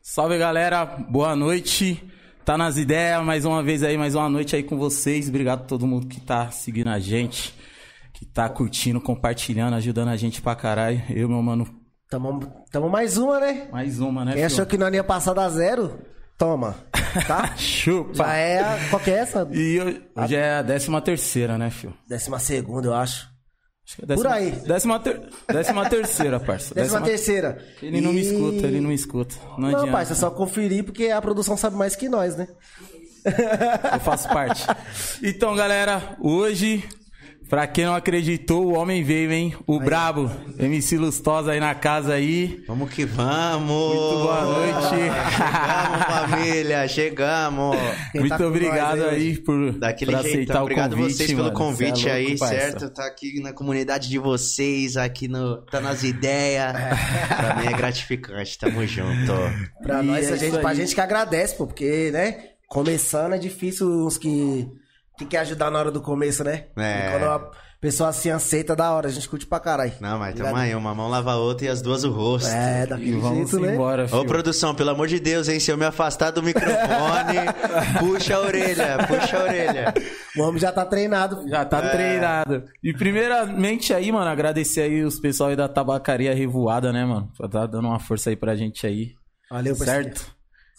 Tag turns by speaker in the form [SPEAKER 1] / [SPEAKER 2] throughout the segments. [SPEAKER 1] Salve galera, boa noite. Tá nas ideias, mais uma vez aí, mais uma noite aí com vocês. Obrigado a todo mundo que tá seguindo a gente, que tá curtindo, compartilhando, ajudando a gente pra caralho. Eu, meu mano,
[SPEAKER 2] Tamo, tamo mais uma, né?
[SPEAKER 1] mais uma, né?
[SPEAKER 2] Quem achou que nós ia passar da zero, toma. Tá? Já
[SPEAKER 1] Chupa!
[SPEAKER 2] é. A, qual que é essa?
[SPEAKER 1] E hoje- hoje é a décima terceira, né, filho?
[SPEAKER 2] Décima segunda, eu acho.
[SPEAKER 1] Acho que é décima-
[SPEAKER 2] Por aí.
[SPEAKER 1] Décima, ter- décima terceira, parça.
[SPEAKER 2] Décima, terceira.
[SPEAKER 1] Ele não me
[SPEAKER 2] E-
[SPEAKER 1] escuta, ele não me escuta. Não,
[SPEAKER 2] Não,
[SPEAKER 1] adianta.
[SPEAKER 2] parça, é só conferir porque a produção sabe mais que nós, né?
[SPEAKER 1] Eu faço parte. Então, galera, hoje, pra quem não acreditou, o homem veio, hein? O brabo, MC Lustosa aí na casa aí.
[SPEAKER 3] Vamos que vamos!
[SPEAKER 1] Muito boa
[SPEAKER 3] Chegamos,
[SPEAKER 1] noite.
[SPEAKER 3] família! Chegamos!
[SPEAKER 2] Quem tá
[SPEAKER 1] Muito
[SPEAKER 2] com
[SPEAKER 1] obrigado
[SPEAKER 2] nós aí
[SPEAKER 1] aí por,
[SPEAKER 3] Daquele
[SPEAKER 1] por
[SPEAKER 3] jeito,
[SPEAKER 1] aceitar o
[SPEAKER 3] obrigado
[SPEAKER 1] convite.
[SPEAKER 3] vocês pelo
[SPEAKER 1] mano.
[SPEAKER 3] convite
[SPEAKER 1] Cê é louco,
[SPEAKER 3] aí,
[SPEAKER 1] parça.
[SPEAKER 3] certo? Tá aqui na comunidade de vocês, aqui no. Tá nas ideias. pra mim é gratificante, tamo junto.
[SPEAKER 2] Pra
[SPEAKER 1] E
[SPEAKER 2] nós,
[SPEAKER 1] é
[SPEAKER 2] a gente,
[SPEAKER 1] isso
[SPEAKER 2] pra
[SPEAKER 1] aí.
[SPEAKER 2] gente que agradece, pô, porque, né? Começando é difícil uns que, que quer ajudar na hora do começo, né?
[SPEAKER 3] É.
[SPEAKER 2] E quando a pessoa se aceita, da hora, a gente curte pra caralho.
[SPEAKER 3] Não, mas
[SPEAKER 2] Obrigado.
[SPEAKER 3] tamo aí, uma mão lava a outra e as duas o rosto.
[SPEAKER 2] É,
[SPEAKER 1] E
[SPEAKER 2] daquele
[SPEAKER 1] vamos
[SPEAKER 2] jeito, né?
[SPEAKER 1] embora,
[SPEAKER 3] Ô,
[SPEAKER 1] filho.
[SPEAKER 3] produção, pelo amor de Deus, hein? Se eu me afastar do microfone, puxa a orelha, puxa a orelha.
[SPEAKER 2] O homem já tá treinado.
[SPEAKER 1] Já
[SPEAKER 3] É.
[SPEAKER 1] tá treinado. E primeiramente aí, mano, agradecer aí os pessoal aí da Tabacaria Revoada, né, mano? Pra tá dando uma força aí pra gente aí.
[SPEAKER 2] Valeu, parceiro.
[SPEAKER 1] certo?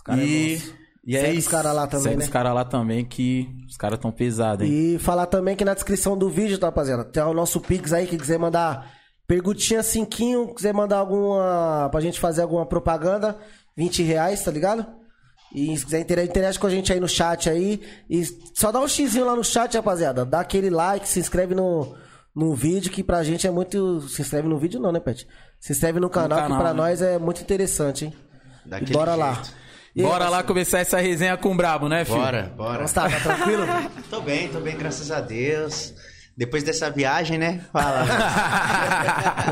[SPEAKER 2] cara é
[SPEAKER 1] e,
[SPEAKER 2] monstro.
[SPEAKER 1] e é
[SPEAKER 2] Segue
[SPEAKER 1] isso.
[SPEAKER 2] os cara lá também,
[SPEAKER 1] Segue
[SPEAKER 2] né?
[SPEAKER 1] os caras lá também que os caras tão pesados, hein?
[SPEAKER 2] E falar também que na descrição do vídeo, tá, rapaziada, tem o nosso Pix aí, que quiser mandar perguntinha, cinquinho, quiser mandar alguma, pra gente fazer alguma propaganda, 20 reais, tá ligado? E se quiser interagir, interage com a gente aí no chat aí. E só dá um xizinho lá no chat, rapaziada. Dá aquele like, se inscreve no, no vídeo, que pra gente é muito... Se inscreve no vídeo não, né, Pet? Se inscreve no canal,
[SPEAKER 1] canal,
[SPEAKER 2] que pra
[SPEAKER 1] né?
[SPEAKER 2] nós é muito interessante, hein?
[SPEAKER 3] Daquele
[SPEAKER 2] E bora lá.
[SPEAKER 3] jeito.
[SPEAKER 2] E aí,
[SPEAKER 1] Bora lá começar essa resenha com o Brabo, né, filho?
[SPEAKER 3] Bora, bora.
[SPEAKER 2] Gostar, tá tranquilo?
[SPEAKER 3] Tô bem, tô bem, graças a Deus. Depois dessa viagem, né? Fala.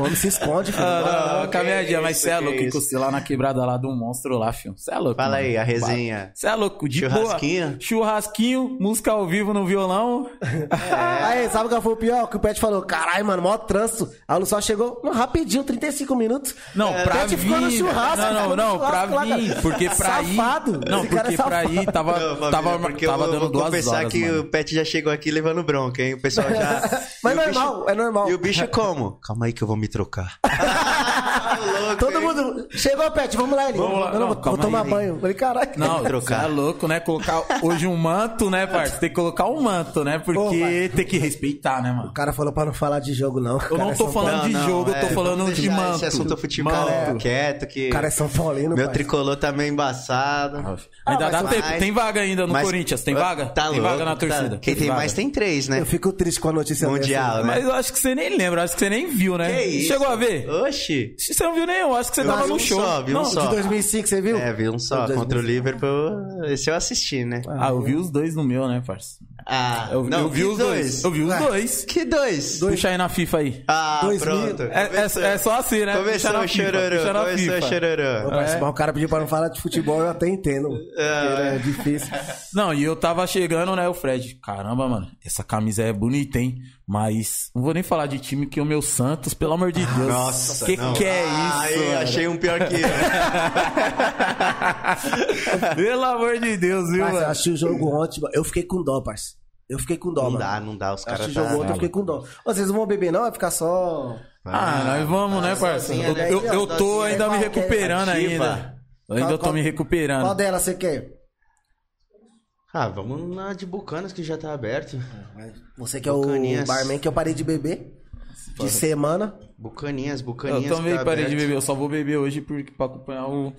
[SPEAKER 2] o homem se esconde, filho. Bora lá.
[SPEAKER 1] Ah,
[SPEAKER 3] não, que
[SPEAKER 1] caminhadinha, mas
[SPEAKER 3] isso,
[SPEAKER 1] cê é
[SPEAKER 3] que
[SPEAKER 1] louco,
[SPEAKER 3] isso.
[SPEAKER 1] encostei lá na quebrada lá do monstro lá, filho. Cê é louco.
[SPEAKER 3] Fala aí, a resenha.
[SPEAKER 1] Você é louco, de boa.
[SPEAKER 3] Churrasquinho?
[SPEAKER 1] Churrasquinho, música ao vivo no violão.
[SPEAKER 2] Aí, sabe o que foi o pior? Que o Pet falou, caralho, mano, mó tranço. A Lu só chegou mano, rapidinho, 35 minutos.
[SPEAKER 1] Não,
[SPEAKER 2] O
[SPEAKER 1] pra
[SPEAKER 2] Pet
[SPEAKER 1] vir.
[SPEAKER 2] É, ficou no churrasco.
[SPEAKER 1] não, não,
[SPEAKER 2] ficou no
[SPEAKER 1] não, pra
[SPEAKER 2] churrasco lá,
[SPEAKER 1] vir.
[SPEAKER 2] cara.
[SPEAKER 1] Porque pra ir.
[SPEAKER 2] Safado.
[SPEAKER 1] Não,
[SPEAKER 2] Esse cara
[SPEAKER 1] porque
[SPEAKER 2] é
[SPEAKER 1] pra
[SPEAKER 2] safado.
[SPEAKER 1] ir tava,
[SPEAKER 3] Não, família,
[SPEAKER 1] tava,
[SPEAKER 3] porque
[SPEAKER 1] tava
[SPEAKER 3] eu
[SPEAKER 1] dando
[SPEAKER 3] vou
[SPEAKER 1] duas
[SPEAKER 3] confessar
[SPEAKER 1] horas.
[SPEAKER 3] que
[SPEAKER 1] mano.
[SPEAKER 3] o Pet já chegou aqui levando bronca, hein? O pessoal já.
[SPEAKER 2] Mas
[SPEAKER 3] E o
[SPEAKER 2] normal,
[SPEAKER 3] bicho-
[SPEAKER 2] é normal.
[SPEAKER 3] E o bicho como? Calma aí que eu vou me trocar. Tá louco,
[SPEAKER 2] Todo
[SPEAKER 3] hein?
[SPEAKER 2] mundo. Chegou, Pet, vamos lá, ele.
[SPEAKER 1] Vamos lá,
[SPEAKER 2] Eu não,
[SPEAKER 1] não,
[SPEAKER 2] vou, vou
[SPEAKER 1] calma aí,
[SPEAKER 2] tomar
[SPEAKER 1] aí.
[SPEAKER 2] banho. Eu Falei, caralho.
[SPEAKER 1] Não,
[SPEAKER 3] trocar.
[SPEAKER 1] trocar. é louco, né? Colocar hoje um manto, né, parça? Tem que colocar um manto, né? Porque
[SPEAKER 2] Ô, pai.
[SPEAKER 1] tem que respeitar, né, mano?
[SPEAKER 2] O cara falou pra não falar de jogo, não. O
[SPEAKER 1] Eu
[SPEAKER 2] cara
[SPEAKER 1] não
[SPEAKER 2] é
[SPEAKER 1] tô
[SPEAKER 2] São
[SPEAKER 1] falando
[SPEAKER 2] Paulo-
[SPEAKER 1] de jogo, eu tô
[SPEAKER 3] vamos
[SPEAKER 1] falando de
[SPEAKER 3] deixar
[SPEAKER 1] manto.
[SPEAKER 3] Esse assunto futebol
[SPEAKER 1] Manto.
[SPEAKER 3] quieto que.
[SPEAKER 2] O cara é São Paulino,
[SPEAKER 3] meu
[SPEAKER 2] pai.
[SPEAKER 3] tricolor tá meio embaçado.
[SPEAKER 1] ainda
[SPEAKER 2] Ah,
[SPEAKER 1] dá
[SPEAKER 2] mas-
[SPEAKER 1] tempo.
[SPEAKER 3] mas- é
[SPEAKER 1] Tem vaga ainda no
[SPEAKER 3] Mas-
[SPEAKER 1] Corinthians, tem vaga?
[SPEAKER 3] Tá
[SPEAKER 1] tem
[SPEAKER 3] louco,
[SPEAKER 1] vaga na
[SPEAKER 3] tá-
[SPEAKER 1] torcida.
[SPEAKER 3] Quem tem
[SPEAKER 1] vaga.
[SPEAKER 3] mais tem três, né?
[SPEAKER 2] Eu fico triste com a notícia
[SPEAKER 3] Mundial,
[SPEAKER 2] dessa.
[SPEAKER 3] né?
[SPEAKER 1] Mas eu acho que você nem lembra, acho que você nem viu, né?
[SPEAKER 3] Que isso?
[SPEAKER 1] Chegou a ver?
[SPEAKER 3] Oxi.
[SPEAKER 1] Você não viu nenhum, acho que você
[SPEAKER 3] Eu
[SPEAKER 1] tava
[SPEAKER 3] vi
[SPEAKER 1] no
[SPEAKER 3] um
[SPEAKER 1] show.
[SPEAKER 3] só, vi um
[SPEAKER 1] não,
[SPEAKER 3] só.
[SPEAKER 2] De 2005, você viu?
[SPEAKER 3] É, vi um só.
[SPEAKER 2] Dois
[SPEAKER 3] Contra o Liverpool, esse eu assisti, né?
[SPEAKER 1] Ah, eu vi os dois no meu, né, parça?
[SPEAKER 3] Ah,
[SPEAKER 1] Eu, eu vi
[SPEAKER 3] que
[SPEAKER 1] os dois. Eu vi os
[SPEAKER 2] Ah.
[SPEAKER 1] dois.
[SPEAKER 3] Que dois?
[SPEAKER 1] Puxa aí na FIFA aí.
[SPEAKER 3] Ah,
[SPEAKER 2] Dois
[SPEAKER 3] pronto.
[SPEAKER 2] mil.
[SPEAKER 1] É,
[SPEAKER 3] Começou.
[SPEAKER 1] é- é só assim, né? Puxa
[SPEAKER 3] Começou
[SPEAKER 1] na
[SPEAKER 3] o
[SPEAKER 1] FIFA, puxa
[SPEAKER 3] chororô,
[SPEAKER 1] na
[SPEAKER 3] começou o
[SPEAKER 1] FIFA.
[SPEAKER 2] Ô,
[SPEAKER 3] chororô.
[SPEAKER 2] parça,
[SPEAKER 1] É.
[SPEAKER 2] Mas o cara pediu pra não falar de futebol, eu até entendo. Porque É difícil.
[SPEAKER 1] Não, e eu tava chegando, né, o Fred. Caramba, mano, essa camisa é bonita, hein? Mas não vou nem falar de time que o meu Santos, pelo amor de Deus.
[SPEAKER 3] Ah, Nossa,
[SPEAKER 1] que
[SPEAKER 3] não.
[SPEAKER 1] que é
[SPEAKER 3] Aí,
[SPEAKER 1] isso? mano?
[SPEAKER 3] achei um pior que eu.
[SPEAKER 1] Pelo amor de Deus, viu,
[SPEAKER 2] Parça, eu
[SPEAKER 1] mano?
[SPEAKER 2] achei o jogo ontem, mano. eu fiquei com dó, parça. Eu fiquei com dó,
[SPEAKER 3] Não
[SPEAKER 2] mano.
[SPEAKER 3] dá, não dá, os
[SPEAKER 2] Eu achei
[SPEAKER 3] caras
[SPEAKER 2] o jogo
[SPEAKER 3] tá...
[SPEAKER 2] ontem, eu fiquei com dó. Ô, Vocês não vão beber não? Vai ficar só...
[SPEAKER 1] Ah, nós vamos, né, parça?
[SPEAKER 3] sozinha,
[SPEAKER 1] Eu,
[SPEAKER 3] né?
[SPEAKER 1] eu- eu tô
[SPEAKER 3] Sozinha,
[SPEAKER 1] ainda me
[SPEAKER 2] qualquer
[SPEAKER 1] recuperando
[SPEAKER 3] ativa.
[SPEAKER 1] ainda. Eu ainda
[SPEAKER 2] Qual-
[SPEAKER 1] tô me
[SPEAKER 2] qual- Qual
[SPEAKER 1] recuperando.
[SPEAKER 2] dela você quer?
[SPEAKER 3] Ah, vamos na de Bucanas que já tá aberto.
[SPEAKER 2] Você que é o
[SPEAKER 3] Bucaninhas.
[SPEAKER 2] barman que eu parei de beber. De semana.
[SPEAKER 3] Bucaninhas, Bucaninhas
[SPEAKER 1] Eu
[SPEAKER 3] que
[SPEAKER 1] também
[SPEAKER 3] tá
[SPEAKER 1] parei de
[SPEAKER 3] aberto.
[SPEAKER 1] beber, eu só vou beber hoje porque, pra acompanhar o, o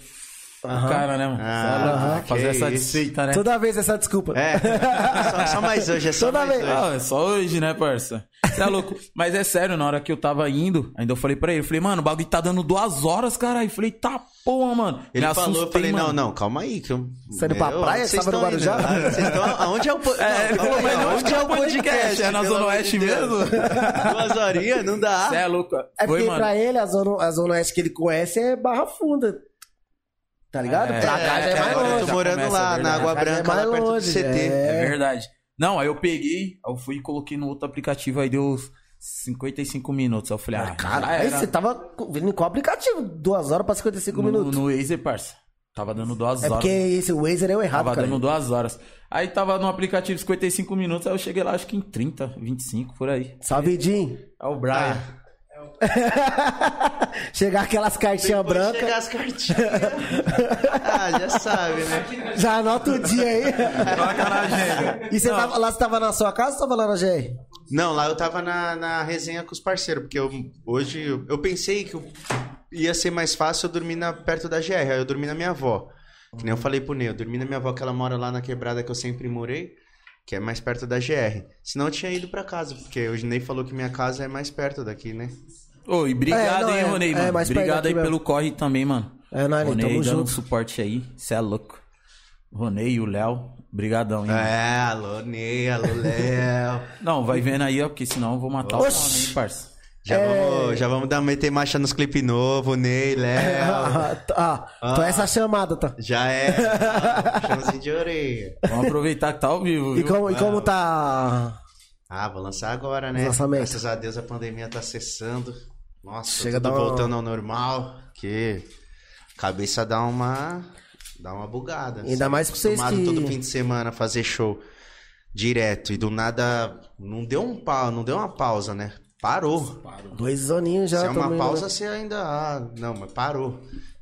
[SPEAKER 2] Aham.
[SPEAKER 1] cara, né, mano?
[SPEAKER 3] Ah,
[SPEAKER 1] Sei lá,
[SPEAKER 3] aham,
[SPEAKER 1] fazer
[SPEAKER 3] que
[SPEAKER 1] essa
[SPEAKER 3] isso.
[SPEAKER 1] desfeita, né?
[SPEAKER 2] Toda vez essa desculpa.
[SPEAKER 3] É, só, só mais hoje, é só
[SPEAKER 2] Toda
[SPEAKER 3] mais
[SPEAKER 2] vez.
[SPEAKER 3] hoje.
[SPEAKER 1] Ah, é só hoje, né, parça? Você é louco. Mas é sério, na hora que eu tava indo, ainda eu falei pra ele, eu falei, mano, o bagulho tá dando duas horas, cara. E falei, tá porra, mano.
[SPEAKER 3] Ele
[SPEAKER 1] Me
[SPEAKER 3] falou, eu
[SPEAKER 1] assustei,
[SPEAKER 3] falei,
[SPEAKER 1] mano.
[SPEAKER 3] não, não, calma aí. Que eu...
[SPEAKER 2] Você indo pra
[SPEAKER 3] Meu,
[SPEAKER 2] praia,
[SPEAKER 3] vocês
[SPEAKER 2] sábado
[SPEAKER 3] estão
[SPEAKER 2] no Guarujá?
[SPEAKER 3] indo, ah, vocês estão- Aonde é o... po-
[SPEAKER 1] É, ele
[SPEAKER 3] Não,
[SPEAKER 1] falou,
[SPEAKER 3] calma aí,
[SPEAKER 1] mas onde é o podcast? É na
[SPEAKER 3] Pelo
[SPEAKER 1] Zona
[SPEAKER 3] amor de
[SPEAKER 1] Oeste
[SPEAKER 3] Deus.
[SPEAKER 1] mesmo?
[SPEAKER 3] Duas horinhas, não dá.
[SPEAKER 1] Você é louco.
[SPEAKER 2] É
[SPEAKER 1] Foi,
[SPEAKER 2] porque
[SPEAKER 1] mano.
[SPEAKER 2] pra ele, a zona, a zona oeste que ele conhece é Barra Funda. Tá ligado?
[SPEAKER 1] É,
[SPEAKER 2] pra cá já é,
[SPEAKER 1] é,
[SPEAKER 2] mais
[SPEAKER 3] agora
[SPEAKER 2] longe.
[SPEAKER 3] Eu tô
[SPEAKER 1] Já
[SPEAKER 3] morando
[SPEAKER 1] começa,
[SPEAKER 3] lá
[SPEAKER 1] é
[SPEAKER 3] na
[SPEAKER 1] verdade.
[SPEAKER 3] Água
[SPEAKER 2] Já é
[SPEAKER 3] Branca, lá
[SPEAKER 2] mais
[SPEAKER 3] perto
[SPEAKER 2] longe,
[SPEAKER 3] do CT.
[SPEAKER 2] é.
[SPEAKER 1] É verdade. Não, aí eu peguei, aí eu fui e coloquei no outro aplicativo, aí deu uns 55 minutos. Aí eu falei, ah, já
[SPEAKER 2] Caralho,
[SPEAKER 1] era.
[SPEAKER 2] você tava vindo em qual aplicativo? Duas horas pra 55
[SPEAKER 1] no,
[SPEAKER 2] minutos.
[SPEAKER 1] no Waze, parça. Tava dando duas
[SPEAKER 2] É
[SPEAKER 1] horas.
[SPEAKER 2] porque esse Wazer eu errado,
[SPEAKER 1] Tava
[SPEAKER 2] cara.
[SPEAKER 1] dando duas horas. Aí tava no aplicativo 55 minutos, aí eu cheguei lá acho que em 30, 25, por aí.
[SPEAKER 2] Salve, Jim.
[SPEAKER 1] É o Brian.
[SPEAKER 2] Chegar aquelas cartinhas
[SPEAKER 3] Depois
[SPEAKER 2] brancas.
[SPEAKER 3] chega as cartinhas. ah, já sabe, né?
[SPEAKER 2] Já anota o dia aí.
[SPEAKER 1] Coloca na agenda.
[SPEAKER 2] E você tava, lá você tava na sua casa ou tava lá na GR?
[SPEAKER 3] Não, lá eu tava na, na resenha com os parceiros, porque eu, hoje eu, eu pensei que eu- ia ser mais fácil eu dormir na, perto da GR, aí eu dormi na minha avó. Que nem eu falei pro Ney, eu dormi na minha avó que ela mora lá na quebrada que eu sempre morei, que é mais perto da GR. Senão eu tinha ido pra casa, porque o Ney falou que minha casa é mais perto daqui, né?
[SPEAKER 1] Ô, e obrigado,
[SPEAKER 2] É, não,
[SPEAKER 1] hein,
[SPEAKER 2] é-
[SPEAKER 1] Ronei,
[SPEAKER 2] é
[SPEAKER 1] mano.
[SPEAKER 2] mais perto
[SPEAKER 1] obrigado
[SPEAKER 2] daqui
[SPEAKER 1] aí
[SPEAKER 2] mesmo.
[SPEAKER 1] pelo corre também, mano.
[SPEAKER 2] É, nós,
[SPEAKER 1] Ronei
[SPEAKER 2] tamo
[SPEAKER 1] dando
[SPEAKER 2] junto.
[SPEAKER 1] suporte aí. Você é louco. Ronei e o Léo, brigadão, hein. mano.
[SPEAKER 3] É, alô Ney, alô Léo.
[SPEAKER 1] Não, vai vendo aí, ó, porque senão eu vou matar o
[SPEAKER 2] Oxi.
[SPEAKER 1] nome, hein, parça.
[SPEAKER 3] Já, vamos, já vamos dar meter marcha nos clipes novos, Ney, Léo.
[SPEAKER 2] ah, então essa chamada, tá?
[SPEAKER 3] Já é. Ah, Puxãozinho de orelha.
[SPEAKER 1] Vamos aproveitar que tá ao vivo,
[SPEAKER 2] E
[SPEAKER 1] viu?
[SPEAKER 3] É.
[SPEAKER 2] como, e como tá.
[SPEAKER 3] Ah, vou lançar agora, né?
[SPEAKER 2] Lançamento.
[SPEAKER 3] Graças a Deus a pandemia tá cessando. Nossa,
[SPEAKER 2] Chega a
[SPEAKER 3] tudo
[SPEAKER 2] dar uma-
[SPEAKER 3] voltando ao normal. Que cabeça dá uma. dá uma bugada.
[SPEAKER 2] Ainda mais pra vocês
[SPEAKER 3] Acostumado
[SPEAKER 2] que-
[SPEAKER 3] todo fim de semana a fazer show direto. E do nada. Não deu um pau, não deu uma pausa, né? Parou.
[SPEAKER 2] Dois aninhos já.
[SPEAKER 3] Se é uma
[SPEAKER 2] também, né?
[SPEAKER 3] pausa, você ainda. Ah, não, mas parou.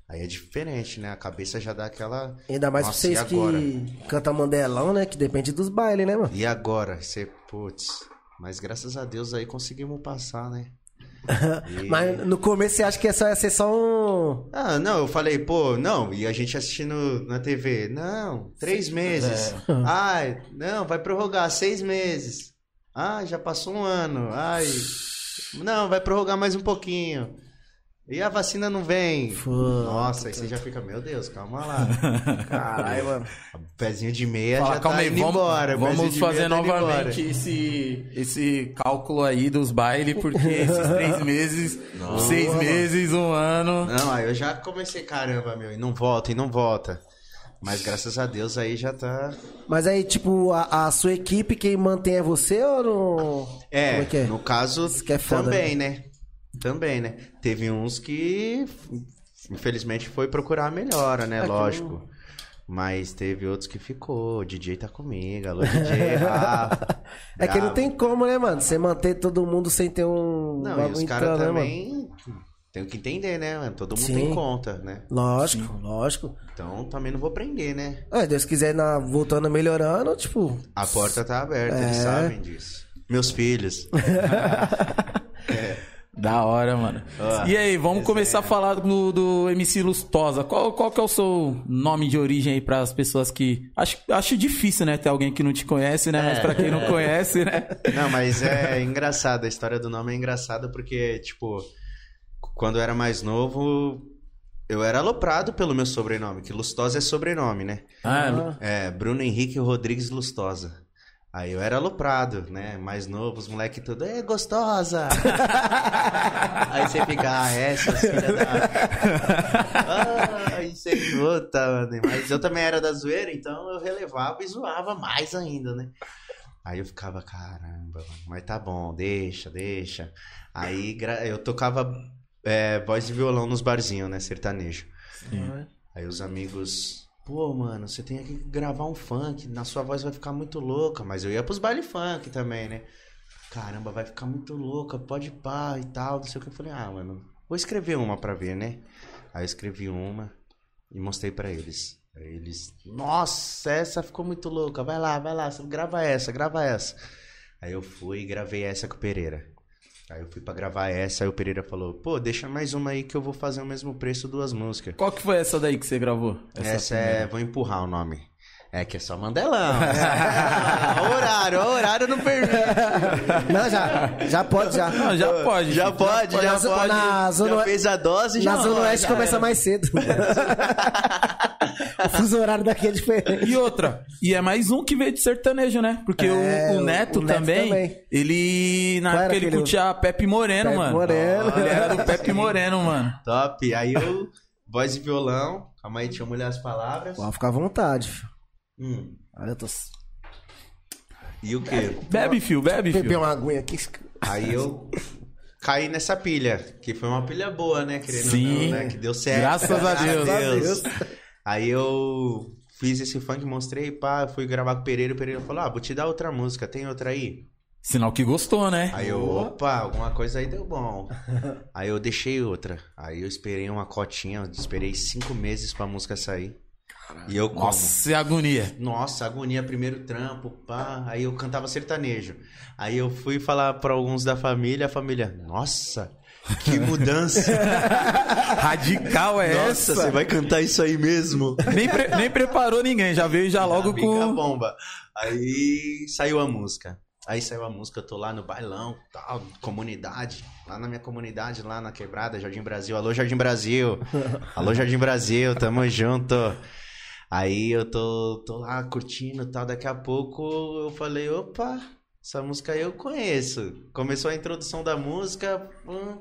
[SPEAKER 3] Aí é diferente, né? A cabeça já dá aquela.
[SPEAKER 2] Ainda mais pra
[SPEAKER 3] Nossa, e
[SPEAKER 2] vocês
[SPEAKER 3] agora?
[SPEAKER 2] que cantam Mandelão, né? Que depende dos bailes, né, mano?
[SPEAKER 3] E agora? Você, putz. Mas graças a Deus aí conseguimos passar, né? E-
[SPEAKER 2] Mas no começo você acha que essa ia ser só um.
[SPEAKER 3] Ah, não, eu falei, pô, não, e a gente assistindo na TV, não, três
[SPEAKER 2] É.
[SPEAKER 3] meses. Ai, não, vai prorrogar seis meses. Ah, já passou um ano. Ai, não, vai prorrogar mais um pouquinho. E a vacina não vem.
[SPEAKER 2] Puta.
[SPEAKER 3] Nossa, aí você já fica, meu Deus, calma lá.
[SPEAKER 2] Caralho, mano.
[SPEAKER 3] Pezinho de meia
[SPEAKER 1] Fala,
[SPEAKER 3] já
[SPEAKER 1] calma
[SPEAKER 3] tá
[SPEAKER 1] aí,
[SPEAKER 3] indo
[SPEAKER 1] vamos,
[SPEAKER 3] embora.
[SPEAKER 1] vamos
[SPEAKER 3] pezinho de meia
[SPEAKER 1] fazer
[SPEAKER 3] tá indo embora.
[SPEAKER 1] novamente esse, esse cálculo aí dos bailes, porque esses três meses, seis meses, um ano.
[SPEAKER 3] Não, aí eu já comecei, caramba, meu, e não volta, e não volta. Mas graças a Deus aí já tá.
[SPEAKER 2] Mas aí, tipo, a, a sua equipe quem mantém é você ou não?
[SPEAKER 3] É,
[SPEAKER 2] Como é que é?
[SPEAKER 3] no caso
[SPEAKER 2] Isso que é foda,
[SPEAKER 3] também, né? Também, né? Teve uns que infelizmente foi procurar a melhora, né?
[SPEAKER 2] que
[SPEAKER 3] Lógico. Mas teve outros que ficou. O DJ tá comigo, alô DJ, Rafa.
[SPEAKER 2] É que não
[SPEAKER 3] Bravo.
[SPEAKER 2] tem como, né, mano? Você manter todo mundo sem ter um.
[SPEAKER 3] Ah. Não, e
[SPEAKER 2] bagulho
[SPEAKER 3] os caras
[SPEAKER 2] entrando, né, mano?
[SPEAKER 3] também tem que entender, né? mano? Todo mundo
[SPEAKER 2] Sim.
[SPEAKER 3] tem conta, né?
[SPEAKER 2] Lógico, lógico.
[SPEAKER 3] Então também não vou prender, né?
[SPEAKER 2] É, Deus quiser na, voltando melhorando, tipo.
[SPEAKER 3] A porta tá aberta, eles
[SPEAKER 2] É.
[SPEAKER 3] sabem disso. Meus filhos.
[SPEAKER 1] Da hora, mano. e Ah, aí, é. vamos começar a falar do, do MC Lustosa. Qual, qual que é o seu nome de origem aí pras pessoas que... Acho, acho difícil, né, ter alguém que não te conhece, né? Mas pra quem não conhece, né?
[SPEAKER 3] Não, mas é engraçado. A história do nome é engraçada porque, tipo, quando eu era mais novo, eu era aloprado pelo meu sobrenome, que Lustosa é sobrenome, né?
[SPEAKER 1] Ah,
[SPEAKER 3] É, Bruno Henrique Rodrigues Lustosa. Aí eu era aloprado, né? Mais novo, os moleque tudo, é gostosa! Aí você fica, ah, é, seus filha da... Ai, você puta, mano. Mas eu também era da zoeira, então eu relevava e zoava mais ainda, né? Aí eu ficava, caramba, mano, mas tá bom, deixa, deixa. Aí gra- eu tocava é, voz e violão nos barzinhos, né? Sertanejo. Aí os amigos, pô, mano, você tem que gravar um funk, na sua voz vai ficar muito louca, mas eu ia pros baile funk também, né? Caramba, vai ficar muito louca, pode pá e tal, não sei o que. Eu falei, ah, mano, vou escrever uma pra ver, né? Aí eu escrevi uma e mostrei pra eles. Aí eles, nossa, essa ficou muito louca, vai lá, vai lá, grava essa, grava essa. Aí eu fui e gravei essa com o Pereira. Aí eu fui pra gravar essa, aí o Pereira falou, pô, deixa mais uma aí que eu vou fazer o mesmo preço, duas músicas.
[SPEAKER 1] qual que foi essa daí que você gravou?
[SPEAKER 3] Essa,
[SPEAKER 1] primeira.
[SPEAKER 3] é. Vou empurrar o nome. É que é só Mandelão. Ah, horário, horário não permite.
[SPEAKER 2] Não, já. Já pode, já.
[SPEAKER 1] Não, já pode.
[SPEAKER 3] Já
[SPEAKER 1] filho.
[SPEAKER 3] pode, já
[SPEAKER 2] na zo-
[SPEAKER 3] pode.
[SPEAKER 2] na
[SPEAKER 3] já
[SPEAKER 2] Zona-
[SPEAKER 3] fez a dose, já
[SPEAKER 2] Na Zona
[SPEAKER 3] rola,
[SPEAKER 2] Oeste
[SPEAKER 3] já
[SPEAKER 2] começa
[SPEAKER 3] era. É.
[SPEAKER 2] mais cedo. o fuso horário daqui é diferente.
[SPEAKER 1] E outra, e é mais um que veio de sertanejo, né? Porque o-
[SPEAKER 2] É,
[SPEAKER 1] o,
[SPEAKER 2] o-
[SPEAKER 1] Neto,
[SPEAKER 2] o Neto
[SPEAKER 1] também,
[SPEAKER 2] também.
[SPEAKER 1] ele. Na
[SPEAKER 2] Qual era
[SPEAKER 1] época ele
[SPEAKER 2] aquele-
[SPEAKER 1] curtia Pepe Moreno,
[SPEAKER 2] Pepe
[SPEAKER 1] mano.
[SPEAKER 2] Moreno.
[SPEAKER 1] Ele era do Pepe Moreno, mano.
[SPEAKER 3] É. Top. Aí eu, voz e violão. Calma aí, deixa eu molhar as palavras.
[SPEAKER 2] Pode ficar à vontade. filho.
[SPEAKER 3] Hum.
[SPEAKER 2] Olha, eu tô.
[SPEAKER 3] E o quê?
[SPEAKER 1] Bebe, fio, bebe,
[SPEAKER 2] Beber
[SPEAKER 1] fio.
[SPEAKER 2] uma aguinha aqui.
[SPEAKER 3] Aí eu caí nessa pilha, que foi uma pilha boa, né? Querendo ou
[SPEAKER 1] Sim.
[SPEAKER 3] não, né? Que deu certo.
[SPEAKER 1] Graças a Deus.
[SPEAKER 3] Aí eu fiz esse funk, mostrei, pá, fui gravar com o Pereira, o Pereira falou, ah, vou te dar outra música, tem outra aí?
[SPEAKER 1] Sinal que gostou, né?
[SPEAKER 3] Aí eu, opa, alguma coisa aí deu bom. Aí eu deixei outra. Aí eu esperei uma cotinha, eu esperei cinco meses pra música sair. E eu como.
[SPEAKER 1] Nossa, é agonia.
[SPEAKER 3] Nossa, agonia, primeiro trampo, pá. Aí eu cantava sertanejo. Aí eu fui falar pra alguns da família, a família, nossa, que mudança.
[SPEAKER 1] Radical é
[SPEAKER 3] nossa, você
[SPEAKER 1] essa?
[SPEAKER 3] vai cantar isso aí mesmo?
[SPEAKER 1] Nem, pre- nem preparou ninguém, já veio já logo
[SPEAKER 3] Amiga
[SPEAKER 1] com.
[SPEAKER 3] bomba. Aí saiu a música. Aí saiu a música, eu tô lá no bailão, tal, comunidade, lá na minha comunidade, lá na quebrada, Jardim Brasil. Alô, Jardim Brasil. Alô, Jardim Brasil, tamo junto. Aí eu tô, tô lá curtindo, tal, daqui a pouco eu falei, opa, essa música eu conheço. Começou a introdução da música, hum,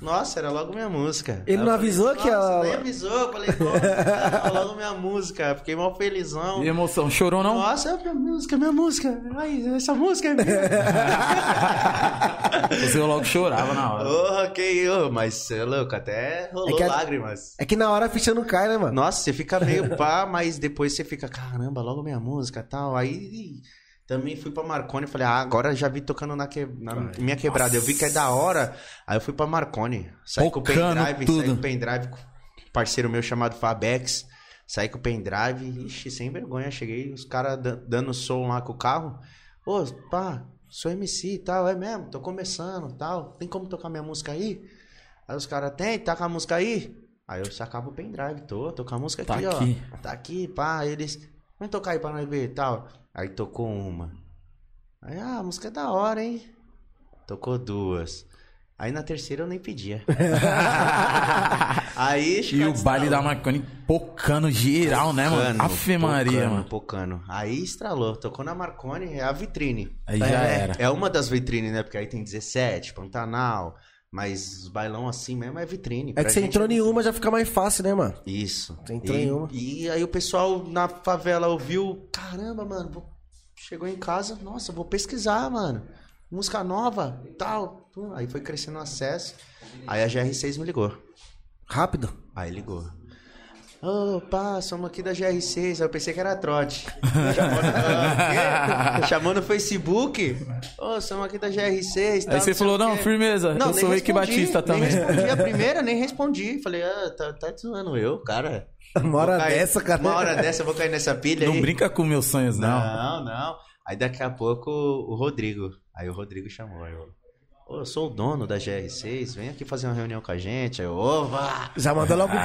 [SPEAKER 3] nossa, era logo minha música.
[SPEAKER 2] Ele
[SPEAKER 3] Aí eu
[SPEAKER 2] não
[SPEAKER 3] falei,
[SPEAKER 2] avisou que
[SPEAKER 3] nossa,
[SPEAKER 2] a-
[SPEAKER 3] nem avisou, eu falei, nossa, era logo minha música, fiquei mal felizão.
[SPEAKER 1] E emoção. Chorou não?
[SPEAKER 3] Nossa, é minha música, minha música. Ai, essa música é minha.
[SPEAKER 1] Você logo chorava na hora.
[SPEAKER 3] Ô, que ô, mas você é louco, até rolou
[SPEAKER 2] É que a-
[SPEAKER 3] lágrimas.
[SPEAKER 2] É que na hora a ficha não cai, né, mano?
[SPEAKER 3] Nossa, você fica meio pá, mas depois você fica, caramba, logo minha música tal. Aí também fui pra Marconi e falei, ah, agora já vi tocando na, que- na minha quebrada. Eu vi que é da hora. Aí eu fui pra Marconi. Saí com o
[SPEAKER 1] Tocando
[SPEAKER 3] pendrive,
[SPEAKER 1] tudo.
[SPEAKER 3] saí com o pendrive com um parceiro meu chamado Fabex. Saí com o pendrive, ixi, sem vergonha. Cheguei, os caras dan- dando som lá com o carro. Ô, pá, sou MC e tal, é mesmo, tô começando e tal. Tem como tocar minha música aí? Aí os caras, tem, tá com a música aí? Aí eu sacava o pendrive, tô, tô com a música
[SPEAKER 1] Tá
[SPEAKER 3] aqui,
[SPEAKER 1] aqui.
[SPEAKER 3] ó. Tá aqui, pá, aí eles, vem tocar aí pra nós ver e tal. Aí tocou uma. Aí, ah, a música é da hora, hein? Tocou duas. Aí na terceira eu nem pedia. aí,
[SPEAKER 1] E o baile da Marconi pocando geral, né, mano?
[SPEAKER 3] Pocano,
[SPEAKER 1] Afe Maria,
[SPEAKER 3] pocano,
[SPEAKER 1] mano.
[SPEAKER 3] pocano. Aí estralou. Tocou na Marconi, é a vitrine.
[SPEAKER 1] Aí já
[SPEAKER 3] é,
[SPEAKER 1] era.
[SPEAKER 3] É uma das vitrines, né? Porque aí tem 17, Pantanal. Mas os bailão assim mesmo é vitrine.
[SPEAKER 2] É
[SPEAKER 3] Pra
[SPEAKER 2] que você
[SPEAKER 3] gente
[SPEAKER 2] entrou em uma já fica mais fácil, né, mano?
[SPEAKER 3] Isso.
[SPEAKER 2] Você entrou
[SPEAKER 3] e,
[SPEAKER 2] em uma.
[SPEAKER 3] E aí o pessoal na favela ouviu, caramba, mano, vou- chegou em casa, nossa, vou pesquisar, mano. Música nova, tal. Pum, Aí foi crescendo o acesso. Aí a GR6 me ligou.
[SPEAKER 2] Rápido.
[SPEAKER 3] Aí ligou. Ô, pá, somos aqui da GR6. Aí eu pensei que era trote. Chamou no, chamou no Facebook. Ô, somos aqui da GR6. tal,
[SPEAKER 1] Aí você
[SPEAKER 3] sei
[SPEAKER 1] falou,
[SPEAKER 3] o quê.
[SPEAKER 1] não, firmeza. eu
[SPEAKER 3] nem
[SPEAKER 1] sou o Rick
[SPEAKER 3] respondi,
[SPEAKER 1] Batista também.
[SPEAKER 3] Nem respondi a primeira, nem respondi. Falei, ah, tá, tá te zoando eu, cara.
[SPEAKER 2] Uma hora
[SPEAKER 3] Vou cair-
[SPEAKER 2] dessa, cara.
[SPEAKER 3] Uma hora dessa eu vou cair nessa pilha
[SPEAKER 1] Não
[SPEAKER 3] aí.
[SPEAKER 1] brinca com meus sonhos, não.
[SPEAKER 3] Não, não. Aí daqui a pouco o Rodrigo. Aí o Rodrigo chamou. aí Eu, Ô, eu sou o dono da GR6, vem aqui fazer uma reunião com a gente. Aí eu, ô, vá!
[SPEAKER 2] Já mandou logo. Pô!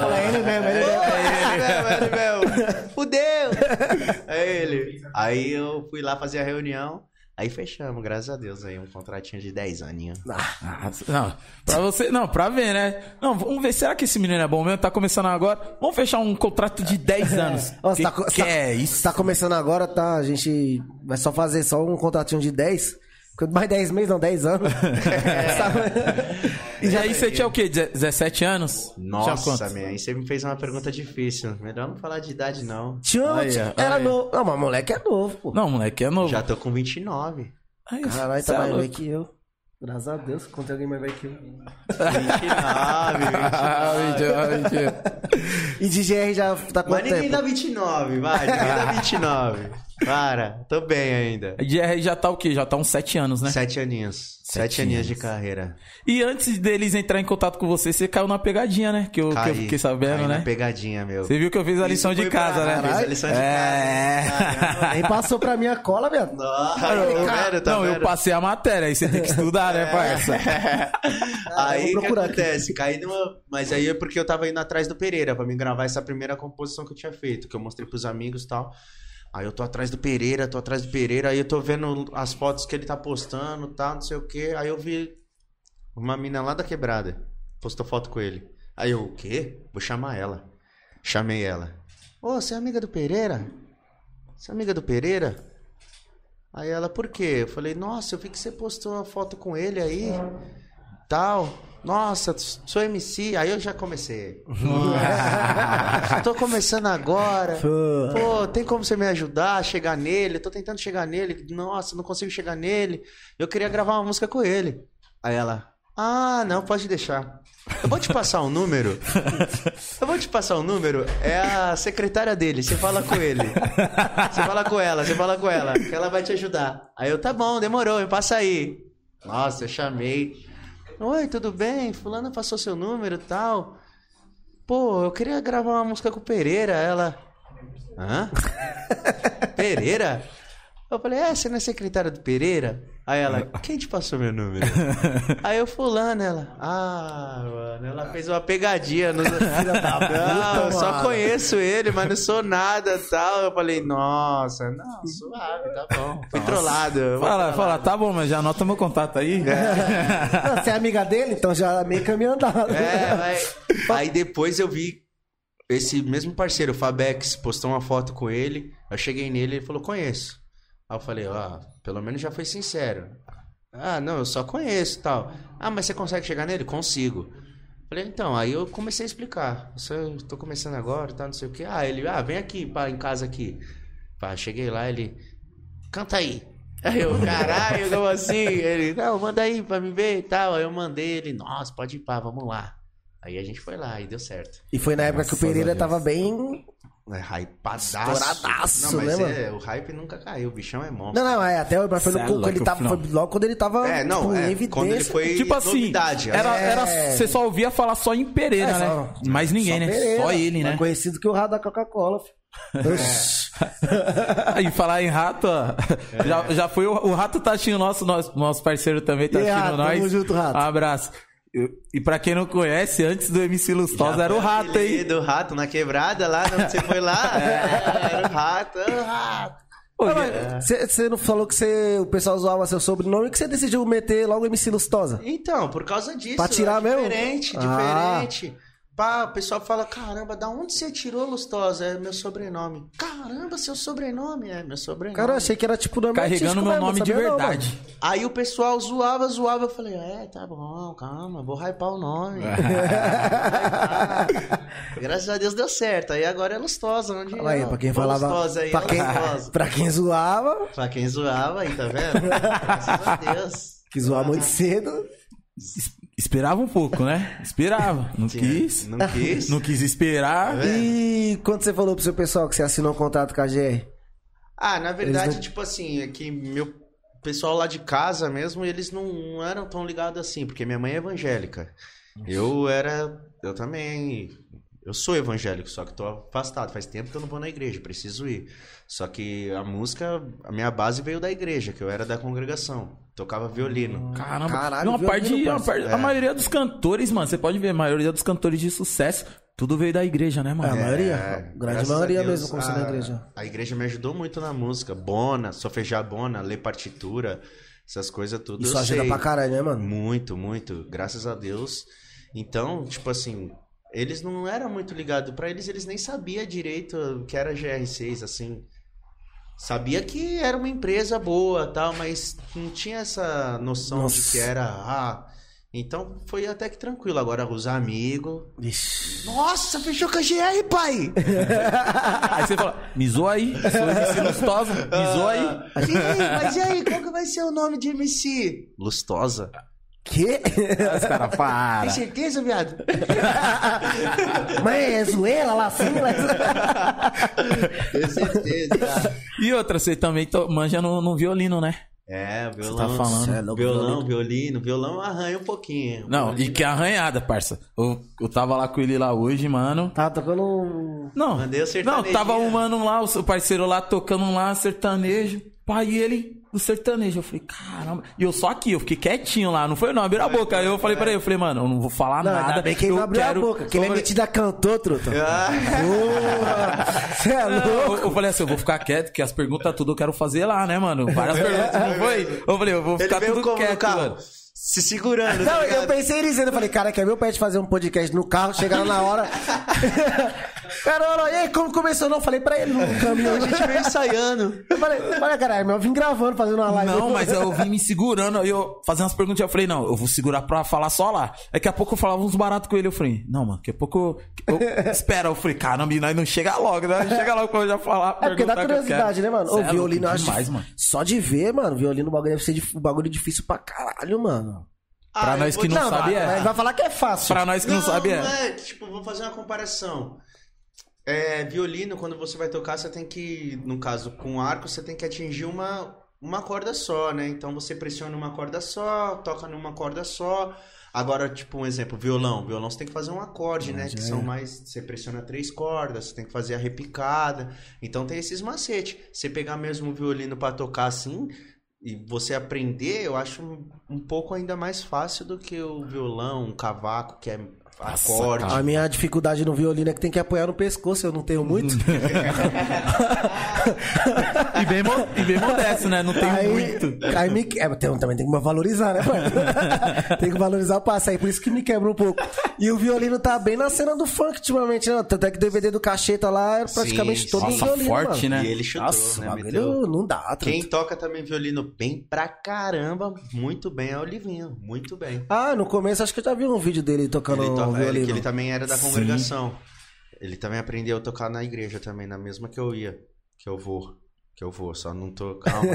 [SPEAKER 2] Fala ele
[SPEAKER 3] É
[SPEAKER 2] mesmo, é ele mesmo.
[SPEAKER 3] Ah. ele meu. Fudeu! É ele. Aí eu fui lá fazer a reunião. Aí fechamos, graças a Deus, aí um contratinho de 10 aninhos.
[SPEAKER 1] Ah, não. Pra você, não, pra ver, né? Não, vamos ver, será que esse menino é bom mesmo? Tá começando agora. Vamos fechar um contrato de 10 anos.
[SPEAKER 2] Ó,
[SPEAKER 1] que,
[SPEAKER 2] você tá co-
[SPEAKER 1] que
[SPEAKER 2] você tá-
[SPEAKER 1] é isso?
[SPEAKER 2] Você tá começando agora, tá? A gente vai só fazer só um contratinho de 10. Quanto Mais 10 meses, não, 10 anos. Sabe?
[SPEAKER 1] E aí você tinha o quê? 17 anos? Tinha
[SPEAKER 3] Nossa,
[SPEAKER 1] quantos?
[SPEAKER 3] man, aí você me fez uma pergunta difícil. Melhor não falar de idade, não.
[SPEAKER 2] Tinha,
[SPEAKER 1] Olha,
[SPEAKER 2] tinha-
[SPEAKER 1] olha.
[SPEAKER 2] era novo. Não, mas moleque é novo, pô.
[SPEAKER 1] Não, moleque, é novo.
[SPEAKER 3] Já tô com 29.
[SPEAKER 1] Aí,
[SPEAKER 2] Caralho,
[SPEAKER 1] cê
[SPEAKER 2] tá
[SPEAKER 1] é
[SPEAKER 2] mais
[SPEAKER 1] louco.
[SPEAKER 2] velho que eu. Graças a Deus, contei alguém mais velho que eu.
[SPEAKER 3] 29, 29.
[SPEAKER 1] Ah, mentira, mentira.
[SPEAKER 2] E de GR já tá com
[SPEAKER 3] Mas
[SPEAKER 2] tempo?
[SPEAKER 3] ninguém dá 29, vai. Ninguém dá 29. Para, tô bem ainda.
[SPEAKER 1] De R já tá o quê? Já tá uns 7 anos, né?
[SPEAKER 3] Sete aninhos. Sete,
[SPEAKER 1] Sete
[SPEAKER 3] aninhos de
[SPEAKER 1] anos.
[SPEAKER 3] carreira.
[SPEAKER 1] E antes deles entrar em contato com você, você caiu na pegadinha, né? Que eu, que eu
[SPEAKER 3] Caí,
[SPEAKER 1] fiquei sabendo,
[SPEAKER 3] caí
[SPEAKER 1] né?
[SPEAKER 3] Na pegadinha, meu.
[SPEAKER 1] Você viu que eu fiz a lição
[SPEAKER 3] Isso
[SPEAKER 1] de
[SPEAKER 3] foi pra-
[SPEAKER 1] casa, né?
[SPEAKER 3] Fiz a lição de
[SPEAKER 1] é...
[SPEAKER 3] casa.
[SPEAKER 2] Nem passou pra minha cola, viado.
[SPEAKER 3] Nossa, tá vendo, tá
[SPEAKER 1] não, eu
[SPEAKER 3] vendo? É.
[SPEAKER 1] passei a matéria, aí você tem que estudar, né, parça?
[SPEAKER 2] Ah, eu
[SPEAKER 3] aí
[SPEAKER 2] vou
[SPEAKER 3] o que
[SPEAKER 2] procurar
[SPEAKER 3] acontece? Caí numa. Mas aí é porque eu tava indo atrás do Pereira pra me gravar essa primeira composição que eu tinha feito, que eu mostrei pros amigos e tal. Aí eu tô atrás do Pereira, tô atrás do Pereira, aí eu tô vendo as fotos que ele tá postando e tal, não sei o quê. Aí eu vi uma mina lá da quebrada, postou foto com ele. Aí eu, o quê? Vou chamar ela. Chamei ela. Ô, você é amiga do Pereira? Você é amiga do Pereira? Aí ela, por quê? Eu falei, nossa, eu vi que você postou uma foto com ele aí, tal. Nossa, sou MC. Aí eu já comecei. tô começando agora. Pô, tem como você me ajudar a chegar nele? Eu tô tentando chegar nele. Nossa, não consigo chegar nele. Eu queria gravar uma música com ele. Aí ela, Ah, não, pode deixar. Eu vou te passar um número. Eu vou te passar um número. É a secretária dele. Você fala com ele. Você fala com ela, você fala com ela. Que ela vai te ajudar. Aí eu, tá bom, demorou, me passa aí. Nossa, eu chamei. Oi, tudo bem? Fulano passou seu número e tal. Pô, eu queria gravar uma música com o Pereira. Ela. Hã? Pereira? Eu falei, é, você não é secretária do Pereira? Aí ela, quem te passou meu número? Aí eu fulano, ela, ah, mano, ela fez uma pegadinha. No... Não, eu só conheço ele, mas não sou nada tal. Eu falei, nossa, não, suave, tá bom. Fui trollado. eu fui
[SPEAKER 1] Fala,
[SPEAKER 3] trollado.
[SPEAKER 1] fala, tá bom, mas já anota meu contato aí.
[SPEAKER 2] Ah, Você é amiga dele, então já é meio caminho andado.
[SPEAKER 3] É, mas... Aí depois eu vi esse mesmo parceiro, o Fabex, postou uma foto com ele. Eu cheguei nele e ele falou, conheço. Aí eu falei, ó, pelo menos já foi sincero. Ah, não, eu só conheço e tal. Ah, mas você consegue chegar nele? Consigo. Falei, então, aí eu comecei a explicar. Isso eu tô começando agora, tá, não sei o que. Ah, ele, ah, vem aqui, pá, em casa aqui. Pá, cheguei lá, ele, canta aí. Aí eu, caralho, como assim? Ele, não, manda aí pra me ver e tal. Aí eu mandei ele, nossa, pode ir pá, vamos lá. Aí a gente foi lá e deu certo.
[SPEAKER 2] E foi na época que o
[SPEAKER 1] Graças a
[SPEAKER 2] Pereira
[SPEAKER 1] Deus.
[SPEAKER 2] tava bem.
[SPEAKER 3] É hypadaço.
[SPEAKER 2] Estouradaço,
[SPEAKER 3] Não, mas
[SPEAKER 2] né,
[SPEAKER 3] é, o hype nunca caiu, o bichão é monstro.
[SPEAKER 2] Não, não, é até o- mas foi no
[SPEAKER 1] Cê é
[SPEAKER 2] cu- quando
[SPEAKER 1] louco,
[SPEAKER 2] ele tava.
[SPEAKER 1] não.
[SPEAKER 2] foi logo quando ele tava
[SPEAKER 3] É, não,
[SPEAKER 2] tipo, em
[SPEAKER 3] é,
[SPEAKER 2] evidência.
[SPEAKER 3] quando ele foi
[SPEAKER 1] Tipo assim,
[SPEAKER 3] novidade.
[SPEAKER 1] era,
[SPEAKER 3] é.
[SPEAKER 1] era,
[SPEAKER 2] É.
[SPEAKER 1] você só ouvia falar só em Pereira,
[SPEAKER 2] É,
[SPEAKER 1] né?
[SPEAKER 2] só-
[SPEAKER 1] Mas ninguém, né?
[SPEAKER 2] Pereira,
[SPEAKER 1] Só ele, né? É.
[SPEAKER 2] Mais conhecido que o rato da Coca-Cola. filho. Oxi.
[SPEAKER 1] E falar em rato, ó,
[SPEAKER 2] É.
[SPEAKER 1] já, já foi o, o rato Tatinho nosso, nosso, nosso parceiro também tá
[SPEAKER 2] E aí,
[SPEAKER 1] assistindo
[SPEAKER 2] rato, tamo
[SPEAKER 1] nós. Um Ah,
[SPEAKER 2] junto, rato.
[SPEAKER 1] Abraço. E- E pra quem não conhece, antes do MC Lustosa era o
[SPEAKER 3] tá
[SPEAKER 1] rato, hein?
[SPEAKER 3] Do rato na quebrada lá, onde você foi lá. é, era o rato, era o rato.
[SPEAKER 1] Pô,
[SPEAKER 2] Você não falou que cê- o pessoal zoava seu sobrenome que você decidiu meter logo MC Lustosa?
[SPEAKER 3] Então, por causa disso.
[SPEAKER 2] Pra tirar
[SPEAKER 3] é
[SPEAKER 2] mesmo?
[SPEAKER 3] Diferente,
[SPEAKER 2] Ah.
[SPEAKER 3] diferente. Pá, o pessoal fala, caramba, da onde você tirou, Lustosa? É meu sobrenome. Caramba, seu sobrenome? É meu sobrenome.
[SPEAKER 2] Cara, eu achei que era tipo nome
[SPEAKER 1] Carregando
[SPEAKER 2] artístico
[SPEAKER 1] meu
[SPEAKER 2] mesmo,
[SPEAKER 1] nome de
[SPEAKER 2] sabia não, mano.
[SPEAKER 1] verdade.
[SPEAKER 3] Aí o pessoal zoava, zoava. Eu falei, é, tá bom, calma, vou hypar o nome. Graças a Deus deu certo. Aí agora é lustosa, onde é?
[SPEAKER 2] Olha aí, pra quem
[SPEAKER 3] Ô,
[SPEAKER 2] falava.
[SPEAKER 3] Lustosa aí,
[SPEAKER 2] pra,
[SPEAKER 3] ô,
[SPEAKER 2] quem,
[SPEAKER 3] Lustosa.
[SPEAKER 2] pra quem zoava,
[SPEAKER 3] Pra quem zoava aí, tá vendo? Graças a Deus.
[SPEAKER 2] que zoava muito cedo.
[SPEAKER 1] Es- Esperava um pouco, né? Esperava. Não quis.
[SPEAKER 3] Não quis.
[SPEAKER 1] Não quis esperar.
[SPEAKER 3] É.
[SPEAKER 2] E quando você falou pro seu pessoal que você assinou um contrato com a GR?
[SPEAKER 3] Ah, na verdade,
[SPEAKER 2] Eles não-
[SPEAKER 3] tipo assim, é que meu pessoal lá de casa mesmo, eles não eram tão ligados assim, porque minha mãe é evangélica. Eu era. Eu também. Eu sou evangélico, só que tô afastado. Faz tempo que eu não vou na igreja, preciso ir. Só que a música, a minha base veio da igreja, que eu era da congregação. Tocava violino.
[SPEAKER 1] Caramba,
[SPEAKER 2] Caralho,
[SPEAKER 1] uma
[SPEAKER 2] violino,
[SPEAKER 1] parte, uma
[SPEAKER 2] parça.
[SPEAKER 1] parte- a maioria dos cantores, mano, você pode ver, a maioria dos cantores de sucesso, tudo veio da igreja, né,
[SPEAKER 2] A
[SPEAKER 1] mano?
[SPEAKER 2] maioria?
[SPEAKER 3] É,
[SPEAKER 2] a grande
[SPEAKER 3] graças a
[SPEAKER 2] maioria
[SPEAKER 3] Deus,
[SPEAKER 2] mesmo, como na
[SPEAKER 3] a-
[SPEAKER 2] igreja.
[SPEAKER 3] A igreja me ajudou muito na música. Bona, sofejar bona, ler partitura, essas coisas tudo.
[SPEAKER 2] Isso
[SPEAKER 3] eu
[SPEAKER 2] ajuda
[SPEAKER 3] sei.
[SPEAKER 2] pra caralho, né, mano?
[SPEAKER 3] Muito, muito. Graças a Deus. Então, tipo assim, eles não eram muito ligados. Pra eles, eles nem sabiam direito o que era GR6, assim. Sabia que era uma empresa boa tal, mas não tinha essa noção de
[SPEAKER 2] Nossa.
[SPEAKER 3] que era. Ah, então foi até que tranquilo. Agora, os amigos.
[SPEAKER 2] Vixe.
[SPEAKER 3] Nossa, fechou com a GR, pai!
[SPEAKER 1] Aí você fala, me zoa aí, sou MC Lustosa, me zoa aí.
[SPEAKER 3] E aí, mas e aí, qual que vai ser o nome de MC? Lustosa.
[SPEAKER 2] Que?
[SPEAKER 1] Aí Os caras, para.
[SPEAKER 3] Tem certeza, viado?
[SPEAKER 2] Mas é zoeira lá assim? lá-
[SPEAKER 3] Tenho certeza.
[SPEAKER 1] E outra, você também to- manja no, no violino, né?
[SPEAKER 3] É,
[SPEAKER 1] Você
[SPEAKER 3] violão.
[SPEAKER 1] tá falando.
[SPEAKER 2] É louco,
[SPEAKER 3] Violão, violino, violão arranha um pouquinho.
[SPEAKER 1] Não, e que arranhada, parça. Eu, eu tava lá com ele lá hoje, mano.
[SPEAKER 2] Tava tocando um.
[SPEAKER 1] Não,
[SPEAKER 3] Mandei o
[SPEAKER 1] não,
[SPEAKER 3] sertanejinho.
[SPEAKER 1] tava um mano lá, o seu parceiro lá tocando lá, sertanejo. Pai, e ele do sertanejo. Eu falei, caramba. E eu só aqui, eu fiquei quietinho lá, não foi não, abriu a boca. Aí eu falei pra ele, eu falei, mano, eu não vou falar
[SPEAKER 2] Não,
[SPEAKER 1] nada.
[SPEAKER 2] ainda bem que ele
[SPEAKER 1] eu
[SPEAKER 2] não abriu
[SPEAKER 1] quero-
[SPEAKER 2] a boca, que ele é
[SPEAKER 1] eu falei-
[SPEAKER 2] metido a cantor, truta.
[SPEAKER 3] Ah,
[SPEAKER 2] Você é
[SPEAKER 1] Não,
[SPEAKER 2] louco?
[SPEAKER 1] eu, eu falei assim, eu vou ficar quieto, que as perguntas tudo eu quero fazer lá, né, mano? Várias perguntas, não foi? Eu falei, eu vou
[SPEAKER 3] ele
[SPEAKER 1] ficar
[SPEAKER 3] veio
[SPEAKER 1] tudo
[SPEAKER 3] como no
[SPEAKER 1] quieto,
[SPEAKER 3] carro?
[SPEAKER 1] mano.
[SPEAKER 3] Se segurando.
[SPEAKER 2] Não,
[SPEAKER 3] tá
[SPEAKER 2] eu
[SPEAKER 3] ligado?
[SPEAKER 2] pensei nisso, eu falei, cara, quer ver o Pet fazer um podcast no carro, chegaram na hora. cara, olha, e aí, como começou? Não, falei pra ele no caminho.
[SPEAKER 3] A gente veio ensaiando.
[SPEAKER 2] Eu falei, olha, caralho, meu, eu vim gravando, fazendo uma live.
[SPEAKER 1] Não, mas eu vim me segurando, aí eu fazendo umas perguntas, eu falei, não, eu vou segurar pra falar só lá. Daqui a pouco eu falava uns baratos com ele, eu falei, não, mano, daqui a pouco eu, eu- espera, eu falei, caramba, e nós não chega logo, né? Chega logo pra eu já falar.
[SPEAKER 2] É porque dá curiosidade, né, mano?
[SPEAKER 1] O
[SPEAKER 2] O violino, eu acho.
[SPEAKER 1] demais, mano.
[SPEAKER 2] Só de ver, mano, violino, o bagulho deve ser dif- um bagulho difícil pra caralho, mano.
[SPEAKER 1] Pra nós que não
[SPEAKER 2] Não,
[SPEAKER 1] sabe, é.
[SPEAKER 2] mas vai falar que é fácil.
[SPEAKER 1] Pra nós que não, sabe, é.
[SPEAKER 3] é. Tipo, vamos fazer uma comparação. É, violino, quando você vai tocar, você tem que, no caso, com arco, você tem que atingir uma, uma corda só, né? Então você pressiona uma corda só, toca numa corda só. Agora, tipo, um exemplo, violão. Violão você tem que fazer um acorde, né? Que são mais. Você pressiona três cordas, você tem que fazer a repicada. Então tem esses macetes. Você pegar mesmo o violino pra tocar assim, e você aprender, eu acho um- um pouco ainda mais fácil do que o violão, o cavaco, que é acorde.
[SPEAKER 2] A minha dificuldade no violino é que tem que apoiar no pescoço, eu não tenho muito.
[SPEAKER 1] E bem, mo- e bem modesto, né? Não tem
[SPEAKER 2] aí,
[SPEAKER 1] muito.
[SPEAKER 2] Aí me, que- é, mas tem- também tem que valorizar, né, mano? tem que valorizar o passo aí, por isso que me quebra um pouco. E o violino tá bem na cena do funk ultimamente, né? Tanto é que o DVD do Cacheta lá era praticamente
[SPEAKER 3] Sim,
[SPEAKER 2] todo um
[SPEAKER 3] sim.
[SPEAKER 1] Nossa,
[SPEAKER 2] violino,
[SPEAKER 1] forte,
[SPEAKER 2] mano.
[SPEAKER 1] né?
[SPEAKER 3] E ele chutou,
[SPEAKER 2] Nossa, o
[SPEAKER 3] né?
[SPEAKER 2] bagulho
[SPEAKER 3] Meteu.
[SPEAKER 2] não dá, truta.
[SPEAKER 3] Quem toca também violino bem pra caramba, muito bem, é o Livinho. Muito bem.
[SPEAKER 2] Ah, no começo acho que eu já vi um vídeo dele tocando
[SPEAKER 3] Ele, toca, ele-
[SPEAKER 2] violino.
[SPEAKER 3] que ele também era da
[SPEAKER 1] Sim.
[SPEAKER 3] congregação. Ele também aprendeu a tocar na igreja também, na mesma que eu ia. Que eu vou. Que eu vou. Só não tô. Calma,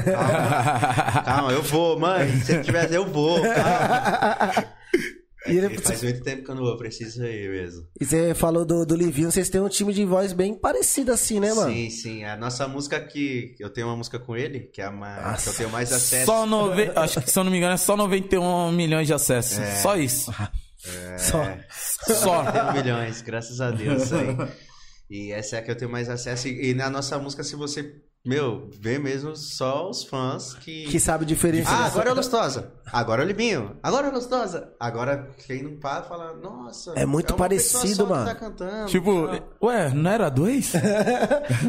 [SPEAKER 3] calma. calma, eu vou, mãe. Se ele tivesse, eu vou. Calma.
[SPEAKER 2] E ele-
[SPEAKER 3] Ele faz muito tempo que eu não vou, preciso ir mesmo.
[SPEAKER 2] E você falou do, do Livinho, vocês têm um time de voz bem parecido assim, né, mano?
[SPEAKER 3] Sim, sim. A nossa música que. Eu tenho uma música com ele, que é a mais, que
[SPEAKER 2] Nossa.
[SPEAKER 3] eu tenho mais acesso.
[SPEAKER 1] Só nove... Acho que, se eu não me engano, é só 91 milhões de acessos.
[SPEAKER 3] É.
[SPEAKER 1] Só isso.
[SPEAKER 2] Só.
[SPEAKER 1] Só.
[SPEAKER 3] Tenho milhões, graças a Deus. Aí. E essa é a que eu tenho mais acesso. E e na nossa música, se você. Meu, vê mesmo só os fãs que.
[SPEAKER 2] Que sabe diferenciar.
[SPEAKER 3] ah, agora é gostosa. Agora é o Liminho. Agora é gostosa. Agora quem não para fala, nossa.
[SPEAKER 2] É muito
[SPEAKER 3] uma pessoa
[SPEAKER 2] parecido,
[SPEAKER 3] só que
[SPEAKER 2] mano.
[SPEAKER 3] Tá cantando,
[SPEAKER 1] Tipo,
[SPEAKER 3] tal.
[SPEAKER 1] ué, não era dois?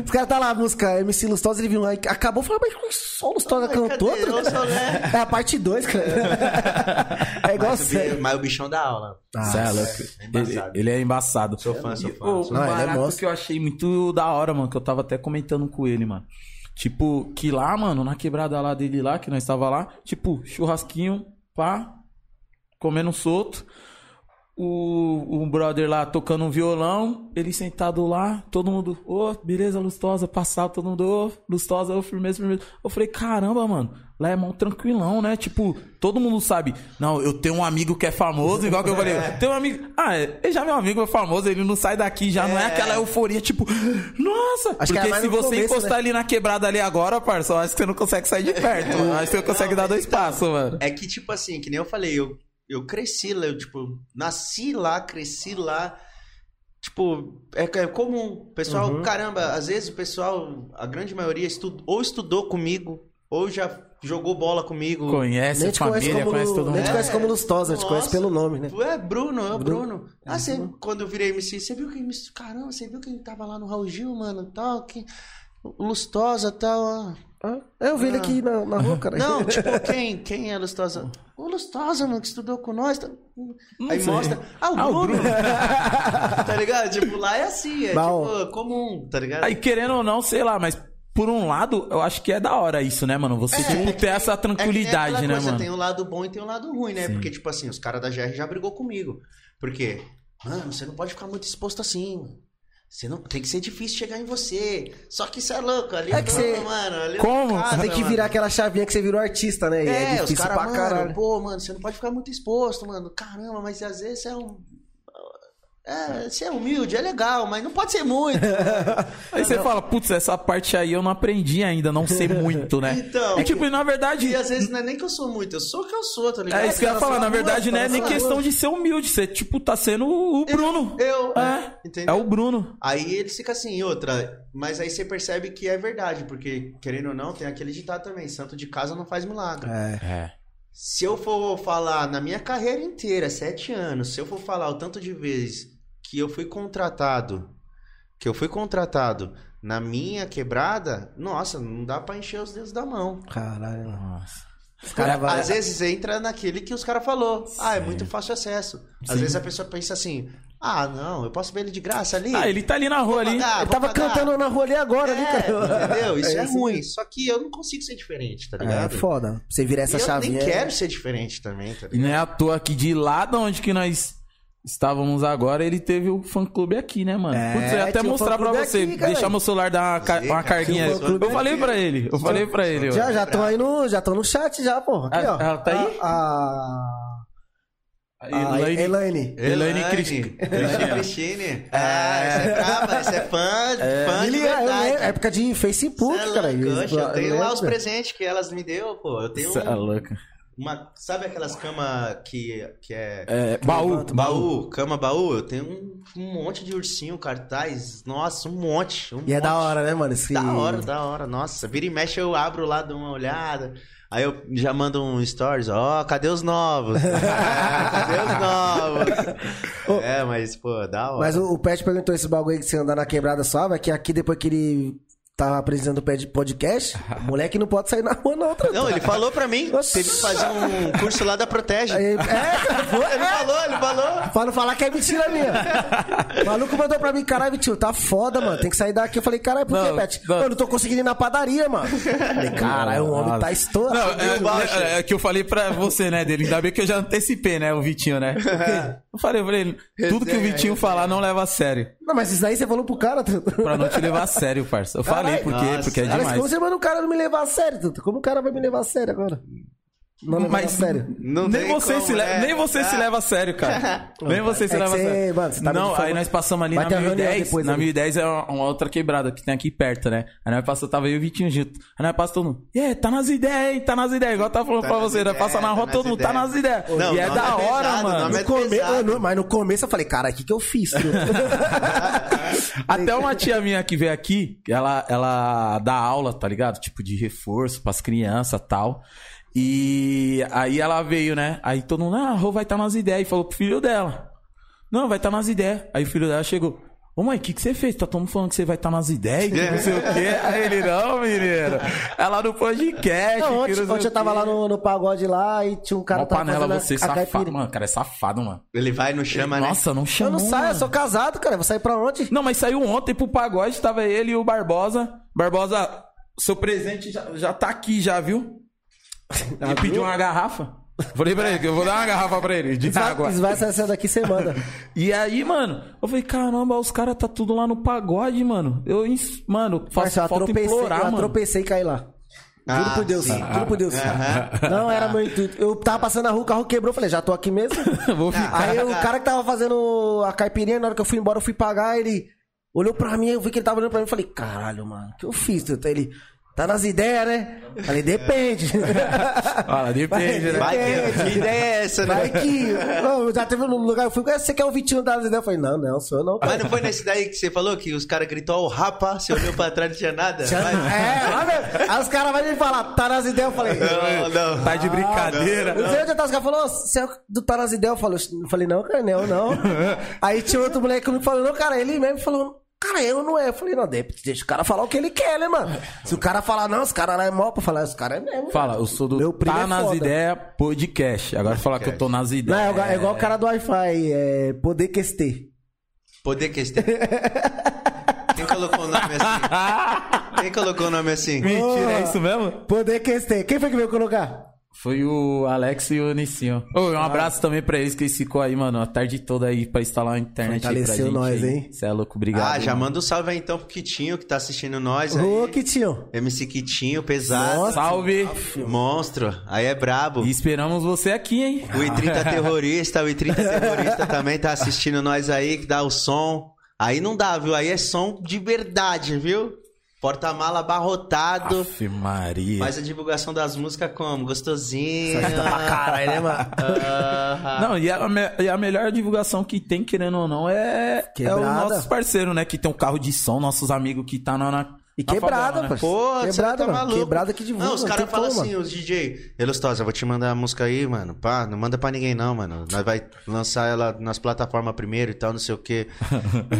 [SPEAKER 2] Os caras tá lá, a música MC Lustosa, ele viu lá, e acabou falando, mas só o Lustosa
[SPEAKER 3] Ai,
[SPEAKER 2] cantou,
[SPEAKER 3] cadê? Eu
[SPEAKER 2] truta?
[SPEAKER 3] sou, né?
[SPEAKER 2] É a parte 2, cara. É igual
[SPEAKER 3] mas, o bi-
[SPEAKER 2] sério.
[SPEAKER 3] mas o bichão da aula.
[SPEAKER 1] Cê é louco. Ele,
[SPEAKER 3] embaçado.
[SPEAKER 1] ele é embaçado.
[SPEAKER 3] Sou fã, sou fã.
[SPEAKER 1] Pô,
[SPEAKER 3] sou
[SPEAKER 1] um
[SPEAKER 2] Não, ele é
[SPEAKER 1] barato
[SPEAKER 2] monstro.
[SPEAKER 1] que eu achei muito da hora, mano, que eu tava até comentando com ele, mano. Tipo, que lá, mano, na quebrada lá dele lá, que nós tava lá, tipo, churrasquinho, pá, comendo um solto. O, o brother lá tocando um violão, ele sentado lá, todo mundo, ô, beleza, Lustosa, passava, todo mundo, ô, Lustosa, ô, firmeza, firmeza. Eu falei, caramba, mano, lá é mão tranquilão, né? Tipo, todo mundo sabe, não, eu tenho um amigo que é famoso, igual que eu falei, tem um amigo, ah, é, ele já é meu amigo, é famoso, ele não sai daqui já, não é aquela euforia, tipo, nossa,
[SPEAKER 2] Acho que é
[SPEAKER 1] porque
[SPEAKER 2] mais
[SPEAKER 1] se
[SPEAKER 2] no
[SPEAKER 1] você
[SPEAKER 2] começo,
[SPEAKER 1] encostar
[SPEAKER 2] né?
[SPEAKER 1] ali na quebrada ali agora, parça, eu acho que você não consegue sair de perto, mano, eu acho que você consegue dar
[SPEAKER 2] então.
[SPEAKER 1] dois passos, mano.
[SPEAKER 3] É que, tipo assim, que nem eu falei, eu, eu cresci lá, eu, tipo, nasci lá, cresci lá. Tipo, é, é comum. O Pessoal,
[SPEAKER 2] Uhum.
[SPEAKER 3] caramba, às vezes o pessoal, a grande maioria, estu- ou estudou comigo, ou já jogou bola comigo.
[SPEAKER 1] Conhece
[SPEAKER 2] Nem
[SPEAKER 1] a
[SPEAKER 2] te conhece
[SPEAKER 1] é família,
[SPEAKER 2] como,
[SPEAKER 1] conhece todo
[SPEAKER 2] Lu-
[SPEAKER 1] mundo.
[SPEAKER 2] nem te conhece como Lustosa, te
[SPEAKER 3] Nossa.
[SPEAKER 2] conhece pelo nome, né?
[SPEAKER 3] É, Bruno, é
[SPEAKER 2] Bruno.
[SPEAKER 3] o Bruno. Ah, você, quando eu virei MC, você viu quem me. Caramba, você viu quem tava lá no Raul Gil, mano, tal, que. Lustosa, tal. ah.
[SPEAKER 2] Ah, Eu vi ele aqui na, na rua, cara.
[SPEAKER 3] Não, tipo, quem, quem é Lustosa? O Lustosa, mano, que estudou com nós. tá- Aí
[SPEAKER 1] sei.
[SPEAKER 3] mostra. Ah, o
[SPEAKER 1] Ah, o
[SPEAKER 3] Bruno. tá ligado? Tipo, lá é assim, é
[SPEAKER 2] Bom.
[SPEAKER 3] tipo, comum, tá ligado?
[SPEAKER 1] Aí, querendo ou não, sei lá, mas por um lado, eu acho que é da hora isso, né, mano? Você, tipo, ter essa
[SPEAKER 3] é que nem
[SPEAKER 1] tranquilidade,
[SPEAKER 3] aquela
[SPEAKER 1] né,
[SPEAKER 3] coisa,
[SPEAKER 1] mano?
[SPEAKER 3] Tem um lado bom e tem um lado ruim, né? Porque, tipo assim, os caras da GR já brigou comigo. Por quê? Mano, você não pode ficar muito exposto assim, mano. Você não, tem que ser difícil chegar em você. Só que isso é louco. Ali
[SPEAKER 2] É que
[SPEAKER 3] não,
[SPEAKER 2] você-
[SPEAKER 3] mano, ali
[SPEAKER 1] Como?
[SPEAKER 3] não casa,
[SPEAKER 2] Tem que
[SPEAKER 3] mano.
[SPEAKER 2] virar aquela chavinha que você virou artista, né? E
[SPEAKER 3] É,
[SPEAKER 2] é,
[SPEAKER 3] os
[SPEAKER 2] difícil
[SPEAKER 3] caras,
[SPEAKER 2] pra
[SPEAKER 3] mano,
[SPEAKER 2] caralho.
[SPEAKER 3] pô, mano, você não pode ficar muito exposto, mano. Caramba, mas às vezes você é um. É, você é humilde, é legal, mas não pode ser muito.
[SPEAKER 1] Aí você fala, putz, essa parte aí eu não aprendi ainda, não sei muito, né?
[SPEAKER 3] Então,
[SPEAKER 1] e, tipo, na verdade,
[SPEAKER 3] e às vezes não é nem que eu sou muito, eu sou o que eu sou, tá ligado?
[SPEAKER 1] é isso que eu ia falar, na verdade, não é nem
[SPEAKER 3] Fala,
[SPEAKER 1] questão de ser humilde, você, tipo, tá sendo o Bruno.
[SPEAKER 3] Eu.
[SPEAKER 1] É, é
[SPEAKER 3] entendeu?
[SPEAKER 1] o Bruno.
[SPEAKER 3] Aí eles ficam assim, e outra. Mas aí você percebe que é verdade, porque, querendo ou não, tem aquele ditado também: santo de casa não faz milagre.
[SPEAKER 2] É.
[SPEAKER 1] É.
[SPEAKER 3] Se eu for falar na minha carreira inteira, sete anos, se eu for falar o tanto de vezes que eu fui contratado, que eu fui contratado na minha quebrada, nossa, não dá pra encher os dedos da mão.
[SPEAKER 2] Caralho, mano.
[SPEAKER 1] Nossa.
[SPEAKER 2] Os caras vão.
[SPEAKER 3] Às vezes entra naquele que os caras falou. Ah, é muito fácil acesso. Às
[SPEAKER 1] Sim.
[SPEAKER 3] vezes a pessoa pensa assim: "Ah, não, eu posso ver ele de graça ali".
[SPEAKER 1] Ah, ele tá ali na rua ali.
[SPEAKER 3] pagar,
[SPEAKER 2] Ele
[SPEAKER 3] vou
[SPEAKER 2] tava
[SPEAKER 3] pagar.
[SPEAKER 2] cantando na rua ali agora, ali,
[SPEAKER 3] É,
[SPEAKER 2] cara.
[SPEAKER 3] entendeu? Isso é,
[SPEAKER 2] É isso.
[SPEAKER 3] ruim. Só que eu não consigo ser diferente, tá
[SPEAKER 2] É,
[SPEAKER 3] ligado?
[SPEAKER 2] foda. Você virar essa
[SPEAKER 3] eu
[SPEAKER 2] chavinha. é
[SPEAKER 3] nem quero ser diferente também, tá ligado?
[SPEAKER 1] E não é à toa que de lá de onde que nós estávamos agora, ele teve o fã clube aqui, né, mano?
[SPEAKER 2] É,
[SPEAKER 1] Putz, eu ia até
[SPEAKER 2] tinha um
[SPEAKER 1] mostrar pra
[SPEAKER 2] fã-clube
[SPEAKER 1] você,
[SPEAKER 2] aqui, caralho.
[SPEAKER 1] deixar meu celular dar uma, ca-
[SPEAKER 3] Você,
[SPEAKER 1] uma
[SPEAKER 3] cara,
[SPEAKER 1] carguinha.
[SPEAKER 2] tinha um fã-clube
[SPEAKER 1] Eu falei
[SPEAKER 3] aqui.
[SPEAKER 1] pra ele, eu falei pra ele. ó.
[SPEAKER 3] Ah, tá
[SPEAKER 2] Já, já estão aí no. Já estão no chat já, porra. Aqui,
[SPEAKER 1] Ah,
[SPEAKER 2] ó.
[SPEAKER 1] ela tá aí?
[SPEAKER 2] A, a-
[SPEAKER 1] A
[SPEAKER 2] Ah,
[SPEAKER 1] Elaine-
[SPEAKER 2] Elaine.
[SPEAKER 1] Elaine Cristi-
[SPEAKER 3] Elaine Cristine. Ah, essa é brava, essa é fã, fã de
[SPEAKER 2] Ele- eu lembro,
[SPEAKER 3] verdade.
[SPEAKER 2] é, época de Facebook,
[SPEAKER 3] Cê é
[SPEAKER 2] cara.
[SPEAKER 3] louco, oxe, eu tenho lá os
[SPEAKER 2] lembro.
[SPEAKER 3] presentes que elas me deu, pô. Eu tenho um-
[SPEAKER 1] Cê é louca.
[SPEAKER 3] uma. Sabe aquelas camas que, que é.
[SPEAKER 1] É, baú.
[SPEAKER 3] Baú, baú, cama baú, eu tenho um, um monte de ursinho, cartaz, nossa, um monte. um
[SPEAKER 2] E é da
[SPEAKER 3] monte.
[SPEAKER 2] hora, né, mano? Esse-
[SPEAKER 3] Da hora, da hora, nossa. Vira e mexe, eu abro lá, dou uma olhada. Aí eu já mando um stories, ó, cadê os novos? cadê os novos? é, mas, pô, da hora.
[SPEAKER 2] Mas o, o Pet perguntou esse bagulho aí que você andar na quebrada suave, é que aqui depois que ele tava apresentando o ped- podcast, o moleque não pode sair na rua não. outra.
[SPEAKER 3] Não, ele falou pra mim,
[SPEAKER 2] Nossa.
[SPEAKER 3] teve que fazer um curso lá da Protege.
[SPEAKER 2] Aí-
[SPEAKER 3] Ele
[SPEAKER 2] É,
[SPEAKER 3] falou, ele falou.
[SPEAKER 2] pra não falar que é mentira minha. O maluco mandou pra mim, caralho, tio, tá foda, mano. Tem que sair daqui. Eu falei, caralho, por que,
[SPEAKER 1] Não,
[SPEAKER 2] Pet?
[SPEAKER 1] não.
[SPEAKER 2] Mano, eu não tô conseguindo ir na padaria, mano. Eu Falei, caralho, o homem tá estourado.
[SPEAKER 1] Não, é, é- é que eu falei pra você, né, dele. Ainda bem que eu já antecipei, né, o Vitinho, né? Porque Eu falei, eu falei, tudo que o Vitinho falar não leva a sério.
[SPEAKER 2] Não, mas isso daí você falou pro cara, Tuto.
[SPEAKER 1] Pra não te levar a sério, parça. Eu falei por quê,
[SPEAKER 3] Nossa,
[SPEAKER 1] porque é
[SPEAKER 2] Cara, como
[SPEAKER 1] demais.
[SPEAKER 2] você manda o cara não me levar a sério, Tuto? Como o cara vai me levar a sério agora? Não levar a
[SPEAKER 1] Mas
[SPEAKER 2] sério.
[SPEAKER 3] Não
[SPEAKER 1] nem
[SPEAKER 3] tem
[SPEAKER 1] você,
[SPEAKER 3] como,
[SPEAKER 1] se, le-
[SPEAKER 3] né?
[SPEAKER 1] nem você se
[SPEAKER 3] Ah.
[SPEAKER 1] leva a sério, cara. nem você se
[SPEAKER 2] É que
[SPEAKER 1] leva a
[SPEAKER 2] você-
[SPEAKER 1] sério.
[SPEAKER 2] mano, você tá
[SPEAKER 1] não,
[SPEAKER 2] muito
[SPEAKER 1] aí
[SPEAKER 2] famoso.
[SPEAKER 1] nós passamos ali
[SPEAKER 2] Vai
[SPEAKER 1] na
[SPEAKER 2] ter a reunião
[SPEAKER 1] 1010.
[SPEAKER 2] depois
[SPEAKER 1] na
[SPEAKER 2] ali.
[SPEAKER 1] 1010 é uma, uma outra quebrada que tem aqui perto, né? Aí nós passamos, tava eu e o Vitinho junto. Aí nós passamos todo mundo. E aí, tá nas ideias, hein? Tá nas ideias. Igual eu tava falando
[SPEAKER 3] Tá
[SPEAKER 1] pra
[SPEAKER 3] nas
[SPEAKER 1] você. nós
[SPEAKER 3] ideias,
[SPEAKER 1] passa na
[SPEAKER 3] tá
[SPEAKER 1] rua,
[SPEAKER 3] nas
[SPEAKER 1] todo mundo tá
[SPEAKER 3] ideias.
[SPEAKER 1] nas ideias.
[SPEAKER 3] Não,
[SPEAKER 1] e é
[SPEAKER 3] nome
[SPEAKER 1] da
[SPEAKER 3] é
[SPEAKER 1] hora,
[SPEAKER 3] pesado,
[SPEAKER 1] mano.
[SPEAKER 3] nome é
[SPEAKER 2] No come-
[SPEAKER 3] pesado.
[SPEAKER 2] Ah, no- mas no começo eu falei, cara, o que, que eu fiz?
[SPEAKER 1] Até uma tia minha que veio aqui, ela, ela dá aula, tá ligado? Tipo, de reforço pras crianças e tal. E aí ela veio, né? Aí todo mundo, ah, a Rô vai estar nas ideias. E falou pro filho dela. Não, vai estar nas ideias. Aí o filho dela chegou. Ô mãe, o que, que você fez? Tá todo mundo falando que você vai estar nas ideias, que não sei o quê. Aí ele, não, menino. Ela no podcast.
[SPEAKER 2] Não,
[SPEAKER 1] que
[SPEAKER 2] ontem,
[SPEAKER 1] sei
[SPEAKER 2] ontem eu
[SPEAKER 1] o
[SPEAKER 2] tava
[SPEAKER 1] quê."
[SPEAKER 2] lá no, no pagode lá e tinha um cara
[SPEAKER 1] Mó
[SPEAKER 2] tava
[SPEAKER 1] panela,
[SPEAKER 2] fazendo a-
[SPEAKER 1] você
[SPEAKER 2] a
[SPEAKER 1] safado.
[SPEAKER 2] caipira.
[SPEAKER 1] Mano, o cara é safado, mano.
[SPEAKER 3] Ele vai no chama, né?
[SPEAKER 1] Nossa, não
[SPEAKER 2] Eu
[SPEAKER 1] chamou.
[SPEAKER 2] não saio, eu
[SPEAKER 1] mano.
[SPEAKER 2] sou casado, cara. Eu Vou sair pra onde?
[SPEAKER 1] Não, mas saiu ontem pro pagode, tava ele e o Barbosa. Barbosa, seu presente já, já tá aqui, já, viu? Ele pediu uma garrafa. Falei pra ele que eu vou dar uma garrafa pra ele de água.
[SPEAKER 2] Vai, vai sair daqui, você manda.
[SPEAKER 1] E aí, mano, eu falei, caramba, os caras tá tudo lá no pagode, mano. Eu, ins- mano, faço
[SPEAKER 2] Parça, eu
[SPEAKER 1] falta
[SPEAKER 2] atropecei,
[SPEAKER 1] implorar,
[SPEAKER 2] eu
[SPEAKER 1] mano.
[SPEAKER 2] atropecei e caí lá. Juro
[SPEAKER 3] Ah,
[SPEAKER 2] por Deus,
[SPEAKER 3] sim.
[SPEAKER 2] juro por Deus. Não era meu intuito. Eu tava passando na rua, o carro quebrou, eu falei, já tô aqui mesmo.
[SPEAKER 1] Vou ficar.
[SPEAKER 2] Aí o cara que tava fazendo a caipirinha, na hora que eu fui embora, eu fui pagar, ele olhou pra mim, eu vi que ele tava olhando pra mim, eu falei, caralho, mano, o que eu fiz? Tuto? Ele, tá nas ideias, né? Eu Falei, depende. Ah.
[SPEAKER 1] Fala, depende, né?
[SPEAKER 3] Vai que, que ideia é essa, né?
[SPEAKER 2] Vai que... Não, já teve num lugar, eu fui, você quer o Vitinho das ideias? Eu falei, não, não, sou eu não, cara.
[SPEAKER 3] Mas não foi nesse daí que você falou que os caras gritou, ó, rapa, você olhou pra trás não tinha nada? Vai.
[SPEAKER 2] É, lá mesmo. Aí os caras vão me falar, tá nas ideias, eu falei...
[SPEAKER 3] Não, não.
[SPEAKER 1] Tá de brincadeira.
[SPEAKER 2] Não sei onde eu tava, os caras falaram, "Ô, você é do Tarazidel? Eu falei, eu falei, não, cara, não, não. Aí tinha outro moleque comigo que falou, não, cara, ele mesmo falou, cara, eu não é. Eu falei, não, de- deixa o cara falar o que ele quer, né, mano? Se o cara falar, não, os caras lá é mó pra falar, os caras é mesmo.
[SPEAKER 1] Fala, eu sou do
[SPEAKER 2] Meu primo
[SPEAKER 1] Tá
[SPEAKER 2] é
[SPEAKER 1] nas
[SPEAKER 2] foda.
[SPEAKER 1] ideias podcast. Agora falar que eu tô nas
[SPEAKER 2] Não, é,
[SPEAKER 1] ideias.
[SPEAKER 2] igual- é igual o cara do Wi-Fi, é poder quester.
[SPEAKER 3] Poder questão. Quem colocou o nome assim? Quem colocou o nome assim?
[SPEAKER 1] Mentira, é isso mesmo?
[SPEAKER 2] Poder quester. Quem foi que veio colocar?
[SPEAKER 1] Foi o Alex e o Nicinho. Ô,
[SPEAKER 2] Ah.
[SPEAKER 1] um abraço também pra eles que ficou aí, mano, a tarde toda aí pra instalar a internet aí pra
[SPEAKER 2] Fortaleceu
[SPEAKER 1] gente.
[SPEAKER 2] nós,
[SPEAKER 1] aí.
[SPEAKER 2] hein?
[SPEAKER 1] Cê é louco, obrigado.
[SPEAKER 3] Ah, já
[SPEAKER 1] hein?
[SPEAKER 3] manda um salve aí então pro Quitinho que tá assistindo nós aí.
[SPEAKER 2] Ô, Kitinho.
[SPEAKER 3] MC Quitinho, pesado.
[SPEAKER 2] Nossa.
[SPEAKER 1] Salve!
[SPEAKER 3] Monstro. Aí é brabo.
[SPEAKER 1] E esperamos você aqui, hein?
[SPEAKER 3] O I30 terrorista, o I30 terrorista também tá assistindo nós aí, que dá o som. Aí não dá, viu? Aí é som de verdade, viu? Porta-mala abarrotado.
[SPEAKER 1] Aff, Maria.
[SPEAKER 3] Mas a divulgação das músicas como? Gostosinho.
[SPEAKER 2] Caralho, né, mano?
[SPEAKER 3] Aham.
[SPEAKER 1] Não, e a, me- e a melhor divulgação que tem, querendo ou não, é, é
[SPEAKER 2] Quebrada.
[SPEAKER 1] os nossos parceiros, né? Que tem um carro de som, nossos amigos que tá na. na
[SPEAKER 2] E
[SPEAKER 1] na favela,
[SPEAKER 2] quebrada,
[SPEAKER 1] né?
[SPEAKER 2] parceiro.
[SPEAKER 3] Pô, você
[SPEAKER 2] quebrada,
[SPEAKER 3] tá
[SPEAKER 2] mano.
[SPEAKER 3] maluco.
[SPEAKER 2] Quebrada que divulga.
[SPEAKER 3] Não, os
[SPEAKER 2] não
[SPEAKER 3] caras
[SPEAKER 2] tem como,
[SPEAKER 3] falam assim,
[SPEAKER 2] mano.
[SPEAKER 3] os DJ, Elustosa, vou te mandar a música aí, mano. Pá, não manda pra ninguém não, mano. Nós vai lançar ela nas plataformas primeiro e tal, não sei o quê.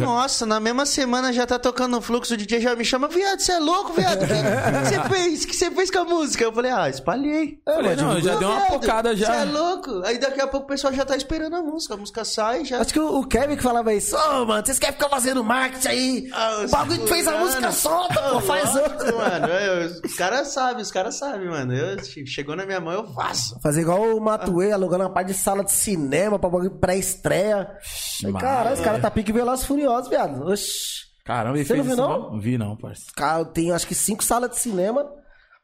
[SPEAKER 3] Nossa, na mesma semana já tá tocando no fluxo, o DJ já me chama, viado, você é louco, viado? O que que você fez? O que você fez com a música? Eu falei, ah, espalhei.
[SPEAKER 1] Eu falei,
[SPEAKER 2] Pô,
[SPEAKER 1] não, já deu uma
[SPEAKER 3] Viado,
[SPEAKER 1] focada já.
[SPEAKER 3] Você é louco? Aí daqui a pouco o pessoal já tá esperando a música. A música sai já.
[SPEAKER 2] Acho que o o Kevin que falava isso, ô mano, vocês querem ficar fazendo marketing aí?
[SPEAKER 3] Ah,
[SPEAKER 2] o
[SPEAKER 3] os
[SPEAKER 2] bagulho fez a
[SPEAKER 3] fulano.
[SPEAKER 2] música solta, pô, faz
[SPEAKER 3] Lógico,
[SPEAKER 2] outra.
[SPEAKER 3] Mano, Eu- os caras sabem, os caras sabem, mano. Eu, che- chegou na minha mão, eu faço.
[SPEAKER 2] Fazer igual o Matuê, alugando uma parte de sala de cinema pra bagulho pré-estreia. Aí,
[SPEAKER 1] Maria.
[SPEAKER 2] Caralho, os caras tá pique Velozes Furiosos, viado. Oxi.
[SPEAKER 1] Caramba, ele
[SPEAKER 2] Você não
[SPEAKER 1] fez
[SPEAKER 2] viu,
[SPEAKER 1] isso,
[SPEAKER 2] não?
[SPEAKER 1] Vi não, parceiro.
[SPEAKER 2] Cara, eu tenho acho que cinco salas de cinema.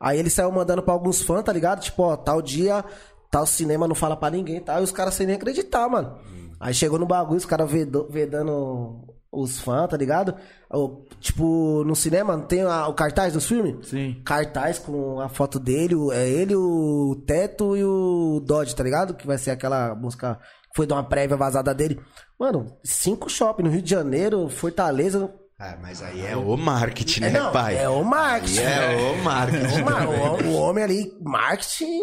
[SPEAKER 2] Aí ele saiu mandando pra alguns fãs, tá ligado? Tipo, ó, tal dia Tal cinema não fala pra ninguém, tal. E os caras sem nem acreditar, mano. Aí chegou no bagulho, os caras vedo- vedando os fãs, tá ligado? O- tipo, no cinema não tem a- o cartaz dos filmes?
[SPEAKER 1] Sim.
[SPEAKER 2] Cartaz com a foto dele, o- é ele, o Teto e o Dodge, tá ligado? Que vai ser aquela música que foi dar uma prévia vazada dele. Mano, cinco shopping no Rio de Janeiro, Fortaleza.
[SPEAKER 3] Ah, mas aí é o marketing, né,
[SPEAKER 2] não,
[SPEAKER 3] pai?
[SPEAKER 2] é o marketing.
[SPEAKER 3] Aí é o marketing.
[SPEAKER 2] Mano, o, o homem ali, marketing,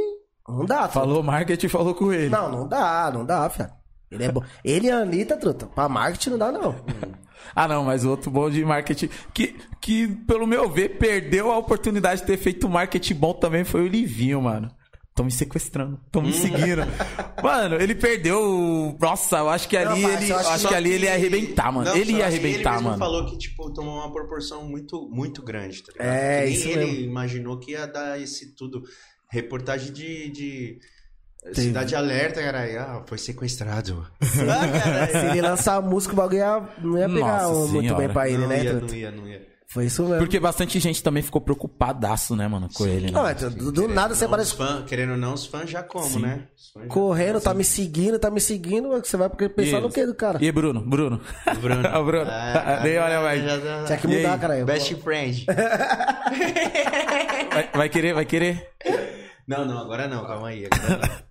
[SPEAKER 2] não dá. truta.
[SPEAKER 1] Falou marketing, falou com ele.
[SPEAKER 2] Não, não dá, não dá, fiado. Ele é bom. Ele e a Anitta, truta. Pra marketing não dá, não.
[SPEAKER 1] Ah, não, mas outro bom de marketing que, que, pelo meu ver, perdeu a oportunidade de ter feito marketing bom também foi o Livinho, mano. Tô me sequestrando, tô me seguindo. mano, ele perdeu. o- Nossa, eu acho que ali
[SPEAKER 2] parça,
[SPEAKER 1] ele,
[SPEAKER 2] eu acho
[SPEAKER 1] acho,
[SPEAKER 3] Só
[SPEAKER 1] que ali ele ia arrebentar, mano.
[SPEAKER 3] Não,
[SPEAKER 1] ele
[SPEAKER 3] só
[SPEAKER 1] ia
[SPEAKER 3] que
[SPEAKER 1] arrebentar,
[SPEAKER 3] ele mesmo
[SPEAKER 1] mano.
[SPEAKER 3] falou que, tipo, tomou uma proporção muito, muito grande, tá ligado?
[SPEAKER 2] É,
[SPEAKER 3] que nem
[SPEAKER 2] isso
[SPEAKER 3] ele
[SPEAKER 2] mesmo.
[SPEAKER 3] imaginou que ia dar esse tudo. Reportagem de... de... Cidade Alerta, caralho. Ah, foi sequestrado. Ah, caralho.
[SPEAKER 2] Se ele lançar a música, o bagulho ia- não ia pegar
[SPEAKER 1] Nossa
[SPEAKER 2] o- muito
[SPEAKER 1] senhora.
[SPEAKER 2] bem pra ele,
[SPEAKER 3] não,
[SPEAKER 2] né,
[SPEAKER 3] ia,
[SPEAKER 2] truta?
[SPEAKER 3] não ia, não ia.
[SPEAKER 2] Foi isso mesmo.
[SPEAKER 1] Porque bastante gente também ficou preocupadaço, né, mano, com ele.
[SPEAKER 2] Não,
[SPEAKER 1] né?
[SPEAKER 2] é, do, do nada você
[SPEAKER 3] Não, os
[SPEAKER 2] aparece
[SPEAKER 3] fã, querendo ou não, os fãs já como,
[SPEAKER 1] Sim.
[SPEAKER 3] né? Os fãs já-
[SPEAKER 2] correndo, tá me seguindo, tá me seguindo. é que Você vai porque pensar no
[SPEAKER 1] Isso.
[SPEAKER 2] quê do cara?
[SPEAKER 1] E Bruno, Bruno.
[SPEAKER 3] O Bruno.
[SPEAKER 1] o Bruno.
[SPEAKER 3] Ah,
[SPEAKER 1] Nem olha mais.
[SPEAKER 3] já- já-
[SPEAKER 2] Tinha que
[SPEAKER 1] E
[SPEAKER 2] mudar,
[SPEAKER 1] aí?
[SPEAKER 2] cara.
[SPEAKER 3] Best friend.
[SPEAKER 1] Vai, vai querer, vai querer.
[SPEAKER 3] Não, não, agora não, calma aí. Agora não.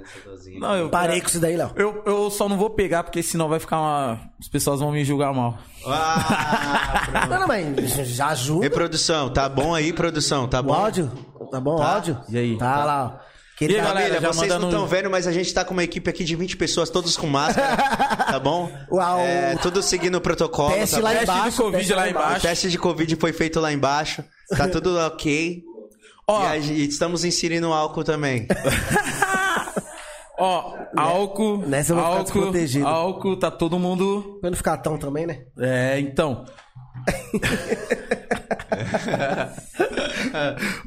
[SPEAKER 3] Essa dozinha.
[SPEAKER 1] Não, eu,
[SPEAKER 2] Parei com isso daí, Léo.
[SPEAKER 1] eu, eu só não vou pegar, porque senão vai ficar uma. As pessoas vão me julgar mal.
[SPEAKER 3] Ah, pronto.
[SPEAKER 2] Não, não, mas já
[SPEAKER 3] Ei,
[SPEAKER 2] ajuda.
[SPEAKER 3] produção, tá bom aí, produção? Tá
[SPEAKER 2] O
[SPEAKER 3] bom?
[SPEAKER 2] áudio? Tá bom, o
[SPEAKER 3] Tá.
[SPEAKER 2] áudio?
[SPEAKER 1] E aí?
[SPEAKER 2] Tá lá, ó. Que ele
[SPEAKER 1] E aí,
[SPEAKER 2] tá-
[SPEAKER 1] galera?
[SPEAKER 3] Família,
[SPEAKER 1] já um-
[SPEAKER 3] vocês
[SPEAKER 1] manda
[SPEAKER 3] não
[SPEAKER 1] no-
[SPEAKER 3] estão vendo, mas a gente tá com uma equipe aqui de 20 pessoas, todos com máscara, tá bom?
[SPEAKER 2] Uau.
[SPEAKER 3] É, tudo seguindo o protocolo.
[SPEAKER 2] Teste
[SPEAKER 3] tá
[SPEAKER 2] lá
[SPEAKER 1] Teste
[SPEAKER 2] embaixo,
[SPEAKER 1] de Covid
[SPEAKER 2] teste
[SPEAKER 1] lá
[SPEAKER 2] lá
[SPEAKER 3] bom? O
[SPEAKER 1] embaixo.
[SPEAKER 3] teste de Covid foi feito lá embaixo, tá tudo ok.
[SPEAKER 1] Ó.
[SPEAKER 3] E, a gente- estamos inserindo álcool também.
[SPEAKER 1] Ó, álcool.
[SPEAKER 2] Né? nessa eu vou ficar
[SPEAKER 1] álcool,
[SPEAKER 2] desprotegido.
[SPEAKER 1] álcool, tá todo mundo.
[SPEAKER 2] Pra não ficar tão também, né?
[SPEAKER 1] É, então.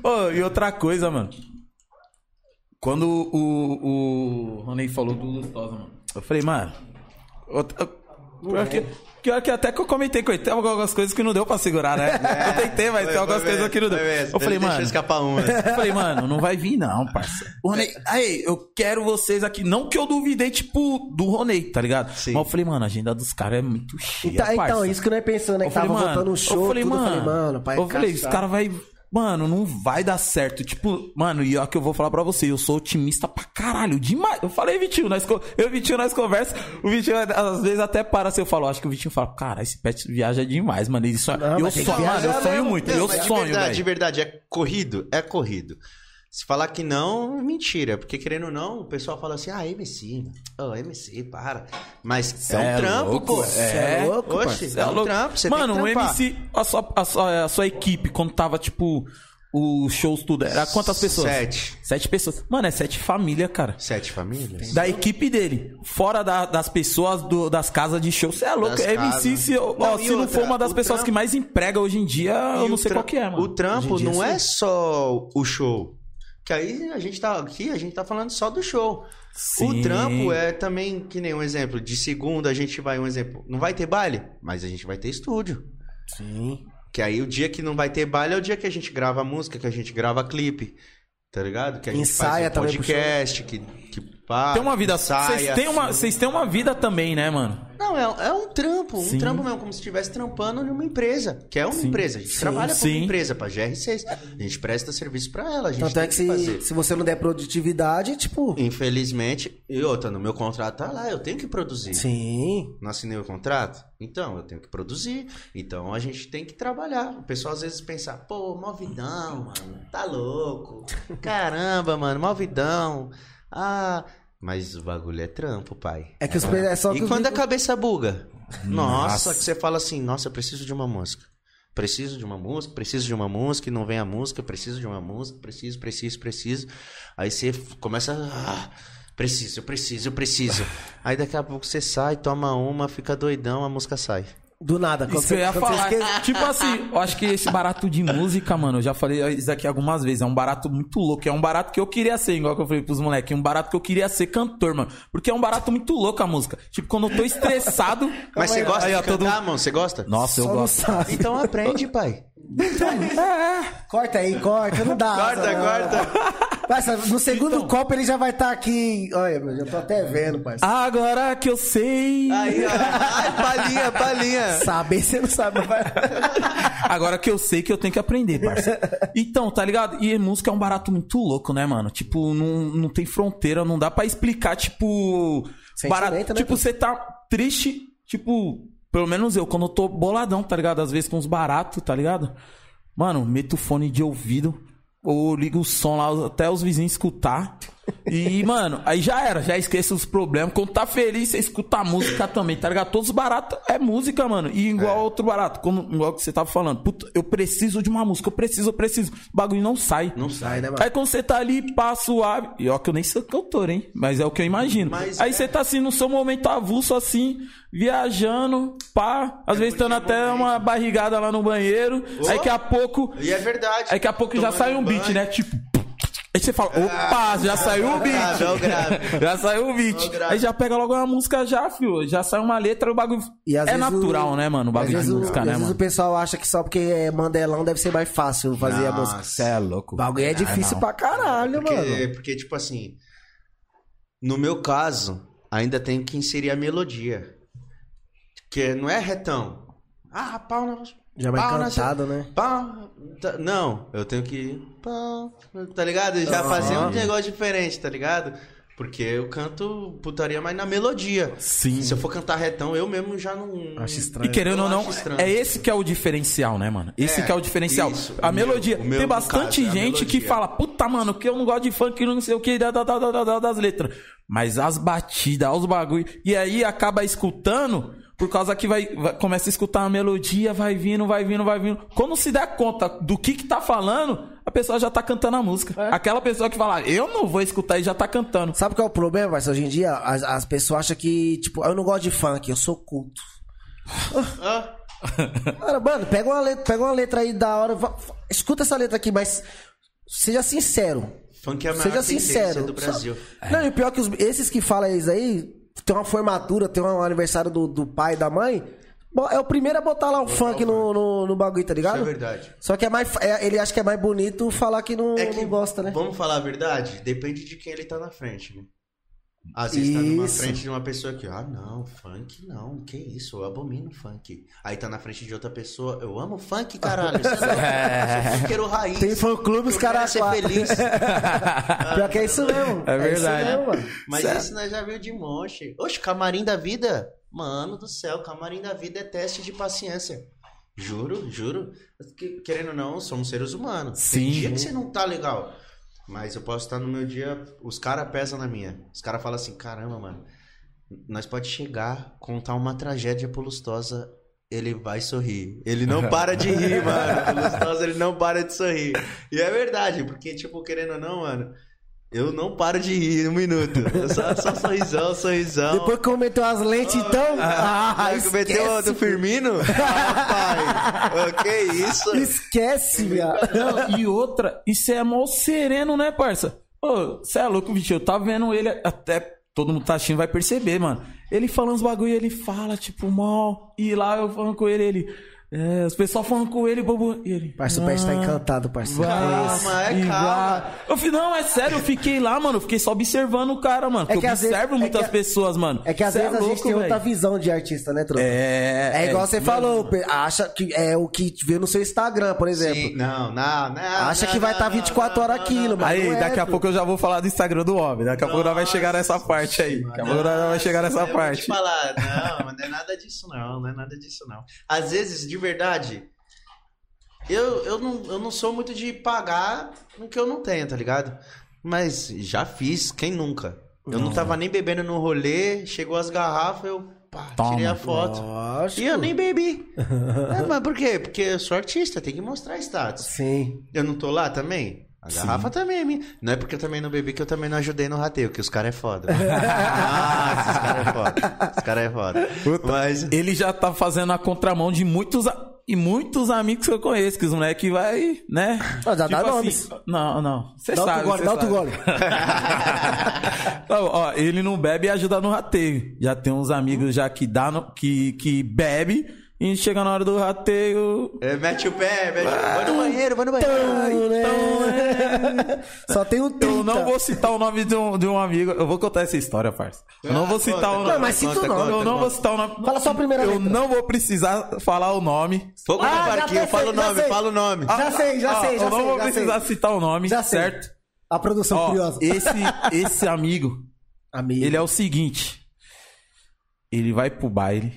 [SPEAKER 1] Ô, e outra coisa, mano. Quando o, o Ronei falou do Lustosa, mano, eu falei, mano. outra- Pior que, pior que até que eu comentei com ele, tem algumas coisas que não deu pra segurar, né?
[SPEAKER 2] É,
[SPEAKER 1] eu tentei, mas tem algumas coisas que não deu. Eu falei,
[SPEAKER 3] Deixa
[SPEAKER 1] mano.
[SPEAKER 3] escapar uma.
[SPEAKER 1] Eu falei, mano, não vai vir não, parça. O Ronei, aí, eu quero vocês aqui. Não que eu duvidei, tipo, do Ronei, tá ligado?
[SPEAKER 3] Sim.
[SPEAKER 1] Mas eu falei, mano, a agenda dos caras é muito cheia,
[SPEAKER 2] Então,
[SPEAKER 1] parça.
[SPEAKER 2] então, isso que não é pensando, né?
[SPEAKER 1] tá. eu
[SPEAKER 2] Que tava
[SPEAKER 1] falei, mano,
[SPEAKER 2] voltando um show,
[SPEAKER 1] eu falei,
[SPEAKER 2] tudo, eu
[SPEAKER 1] mano,
[SPEAKER 2] falei, mano, pai, tá."
[SPEAKER 1] eu falei, os
[SPEAKER 2] encaixar.
[SPEAKER 1] caras vai... Mano, não vai dar certo. Tipo, mano, e ó que eu vou falar pra você, eu sou otimista pra caralho, demais. Eu falei, Vitinho, nós, co- eu e o Vitinho, nós conversa, o Vitinho às vezes até para se eu falo, acho que o Vitinho fala, cara, esse pet viaja demais, mano, ele só,
[SPEAKER 2] Não,
[SPEAKER 1] eu,
[SPEAKER 2] mas tem
[SPEAKER 1] só
[SPEAKER 2] que
[SPEAKER 1] mano, Ah, eu
[SPEAKER 2] viajar
[SPEAKER 1] sonho
[SPEAKER 2] mesmo.
[SPEAKER 1] muito,
[SPEAKER 3] Não,
[SPEAKER 1] eu
[SPEAKER 3] mas
[SPEAKER 1] sonho,
[SPEAKER 3] de verdade, de
[SPEAKER 1] velho.
[SPEAKER 3] verdade, é corrido, é corrido. Se falar que não, é mentira, porque querendo ou não, o pessoal fala assim: "Ah, MC, mano. oh, MC, para". Mas é um
[SPEAKER 1] Cê é
[SPEAKER 3] trampo,
[SPEAKER 1] louco,
[SPEAKER 3] pô.
[SPEAKER 1] cê é
[SPEAKER 2] louco,
[SPEAKER 3] Oxe, é,
[SPEAKER 1] Cê
[SPEAKER 3] um
[SPEAKER 1] louco.
[SPEAKER 3] trampo, você
[SPEAKER 1] Mano,
[SPEAKER 3] tem que
[SPEAKER 1] o
[SPEAKER 3] trampar.
[SPEAKER 1] MC, a sua, a, sua, a sua equipe, quando tava, tipo, os shows, tudo, era quantas pessoas?
[SPEAKER 3] Sete.
[SPEAKER 1] Sete pessoas. Mano, é sete família, cara.
[SPEAKER 3] Sete famílias?
[SPEAKER 1] Da equipe dele. Fora da- das pessoas, do- das casas de show. Você é louco.
[SPEAKER 3] Das
[SPEAKER 1] É MC,
[SPEAKER 3] casas.
[SPEAKER 1] se, ó,
[SPEAKER 3] Não,
[SPEAKER 1] se
[SPEAKER 3] e
[SPEAKER 1] não
[SPEAKER 3] outra,
[SPEAKER 1] for uma das
[SPEAKER 3] o
[SPEAKER 1] pessoas que
[SPEAKER 3] trampo-
[SPEAKER 1] mais emprega hoje em dia, eu
[SPEAKER 3] E
[SPEAKER 1] não
[SPEAKER 3] o
[SPEAKER 1] sei
[SPEAKER 3] tra-
[SPEAKER 1] qual que é, mano.
[SPEAKER 3] O trampo
[SPEAKER 2] Hoje em dia,
[SPEAKER 3] não é
[SPEAKER 2] sim.
[SPEAKER 3] só o show. Que aí a gente tá aqui, a gente tá falando só do show.
[SPEAKER 1] Sim.
[SPEAKER 3] O trampo é também, que nem um exemplo, de segunda a gente vai, um exemplo, não vai ter baile, mas a gente vai ter estúdio.
[SPEAKER 2] Sim.
[SPEAKER 3] Que aí o dia que não vai ter baile é o dia que a gente grava música, que a gente grava clipe. Tá ligado? Que a gente
[SPEAKER 2] Ensaia
[SPEAKER 3] faz um
[SPEAKER 2] também pro
[SPEAKER 3] podcast, que, que pá,
[SPEAKER 1] Tem uma vida.
[SPEAKER 3] ensaia.
[SPEAKER 1] Vocês têm, uma- vocês têm uma vida também, né, mano?
[SPEAKER 3] Não, é, é um trampo, um
[SPEAKER 1] Sim.
[SPEAKER 3] trampo mesmo, como se estivesse trampando numa empresa, que é uma
[SPEAKER 1] Sim.
[SPEAKER 3] empresa. A gente
[SPEAKER 2] Sim.
[SPEAKER 3] trabalha com uma
[SPEAKER 1] Sim.
[SPEAKER 3] empresa, pra GR6. A gente presta serviço pra ela, a gente
[SPEAKER 2] Tanto
[SPEAKER 3] tem
[SPEAKER 2] é que
[SPEAKER 3] que, fazer.
[SPEAKER 2] se, se você não der produtividade, tipo.
[SPEAKER 3] Infelizmente, e outra, no meu contrato tá lá, eu tenho que produzir.
[SPEAKER 2] Sim.
[SPEAKER 3] Não assinei o contrato? Então, eu tenho que produzir. Então, a gente tem que trabalhar. O pessoal às vezes pensa, pô, malvidão, mano, tá louco. Caramba, mano, malvidão. Ah, mas o bagulho é trampo, pai.
[SPEAKER 2] É que os. pe- É só que
[SPEAKER 3] E
[SPEAKER 2] os
[SPEAKER 3] quando a cabeça buga? Nossa,
[SPEAKER 1] Nossa.
[SPEAKER 3] que você fala assim, nossa, eu preciso de uma música. Preciso de uma música, preciso de uma música, e não vem a música, preciso de uma música, preciso, preciso, preciso. Aí você f- começa. Ah, preciso, eu preciso, eu preciso. Aí daqui a pouco você sai, toma uma, fica doidão, a música sai.
[SPEAKER 2] Do nada. Quando
[SPEAKER 1] Isso que eu ia
[SPEAKER 2] quando você
[SPEAKER 1] falar.
[SPEAKER 2] esquece-
[SPEAKER 1] Tipo assim, eu acho que esse barato de música, mano, eu já falei isso aqui algumas vezes. É um barato muito louco. É um barato que eu queria ser, igual que eu falei pros moleques. Um barato que eu queria ser cantor, mano. Porque é um barato muito louco a música. Tipo, quando eu tô estressado.
[SPEAKER 3] Mas você gosta
[SPEAKER 1] Aí, ó,
[SPEAKER 3] de cantar, mano? Você gosta?
[SPEAKER 1] Nossa, eu
[SPEAKER 2] só não
[SPEAKER 1] gosto.
[SPEAKER 2] sabe.
[SPEAKER 3] Então aprende, pai.
[SPEAKER 1] É.
[SPEAKER 2] Corta aí, corta, não dá.
[SPEAKER 3] Corta,
[SPEAKER 2] asa, não.
[SPEAKER 3] corta.
[SPEAKER 2] Parça, no segundo
[SPEAKER 1] Então.
[SPEAKER 2] copo ele já vai estar aqui. Olha, meu, já tô até vendo,
[SPEAKER 1] Ah.
[SPEAKER 2] parça.
[SPEAKER 1] Agora que eu sei.
[SPEAKER 3] Aí, ó. Ai, palinha, palinha.
[SPEAKER 2] Saber você não sabe, mas vai.
[SPEAKER 1] Agora que eu sei que eu tenho que aprender, parça. Então, tá ligado? E música é um barato muito louco, né, mano? Tipo, não, não tem fronteira, não dá pra explicar, tipo.
[SPEAKER 2] Sentimento,
[SPEAKER 1] Barato,
[SPEAKER 2] né,
[SPEAKER 1] tipo,
[SPEAKER 2] pô?
[SPEAKER 1] você tá triste, tipo, pelo menos eu, quando eu tô boladão, tá ligado? Às vezes com uns baratos, tá ligado? Mano, meto o fone de ouvido, ou ligo o som lá até os vizinhos escutar. E, mano, aí já era, já esqueço os problemas. Quando tá feliz, você escuta a música também, tá ligado? Todos os baratos é música, mano. E igual outro barato, como, igual que você tava falando. Puta, eu preciso de uma música, eu preciso, eu preciso. O bagulho não sai.
[SPEAKER 3] Não sai, né?
[SPEAKER 2] Aí, né, mano?
[SPEAKER 1] Aí quando você tá ali, pá, suave. E ó, que eu nem sou cantor, hein? Mas é o que eu imagino.
[SPEAKER 3] Mas
[SPEAKER 1] aí
[SPEAKER 3] é.
[SPEAKER 1] você tá assim, no seu momento avulso, assim, viajando, pá.
[SPEAKER 2] É
[SPEAKER 1] Às vezes
[SPEAKER 3] muito
[SPEAKER 1] dando até
[SPEAKER 3] momento.
[SPEAKER 1] uma barrigada lá no banheiro.
[SPEAKER 3] Ô.
[SPEAKER 1] Aí daqui a pouco.
[SPEAKER 3] E é verdade.
[SPEAKER 1] Aí daqui a pouco já
[SPEAKER 3] Tomando
[SPEAKER 1] sai um beat,
[SPEAKER 3] banho.
[SPEAKER 1] né? Tipo. Aí você
[SPEAKER 2] Ah,
[SPEAKER 1] fala, opa, já saiu o beat.
[SPEAKER 3] grave, é o grave.
[SPEAKER 1] já saiu o
[SPEAKER 3] É o
[SPEAKER 1] beat.
[SPEAKER 3] grave.
[SPEAKER 1] Aí já pega logo uma música já, fio. Já sai uma letra e o bagulho.
[SPEAKER 2] E às
[SPEAKER 1] é
[SPEAKER 2] vezes o-
[SPEAKER 1] natural, né, mano? O
[SPEAKER 2] Às
[SPEAKER 1] bagulho
[SPEAKER 2] vezes,
[SPEAKER 1] de
[SPEAKER 2] o,
[SPEAKER 1] música,
[SPEAKER 2] às
[SPEAKER 1] né,
[SPEAKER 2] vezes o
[SPEAKER 1] mano?
[SPEAKER 2] pessoal acha que só porque é Mandelão deve ser mais fácil fazer a
[SPEAKER 3] Nossa.
[SPEAKER 2] música.
[SPEAKER 1] Cê é louco.
[SPEAKER 2] O bagulho é
[SPEAKER 1] Ah,
[SPEAKER 2] difícil
[SPEAKER 1] não.
[SPEAKER 2] pra caralho,
[SPEAKER 3] Porque,
[SPEAKER 2] mano.
[SPEAKER 3] porque, tipo assim, no meu caso, ainda tenho que inserir a melodia. Porque não é retão. Ah, pau na.
[SPEAKER 2] Já vai
[SPEAKER 3] pau na-
[SPEAKER 2] cantado, né?
[SPEAKER 3] Pau. tá- Não, eu tenho que. Pau. Tá ligado? Eu Já
[SPEAKER 2] Aham.
[SPEAKER 3] fazer um negócio diferente, tá ligado? Porque eu canto putaria mais na melodia.
[SPEAKER 1] Sim.
[SPEAKER 3] Se eu for cantar retão, eu mesmo já não.
[SPEAKER 2] Acho
[SPEAKER 1] E
[SPEAKER 2] estranho.
[SPEAKER 1] querendo
[SPEAKER 3] Eu
[SPEAKER 1] ou não,
[SPEAKER 3] acho estranho.
[SPEAKER 1] é esse que é o diferencial, né, mano? Esse
[SPEAKER 3] É,
[SPEAKER 1] que é o diferencial.
[SPEAKER 3] isso.
[SPEAKER 1] a
[SPEAKER 3] O meu-
[SPEAKER 1] melodia.
[SPEAKER 3] o meu,
[SPEAKER 1] Tem
[SPEAKER 3] no
[SPEAKER 1] bastante
[SPEAKER 3] caso, é a
[SPEAKER 1] gente que
[SPEAKER 3] melodia.
[SPEAKER 1] fala, puta, mano, que eu não gosto de funk, não sei o que, da, da, da, da, da, das letras. Mas as batidas, os bagulho. E aí acaba escutando, por causa que vai, vai- começa a escutar a melodia, vai vindo, vai vindo, vai vindo. Quando se dá conta do que que tá falando, a pessoa já tá cantando a música. Aquela pessoa que fala, eu não vou escutar e já tá cantando.
[SPEAKER 2] Sabe qual é o problema, parça? Hoje em dia, as, as pessoas acham que, tipo, "Ah, eu não gosto de funk, eu sou culto.
[SPEAKER 3] Ah,
[SPEAKER 2] Cara, mano, pega uma letra, pega uma letra aí da hora. va- fa- Escuta essa letra aqui, mas seja sincero.
[SPEAKER 3] funk é a maior
[SPEAKER 2] Seja
[SPEAKER 3] tendência
[SPEAKER 2] sincero.
[SPEAKER 3] do Brasil.
[SPEAKER 2] Só- Não, e o pior é que os- esses que falam isso aí, tem uma formatura, tem um aniversário do, do pai e da mãe. bo- É o primeiro a botar lá o funk no, no, no bagulho, tá ligado?
[SPEAKER 3] Isso é verdade.
[SPEAKER 2] Só que é mais. é- ele acha que é mais bonito falar que não,
[SPEAKER 3] É que,
[SPEAKER 2] não gosta, né?
[SPEAKER 3] Vamos falar a verdade? Depende de quem ele tá na frente, né? Às vezes tá numa
[SPEAKER 2] Isso.
[SPEAKER 3] frente de uma pessoa que, ah, não, funk não, que isso, eu abomino funk. Aí tá na frente de outra pessoa, eu amo funk, caralho. Você é louco, eu sou funkeiro raiz.
[SPEAKER 2] Tem fã clube, os
[SPEAKER 3] eu quero
[SPEAKER 2] caras.
[SPEAKER 3] ser feliz.
[SPEAKER 2] Pior que é isso mesmo.
[SPEAKER 1] É verdade.
[SPEAKER 2] isso mesmo, mano. é-
[SPEAKER 3] Mas isso nós já viu de monte. Oxe, camarim da vida? Mano do céu, camarim da vida é teste de paciência. Juro, juro. Que- Querendo ou não, somos seres humanos.
[SPEAKER 1] Sim.
[SPEAKER 3] Tem dia que você não tá legal. Mas eu posso estar no meu dia, os caras pesam na minha. Os caras falam assim, caramba, mano. Nós pode chegar, contar uma tragédia pro Lustosa, ele vai sorrir. Ele não para de rir, mano. O Lustosa, ele não para de sorrir. E é verdade, porque, tipo, querendo ou não, mano, eu não paro de rir um minuto. Eu Só, só sorrisão, sorrisão.
[SPEAKER 2] Depois que eu meteu as lentes, então. Ah,
[SPEAKER 3] Vai cometer o do
[SPEAKER 2] esquece.
[SPEAKER 3] Firmino? Ah, pai. Ô, que isso?
[SPEAKER 2] Esquece, viado.
[SPEAKER 1] Não, e outra, isso é mó sereno, né, parça? Ô, cê é louco, bicho. Eu tava vendo ele até. Todo mundo tá assistindo vai perceber, mano. Ele falando os bagulho, ele fala, tipo, mal. E lá eu falando com ele, ele. É, os pessoal falando com ele, bobo. E ele.
[SPEAKER 2] Parça, o Pet
[SPEAKER 1] Ah.
[SPEAKER 2] tá encantado, parceiro.
[SPEAKER 3] Calma, é
[SPEAKER 1] e
[SPEAKER 3] calma.
[SPEAKER 1] vai." Eu falei, não, é sério, eu fiquei lá, mano. Eu fiquei só observando o cara, mano.
[SPEAKER 2] É
[SPEAKER 1] Porque
[SPEAKER 2] que
[SPEAKER 1] eu
[SPEAKER 2] às vezes-
[SPEAKER 1] observo
[SPEAKER 2] é
[SPEAKER 1] muitas
[SPEAKER 2] que a-
[SPEAKER 1] pessoas, mano.
[SPEAKER 2] É que às
[SPEAKER 1] Cê
[SPEAKER 2] vezes a gente tem outra
[SPEAKER 1] velho.
[SPEAKER 2] visão de artista, né, Tropa?
[SPEAKER 1] É.
[SPEAKER 2] É igual você falou, pe- acha que é o que vê no seu Instagram, por exemplo.
[SPEAKER 3] Sim, não, não, não.
[SPEAKER 2] Acha
[SPEAKER 3] não,
[SPEAKER 2] que vai tá estar
[SPEAKER 3] não, não,
[SPEAKER 2] 24
[SPEAKER 3] não,
[SPEAKER 2] horas
[SPEAKER 3] não,
[SPEAKER 2] aquilo, mas
[SPEAKER 1] Aí,
[SPEAKER 2] não é,
[SPEAKER 1] daqui a
[SPEAKER 2] pô.
[SPEAKER 1] pouco eu já vou falar do Instagram do homem. Daqui a pouco nós vai chegar nessa parte aí. Daqui a pouco nós vai chegar nessa
[SPEAKER 3] eu vou te
[SPEAKER 1] parte.
[SPEAKER 3] falar, não, mas não é nada disso não, não é nada disso não. Às vezes, de verdade, eu, eu, não, eu não sou muito de pagar no que eu não tenho, tá ligado? Mas já fiz, quem nunca? Eu não, tava nem bebendo no rolê, chegou as garrafas, eu pá,
[SPEAKER 1] Toma.
[SPEAKER 3] tirei a foto.
[SPEAKER 2] Lógico.
[SPEAKER 3] E eu nem bebi. é, mas por quê? Porque eu sou artista, tem que mostrar status.
[SPEAKER 2] Sim.
[SPEAKER 3] Eu não tô lá também? A garrafa também é minha. Não é porque eu também não bebi que eu também não ajudei no rateio, que os caras é foda. Nossa, os caras é foda. Os caras é foda. Mas.
[SPEAKER 1] Ele já tá fazendo a contramão de muitos a- e muitos amigos que eu conheço, que os moleque vai, né? assim,
[SPEAKER 2] Ah, já dá nomes.
[SPEAKER 1] não, não. Você
[SPEAKER 2] Dá
[SPEAKER 1] sabe.
[SPEAKER 2] outro gole,
[SPEAKER 1] cê
[SPEAKER 2] dá outro
[SPEAKER 1] sabe.
[SPEAKER 2] gole.
[SPEAKER 1] Não, ó, ele não bebe e ajuda no rateio. Já tem uns amigos já que dá no- que que bebe E chega na hora do rateio.
[SPEAKER 3] É, mete o pé, mete o pé. Vai no banheiro, vai no banheiro.
[SPEAKER 2] Então, né? Só tem um 30.
[SPEAKER 1] Eu não vou citar o nome de um, de um amigo. Eu vou contar essa história, parça. Eu não vou citar
[SPEAKER 3] Ah, Conta,
[SPEAKER 1] o nome.
[SPEAKER 3] conta,
[SPEAKER 2] mas cita o
[SPEAKER 3] conta,
[SPEAKER 2] nome.
[SPEAKER 3] conta,
[SPEAKER 1] Eu não
[SPEAKER 3] conta.
[SPEAKER 1] vou citar o nome.
[SPEAKER 2] Fala só a primeira
[SPEAKER 1] Eu
[SPEAKER 2] letra.
[SPEAKER 1] não vou precisar falar o nome.
[SPEAKER 3] Fogo
[SPEAKER 2] Ah,
[SPEAKER 3] no
[SPEAKER 2] já
[SPEAKER 3] parquinho,
[SPEAKER 2] sei,
[SPEAKER 3] fala o
[SPEAKER 2] já
[SPEAKER 3] nome,
[SPEAKER 2] sei.
[SPEAKER 3] fala o nome.
[SPEAKER 2] Já sei, já
[SPEAKER 1] Ah,
[SPEAKER 2] sei, já
[SPEAKER 1] Eu
[SPEAKER 2] sei,
[SPEAKER 1] não vou
[SPEAKER 2] já
[SPEAKER 1] precisar
[SPEAKER 2] sei.
[SPEAKER 1] citar o nome,
[SPEAKER 2] Já sei.
[SPEAKER 1] certo?
[SPEAKER 2] A produção
[SPEAKER 1] Ó,
[SPEAKER 2] curiosa.
[SPEAKER 1] esse, esse amigo,
[SPEAKER 2] Amigo.
[SPEAKER 1] ele é o seguinte. Ele vai pro baile,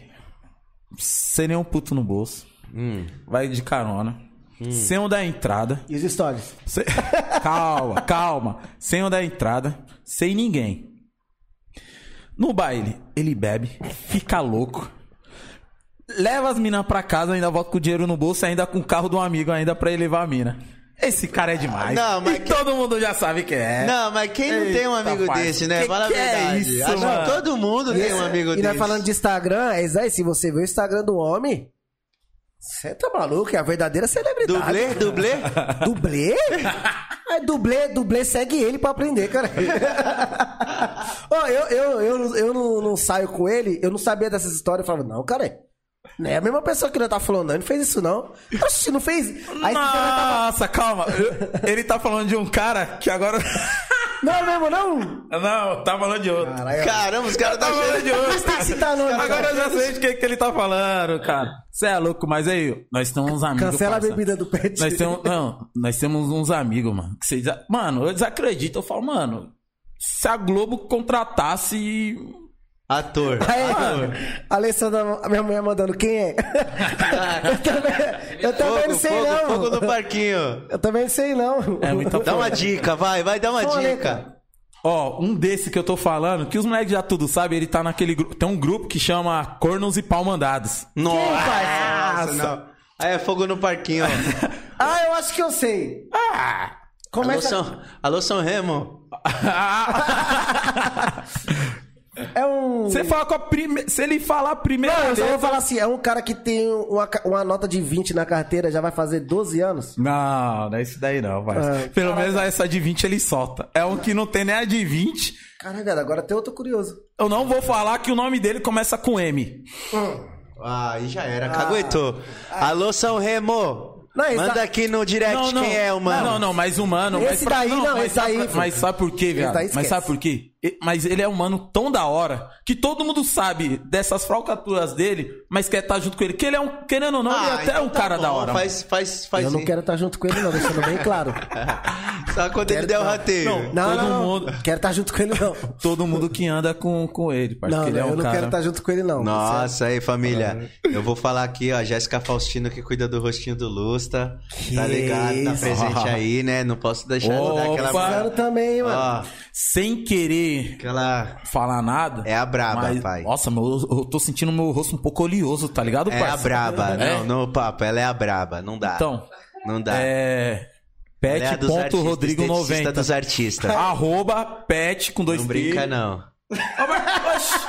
[SPEAKER 1] sem nenhum puto no bolso,
[SPEAKER 3] Hum.
[SPEAKER 1] vai de carona,
[SPEAKER 2] Hum.
[SPEAKER 1] sem o da entrada.
[SPEAKER 2] E os stories?
[SPEAKER 1] sem- calma, calma. Sem o da entrada, sem ninguém. No baile, ele bebe, fica louco. Leva as minas pra casa, ainda volta com o dinheiro no bolso, ainda com o carro de um amigo ainda pra ele levar a mina. Esse cara é demais.
[SPEAKER 3] Ah, não, mas
[SPEAKER 1] e
[SPEAKER 3] que-
[SPEAKER 1] todo mundo já sabe quem é.
[SPEAKER 3] Não, mas quem não tem um
[SPEAKER 1] Eita,
[SPEAKER 3] amigo
[SPEAKER 1] parça,
[SPEAKER 3] desse, né?
[SPEAKER 1] que
[SPEAKER 3] Fala a
[SPEAKER 1] que é
[SPEAKER 3] verdade.
[SPEAKER 1] isso,
[SPEAKER 3] Acho que
[SPEAKER 1] mano?
[SPEAKER 3] todo mundo tem um amigo
[SPEAKER 2] e
[SPEAKER 3] desse.
[SPEAKER 2] nós falando de Instagram, é isso aí, se você vê o Instagram do homem, você tá maluco, é a verdadeira celebridade.
[SPEAKER 3] Dublê, dublê?
[SPEAKER 2] Dublê? É dublê, dublê segue ele pra aprender, cara. Ó, eu, eu, eu, não- eu não, não saio com ele, eu não sabia dessas histórias. Eu falava, não, cara, não é a mesma pessoa que ele tá falando, não, ele não fez isso, não. Oxi, não fez. Aí, tá
[SPEAKER 1] Nossa, calma. Eu- Ele tá falando de um cara que agora.
[SPEAKER 2] não é mesmo, não?
[SPEAKER 1] Não, tá falando de outro.
[SPEAKER 2] Caralho.
[SPEAKER 3] Caramba, os caras tá
[SPEAKER 1] Tá falando
[SPEAKER 3] cheio
[SPEAKER 1] de outro.
[SPEAKER 2] Mas tem que citar nome,
[SPEAKER 1] Agora eu
[SPEAKER 2] cara.
[SPEAKER 1] já sei de que, que ele tá falando, cara. Você é louco, mas aí, nós temos uns amigos.
[SPEAKER 2] Cancela a
[SPEAKER 1] parça.
[SPEAKER 2] bebida do pet.
[SPEAKER 1] Nós temos, não, nós temos uns amigos, mano. que cê desa- Mano, eu desacredito. Eu falo, mano, se a Globo contratasse.
[SPEAKER 3] Ator.
[SPEAKER 2] Aí,
[SPEAKER 1] Ah,
[SPEAKER 2] a Alessandra, a minha mulher mandando quem é? eu também, eu também
[SPEAKER 3] Fogo,
[SPEAKER 2] não sei
[SPEAKER 3] fogo,
[SPEAKER 2] não.
[SPEAKER 3] fogo no parquinho.
[SPEAKER 2] Eu também não sei não.
[SPEAKER 1] É muita
[SPEAKER 3] Dá uma dica, vai, vai, dá uma
[SPEAKER 2] Só uma
[SPEAKER 3] dica.
[SPEAKER 2] letra.
[SPEAKER 1] Ó, um desse que eu tô falando, que os moleques já tudo sabem, ele tá naquele grupo. Tem um grupo que chama Cornos e Pau Mandados.
[SPEAKER 3] Nossa, não. Aí é fogo no parquinho. ó.
[SPEAKER 2] Ah, eu acho que eu sei.
[SPEAKER 1] é
[SPEAKER 2] Ah,
[SPEAKER 3] Alô,
[SPEAKER 2] Começa.
[SPEAKER 3] São, Alô, São Remo.
[SPEAKER 2] É um.
[SPEAKER 1] Você fala com a primeira. Se ele falar a primeira.
[SPEAKER 2] Não, eu só
[SPEAKER 1] letra-
[SPEAKER 2] vou falar assim, é um cara que tem uma, ca- uma nota de 20 na carteira, já vai fazer 12 anos.
[SPEAKER 1] Não, não é isso daí não, mas.
[SPEAKER 2] Ah,
[SPEAKER 1] Pelo menos essa de 20 ele solta. É um que não tem nem a de 20.
[SPEAKER 2] Caralho, agora tem outro curioso.
[SPEAKER 1] Eu não vou falar que o nome dele começa com M.
[SPEAKER 3] Ah, Aí já era, caguetou. Alô, São Remo.
[SPEAKER 2] Não, esse
[SPEAKER 3] Manda
[SPEAKER 2] da-
[SPEAKER 3] aqui no direct
[SPEAKER 1] Ah. não, não.
[SPEAKER 3] quem é, mano.
[SPEAKER 1] Não, não, mas humano.
[SPEAKER 2] Esse
[SPEAKER 1] mas
[SPEAKER 2] daí não,
[SPEAKER 1] mas
[SPEAKER 2] esse
[SPEAKER 1] sabe-
[SPEAKER 2] daí, filho.
[SPEAKER 1] Mas sabe por quê, viado?
[SPEAKER 2] daí
[SPEAKER 1] Mas
[SPEAKER 2] esquece.
[SPEAKER 1] sabe por quê? E- Mas ele é um humano tão da hora que todo mundo sabe dessas falcaturas dele, mas quer estar junto com ele. Que ele é um, querendo ou não, ele
[SPEAKER 3] Ah,
[SPEAKER 1] até é
[SPEAKER 3] então
[SPEAKER 1] um
[SPEAKER 3] tá
[SPEAKER 1] cara
[SPEAKER 3] bom,
[SPEAKER 1] da hora.
[SPEAKER 3] Faz, faz, faz.
[SPEAKER 2] eu não
[SPEAKER 3] sim.
[SPEAKER 2] quero estar junto com ele, não, deixando bem claro.
[SPEAKER 3] Só quando ele der o rateio.
[SPEAKER 1] Não.
[SPEAKER 2] Não,
[SPEAKER 1] Todo
[SPEAKER 2] não, não.
[SPEAKER 1] mundo-
[SPEAKER 2] Quero estar junto com ele, não.
[SPEAKER 1] mano. Todo mundo que anda com, com ele, parceiro.
[SPEAKER 2] Não,
[SPEAKER 1] que ele é
[SPEAKER 2] não,
[SPEAKER 1] um
[SPEAKER 2] eu não
[SPEAKER 1] cara...
[SPEAKER 3] tá-
[SPEAKER 2] quero estar junto com ele, não.
[SPEAKER 3] Nossa, aí família, eu vou falar aqui, ó, Jéssica Faustino que cuida do rostinho do Lusta, tá
[SPEAKER 2] Que
[SPEAKER 3] ligado, tá
[SPEAKER 2] isso.
[SPEAKER 3] presente aí, né, não posso deixar de dar aquela...
[SPEAKER 1] Opa.
[SPEAKER 2] Sério também, mano.
[SPEAKER 3] Ó,
[SPEAKER 1] Sem querer
[SPEAKER 3] aquela...
[SPEAKER 1] falar nada.
[SPEAKER 3] É a braba, pai.
[SPEAKER 1] Nossa, meu, eu tô sentindo meu rosto um pouco oleoso, tá ligado,
[SPEAKER 3] É a
[SPEAKER 1] parceiro?
[SPEAKER 3] braba,
[SPEAKER 1] É?
[SPEAKER 3] não, não, papo, ela é a braba, não dá,
[SPEAKER 1] Então,
[SPEAKER 3] não dá.
[SPEAKER 1] é.
[SPEAKER 3] Ela é a dos artistas, esteticista
[SPEAKER 1] Pet.rodrigo90.
[SPEAKER 3] dos artistas,
[SPEAKER 1] Arroba pet com Ah, dois
[SPEAKER 3] não
[SPEAKER 1] P.
[SPEAKER 3] brinca não.
[SPEAKER 1] Ah, mas- oxi.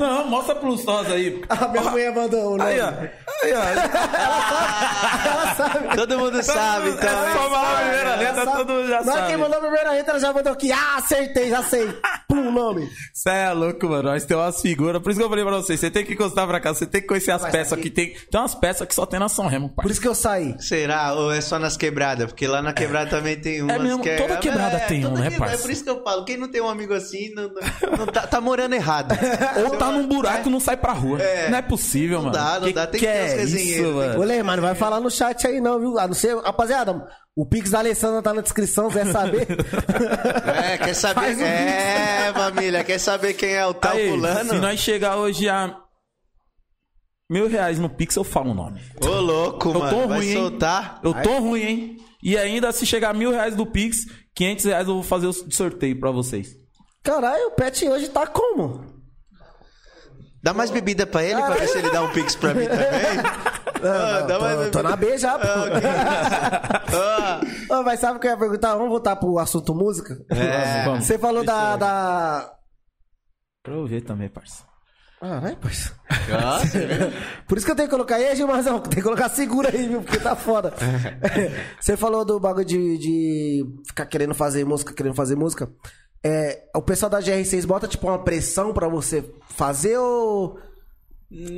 [SPEAKER 1] Não, mostra pro Lustosa aí.
[SPEAKER 2] A minha mulher mandou o nome.
[SPEAKER 1] Aí, ó. Aí, ó.
[SPEAKER 2] Ela sabe.
[SPEAKER 3] Todo mundo sabe, então...
[SPEAKER 1] É só falar a primeira letra, todo mundo tá já
[SPEAKER 3] é
[SPEAKER 2] Nós
[SPEAKER 1] sabe.
[SPEAKER 2] é quem mandou a primeira letra já mandou aqui. Ah, acertei, já sei. Pum, nome.
[SPEAKER 1] Cê é louco, mano. Nós temos umas figuras. Por isso que eu falei pra vocês, você tem que encostar pra cá, você tem que conhecer as
[SPEAKER 2] Mas
[SPEAKER 1] peças
[SPEAKER 2] aqui-
[SPEAKER 1] que tem. Tem umas peças que só tem na São Remo,
[SPEAKER 2] Por
[SPEAKER 1] parceiro.
[SPEAKER 2] isso que eu saí.
[SPEAKER 3] Será? Ou é só nas quebradas? Porque lá na quebrada também tem umas
[SPEAKER 1] mesmo,
[SPEAKER 3] que é...
[SPEAKER 1] toda quebrada tem
[SPEAKER 3] toda
[SPEAKER 1] um, né,
[SPEAKER 3] quebrada, É
[SPEAKER 1] parça?
[SPEAKER 3] por isso que eu falo, quem não tem um amigo assim, não, não- não tá, tá morando errado.
[SPEAKER 1] Ou tá num buraco e não sai pra rua. Não é possível,
[SPEAKER 3] Não
[SPEAKER 1] mano.
[SPEAKER 3] dá, não
[SPEAKER 1] Que
[SPEAKER 3] dá. Tem
[SPEAKER 1] que
[SPEAKER 3] que ter uns
[SPEAKER 1] é
[SPEAKER 3] resenheiros,
[SPEAKER 1] isso,
[SPEAKER 3] tem
[SPEAKER 1] mano.
[SPEAKER 2] Ô, Lê, mas não vai falar no chat aí não, viu? A não ser, rapaziada, o Pix da Alessandra tá na descrição, quer saber?
[SPEAKER 3] É, quer saber?
[SPEAKER 2] Faz um
[SPEAKER 3] é, família, quer saber quem é o tal
[SPEAKER 1] Aí,
[SPEAKER 3] fulano?
[SPEAKER 1] se nós chegar hoje a mil reais no Pix, eu falo o nome.
[SPEAKER 3] Ô, louco,
[SPEAKER 1] Eu
[SPEAKER 3] mano,
[SPEAKER 1] tô
[SPEAKER 3] vai
[SPEAKER 1] ruim, hein?
[SPEAKER 3] soltar.
[SPEAKER 1] Eu tô ruim, hein? E ainda, se chegar mil reais do Pix, 500 reais eu vou fazer o sorteio pra vocês.
[SPEAKER 2] Caralho, o Pet hoje tá como?
[SPEAKER 3] Dá mais bebida pra ele, pra ver se ele dá um pix pra mim também. Ah, dá mais
[SPEAKER 2] Tô,
[SPEAKER 3] bebida.
[SPEAKER 2] tô na B já, pô.
[SPEAKER 3] Ah,
[SPEAKER 2] Ô, mas sabe o que eu ia perguntar? Vamos voltar pro assunto música?
[SPEAKER 3] É.
[SPEAKER 1] Vamos, vamos.
[SPEAKER 2] Você falou da, da... né,
[SPEAKER 1] Pra eu ver também, parça.
[SPEAKER 2] Caralho, parça.
[SPEAKER 3] ah, você vê?
[SPEAKER 2] Por isso que eu tenho que colocar. E aí, Gilmarzão, tem que colocar segura aí, viu? Porque tá foda. Você falou do bagulho de, de ficar querendo fazer música, querendo fazer música. É, o pessoal da GR6 bota, tipo, uma pressão pra você fazer ou.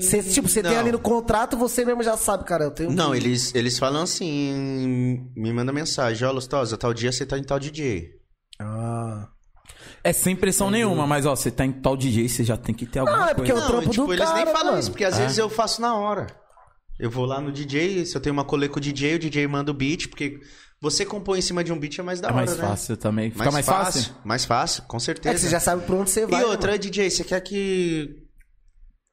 [SPEAKER 2] Cê, tipo, você tem
[SPEAKER 3] Hum, Não.
[SPEAKER 2] ali no contrato, você mesmo já sabe, cara. Eu tenho.
[SPEAKER 3] Não, eles, eles falam assim, me manda mensagem, ó, Lustosa, tal dia você tá em tal DJ.
[SPEAKER 2] Ah.
[SPEAKER 1] É sem
[SPEAKER 3] Uhum.
[SPEAKER 1] pressão nenhuma, mas ó, você tá em tal DJ, você já tem que ter alguma
[SPEAKER 2] Ah, é porque
[SPEAKER 1] coisa.
[SPEAKER 2] eu- o trampo do
[SPEAKER 3] tipo, eles nem
[SPEAKER 2] cara,
[SPEAKER 3] falam
[SPEAKER 2] mano.
[SPEAKER 3] isso, porque às
[SPEAKER 1] É.
[SPEAKER 3] vezes eu faço na hora. Eu vou lá no DJ, se eu tenho uma colê com o DJ, o DJ manda o beat, porque você compõe em cima de um beat é mais da
[SPEAKER 1] É
[SPEAKER 3] hora,
[SPEAKER 1] mais
[SPEAKER 3] né?
[SPEAKER 1] fácil também. Fica mais fácil?
[SPEAKER 3] Mais fácil, com
[SPEAKER 2] É
[SPEAKER 3] certeza.
[SPEAKER 2] que você já sabe pra onde você vai.
[SPEAKER 3] e outra, DJ, você quer que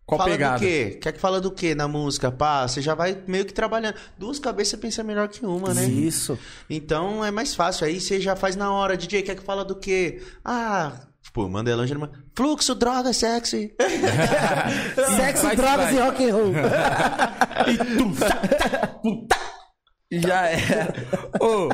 [SPEAKER 1] Qual
[SPEAKER 3] fala
[SPEAKER 1] pegada?
[SPEAKER 3] do quê? Quer que fala do quê na música? Pá, você já vai meio que trabalhando. Duas cabeças pensa melhor que uma,
[SPEAKER 2] mano.
[SPEAKER 3] né?
[SPEAKER 2] Isso.
[SPEAKER 3] Então é mais fácil. Aí você já faz na hora, DJ, quer que fala do quê? Ah, tipo, manda Elange numa. Fluxo, droga, sexy.
[SPEAKER 2] Sexo,
[SPEAKER 1] Vai que
[SPEAKER 2] drogas
[SPEAKER 1] vai.
[SPEAKER 2] e rock and roll.
[SPEAKER 1] Já é. Ô,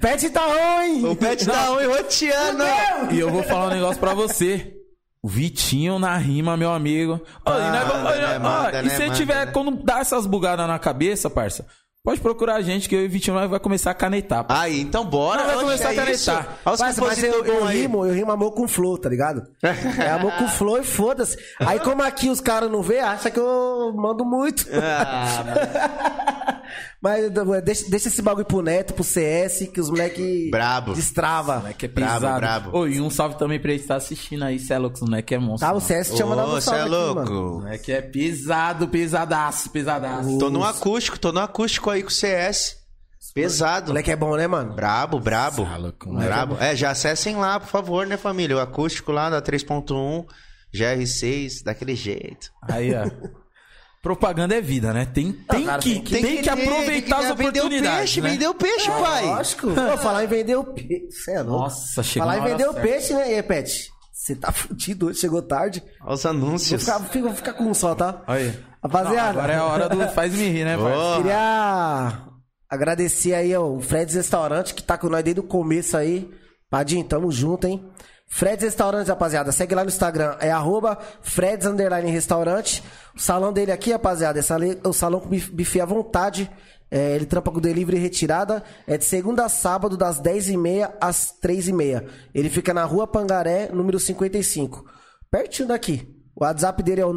[SPEAKER 2] Pet tá ruim.
[SPEAKER 3] Ah, o pet tá ruim, roteando.
[SPEAKER 1] e eu vou falar um negócio pra você. O Vitinho na rima, meu amigo. Ô, e nós vamos-
[SPEAKER 3] Manda, né,
[SPEAKER 1] ó,
[SPEAKER 3] manda,
[SPEAKER 1] e
[SPEAKER 3] né,
[SPEAKER 1] se
[SPEAKER 3] manda,
[SPEAKER 1] tiver,
[SPEAKER 3] né.
[SPEAKER 1] quando dá essas bugadas na cabeça, parça, pode procurar a gente que eu e o Vitinho nós vai começar a canetar. parça.
[SPEAKER 3] Aí, então bora.
[SPEAKER 1] Não, vai
[SPEAKER 3] oxe,
[SPEAKER 1] começar
[SPEAKER 3] é
[SPEAKER 1] a canetar.
[SPEAKER 3] isso. Olha
[SPEAKER 2] Mas,
[SPEAKER 3] os
[SPEAKER 2] mas eu,
[SPEAKER 3] compositores
[SPEAKER 2] eu
[SPEAKER 3] bons aí.
[SPEAKER 2] rimo, eu rimo amor com flow, tá ligado? É amor com flow e foda-se. Aí como aqui os caras não vê, acha que eu mando muito.
[SPEAKER 3] Ah, mano,
[SPEAKER 2] Mas ué, deixa, deixa esse bagulho pro Neto, pro CS, que os moleque
[SPEAKER 3] Brabo.
[SPEAKER 2] destrava.
[SPEAKER 1] Moleque é
[SPEAKER 3] Brabo,
[SPEAKER 1] pesado.
[SPEAKER 3] brabo.
[SPEAKER 1] Ô, e um salve também pra ele que tá assistindo aí, Celox, não é que é monstro.
[SPEAKER 2] Tá, o
[SPEAKER 1] mano.
[SPEAKER 2] CS te chama lá
[SPEAKER 3] Ô,
[SPEAKER 2] no
[SPEAKER 3] cê é
[SPEAKER 2] salve aqui, mano.
[SPEAKER 3] louco.
[SPEAKER 1] Não é que é pesado, pesadaço, pesadaço.
[SPEAKER 3] Tô no acústico, tô no acústico aí com o CS.
[SPEAKER 2] O
[SPEAKER 3] Pesado.
[SPEAKER 2] moleque é bom, né, mano?
[SPEAKER 3] Brabo, brabo.
[SPEAKER 1] Tá louco, mano.
[SPEAKER 3] brabo. É, já acessem lá, por favor, né, família? O acústico lá da 3.1, GR6, daquele jeito.
[SPEAKER 1] Aí, ó. Propaganda é vida, né? Tem, tem,
[SPEAKER 2] cara,
[SPEAKER 1] que,
[SPEAKER 2] tem
[SPEAKER 1] tem, que,
[SPEAKER 3] ter,
[SPEAKER 1] aproveitar
[SPEAKER 3] tem que
[SPEAKER 1] as
[SPEAKER 3] vender o
[SPEAKER 1] oportunidades.
[SPEAKER 3] peixe,
[SPEAKER 1] né?
[SPEAKER 3] Vendeu o peixe, pai.
[SPEAKER 2] Lógico. Pô, falar em vender o peixe. Cê é louco.
[SPEAKER 1] Nossa, chegou
[SPEAKER 2] Falar
[SPEAKER 1] na
[SPEAKER 2] em
[SPEAKER 1] hora
[SPEAKER 2] vender o
[SPEAKER 1] certa.
[SPEAKER 2] peixe, né, e aí, Pet? Você tá fudido hoje, chegou tarde.
[SPEAKER 3] Olha os
[SPEAKER 2] Vou
[SPEAKER 3] anúncios.
[SPEAKER 2] ficar, fica, fica com um só, tá?
[SPEAKER 1] Aí.
[SPEAKER 2] Rapaziada.
[SPEAKER 1] Não, agora é a hora do faz-me rir, né, parceiro?
[SPEAKER 3] Ô,
[SPEAKER 2] Queria agradecer aí ao Fred's Restaurante, que tá com nós desde o começo aí. Padinho, tamo junto, hein? Fred's Restaurante, rapaziada. Segue lá no Instagram. É arroba Fred's Underline Restaurante. O salão dele aqui, rapaziada, é sali- é o salão com buf- buffet à vontade. É, ele trampa com delivery e retirada. É de segunda a sábado, das 10h30 às 3h30. Ele fica na rua Pangaré, número 55. Pertinho daqui. O WhatsApp dele é o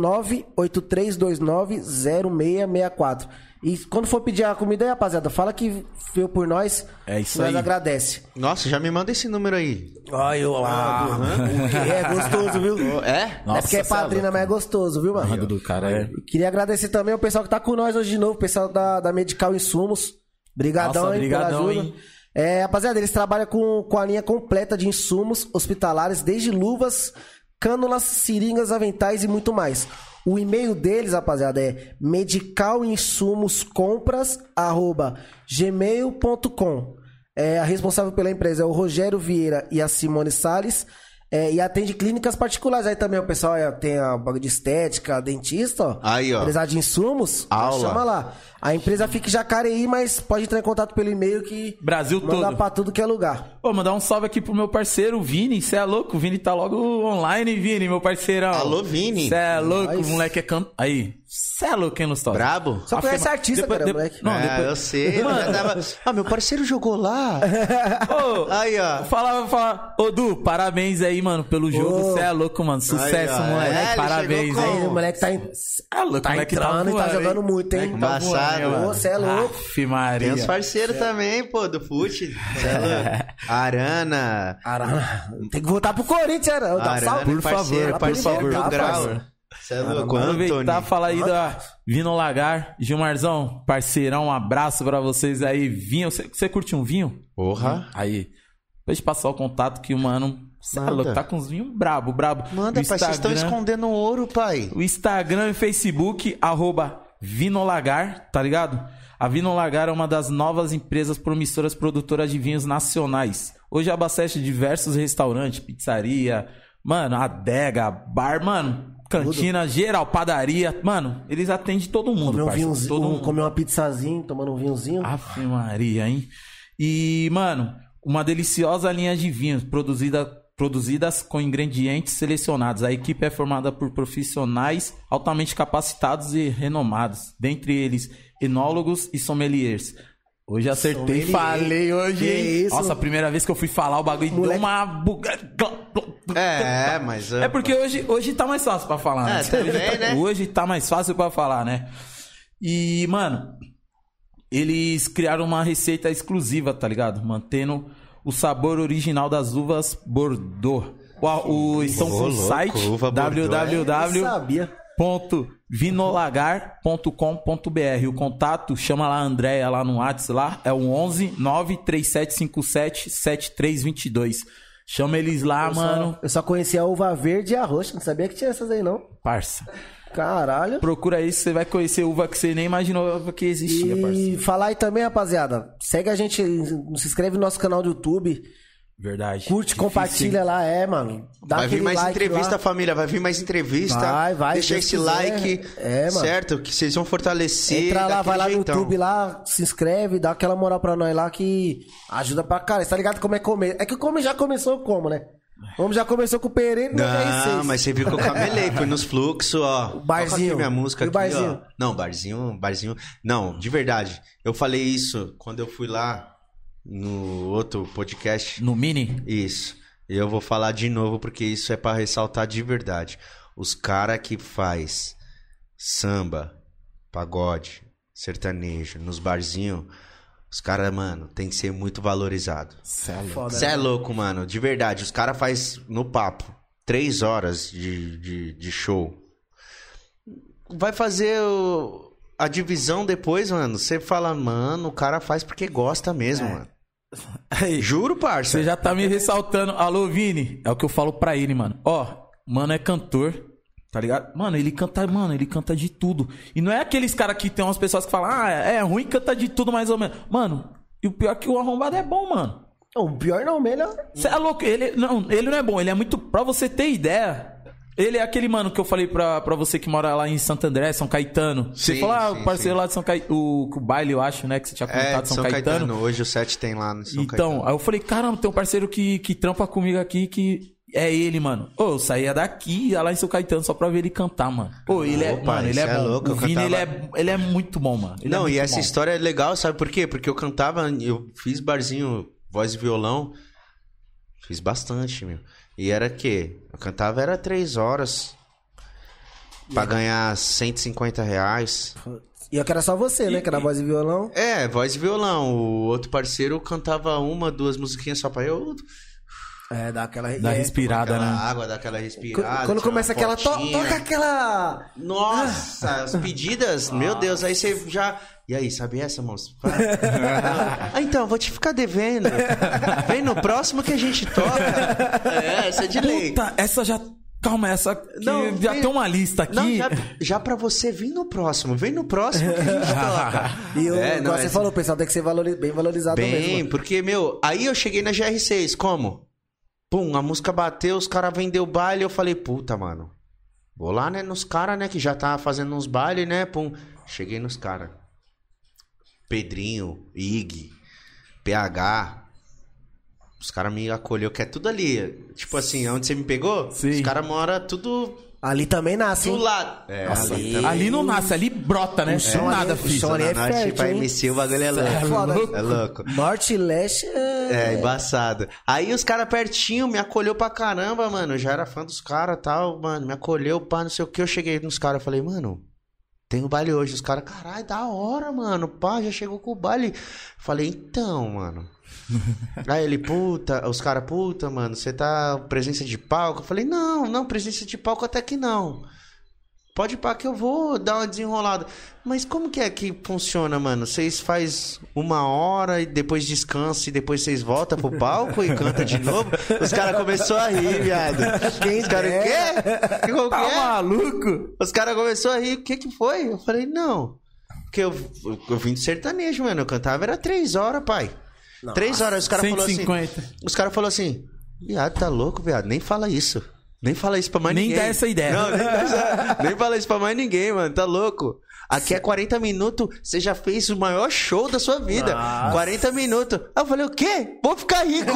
[SPEAKER 2] 983290664. E quando for pedir a comida aí, rapaziada, fala que veio por nós.
[SPEAKER 1] É isso
[SPEAKER 2] nós
[SPEAKER 1] aí.
[SPEAKER 2] agradece.
[SPEAKER 3] Nossa, já me manda esse número aí.
[SPEAKER 2] Ai, eu amo. É gostoso, viu?
[SPEAKER 3] Ô, É?
[SPEAKER 2] Não é porque
[SPEAKER 1] Nossa, cê
[SPEAKER 2] é
[SPEAKER 1] é
[SPEAKER 2] padrina,
[SPEAKER 1] louco.
[SPEAKER 2] mas é gostoso, viu,
[SPEAKER 1] Mano
[SPEAKER 2] mano?
[SPEAKER 1] do cara é.
[SPEAKER 2] E Queria agradecer também ao pessoal que tá com nós hoje de novo, o pessoal da, da Medical Insumos. Brigadão,
[SPEAKER 1] Nossa,
[SPEAKER 2] hein,
[SPEAKER 1] brigadão,
[SPEAKER 2] pela ajuda.
[SPEAKER 1] hein.
[SPEAKER 2] É, rapaziada, eles trabalham com, com a linha completa de insumos hospitalares, desde luvas, cânulas, seringas, aventais e muito mais. O e-mail deles, rapaziada, é medicalinsumoscompras@gmail.com. É, a responsável pela empresa é o Rogério Vieira e a Simone Salles. É, e atende clínicas particulares aí também, o pessoal é, tem a bagulho de estética, dentista, ó.
[SPEAKER 3] Aí, ó.
[SPEAKER 2] Precisar de insumos,
[SPEAKER 3] Aula.
[SPEAKER 2] chama lá. A empresa fica em Jacareí, mas pode entrar em contato pelo e-mail que
[SPEAKER 1] Brasil
[SPEAKER 2] manda
[SPEAKER 1] todo.
[SPEAKER 2] pra tudo que é lugar.
[SPEAKER 1] Ô, mandar um salve aqui pro meu parceiro, o Vini. Você é louco? O Vini tá logo online, Vini, meu parceirão.
[SPEAKER 3] Alô, Vini.
[SPEAKER 1] Você é louco,
[SPEAKER 2] Nós.
[SPEAKER 1] o moleque é canto. Aí. Você é louco, hein, Lustosa?
[SPEAKER 3] Brabo?
[SPEAKER 2] Só conhece artista,
[SPEAKER 1] Depois-
[SPEAKER 2] cara,
[SPEAKER 1] de-
[SPEAKER 2] moleque.
[SPEAKER 1] Não,
[SPEAKER 3] ah,
[SPEAKER 1] depois-
[SPEAKER 3] eu sei. Mano. Ah, meu parceiro jogou lá.
[SPEAKER 1] Ô,
[SPEAKER 3] Aí, ó.
[SPEAKER 1] Falava, falava. Ô, Du, parabéns aí, mano, pelo jogo.
[SPEAKER 2] Ô.
[SPEAKER 1] Você é louco, mano. Sucesso,
[SPEAKER 3] ó.
[SPEAKER 1] moleque.
[SPEAKER 3] É, ele
[SPEAKER 1] parabéns,
[SPEAKER 3] chegou
[SPEAKER 1] hein?
[SPEAKER 3] com-
[SPEAKER 2] Aí, o moleque tá, em,
[SPEAKER 1] É louco,
[SPEAKER 2] tá
[SPEAKER 1] como é que
[SPEAKER 2] entrando e tá
[SPEAKER 1] voando,
[SPEAKER 2] jogando muito, hein?
[SPEAKER 1] Como é que
[SPEAKER 3] Embaçado.
[SPEAKER 1] voando, hein, mano?
[SPEAKER 2] Ô, cê é louco.
[SPEAKER 1] Aff, Maria.
[SPEAKER 3] Tem uns parceiros também, pô, do fute. tá Arana.
[SPEAKER 2] Caralho, tem que voltar pro Corinthians, né? Dá um
[SPEAKER 3] Arana,
[SPEAKER 2] salve.
[SPEAKER 1] por
[SPEAKER 3] parceiro,
[SPEAKER 1] favor,
[SPEAKER 3] parceiro
[SPEAKER 1] por
[SPEAKER 3] do
[SPEAKER 1] favor.
[SPEAKER 3] Grau.
[SPEAKER 1] Por favor.
[SPEAKER 3] Cê é louco,
[SPEAKER 1] Aproveitar
[SPEAKER 3] Anthony.
[SPEAKER 1] e falar aí da Vino Lagar. Gilmarzão, parceirão, um abraço pra vocês aí. Vinho, você- você curte um vinho?
[SPEAKER 3] Porra.
[SPEAKER 1] Aí, depois de passar o contato que o mano, cê é
[SPEAKER 3] Manda.
[SPEAKER 1] louco, tá com uns vinhos brabo, brabo.
[SPEAKER 3] Manda,
[SPEAKER 1] O
[SPEAKER 3] pai, vocês estão
[SPEAKER 1] Instagram-
[SPEAKER 3] escondendo ouro, pai.
[SPEAKER 1] O Instagram e Facebook, arroba Vinolagar, tá ligado? A Vinolagar é uma das novas empresas promissoras produtoras de vinhos nacionais. Hoje abastece diversos restaurantes, pizzaria, mano, adega, bar, mano, cantina, geral, padaria. Mano, eles atendem todo mundo,
[SPEAKER 2] Comer um
[SPEAKER 1] parceiro,
[SPEAKER 2] vinhozinho,
[SPEAKER 1] todo
[SPEAKER 2] um-
[SPEAKER 1] mundo. Ah,
[SPEAKER 2] comer uma pizzazinha, tomando um vinhozinho.
[SPEAKER 1] Ave Maria, hein? E, mano, uma deliciosa linha de vinhos produzida, produzidas com ingredientes selecionados. A equipe é formada por profissionais altamente capacitados e renomados, dentre eles enólogos e sommeliers. Hoje acertei,
[SPEAKER 2] Sommelier.
[SPEAKER 1] falei hoje,
[SPEAKER 2] Que
[SPEAKER 1] hein?
[SPEAKER 2] isso?
[SPEAKER 1] Nossa, a primeira vez que eu fui falar o bagulho deu
[SPEAKER 2] Moleque-
[SPEAKER 1] uma buga...
[SPEAKER 3] É, mas.
[SPEAKER 1] É porque hoje, hoje tá mais fácil pra falar, né?
[SPEAKER 3] É, também,
[SPEAKER 1] hoje, tá,
[SPEAKER 3] né?
[SPEAKER 1] hoje tá mais fácil pra falar, né? E, mano, eles criaram uma receita exclusiva, tá ligado? Mantendo o sabor original das uvas Bordeaux. O, o, estão
[SPEAKER 3] Ô,
[SPEAKER 1] com o
[SPEAKER 3] louco,
[SPEAKER 1] site
[SPEAKER 3] uva Bordeaux, é
[SPEAKER 2] Eu
[SPEAKER 1] www
[SPEAKER 2] sabia.
[SPEAKER 1] vinolagar.com.br. O contato, chama lá a Andréia lá no WhatsApp, lá é o 11 93757 7322. Chama eles lá,
[SPEAKER 2] Eu só-
[SPEAKER 1] mano.
[SPEAKER 2] eu só conhecia a uva verde e a roxa. Não sabia que tinha essas aí, não.
[SPEAKER 1] Parça.
[SPEAKER 2] Caralho.
[SPEAKER 1] Procura aí, você vai conhecer uva que você nem imaginou que existia, parça.
[SPEAKER 2] E falar aí também, rapaziada. Segue a gente, se inscreve no nosso canal do YouTube.
[SPEAKER 1] Verdade.
[SPEAKER 2] Curte,
[SPEAKER 1] Difícil,
[SPEAKER 2] compartilha lá, é, mano. Dá
[SPEAKER 3] vai vir
[SPEAKER 2] aquele
[SPEAKER 3] mais
[SPEAKER 2] like
[SPEAKER 3] entrevista,
[SPEAKER 2] lá.
[SPEAKER 3] família. Vai vir mais entrevista.
[SPEAKER 2] Vai, vai,
[SPEAKER 3] Deixa
[SPEAKER 2] Deus
[SPEAKER 3] esse
[SPEAKER 2] quiser.
[SPEAKER 3] like.
[SPEAKER 2] É, mano.
[SPEAKER 3] Certo? Que vocês vão fortalecer.
[SPEAKER 2] Entra lá,
[SPEAKER 3] daquele
[SPEAKER 2] vai lá no
[SPEAKER 3] jeitão.
[SPEAKER 2] YouTube lá, se inscreve, dá aquela moral pra nós lá que ajuda pra caralho. Tá ligado como é comer? É que o come já começou como, né? Como já começou com o Pereira e não
[SPEAKER 3] Não, mas você viu que eu camelei, foi nos fluxos, ó.
[SPEAKER 2] barzinho.
[SPEAKER 3] Toca aqui minha música
[SPEAKER 2] E o
[SPEAKER 3] aqui,
[SPEAKER 2] barzinho?
[SPEAKER 3] ó. Não, barzinho, barzinho. Não, de verdade. Eu falei isso quando eu fui lá no outro podcast.
[SPEAKER 1] No mini?
[SPEAKER 3] Isso. E eu vou falar de novo porque isso é pra ressaltar de verdade. Os cara que faz samba, pagode, sertanejo nos barzinhos, os cara, mano, tem que ser muito valorizado.
[SPEAKER 1] Celo.
[SPEAKER 2] Foda,
[SPEAKER 3] Você
[SPEAKER 2] né?
[SPEAKER 3] é louco, mano. De verdade, os cara faz no papo. Três horas de, de, de show. Vai fazer o- a divisão depois, mano. Você fala, mano, o cara faz porque gosta mesmo, mano.
[SPEAKER 1] É. Aí,
[SPEAKER 3] Juro, parça.
[SPEAKER 1] Você já tá me ressaltando. Alô, Vini. É o que eu falo pra ele, mano. Ó, mano é cantor. Tá ligado? Mano, ele canta, mano, ele canta de tudo. E não é aqueles caras que tem umas pessoas que falam, ah, é ruim, canta de tudo mais ou menos. Mano, e o pior é que o arrombado é bom, mano.
[SPEAKER 2] Não, pior não, melhor.
[SPEAKER 1] Você é louco? Ele não, ele não é bom, ele é muito. Pra você ter ideia, ele é aquele mano que eu falei pra, pra você que mora lá em Santo André, São Caetano. Você
[SPEAKER 3] Sim,
[SPEAKER 1] falou, ah,
[SPEAKER 3] sim,
[SPEAKER 1] o parceiro lá de São Caetano. O, o baile, eu acho, né? Que você tinha comentado
[SPEAKER 3] É,
[SPEAKER 1] de São, Caetano.
[SPEAKER 3] Hoje o 7 tem lá no São
[SPEAKER 1] então,
[SPEAKER 3] Caetano.
[SPEAKER 1] aí eu falei, caramba, tem um parceiro que, que trampa comigo aqui que. É ele, mano. Ô, eu saía daqui ia lá em São Caetano só pra ver ele cantar, mano. Ô, ele é,
[SPEAKER 3] Opa,
[SPEAKER 1] mano, ele
[SPEAKER 3] isso
[SPEAKER 1] é,
[SPEAKER 3] é
[SPEAKER 1] bom.
[SPEAKER 3] louco,
[SPEAKER 1] o
[SPEAKER 3] eu
[SPEAKER 1] Vini,
[SPEAKER 3] cantava-
[SPEAKER 1] ele, é, ele é muito bom, mano. Ele é
[SPEAKER 3] Não, e
[SPEAKER 1] muito
[SPEAKER 3] essa
[SPEAKER 1] bom.
[SPEAKER 3] história é legal, sabe por quê? Porque eu cantava, eu fiz barzinho, voz e violão. Fiz bastante, meu. E era que? Eu cantava era três horas. Pra ganhar 150 reais.
[SPEAKER 2] E eu que era só você, né? Que era voz e violão.
[SPEAKER 3] É, voz e violão. O outro parceiro cantava uma, duas musiquinhas só pra eu.
[SPEAKER 2] É, dá aquela.
[SPEAKER 1] Da
[SPEAKER 2] é.
[SPEAKER 1] respirada,
[SPEAKER 3] Aquela
[SPEAKER 1] né?
[SPEAKER 3] água, daquela
[SPEAKER 2] Qu-
[SPEAKER 3] respirada.
[SPEAKER 2] Quando
[SPEAKER 3] tirar
[SPEAKER 2] começa
[SPEAKER 3] uma
[SPEAKER 2] aquela. to-
[SPEAKER 3] fotinha.
[SPEAKER 2] toca aquela.
[SPEAKER 3] Nossa, as pedidas, meu Deus, aí você já. E aí, sabe essa, moço? Vai. ah, então, vou te ficar devendo. Vem no próximo que a gente toca. É, essa é de lei.
[SPEAKER 1] Puta, essa já. Calma, essa. que
[SPEAKER 3] Não,
[SPEAKER 1] já
[SPEAKER 3] vem-
[SPEAKER 1] tem uma lista aqui.
[SPEAKER 3] Não, já, já pra você, vem no próximo. Vem no próximo que a gente toca.
[SPEAKER 2] E o
[SPEAKER 3] É,
[SPEAKER 2] igual
[SPEAKER 3] não,
[SPEAKER 2] você
[SPEAKER 3] é-
[SPEAKER 2] falou, o pessoal tem que ser valori- bem valorizado Tá mesmo.
[SPEAKER 3] Bem, porque, meu, aí eu cheguei na GR6, como? Pum, a música bateu, os caras vendeu baile, eu falei, puta, mano. Vou lá, né, nos caras, né, que já tá fazendo uns bailes, né, pum. Cheguei nos caras. Pedrinho, Ig, PH. Os caras me acolheu, que é tudo ali. Tipo assim, onde você me pegou,
[SPEAKER 1] Sim.
[SPEAKER 3] os caras moram tudo
[SPEAKER 2] Ali também nasce.
[SPEAKER 3] do
[SPEAKER 2] hein?
[SPEAKER 3] lado. É,
[SPEAKER 2] Nossa,
[SPEAKER 3] ali
[SPEAKER 2] e-
[SPEAKER 3] também.
[SPEAKER 1] então, Ali não nasce, ali brota, né?
[SPEAKER 2] som
[SPEAKER 1] Do
[SPEAKER 2] ali-
[SPEAKER 1] nada,
[SPEAKER 2] o
[SPEAKER 1] filho.
[SPEAKER 2] som ali- é
[SPEAKER 3] Zona Norte
[SPEAKER 2] fértil,
[SPEAKER 3] pra
[SPEAKER 2] hein?
[SPEAKER 3] MC, o bagulho é
[SPEAKER 2] É
[SPEAKER 3] louco.
[SPEAKER 2] foda.
[SPEAKER 3] É louco.
[SPEAKER 2] Norte e leste é.
[SPEAKER 3] É, embaçado. Aí os caras pertinho me acolheu pra caramba, mano. Eu já era fã dos caras tal, mano. Me acolheu, pá, não sei o que. Eu cheguei nos caras e falei, mano, tem o baile hoje. Os caras, caralho, da hora, mano. Pá, já chegou com o baile. Falei, então, mano. Aí ele, puta, os caras, puta, mano, você tá presença de palco? Eu falei, não, não, presença de palco até que não. Pode pá que eu vou dar uma desenrolada. Mas como que é que funciona, mano? Vocês faz uma hora e depois descansa e depois vocês voltam pro palco e canta de novo? Os caras começou a rir, viado. Quem os caras, o quê? Que- Qual que
[SPEAKER 1] Tá
[SPEAKER 3] é?
[SPEAKER 1] maluco?
[SPEAKER 3] Os caras começaram a rir, o que que foi? Eu falei, não. Porque eu, eu, eu vim do sertanejo, mano. Eu cantava, era três horas, pai. Três horas. Os caras falaram assim...
[SPEAKER 1] 150.
[SPEAKER 3] Os caras falaram assim, viado, tá louco, viado? Nem fala isso. Nem fala isso pra mais
[SPEAKER 1] Nem
[SPEAKER 3] ninguém.
[SPEAKER 1] dá essa ideia.
[SPEAKER 3] Não, nem, dá essa- nem fala isso pra mais ninguém, mano. Tá louco. Aqui é 40 minutos, você já fez o maior show da sua vida. 40 minutos. Aí eu falei, o quê? Vou ficar rico.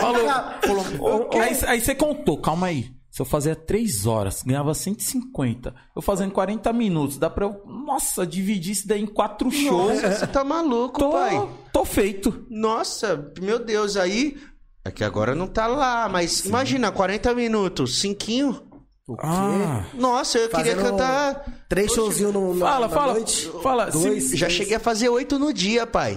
[SPEAKER 1] Falou. falou. Aí, aí você contou, calma aí. Se eu fazia 3 horas, ganhava 150. Eu fazendo 40 minutos, dá pra eu. Nossa, dividir isso daí em 4 shows.
[SPEAKER 3] Nossa, você tá maluco,
[SPEAKER 1] Tô,
[SPEAKER 3] pai.
[SPEAKER 1] tô feito.
[SPEAKER 3] Nossa, meu Deus, aí É que agora não tá lá, mas imagina, 40 minutos, cinquinho.
[SPEAKER 2] O quê?
[SPEAKER 1] Ah,
[SPEAKER 3] Nossa, eu
[SPEAKER 2] Fazendo-
[SPEAKER 3] queria cantar.
[SPEAKER 2] Três showzinhos no, na-
[SPEAKER 1] fala,
[SPEAKER 2] na
[SPEAKER 1] fala,
[SPEAKER 2] noite.
[SPEAKER 1] fala.
[SPEAKER 2] Dois.
[SPEAKER 1] se-
[SPEAKER 3] Já cheguei a fazer oito no dia, pai.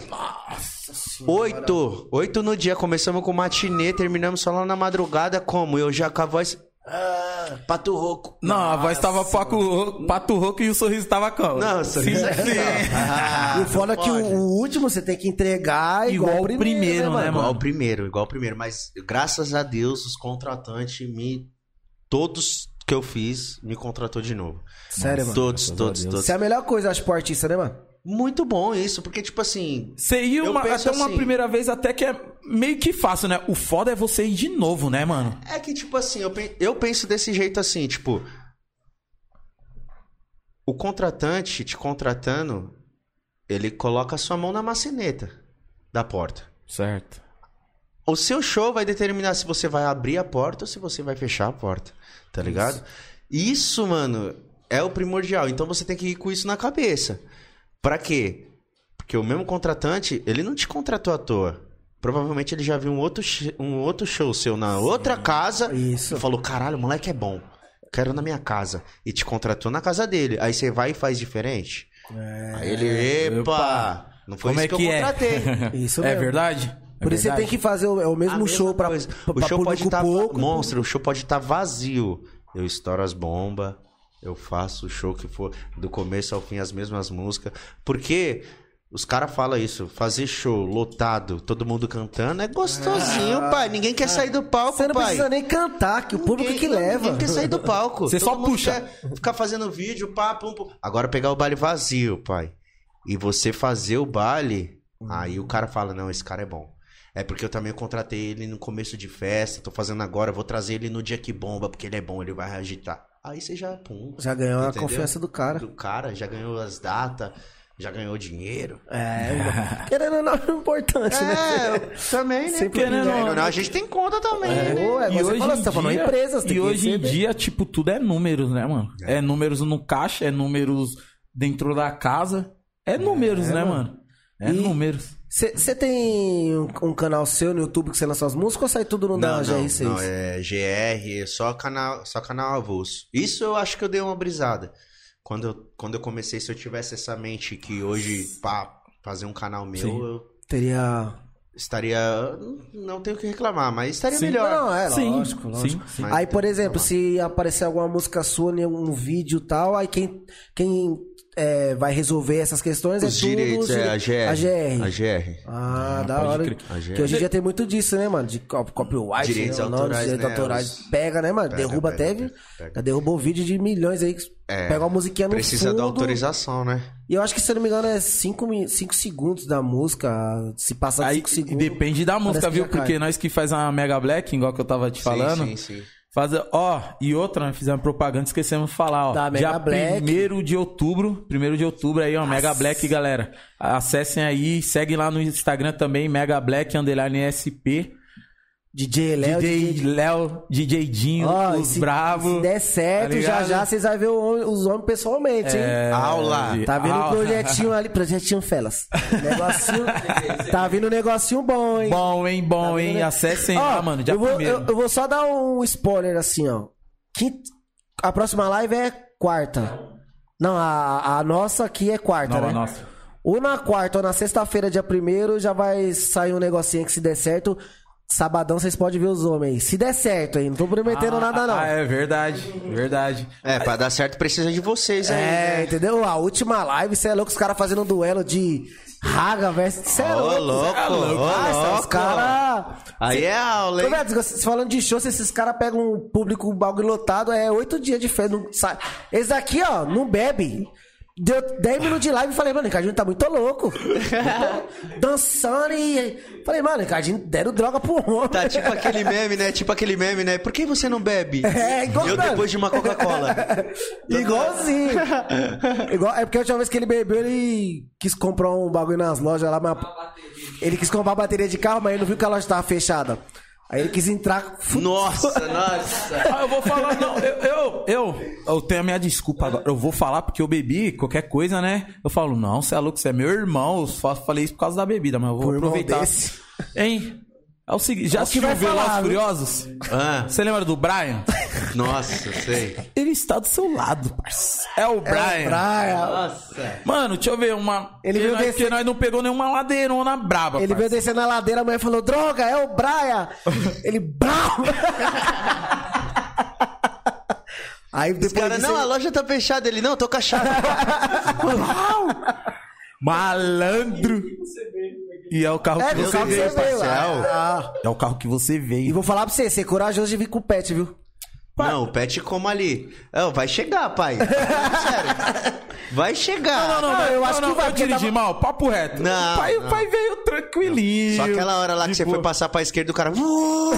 [SPEAKER 3] Oito. Oito no dia. Começamos com matinê, terminamos só lá na madrugada. Como? Eu já com a voz. Ah, pato rouco.
[SPEAKER 1] Não, a voz tava paco, ro- pato rouco e o sorriso tava calmo.
[SPEAKER 3] Não, o sorriso é Ah,
[SPEAKER 2] E o foda é que o, o último você tem que entregar igual,
[SPEAKER 1] Igual o
[SPEAKER 2] o primeiro,
[SPEAKER 1] primeiro,
[SPEAKER 2] né,
[SPEAKER 1] né,
[SPEAKER 2] mano?
[SPEAKER 1] mano?
[SPEAKER 3] É, Igual o primeiro, igual o primeiro. Mas graças a Deus, os contratantes me. Todos que eu fiz me contratou de novo.
[SPEAKER 2] Sério, mano.
[SPEAKER 3] Todos, todos, todos.
[SPEAKER 2] Isso é a melhor coisa, acho, pro artista, né, mano?
[SPEAKER 3] Muito bom isso, porque, tipo assim.
[SPEAKER 1] Seria
[SPEAKER 3] Eu
[SPEAKER 1] uma,
[SPEAKER 3] penso
[SPEAKER 1] até uma
[SPEAKER 3] assim.
[SPEAKER 1] primeira vez até que é meio que fácil, né? O foda é você ir de novo, né, mano?
[SPEAKER 3] É que, tipo assim, eu, pe- eu penso desse jeito assim, tipo. O contratante te contratando, ele coloca a sua mão na maçaneta da porta.
[SPEAKER 1] Certo.
[SPEAKER 3] O seu show vai determinar se você vai abrir a porta ou se você vai fechar a porta, tá ligado? Isso, mano, é o primordial. Então você tem que ir com isso na cabeça. Pra quê? Porque o mesmo contratante, ele não te contratou à toa. Provavelmente ele já viu um outro, sh- um outro show seu na outra casa
[SPEAKER 2] Isso.
[SPEAKER 3] e falou: caralho, o moleque é bom. Quero na minha casa. E te contratou na casa dele. Aí você vai e faz diferente. Aí ele, epa!
[SPEAKER 1] Epa.
[SPEAKER 3] Não foi
[SPEAKER 1] É, Como
[SPEAKER 3] isso
[SPEAKER 1] é
[SPEAKER 3] que,
[SPEAKER 1] que
[SPEAKER 3] eu
[SPEAKER 1] é?
[SPEAKER 3] contratei.
[SPEAKER 2] Isso
[SPEAKER 1] é
[SPEAKER 2] mesmo.
[SPEAKER 1] verdade?
[SPEAKER 2] Por isso você tem que fazer o, é o
[SPEAKER 3] A
[SPEAKER 2] mesmo
[SPEAKER 3] mesma
[SPEAKER 2] show pra,
[SPEAKER 3] coisa.
[SPEAKER 2] pra,
[SPEAKER 3] o
[SPEAKER 2] pra
[SPEAKER 3] show pode
[SPEAKER 2] público
[SPEAKER 3] estar
[SPEAKER 2] pouco.
[SPEAKER 3] monstro, o show pode estar vazio. Eu estouro as bombas, eu faço o show que for do começo ao fim as mesmas músicas, porque os caras falam isso, fazer show lotado, todo mundo cantando é gostosinho, pai. Ninguém quer sair do palco,
[SPEAKER 2] Ah. Você não
[SPEAKER 3] pai.
[SPEAKER 2] precisa nem cantar, que o público
[SPEAKER 3] Ninguém-
[SPEAKER 2] que leva.
[SPEAKER 3] Ninguém quer sair do palco.
[SPEAKER 1] Você só
[SPEAKER 3] mundo
[SPEAKER 1] puxa.
[SPEAKER 3] quer Ficar fazendo vídeo, pá, pum, pum. Agora pegar o baile vazio, pai. E você fazer o baile, aí o cara fala, não, esse cara é bom. É porque eu também contratei ele no começo de festa, tô fazendo agora, vou trazer ele no dia que bomba, porque ele é bom, ele vai agitar. Aí você já, pum,
[SPEAKER 2] Já ganhou a
[SPEAKER 3] Entendeu?
[SPEAKER 2] confiança do cara.
[SPEAKER 3] do cara, já ganhou as datas, já ganhou dinheiro.
[SPEAKER 2] É, mano. querendo ou não, é importante, né?
[SPEAKER 3] É, eu- também, né?
[SPEAKER 2] Sempre
[SPEAKER 3] Querendo
[SPEAKER 1] querendo.
[SPEAKER 3] ou não, a gente tem conta também,
[SPEAKER 2] É,
[SPEAKER 3] né?
[SPEAKER 2] ou é,
[SPEAKER 1] E
[SPEAKER 2] você
[SPEAKER 1] hoje
[SPEAKER 2] falou,
[SPEAKER 1] em
[SPEAKER 2] você tá falando
[SPEAKER 1] dia-
[SPEAKER 2] empresas, tem
[SPEAKER 1] E
[SPEAKER 2] que
[SPEAKER 1] hoje em
[SPEAKER 2] receber.
[SPEAKER 1] dia, tipo, tudo é números, né, mano? É. números no caixa, é números dentro da casa. É números, né, mano? É
[SPEAKER 2] E-
[SPEAKER 1] números.
[SPEAKER 2] Você tem um, um canal seu no YouTube que você lança as músicas ou sai tudo no da GR6?
[SPEAKER 3] não, é GR, é só canal, só canal avulso. Isso eu acho que eu dei uma brisada. Quando eu, quando eu comecei, se eu tivesse essa mente que hoje, pá, fazer um canal meu,
[SPEAKER 1] Sim.
[SPEAKER 3] eu
[SPEAKER 2] Teria.
[SPEAKER 3] estaria. Não tenho o que reclamar, mas estaria
[SPEAKER 1] Sim.
[SPEAKER 3] melhor.
[SPEAKER 2] Não, é,
[SPEAKER 1] sim,
[SPEAKER 2] lógico, lógico.
[SPEAKER 1] sim, sim.
[SPEAKER 3] Mas- é
[SPEAKER 2] Aí, por exemplo, se aparecer alguma música sua em um vídeo e tal, aí quem, quem é, vai resolver essas questões é
[SPEAKER 3] Os
[SPEAKER 2] tudo
[SPEAKER 3] direitos,
[SPEAKER 2] os
[SPEAKER 3] é a
[SPEAKER 2] direitos.
[SPEAKER 3] GR.
[SPEAKER 2] A GR.
[SPEAKER 3] A GR.
[SPEAKER 2] Ah, da
[SPEAKER 1] pode
[SPEAKER 2] hora.
[SPEAKER 1] crer.
[SPEAKER 3] A GR.
[SPEAKER 2] Porque hoje em dia tem muito disso, né, mano? De co- copyright,
[SPEAKER 3] Direitos
[SPEAKER 2] né, o nome,
[SPEAKER 3] autorais,
[SPEAKER 2] direitos
[SPEAKER 3] né,
[SPEAKER 2] autorais.
[SPEAKER 3] os-
[SPEAKER 2] Pega, né, mano?
[SPEAKER 3] Pega,
[SPEAKER 2] derruba
[SPEAKER 3] pega,
[SPEAKER 2] até.
[SPEAKER 3] pega, pega.
[SPEAKER 2] Já derrubou vídeo de milhões aí. que pega uma musiquinha no
[SPEAKER 3] Precisa
[SPEAKER 2] fundo.
[SPEAKER 3] da autorização, né?
[SPEAKER 2] E eu acho que, se eu não me engano, é 5 segundos da música. Se passar
[SPEAKER 1] Aí
[SPEAKER 2] 5 segundos.
[SPEAKER 1] depende da música,
[SPEAKER 2] que já
[SPEAKER 1] viu? Porque
[SPEAKER 2] cai.
[SPEAKER 1] nós que faz a Mega Black, igual que eu tava te falando,
[SPEAKER 3] Sim, sim, sim.
[SPEAKER 1] Fazer, ó, e outra, nós fizemos propaganda, esquecemos de falar, ó.
[SPEAKER 2] Da Mega
[SPEAKER 1] Dia
[SPEAKER 2] Black.
[SPEAKER 1] 1 de outubro, 1 de outubro aí, ó, Mega Black, galera. Acessem aí, segue lá no Instagram também, Mega Black, underline SP.
[SPEAKER 2] DJ Léo.
[SPEAKER 1] DJ Léo, DJ Dinho,
[SPEAKER 2] Ó,
[SPEAKER 1] os
[SPEAKER 2] se,
[SPEAKER 1] Bravo.
[SPEAKER 2] Se der certo,
[SPEAKER 1] tá
[SPEAKER 2] já
[SPEAKER 1] ligado? É.
[SPEAKER 2] já vocês vão ver o homem- os homens pessoalmente, hein?
[SPEAKER 3] Aula.
[SPEAKER 1] de-
[SPEAKER 2] Tá vindo um
[SPEAKER 1] aula.
[SPEAKER 2] projetinho ali, projetinho Felas. Negocinho. tá vindo um negocinho bom, hein?
[SPEAKER 1] Bom, hein, bom, hein. Acessem lá,
[SPEAKER 2] Tá Ó,
[SPEAKER 1] mano, dia
[SPEAKER 2] eu, vou,
[SPEAKER 1] 1
[SPEAKER 2] eu, eu vou só dar um spoiler assim, ó. Quinta- a próxima live é quarta. Não, a, a nossa aqui é quarta,
[SPEAKER 1] Não, a
[SPEAKER 2] né?
[SPEAKER 1] nossa.
[SPEAKER 2] Ou na quarta ou na sexta-feira, dia primeiro, já vai sair um negocinho que se der certo. Sabadão vocês podem ver os homens aí. Se der certo aí, não tô prometendo nada não.
[SPEAKER 1] Ah, é verdade, verdade.
[SPEAKER 3] É, pra dar certo precisa de vocês aí. né?
[SPEAKER 2] É, entendeu? A última live, você é louco, os caras fazendo um duelo de Raga versus. Você é
[SPEAKER 3] Ô,
[SPEAKER 2] louco.
[SPEAKER 3] louco,
[SPEAKER 2] cê é louco.
[SPEAKER 3] ô,
[SPEAKER 2] Ah, cê- Os
[SPEAKER 3] louco.
[SPEAKER 2] caras.
[SPEAKER 3] Aí é aula, hein?
[SPEAKER 2] Falando de show, se esses caras pegam um público um bagulho lotado, é oito dias de festa. Não sai. Esse aqui, ó, não bebe. Deu 10 minutos de live e falei, mano, o Ricardinho tá muito louco. Dançando e. Falei, mano, o Ricardinho deram droga pro homem.
[SPEAKER 3] Tá tipo aquele meme, né? Tipo aquele meme, né? Por que você não bebe?
[SPEAKER 2] É, igual,
[SPEAKER 3] Eu
[SPEAKER 2] mano.
[SPEAKER 3] depois de uma Coca-Cola.
[SPEAKER 2] Igualzinho. Igual, é porque a última vez que ele bebeu, ele quis comprar um bagulho nas lojas lá, mas. Ele quis comprar bateria de carro, mas ele não viu que a loja tava fechada. Aí ele quis entrar. fu-
[SPEAKER 3] Nossa, nossa.
[SPEAKER 1] Ah, eu vou falar, não, eu, eu, eu, eu tenho a minha desculpa agora. Eu vou falar porque eu bebi qualquer coisa, né? Eu falo, não, você é louco, você é meu irmão. Eu só falei isso por causa da bebida, mas eu vou
[SPEAKER 2] Por irmão
[SPEAKER 1] aproveitar.
[SPEAKER 2] desse.
[SPEAKER 1] Hein? É o seguinte, já
[SPEAKER 2] É o que
[SPEAKER 1] assistiu
[SPEAKER 2] vai
[SPEAKER 1] Velozes
[SPEAKER 2] falar,
[SPEAKER 1] e
[SPEAKER 2] viu?
[SPEAKER 1] Furiosos?
[SPEAKER 3] Ah,
[SPEAKER 1] Você lembra do Brian?
[SPEAKER 3] nossa, sei.
[SPEAKER 1] Ele está do seu lado, parceiro. É o Brian.
[SPEAKER 2] Praia.
[SPEAKER 3] Nossa.
[SPEAKER 1] Mano, deixa eu ver uma. porque
[SPEAKER 2] Ele veio
[SPEAKER 1] nós,
[SPEAKER 2] desse-
[SPEAKER 1] porque nós não pegou nenhuma ladeirona braba.
[SPEAKER 2] Ele veio
[SPEAKER 1] parceiro.
[SPEAKER 2] descendo a ladeira, a mulher falou, droga, é o Braia. Ele, bravo. Aí depois
[SPEAKER 3] Os caras,
[SPEAKER 2] disso,
[SPEAKER 1] é.
[SPEAKER 3] não, a
[SPEAKER 2] ele-
[SPEAKER 3] loja tá fechada. Ele, não, tô com a chave.
[SPEAKER 1] Malandro! E é o carro
[SPEAKER 2] É,
[SPEAKER 1] que
[SPEAKER 2] do
[SPEAKER 1] você
[SPEAKER 2] carro que
[SPEAKER 1] veio.
[SPEAKER 2] você veio.
[SPEAKER 3] parcial.
[SPEAKER 2] Ah,
[SPEAKER 1] É o carro que você
[SPEAKER 2] e
[SPEAKER 1] veio.
[SPEAKER 2] vou falar pra você, você é corajoso de vir com o pet, viu?
[SPEAKER 3] Não, o Pet como ali. Não, vai chegar, pai. Sério. Vai
[SPEAKER 1] Não,
[SPEAKER 3] chegar.
[SPEAKER 1] não, eu
[SPEAKER 2] Não, Ah, eu
[SPEAKER 1] não,
[SPEAKER 2] acho
[SPEAKER 1] não,
[SPEAKER 2] que vai,
[SPEAKER 1] eu
[SPEAKER 2] porque
[SPEAKER 1] dirigi
[SPEAKER 2] tava-
[SPEAKER 1] mal, papo reto.
[SPEAKER 3] Não,
[SPEAKER 1] o, pai,
[SPEAKER 3] não.
[SPEAKER 1] o pai veio tranquilinho.
[SPEAKER 3] Só aquela hora lá que você foi passar pra esquerda, o cara. "Uh",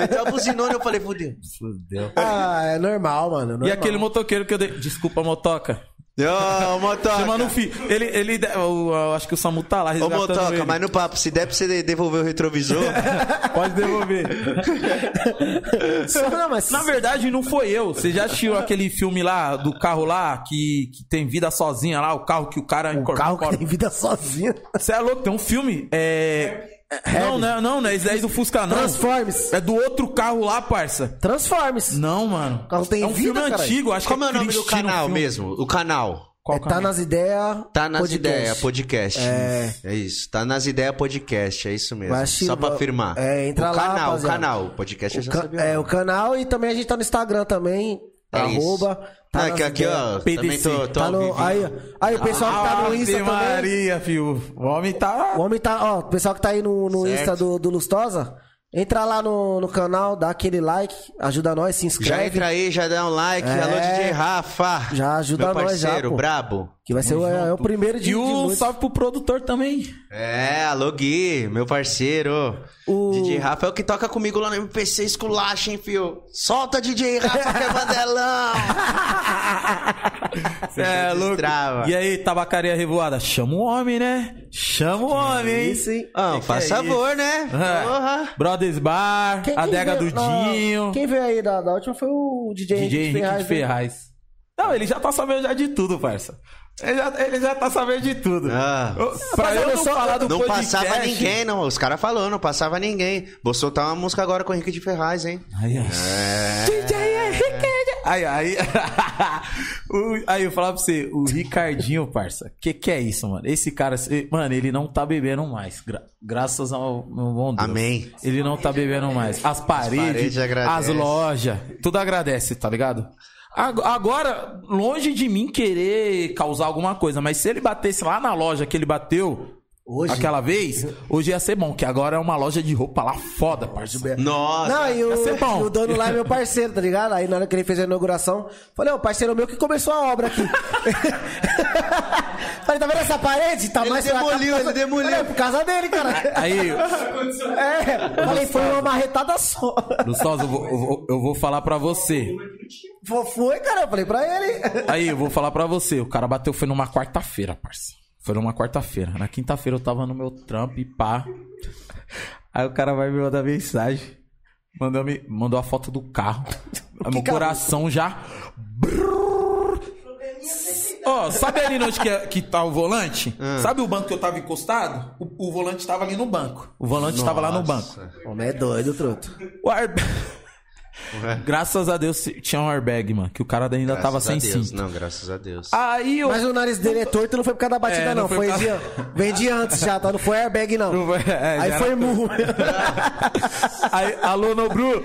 [SPEAKER 3] Meteu a buzinona e eu falei, fudeu.
[SPEAKER 1] Fudeu.
[SPEAKER 2] Ah, é normal, mano. normal.
[SPEAKER 1] E aquele motoqueiro que eu dei. Desculpa, motoca.
[SPEAKER 3] Ô, motoca.
[SPEAKER 1] Chama no fi. Ele, ele, eu, eu acho que o Samu tá lá
[SPEAKER 3] Ô,
[SPEAKER 1] resgatando
[SPEAKER 3] motoca,
[SPEAKER 1] ele.
[SPEAKER 3] mas no papo, se der pra você devolver o retrovisor.
[SPEAKER 1] Pode devolver.
[SPEAKER 2] Não, mas...
[SPEAKER 1] Na verdade, não foi eu. Você já assistiu aquele filme lá, do carro lá, que, que tem vida sozinha lá, o carro que o cara
[SPEAKER 2] O carro que tem vida sozinho.
[SPEAKER 1] Você é louco, tem um filme. É. Não, não, não, não é esse daí do Fusca, não.
[SPEAKER 2] Transformes.
[SPEAKER 1] É do outro carro lá, parça.
[SPEAKER 2] Transformes.
[SPEAKER 1] Não, mano.
[SPEAKER 2] carro tem
[SPEAKER 1] é um
[SPEAKER 2] vida,
[SPEAKER 1] filme
[SPEAKER 2] caralho.
[SPEAKER 1] antigo, acho
[SPEAKER 3] Como
[SPEAKER 1] que
[SPEAKER 3] é o nome do
[SPEAKER 1] Cristina o
[SPEAKER 3] canal
[SPEAKER 1] filme.
[SPEAKER 3] mesmo? O canal.
[SPEAKER 1] Qual
[SPEAKER 2] É, tá
[SPEAKER 1] canal?
[SPEAKER 2] nas ideias.
[SPEAKER 3] Tá nas
[SPEAKER 2] podcast.
[SPEAKER 3] ideias, podcast. É. isso. Tá nas ideias, podcast. É isso mesmo.
[SPEAKER 2] Vai assistir,
[SPEAKER 3] Só pra
[SPEAKER 2] vai-
[SPEAKER 3] afirmar.
[SPEAKER 2] É, entra
[SPEAKER 3] o
[SPEAKER 2] lá,
[SPEAKER 3] Canal, o
[SPEAKER 2] rapaziada.
[SPEAKER 3] canal. O podcast eu já
[SPEAKER 2] Ca-
[SPEAKER 3] sabia.
[SPEAKER 2] é, o canal e também a gente tá no Instagram também.
[SPEAKER 3] É
[SPEAKER 2] arroba.
[SPEAKER 3] Não,
[SPEAKER 2] Tá
[SPEAKER 3] é que
[SPEAKER 2] nas
[SPEAKER 3] aqui, ó.
[SPEAKER 2] ideias.
[SPEAKER 3] Também tô, tô
[SPEAKER 2] Tá
[SPEAKER 3] ao
[SPEAKER 2] no,
[SPEAKER 3] vivinho.
[SPEAKER 2] aí, aí, o pessoal que tá no Insta
[SPEAKER 1] Ave
[SPEAKER 2] também.
[SPEAKER 1] Maria, filho. O homem tá.
[SPEAKER 2] O homem tá, ó, o pessoal que tá aí no, no
[SPEAKER 3] Certo.
[SPEAKER 2] Insta do, do Lustosa, entra lá no, no canal, dá aquele like, ajuda nós, se inscreve.
[SPEAKER 3] Já entra aí, já dá um like.
[SPEAKER 2] É.
[SPEAKER 3] Alô, DJ Rafa.
[SPEAKER 2] Já ajuda
[SPEAKER 3] Meu
[SPEAKER 2] nós, já,
[SPEAKER 3] parceiro,
[SPEAKER 2] pô.
[SPEAKER 3] brabo.
[SPEAKER 2] Que vai ser o, é, o primeiro de,
[SPEAKER 1] E
[SPEAKER 2] de
[SPEAKER 1] um
[SPEAKER 2] muitos.
[SPEAKER 1] salve pro produtor também.
[SPEAKER 3] É, alô, Gui, meu parceiro.
[SPEAKER 2] O-
[SPEAKER 3] DJ Rafa é o que toca comigo lá no MPC Esculacha, hein, fio? Solta, DJ Rafa, que é bandelão.
[SPEAKER 1] Cê é louco.
[SPEAKER 3] Destrava.
[SPEAKER 1] E aí, tabacaria revoada? Chama o homem, né? Chama o homem, hein?
[SPEAKER 2] Isso, hein?
[SPEAKER 3] Ah,
[SPEAKER 1] que
[SPEAKER 3] faz
[SPEAKER 1] é
[SPEAKER 3] favor, né?
[SPEAKER 1] Ah,
[SPEAKER 3] Porra.
[SPEAKER 1] Brothers Bar,
[SPEAKER 2] Quem- quem
[SPEAKER 1] Adega
[SPEAKER 2] veio-
[SPEAKER 1] do
[SPEAKER 2] não,
[SPEAKER 1] Dinho,
[SPEAKER 2] Quem veio aí da, da última foi o DJ,
[SPEAKER 1] DJ Henrique de
[SPEAKER 2] né?
[SPEAKER 1] Ferraz. Não, ele já tá sabendo já de tudo, parça. Ele já, ele já tá sabendo de tudo.
[SPEAKER 3] Ah.
[SPEAKER 1] Eu- Pra eu não falar do
[SPEAKER 3] Não
[SPEAKER 1] podcast-
[SPEAKER 3] passava ninguém, não. Os caras falou, não passava ninguém. Vou soltar uma música agora com o Henrique de Ferraz, hein?
[SPEAKER 1] Aí, ó.
[SPEAKER 3] É.
[SPEAKER 1] DJ Henrique de- Aí, aí. O- aí eu falava pra você, o Ricardinho, parça. Que que é isso, mano? Esse cara, esse- mano, ele não tá bebendo mais. gra- graças ao meu bom Deus.
[SPEAKER 3] Amém.
[SPEAKER 1] Ele não tá bebendo mais. As paredes,
[SPEAKER 3] paredes
[SPEAKER 1] as
[SPEAKER 3] agradecem.
[SPEAKER 1] lojas, tudo agradece, tá ligado? Ag- Agora, longe de mim querer causar alguma coisa, mas se ele batesse lá na loja que ele bateu
[SPEAKER 2] Hoje.
[SPEAKER 1] aquela vez, hoje ia ser bom, que agora é uma loja de roupa lá foda, parceiro.
[SPEAKER 3] Nossa.
[SPEAKER 2] Não, e o,
[SPEAKER 1] ia ser bom.
[SPEAKER 2] e o dono lá é meu parceiro, tá ligado? Aí na hora que ele fez a inauguração, falei, ô, parceiro meu que começou a obra aqui. falei, tá vendo essa parede? Tá
[SPEAKER 3] Ele
[SPEAKER 2] mais pra cá por
[SPEAKER 3] demoliu,
[SPEAKER 2] causa-
[SPEAKER 3] ele demoliu.
[SPEAKER 2] Falei, por causa dele, cara.
[SPEAKER 1] Aí,
[SPEAKER 2] É, falei, foi uma marretada só.
[SPEAKER 1] Lustosa, eu vou, eu vou- eu vou falar pra você.
[SPEAKER 2] Fo- Foi, cara, eu falei pra ele.
[SPEAKER 1] Aí, eu vou falar pra você. O cara bateu, foi numa quarta-feira, parça. Foi numa quarta-feira. Na quinta-feira eu tava no meu trampo e pá. Aí o cara vai me mandar mensagem. Mandou, me, mandou a foto do carro. Aí meu
[SPEAKER 2] carro?
[SPEAKER 1] coração já. Ó, sabe ali onde que, é- que tá o volante? Sabe o banco que eu tava encostado? O, o volante tava ali no banco. O volante tava lá no banco.
[SPEAKER 2] Homem é doido, truto.
[SPEAKER 1] O airbag.
[SPEAKER 3] Ué.
[SPEAKER 1] Graças a Deus tinha um airbag, mano. Que o cara ainda
[SPEAKER 3] Graças
[SPEAKER 1] tava
[SPEAKER 3] a
[SPEAKER 1] sem
[SPEAKER 3] Deus. né?
[SPEAKER 1] cinto.
[SPEAKER 3] Não, graças a Deus.
[SPEAKER 1] Aí eu.
[SPEAKER 2] Mas o nariz dele é torto, não foi por causa da batida,
[SPEAKER 1] É, não
[SPEAKER 2] não.
[SPEAKER 1] foi
[SPEAKER 2] Foi
[SPEAKER 1] por
[SPEAKER 2] de, vem de antes já, tá? Não foi airbag, não.
[SPEAKER 1] Não foi- é, já
[SPEAKER 2] Aí foi
[SPEAKER 1] era-
[SPEAKER 2] murro.
[SPEAKER 1] Aí, alô, Nobru!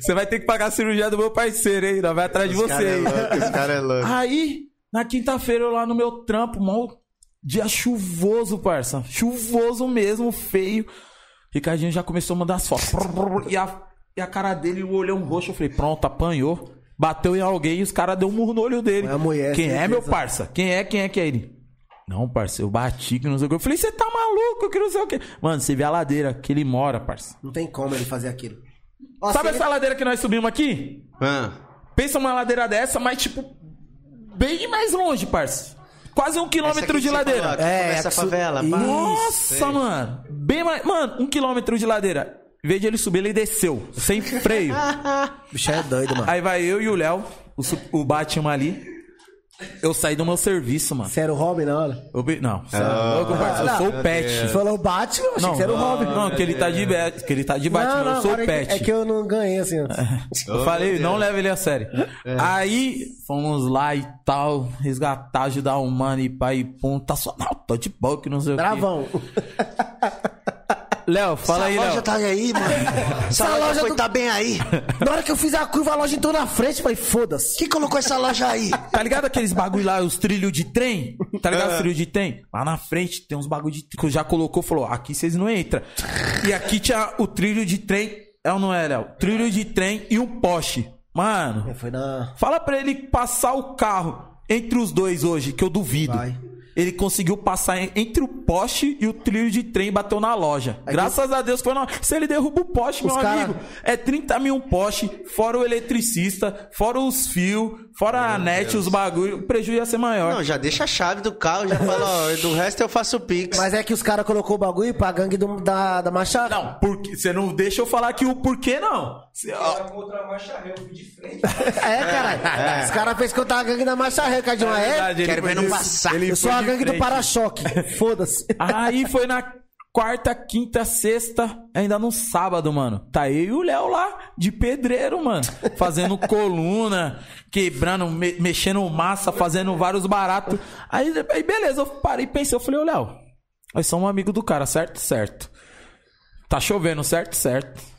[SPEAKER 1] você vai ter que pagar a cirurgia do meu parceiro, hein? Nós vai atrás de
[SPEAKER 3] Os cara
[SPEAKER 1] você,
[SPEAKER 3] é
[SPEAKER 1] hein?
[SPEAKER 3] louco, Os caras é louco.
[SPEAKER 1] Aí, na quinta-feira, eu lá no meu trampo, mal dia chuvoso, parça. Chuvoso mesmo, feio. Ricardinho já começou a mandar as fotos. E a, e a cara dele, o olhão roxo, eu falei, pronto, apanhou. Bateu em alguém e os caras deu um murro no olho dele.
[SPEAKER 2] É a mulher,
[SPEAKER 1] Quem é,
[SPEAKER 2] certeza.
[SPEAKER 1] meu parça? Quem é, quem é, quem é ele? Não, parça, eu bati, que não sei o que. Eu falei, você tá maluco, que não sei o que. Mano, você vê a ladeira que ele mora, parça.
[SPEAKER 2] Não tem como ele fazer aquilo. Ó,
[SPEAKER 1] Sabe
[SPEAKER 2] se ele-
[SPEAKER 1] essa ladeira que nós subimos aqui?
[SPEAKER 3] Ah,
[SPEAKER 1] Pensa uma ladeira dessa, mas tipo, bem mais longe, parça. Quase um
[SPEAKER 3] essa aqui
[SPEAKER 1] quilômetro
[SPEAKER 3] que
[SPEAKER 1] de
[SPEAKER 3] você falou,
[SPEAKER 1] ladeira.
[SPEAKER 3] que
[SPEAKER 2] É,
[SPEAKER 3] começa a
[SPEAKER 2] que su-
[SPEAKER 3] favela.
[SPEAKER 2] Ih.
[SPEAKER 3] pá.
[SPEAKER 1] Nossa, mano. Bem mais. Mano, um quilômetro de ladeira. Em vez de ele subir, ele desceu. Sem freio.
[SPEAKER 2] Bicho é doido, mano.
[SPEAKER 1] Aí vai eu e o Léo, o, su- o Batman ali. Eu saí do meu serviço, mano.
[SPEAKER 2] Você era o Robin na hora?
[SPEAKER 1] Eu be- Não, você é louco, parceiro. Eu sou o
[SPEAKER 2] Você
[SPEAKER 1] pet.
[SPEAKER 2] falou o Batman? Achei que Ah. você era o Robin.
[SPEAKER 1] Não, que ele tá de, be- que ele tá de Batman, eu sou o
[SPEAKER 2] agora é que-
[SPEAKER 1] pet. É.
[SPEAKER 2] É que eu não ganhei, assim.
[SPEAKER 1] Eu
[SPEAKER 3] Oh,
[SPEAKER 1] falei,
[SPEAKER 3] meu
[SPEAKER 1] não
[SPEAKER 3] Deus. É.
[SPEAKER 1] leva ele a sério. Aí, fomos lá e tal, resgatar, ajudar o mano e pai, e pum, tá só, não, tô de boa que não sei o
[SPEAKER 2] Bravão.
[SPEAKER 1] quê. Léo, fala aí,
[SPEAKER 3] Essa loja
[SPEAKER 1] Léo.
[SPEAKER 3] tá aí, mano. Essa, loja,
[SPEAKER 2] loja
[SPEAKER 3] foi
[SPEAKER 2] do-
[SPEAKER 3] tá bem aí.
[SPEAKER 2] Na hora que eu fiz a curva, a loja entrou na frente, falei, foda-se.
[SPEAKER 3] Quem colocou essa loja aí?
[SPEAKER 1] Tá ligado aqueles bagulho lá, os trilhos de trem? Tá
[SPEAKER 3] É.
[SPEAKER 1] ligado os trilhos de trem? Lá na frente tem uns bagulho de que já colocou, falou, aqui vocês não entram. E aqui tinha o trilho de trem, é ou não é, Léo? Trilho de trem e um poste. Mano,
[SPEAKER 2] Foi na.
[SPEAKER 1] Fala pra ele passar o carro entre os dois hoje, que eu duvido.
[SPEAKER 2] Vai.
[SPEAKER 1] Ele conseguiu passar en- entre o poste e o trilho de trem e bateu na loja. Graças a Deus que foi na... Se ele derruba o poste, meu
[SPEAKER 2] É Os cara-
[SPEAKER 1] amigo, é 30 mil um poste, fora o eletricista, fora os fios, fora a net, os bagulho, o prejuízo ia ser maior.
[SPEAKER 3] Não, já deixa a chave do carro, já fala, ó, do resto eu faço o pix.
[SPEAKER 2] Mas é que os caras colocou o bagulho pra gangue do- da, da Machado.
[SPEAKER 1] Não, porque você não deixa eu falar aqui o porquê não. Cê- ó,
[SPEAKER 4] Era contra a marcha ré, eu fui de frente.
[SPEAKER 2] É, caralho. Os caras fez que eu tava a gangue da Marcha Ré, cara de uma é.
[SPEAKER 1] É. verdade, ele
[SPEAKER 3] quero ver
[SPEAKER 1] foi
[SPEAKER 3] não
[SPEAKER 1] de-
[SPEAKER 3] passar.
[SPEAKER 1] ele
[SPEAKER 2] Eu sou
[SPEAKER 1] foi
[SPEAKER 2] a
[SPEAKER 1] de
[SPEAKER 2] gangue do
[SPEAKER 1] frente.
[SPEAKER 2] para-choque. Foda-se.
[SPEAKER 1] Aí foi na quarta, quinta, sexta, ainda no sábado, mano. Tá eu e o Léo lá, de pedreiro, mano. Fazendo coluna, quebrando, me- mexendo massa, fazendo vários baratos. Aí, aí beleza, eu parei e pensei, eu falei, ô Léo, nós somos um amigo do cara, certo? Certo. Tá chovendo, certo? Certo.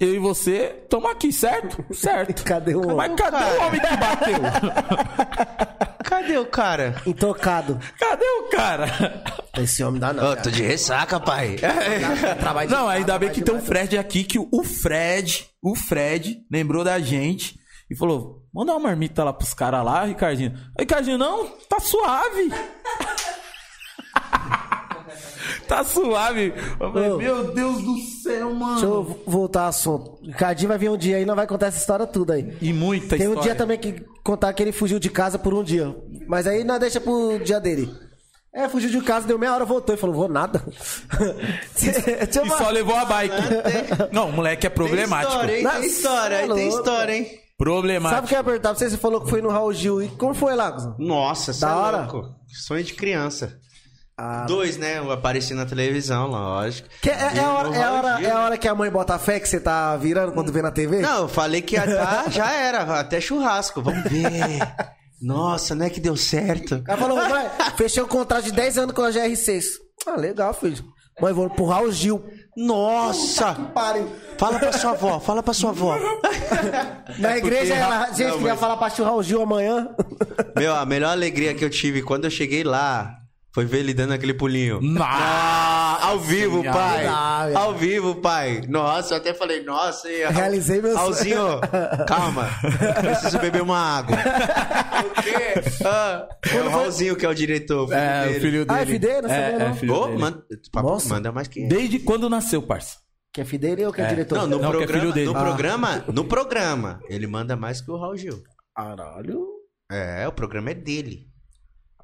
[SPEAKER 1] Eu e você estamos aqui, certo? Certo.
[SPEAKER 2] Cadê o
[SPEAKER 1] Mas
[SPEAKER 2] homem?
[SPEAKER 1] cadê o homem que bateu?
[SPEAKER 3] Cadê o cara?
[SPEAKER 2] Intocado.
[SPEAKER 1] Cadê o cara?
[SPEAKER 2] Esse homem dá
[SPEAKER 3] Ô,
[SPEAKER 2] não.
[SPEAKER 3] tô de ressaca, pai.
[SPEAKER 1] Não, ainda bem que tem um Fred aqui que o Fred, o Fred lembrou da gente e falou: "Manda uma marmita lá pros caras lá, Ricardinho". Aí, Ricardinho, não, tá suave. tá suave. Eu falei,
[SPEAKER 2] Ô.
[SPEAKER 1] meu Deus do céu,
[SPEAKER 2] Deixa eu
[SPEAKER 1] mano.
[SPEAKER 2] vo- voltar ao assunto. Ricardinho vai vir um dia aí, não vai contar essa história tudo aí.
[SPEAKER 1] E muita
[SPEAKER 2] Tem um
[SPEAKER 1] história.
[SPEAKER 2] dia também que contar que ele fugiu de casa por um dia. Mas aí não deixa pro dia dele. É, fugiu de casa, deu meia hora, voltou e falou, vou nada. Deixa eu
[SPEAKER 1] E só
[SPEAKER 2] falar.
[SPEAKER 1] levou a bike. Não, o moleque é problemático.
[SPEAKER 3] Tem história, hein?
[SPEAKER 2] Nossa,
[SPEAKER 3] Tem história, aí
[SPEAKER 2] louco.
[SPEAKER 3] tem história, hein?
[SPEAKER 2] Sabe o
[SPEAKER 1] Problemático.
[SPEAKER 2] que eu ia perguntar pra você? Você falou que foi no Raul Gil. E como foi lá, Guzão?
[SPEAKER 3] Nossa, cê
[SPEAKER 2] Da
[SPEAKER 3] é
[SPEAKER 2] hora.
[SPEAKER 3] louco. Sonho de criança.
[SPEAKER 2] Ah,
[SPEAKER 3] Dois, né? Eu apareci na televisão, lógico.
[SPEAKER 2] que é, é
[SPEAKER 3] E
[SPEAKER 2] a hora,
[SPEAKER 3] no
[SPEAKER 2] é, a
[SPEAKER 3] Raul
[SPEAKER 2] hora,
[SPEAKER 3] Gil.
[SPEAKER 2] é a hora que a mãe bota a fé que você tá virando quando vê na TV?
[SPEAKER 3] Não, eu falei que ia dar, já era, até churrasco, vamos ver. Nossa, não é que deu certo.
[SPEAKER 2] Ela falou, mãe, fechei um contrato de 10 anos com a GR6. Ah, legal, filho. Mãe, vou pro Raul Gil.
[SPEAKER 3] Nossa! Fala pra sua avó, fala pra sua avó.
[SPEAKER 2] Na igreja,
[SPEAKER 3] É porque-
[SPEAKER 2] ela, gente,
[SPEAKER 3] Não,
[SPEAKER 2] queria
[SPEAKER 3] mas-
[SPEAKER 2] falar pra assistir o Raul Gil amanhã.
[SPEAKER 3] Meu, a melhor alegria que eu tive quando eu cheguei lá foi ver ele dando aquele pulinho.
[SPEAKER 1] Nossa
[SPEAKER 3] Ah, ao vivo,
[SPEAKER 1] Senhora.
[SPEAKER 3] pai.
[SPEAKER 2] Ah, velho.
[SPEAKER 3] Ao vivo, pai. Nossa, eu até falei, nossa. e-
[SPEAKER 2] Realizei meu sonho.
[SPEAKER 3] Alzinho, calma. Preciso beber uma água. o quê? Ah, é o Raulzinho que é o diretor. o filho
[SPEAKER 1] É, o
[SPEAKER 3] dele.
[SPEAKER 1] filho dele.
[SPEAKER 2] Ah, é filho dele? Não sabia
[SPEAKER 1] É, é
[SPEAKER 2] não.
[SPEAKER 1] filho
[SPEAKER 3] Ô,
[SPEAKER 1] dele.
[SPEAKER 3] man- papo-
[SPEAKER 2] Nossa.
[SPEAKER 3] manda mais que
[SPEAKER 1] Desde quando nasceu, parça?
[SPEAKER 2] Que é Fideira ou que é, diretor?
[SPEAKER 3] Não, no
[SPEAKER 1] Não, que é
[SPEAKER 3] programa,
[SPEAKER 1] filho dele.
[SPEAKER 3] no
[SPEAKER 1] Ah.
[SPEAKER 3] programa, no programa, ele manda mais que o Raul Gil.
[SPEAKER 2] Caralho.
[SPEAKER 3] É, o programa é dele.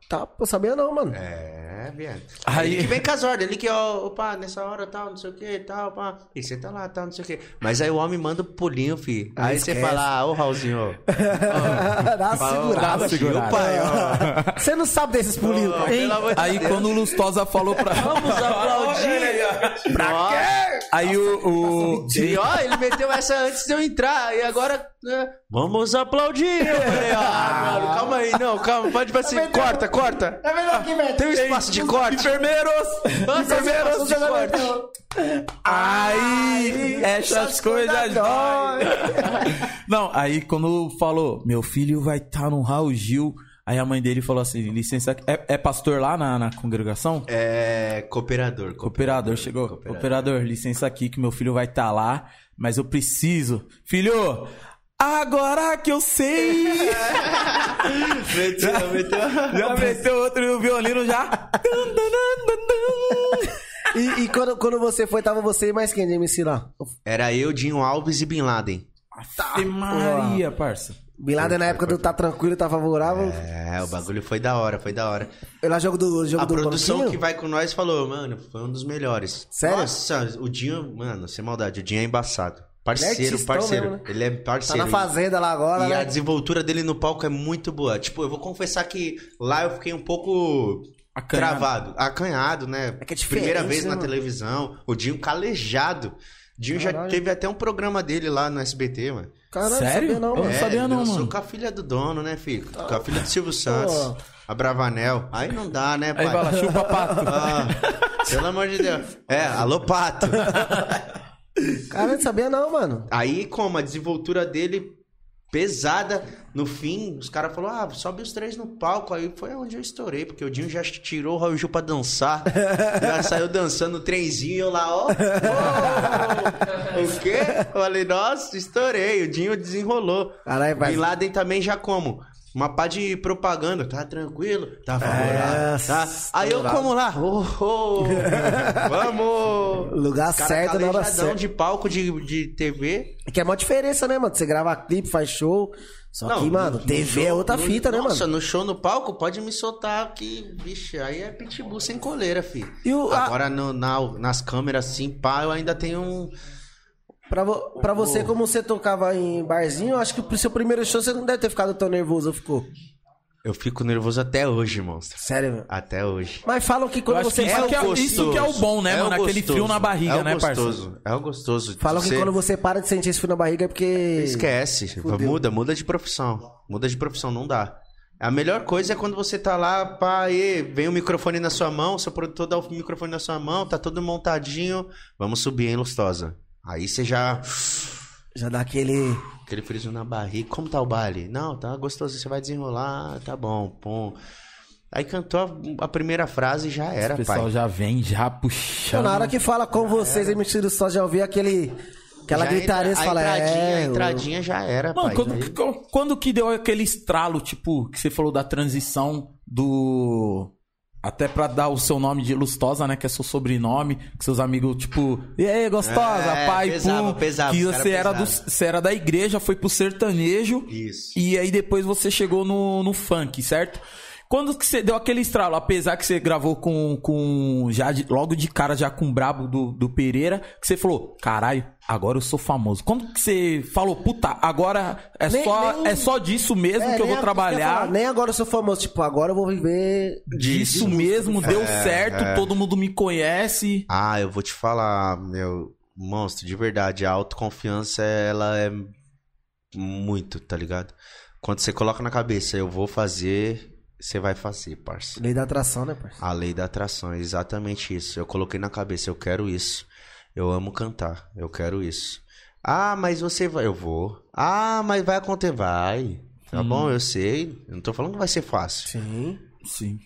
[SPEAKER 2] Tá, eu sabia não, mano.
[SPEAKER 3] É, viado.
[SPEAKER 1] Aí-
[SPEAKER 3] Ele que vem com as ordens, ele que, ó, opa, nessa hora tal, não sei o que, tal, pá. E você tá lá, tal, não sei o que. Mas aí o homem manda o pulinho, fi.
[SPEAKER 2] Ah,
[SPEAKER 3] Aí você
[SPEAKER 2] esquece. Tá
[SPEAKER 3] fala, ah, ô Raulzinho, ó.
[SPEAKER 2] Dá uma
[SPEAKER 3] Fala,
[SPEAKER 2] segurada.
[SPEAKER 1] dá uma
[SPEAKER 3] Gil,
[SPEAKER 1] segurada.
[SPEAKER 3] pai, ó.
[SPEAKER 2] Você não sabe desses pulinhos.
[SPEAKER 3] Oh,
[SPEAKER 2] hein?
[SPEAKER 3] pelo amor de
[SPEAKER 1] Aí
[SPEAKER 3] Deus.
[SPEAKER 1] quando o Lustosa falou pra. Vamos
[SPEAKER 3] aplaudir. Ó,
[SPEAKER 1] Aí o. o...
[SPEAKER 3] E ó, ele meteu essa antes de eu entrar, e agora. né, Vamos aplaudir! Eu falei, ah, mano, calma aí, não, calma, pode pra cima. Corta, corta!
[SPEAKER 2] É melhor que mete.
[SPEAKER 3] Tem um espaço de corte?
[SPEAKER 1] Enfermeiros!
[SPEAKER 3] Enfermeiros de
[SPEAKER 2] é
[SPEAKER 3] corte!
[SPEAKER 1] Aí, essas
[SPEAKER 2] essas
[SPEAKER 1] coisas
[SPEAKER 2] coisas
[SPEAKER 1] dói. Não, aí quando falou, meu filho vai estar no Raul Gil. Aí a mãe dele falou assim: licença, é, é pastor lá na, na congregação?
[SPEAKER 3] É. Cooperador.
[SPEAKER 1] Operador chegou.
[SPEAKER 3] Cooperador.
[SPEAKER 1] Operador, licença aqui que meu filho vai estar lá, mas eu preciso. Filho, agora que eu sei.
[SPEAKER 3] Meteu, meteu.
[SPEAKER 1] Já meteu outro violino já.
[SPEAKER 2] E, e quando, quando você foi, tava você e mais quem de MC lá?
[SPEAKER 3] Era eu, Dinho Alves e Bin Laden.
[SPEAKER 1] Ave Maria, parça.
[SPEAKER 2] Bin Laden na época do Tá Tranquilo, Tá Favorável.
[SPEAKER 3] É, o bagulho foi da hora, foi da hora.
[SPEAKER 2] Foi lá jogo do jogo
[SPEAKER 3] A
[SPEAKER 2] do
[SPEAKER 3] produção
[SPEAKER 2] banquinho?
[SPEAKER 3] que vai com nós falou, mano, foi um dos melhores.
[SPEAKER 2] Sério?
[SPEAKER 3] Nossa, o Dinho, mano, sem maldade, o Dinho é embaçado.
[SPEAKER 2] Ele é
[SPEAKER 3] Parceiro,
[SPEAKER 2] artistão
[SPEAKER 3] parceiro.
[SPEAKER 2] mesmo, né?
[SPEAKER 3] ele é
[SPEAKER 2] Tá
[SPEAKER 3] parceiro.
[SPEAKER 2] na fazenda lá agora,
[SPEAKER 3] E a
[SPEAKER 2] né?
[SPEAKER 3] desenvoltura dele no palco é muito boa. Tipo, eu vou confessar que lá eu fiquei um pouco travado, acanhado, né?
[SPEAKER 2] É que é diferente,
[SPEAKER 3] Primeira vez
[SPEAKER 2] né,
[SPEAKER 3] na
[SPEAKER 2] mano?
[SPEAKER 3] televisão, o Dinho calejado. Dinho já
[SPEAKER 2] Caralho.
[SPEAKER 3] teve até um programa dele lá no SBT, mano.
[SPEAKER 2] Caralho,
[SPEAKER 1] Sério?
[SPEAKER 2] não sabia não,
[SPEAKER 1] Eu
[SPEAKER 2] mano.
[SPEAKER 1] não sabia
[SPEAKER 3] ele
[SPEAKER 1] não,
[SPEAKER 3] dançou
[SPEAKER 1] mano.
[SPEAKER 3] É, com a filha do dono, né, filho? Com a filha do Silvio Santos. A Bravanel. Aí não dá, né, pai?
[SPEAKER 1] Aí vai lá, chupa pato.
[SPEAKER 3] Ah, pelo amor de Deus. É, alô, pato.
[SPEAKER 2] Caralho, não sabia não, mano.
[SPEAKER 3] Aí, como a desenvoltura dele pesada, no fim, os caras falaram: ah, sobe os três no palco. Aí foi onde eu estourei, porque o Dinho já tirou o Raul Ju pra dançar. já saiu dançando o trenzinho eu lá, ó. ó, o quê? Eu falei, nossa, estourei. O Dinho desenrolou.
[SPEAKER 2] Caralho,
[SPEAKER 3] Bin
[SPEAKER 2] parceiro.
[SPEAKER 3] Laden também já como. Uma pá de propaganda, tá tranquilo, tá favorável,
[SPEAKER 2] É,
[SPEAKER 3] tá? Aí eu
[SPEAKER 2] favorável.
[SPEAKER 3] como lá, ô, ô, vamos!
[SPEAKER 2] Lugar
[SPEAKER 3] Cara
[SPEAKER 2] certo na hora
[SPEAKER 3] calejadão
[SPEAKER 2] certa.
[SPEAKER 3] de palco, de, de TV,
[SPEAKER 2] É que é uma diferença, né, mano? Você grava clipe, faz show. Só que, mano,
[SPEAKER 3] no
[SPEAKER 2] TV é
[SPEAKER 3] show-
[SPEAKER 2] outra
[SPEAKER 3] no-
[SPEAKER 2] fita, né,
[SPEAKER 3] Nossa,
[SPEAKER 2] mano?
[SPEAKER 3] no show, no palco, pode me soltar que, vixe, aí é pitbull sem coleira, filho.
[SPEAKER 2] E o- a-
[SPEAKER 3] Agora no- na- nas câmeras, assim, pá, eu ainda tenho um...
[SPEAKER 2] Pra, vo- pra você, como você tocava em barzinho, eu acho que pro seu primeiro show você não deve ter ficado tão nervoso, ficou.
[SPEAKER 3] Eu fico nervoso até hoje, monstro.
[SPEAKER 2] Sério, meu.
[SPEAKER 3] Até hoje.
[SPEAKER 2] Mas falam que
[SPEAKER 1] Eu
[SPEAKER 2] quando
[SPEAKER 1] acho que
[SPEAKER 2] você
[SPEAKER 1] isso
[SPEAKER 2] fala,
[SPEAKER 1] que é,
[SPEAKER 3] gostoso.
[SPEAKER 1] isso que é o bom, né,
[SPEAKER 3] É o
[SPEAKER 1] mano? Aquele
[SPEAKER 3] gostoso.
[SPEAKER 1] frio na barriga,
[SPEAKER 3] é o
[SPEAKER 1] né, parceiro?
[SPEAKER 3] gostoso. É o gostoso.
[SPEAKER 2] falam que
[SPEAKER 3] Você
[SPEAKER 2] quando você para de sentir esse frio na barriga é porque.
[SPEAKER 3] Esquece.
[SPEAKER 2] Fudeu.
[SPEAKER 3] Muda, muda de profissão. Muda de profissão, não dá. A melhor coisa é quando você tá lá, pá, e vem o microfone na sua mão, seu produtor dá o microfone na sua mão, tá tudo montadinho. Vamos subir, hein, Lustosa? Aí você já.
[SPEAKER 2] Já dá aquele.
[SPEAKER 3] Aquele friso na barriga. Como tá o baile? Não, tá gostoso, você vai desenrolar, tá bom, pum. Aí cantou a, a primeira frase e já era,
[SPEAKER 1] o pessoal
[SPEAKER 3] pai.
[SPEAKER 1] já vem, já
[SPEAKER 2] Então,
[SPEAKER 1] puxando.
[SPEAKER 2] na hora que fala com vocês, emitido só já ouvi aquele. Aquela
[SPEAKER 3] já
[SPEAKER 2] gritaria,
[SPEAKER 3] entra-
[SPEAKER 2] você
[SPEAKER 3] a
[SPEAKER 2] fala,
[SPEAKER 3] entradinha,
[SPEAKER 2] é.
[SPEAKER 3] a
[SPEAKER 2] eu-
[SPEAKER 3] entradinha já era,
[SPEAKER 1] Mano,
[SPEAKER 3] pai. né?
[SPEAKER 1] quando, qu- quando que deu aquele estralo, tipo, que você falou da transição do. Até pra dar o seu nome de Lustosa, né? Que é seu sobrenome, que seus amigos, tipo, e aí, gostosa,
[SPEAKER 3] É,
[SPEAKER 1] pai,
[SPEAKER 3] pesava,
[SPEAKER 1] pum.
[SPEAKER 3] pesava,
[SPEAKER 1] que
[SPEAKER 3] os cara
[SPEAKER 1] você era, do,
[SPEAKER 3] pesava.
[SPEAKER 1] você era da igreja, foi pro sertanejo.
[SPEAKER 3] Isso.
[SPEAKER 1] E aí depois você chegou no, no funk, certo? Quando que você deu aquele estralo? Apesar que você gravou com. com já de- logo de cara, já com o brabo do, do Pereira, que você falou: caralho, agora eu sou famoso. Quando que você falou, puta, agora é,
[SPEAKER 2] Nem-
[SPEAKER 1] só,
[SPEAKER 2] nem- um
[SPEAKER 1] é só disso mesmo
[SPEAKER 2] É,
[SPEAKER 1] que eu
[SPEAKER 2] nem
[SPEAKER 1] vou
[SPEAKER 2] a-
[SPEAKER 1] trabalhar?
[SPEAKER 2] falar, nem agora eu né? sou famoso. Tipo, agora eu vou viver.
[SPEAKER 1] Disso mesmo, É, deu certo, todo mundo me conhece.
[SPEAKER 3] Ah, eu vou te falar, meu monstro, de verdade, a autoconfiança, ela é muito, tá ligado? Quando você coloca na cabeça, eu vou fazer, você vai fazer, parça.
[SPEAKER 2] Lei da atração, né, parceiro?
[SPEAKER 3] A lei da atração, é exatamente isso. Eu coloquei na cabeça, eu quero isso. Eu amo cantar, eu quero isso. Ah, mas você vai, eu vou. Ah, mas vai acontecer, vai. Tá bom, eu sei. Eu não tô falando que vai ser fácil.
[SPEAKER 2] Sim.
[SPEAKER 1] Sim.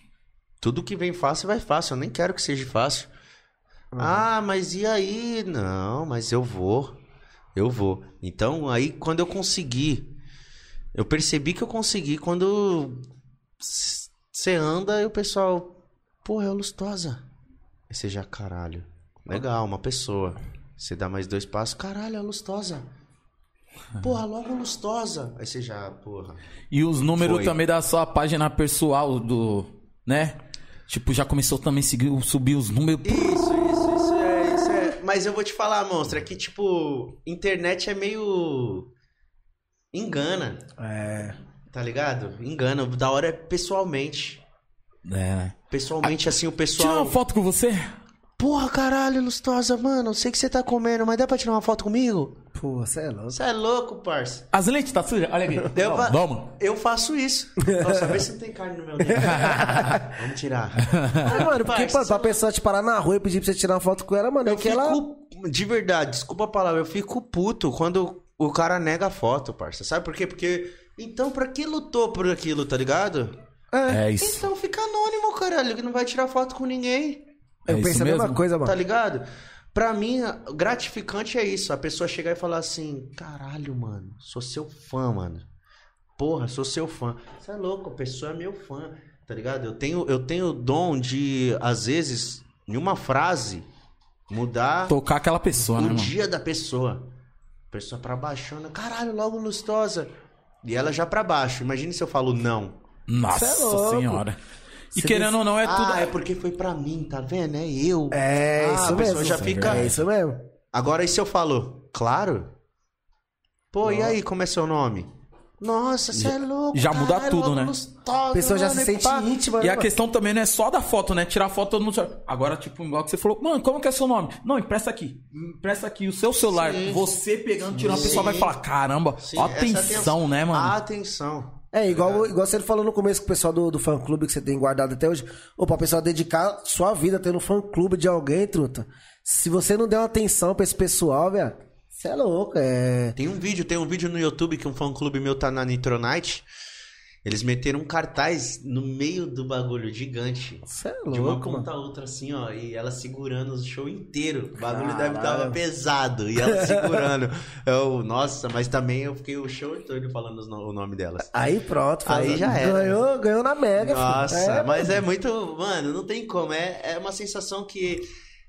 [SPEAKER 3] Tudo que vem fácil vai fácil. Eu nem quero que seja fácil.
[SPEAKER 2] Uhum.
[SPEAKER 3] Ah, mas e aí? Não, mas eu vou. Eu vou. Então, aí quando eu consegui, eu percebi que eu consegui quando você anda e o pessoal, porra, é o lustosa. Aí você já, caralho. Legal, uma pessoa. Você dá mais dois passos, caralho, é a lustosa. Porra, logo lustosa. Aí você já, porra.
[SPEAKER 1] E os números
[SPEAKER 3] Foi.
[SPEAKER 1] também da sua página pessoal do, né? Tipo, já começou também a seguir, subir os números.
[SPEAKER 3] Isso, isso, isso é, isso é. Mas eu vou te falar, monstro, é que, tipo, internet é meio. engana,
[SPEAKER 2] É.
[SPEAKER 3] tá ligado? Engana. Da hora é pessoalmente.
[SPEAKER 1] É, né?
[SPEAKER 3] Pessoalmente, assim, o
[SPEAKER 1] Tirar
[SPEAKER 3] pessoal.
[SPEAKER 1] uma foto com você?
[SPEAKER 3] Porra, caralho, Lustosa, mano, eu sei que você tá comendo, mas dá pra tirar uma foto comigo?
[SPEAKER 2] Pô, você é louco.
[SPEAKER 3] Você é louco, parça.
[SPEAKER 1] As lentes tá suja? Olha aqui.
[SPEAKER 3] Eu
[SPEAKER 1] Toma,
[SPEAKER 3] fa-
[SPEAKER 1] Toma.
[SPEAKER 3] Eu faço isso. Nossa, vê se não tem carne no meu dedo. Vamos tirar.
[SPEAKER 2] É, mano, porque,
[SPEAKER 3] Parça.
[SPEAKER 2] mano, pra pessoa te parar na rua e pedir pra você tirar uma foto com ela, mano, é
[SPEAKER 3] Eu
[SPEAKER 2] que ela.
[SPEAKER 3] fico, de verdade, desculpa a palavra, eu fico puto quando o cara nega a foto, parça. Sabe por quê? Porque, então, pra que lutou por aquilo, tá ligado?
[SPEAKER 1] É isso.
[SPEAKER 3] Então fica anônimo, caralho, que não vai tirar foto com ninguém,
[SPEAKER 1] É
[SPEAKER 2] Eu
[SPEAKER 1] isso
[SPEAKER 2] penso a
[SPEAKER 1] mesmo?
[SPEAKER 2] mesma coisa,
[SPEAKER 3] tá
[SPEAKER 2] mano.
[SPEAKER 3] ligado? Pra mim, gratificante é isso, a pessoa chegar e falar assim, caralho, mano, sou seu fã, mano. Porra, sou seu fã. Você é louco, a pessoa é meu fã, tá ligado? Eu tenho, eu tenho o dom de, às vezes, em uma frase, mudar
[SPEAKER 1] Tocar aquela pessoa, né,
[SPEAKER 3] o
[SPEAKER 1] mano?
[SPEAKER 3] dia da pessoa. A pessoa pra baixona, caralho, logo lustosa. E ela já pra baixo. Imagina se eu falo não.
[SPEAKER 1] Nossa
[SPEAKER 2] Cê é louco.
[SPEAKER 1] senhora. E
[SPEAKER 2] Cê
[SPEAKER 1] querendo ou não, é tudo.
[SPEAKER 3] ah, é porque foi pra mim, tá vendo? É eu.
[SPEAKER 2] É
[SPEAKER 3] Ah,
[SPEAKER 2] isso
[SPEAKER 3] a pessoa
[SPEAKER 2] mesmo.
[SPEAKER 3] já fica-
[SPEAKER 2] É isso mesmo.
[SPEAKER 3] Agora, e se eu falo, claro? Pô, e aí, como é seu nome? Nossa, você é louco.
[SPEAKER 1] já muda
[SPEAKER 3] caralho,
[SPEAKER 1] tudo, né?
[SPEAKER 3] gostoso,
[SPEAKER 2] A pessoa já
[SPEAKER 3] mano,
[SPEAKER 2] se
[SPEAKER 3] Tá e
[SPEAKER 2] sente
[SPEAKER 3] pá.
[SPEAKER 2] íntima.
[SPEAKER 1] E
[SPEAKER 2] né,
[SPEAKER 1] a
[SPEAKER 2] mano?
[SPEAKER 1] questão também não é só da foto, né? Tirar foto, todo mundo. sabe. Agora, tipo, igual que você falou, mano, como que é seu nome? Não, empresta aqui. Empresta aqui o seu celular.
[SPEAKER 3] Sim.
[SPEAKER 1] Você pegando, tirando, o
[SPEAKER 3] Sim.
[SPEAKER 1] pessoal vai falar, caramba,
[SPEAKER 3] Sim,
[SPEAKER 1] ó a
[SPEAKER 3] essa é
[SPEAKER 1] atenção, né,
[SPEAKER 3] Ah,
[SPEAKER 1] mano?
[SPEAKER 3] Atenção.
[SPEAKER 2] É, igual, igual você falou no começo com o pessoal do, do fã clube que você tem guardado até hoje. Ou pra pessoa dedicar sua vida tendo um fã clube de alguém, truta. Se você não der uma atenção pra esse pessoal, velho, você é louco, é.
[SPEAKER 3] Tem um vídeo, tem um vídeo no YouTube que um fã clube meu tá na Nitronite. Eles meteram um cartaz no meio do bagulho gigante.
[SPEAKER 2] Você é
[SPEAKER 3] de uma
[SPEAKER 2] louco, mano.
[SPEAKER 3] ponta a outra, assim, ó, e ela segurando o show inteiro. O bagulho
[SPEAKER 2] Caralho.
[SPEAKER 3] deve tava pesado. E ela segurando. Eu, nossa, mas também eu fiquei o show todo falando os no- o nome delas.
[SPEAKER 2] Aí pronto,
[SPEAKER 3] Aí
[SPEAKER 2] fazendo-
[SPEAKER 3] já era.
[SPEAKER 2] Ganhou, ganhou na Mega, filho.
[SPEAKER 3] Nossa,
[SPEAKER 2] É,
[SPEAKER 3] mas é muito. Mano, não tem como. É, é uma sensação que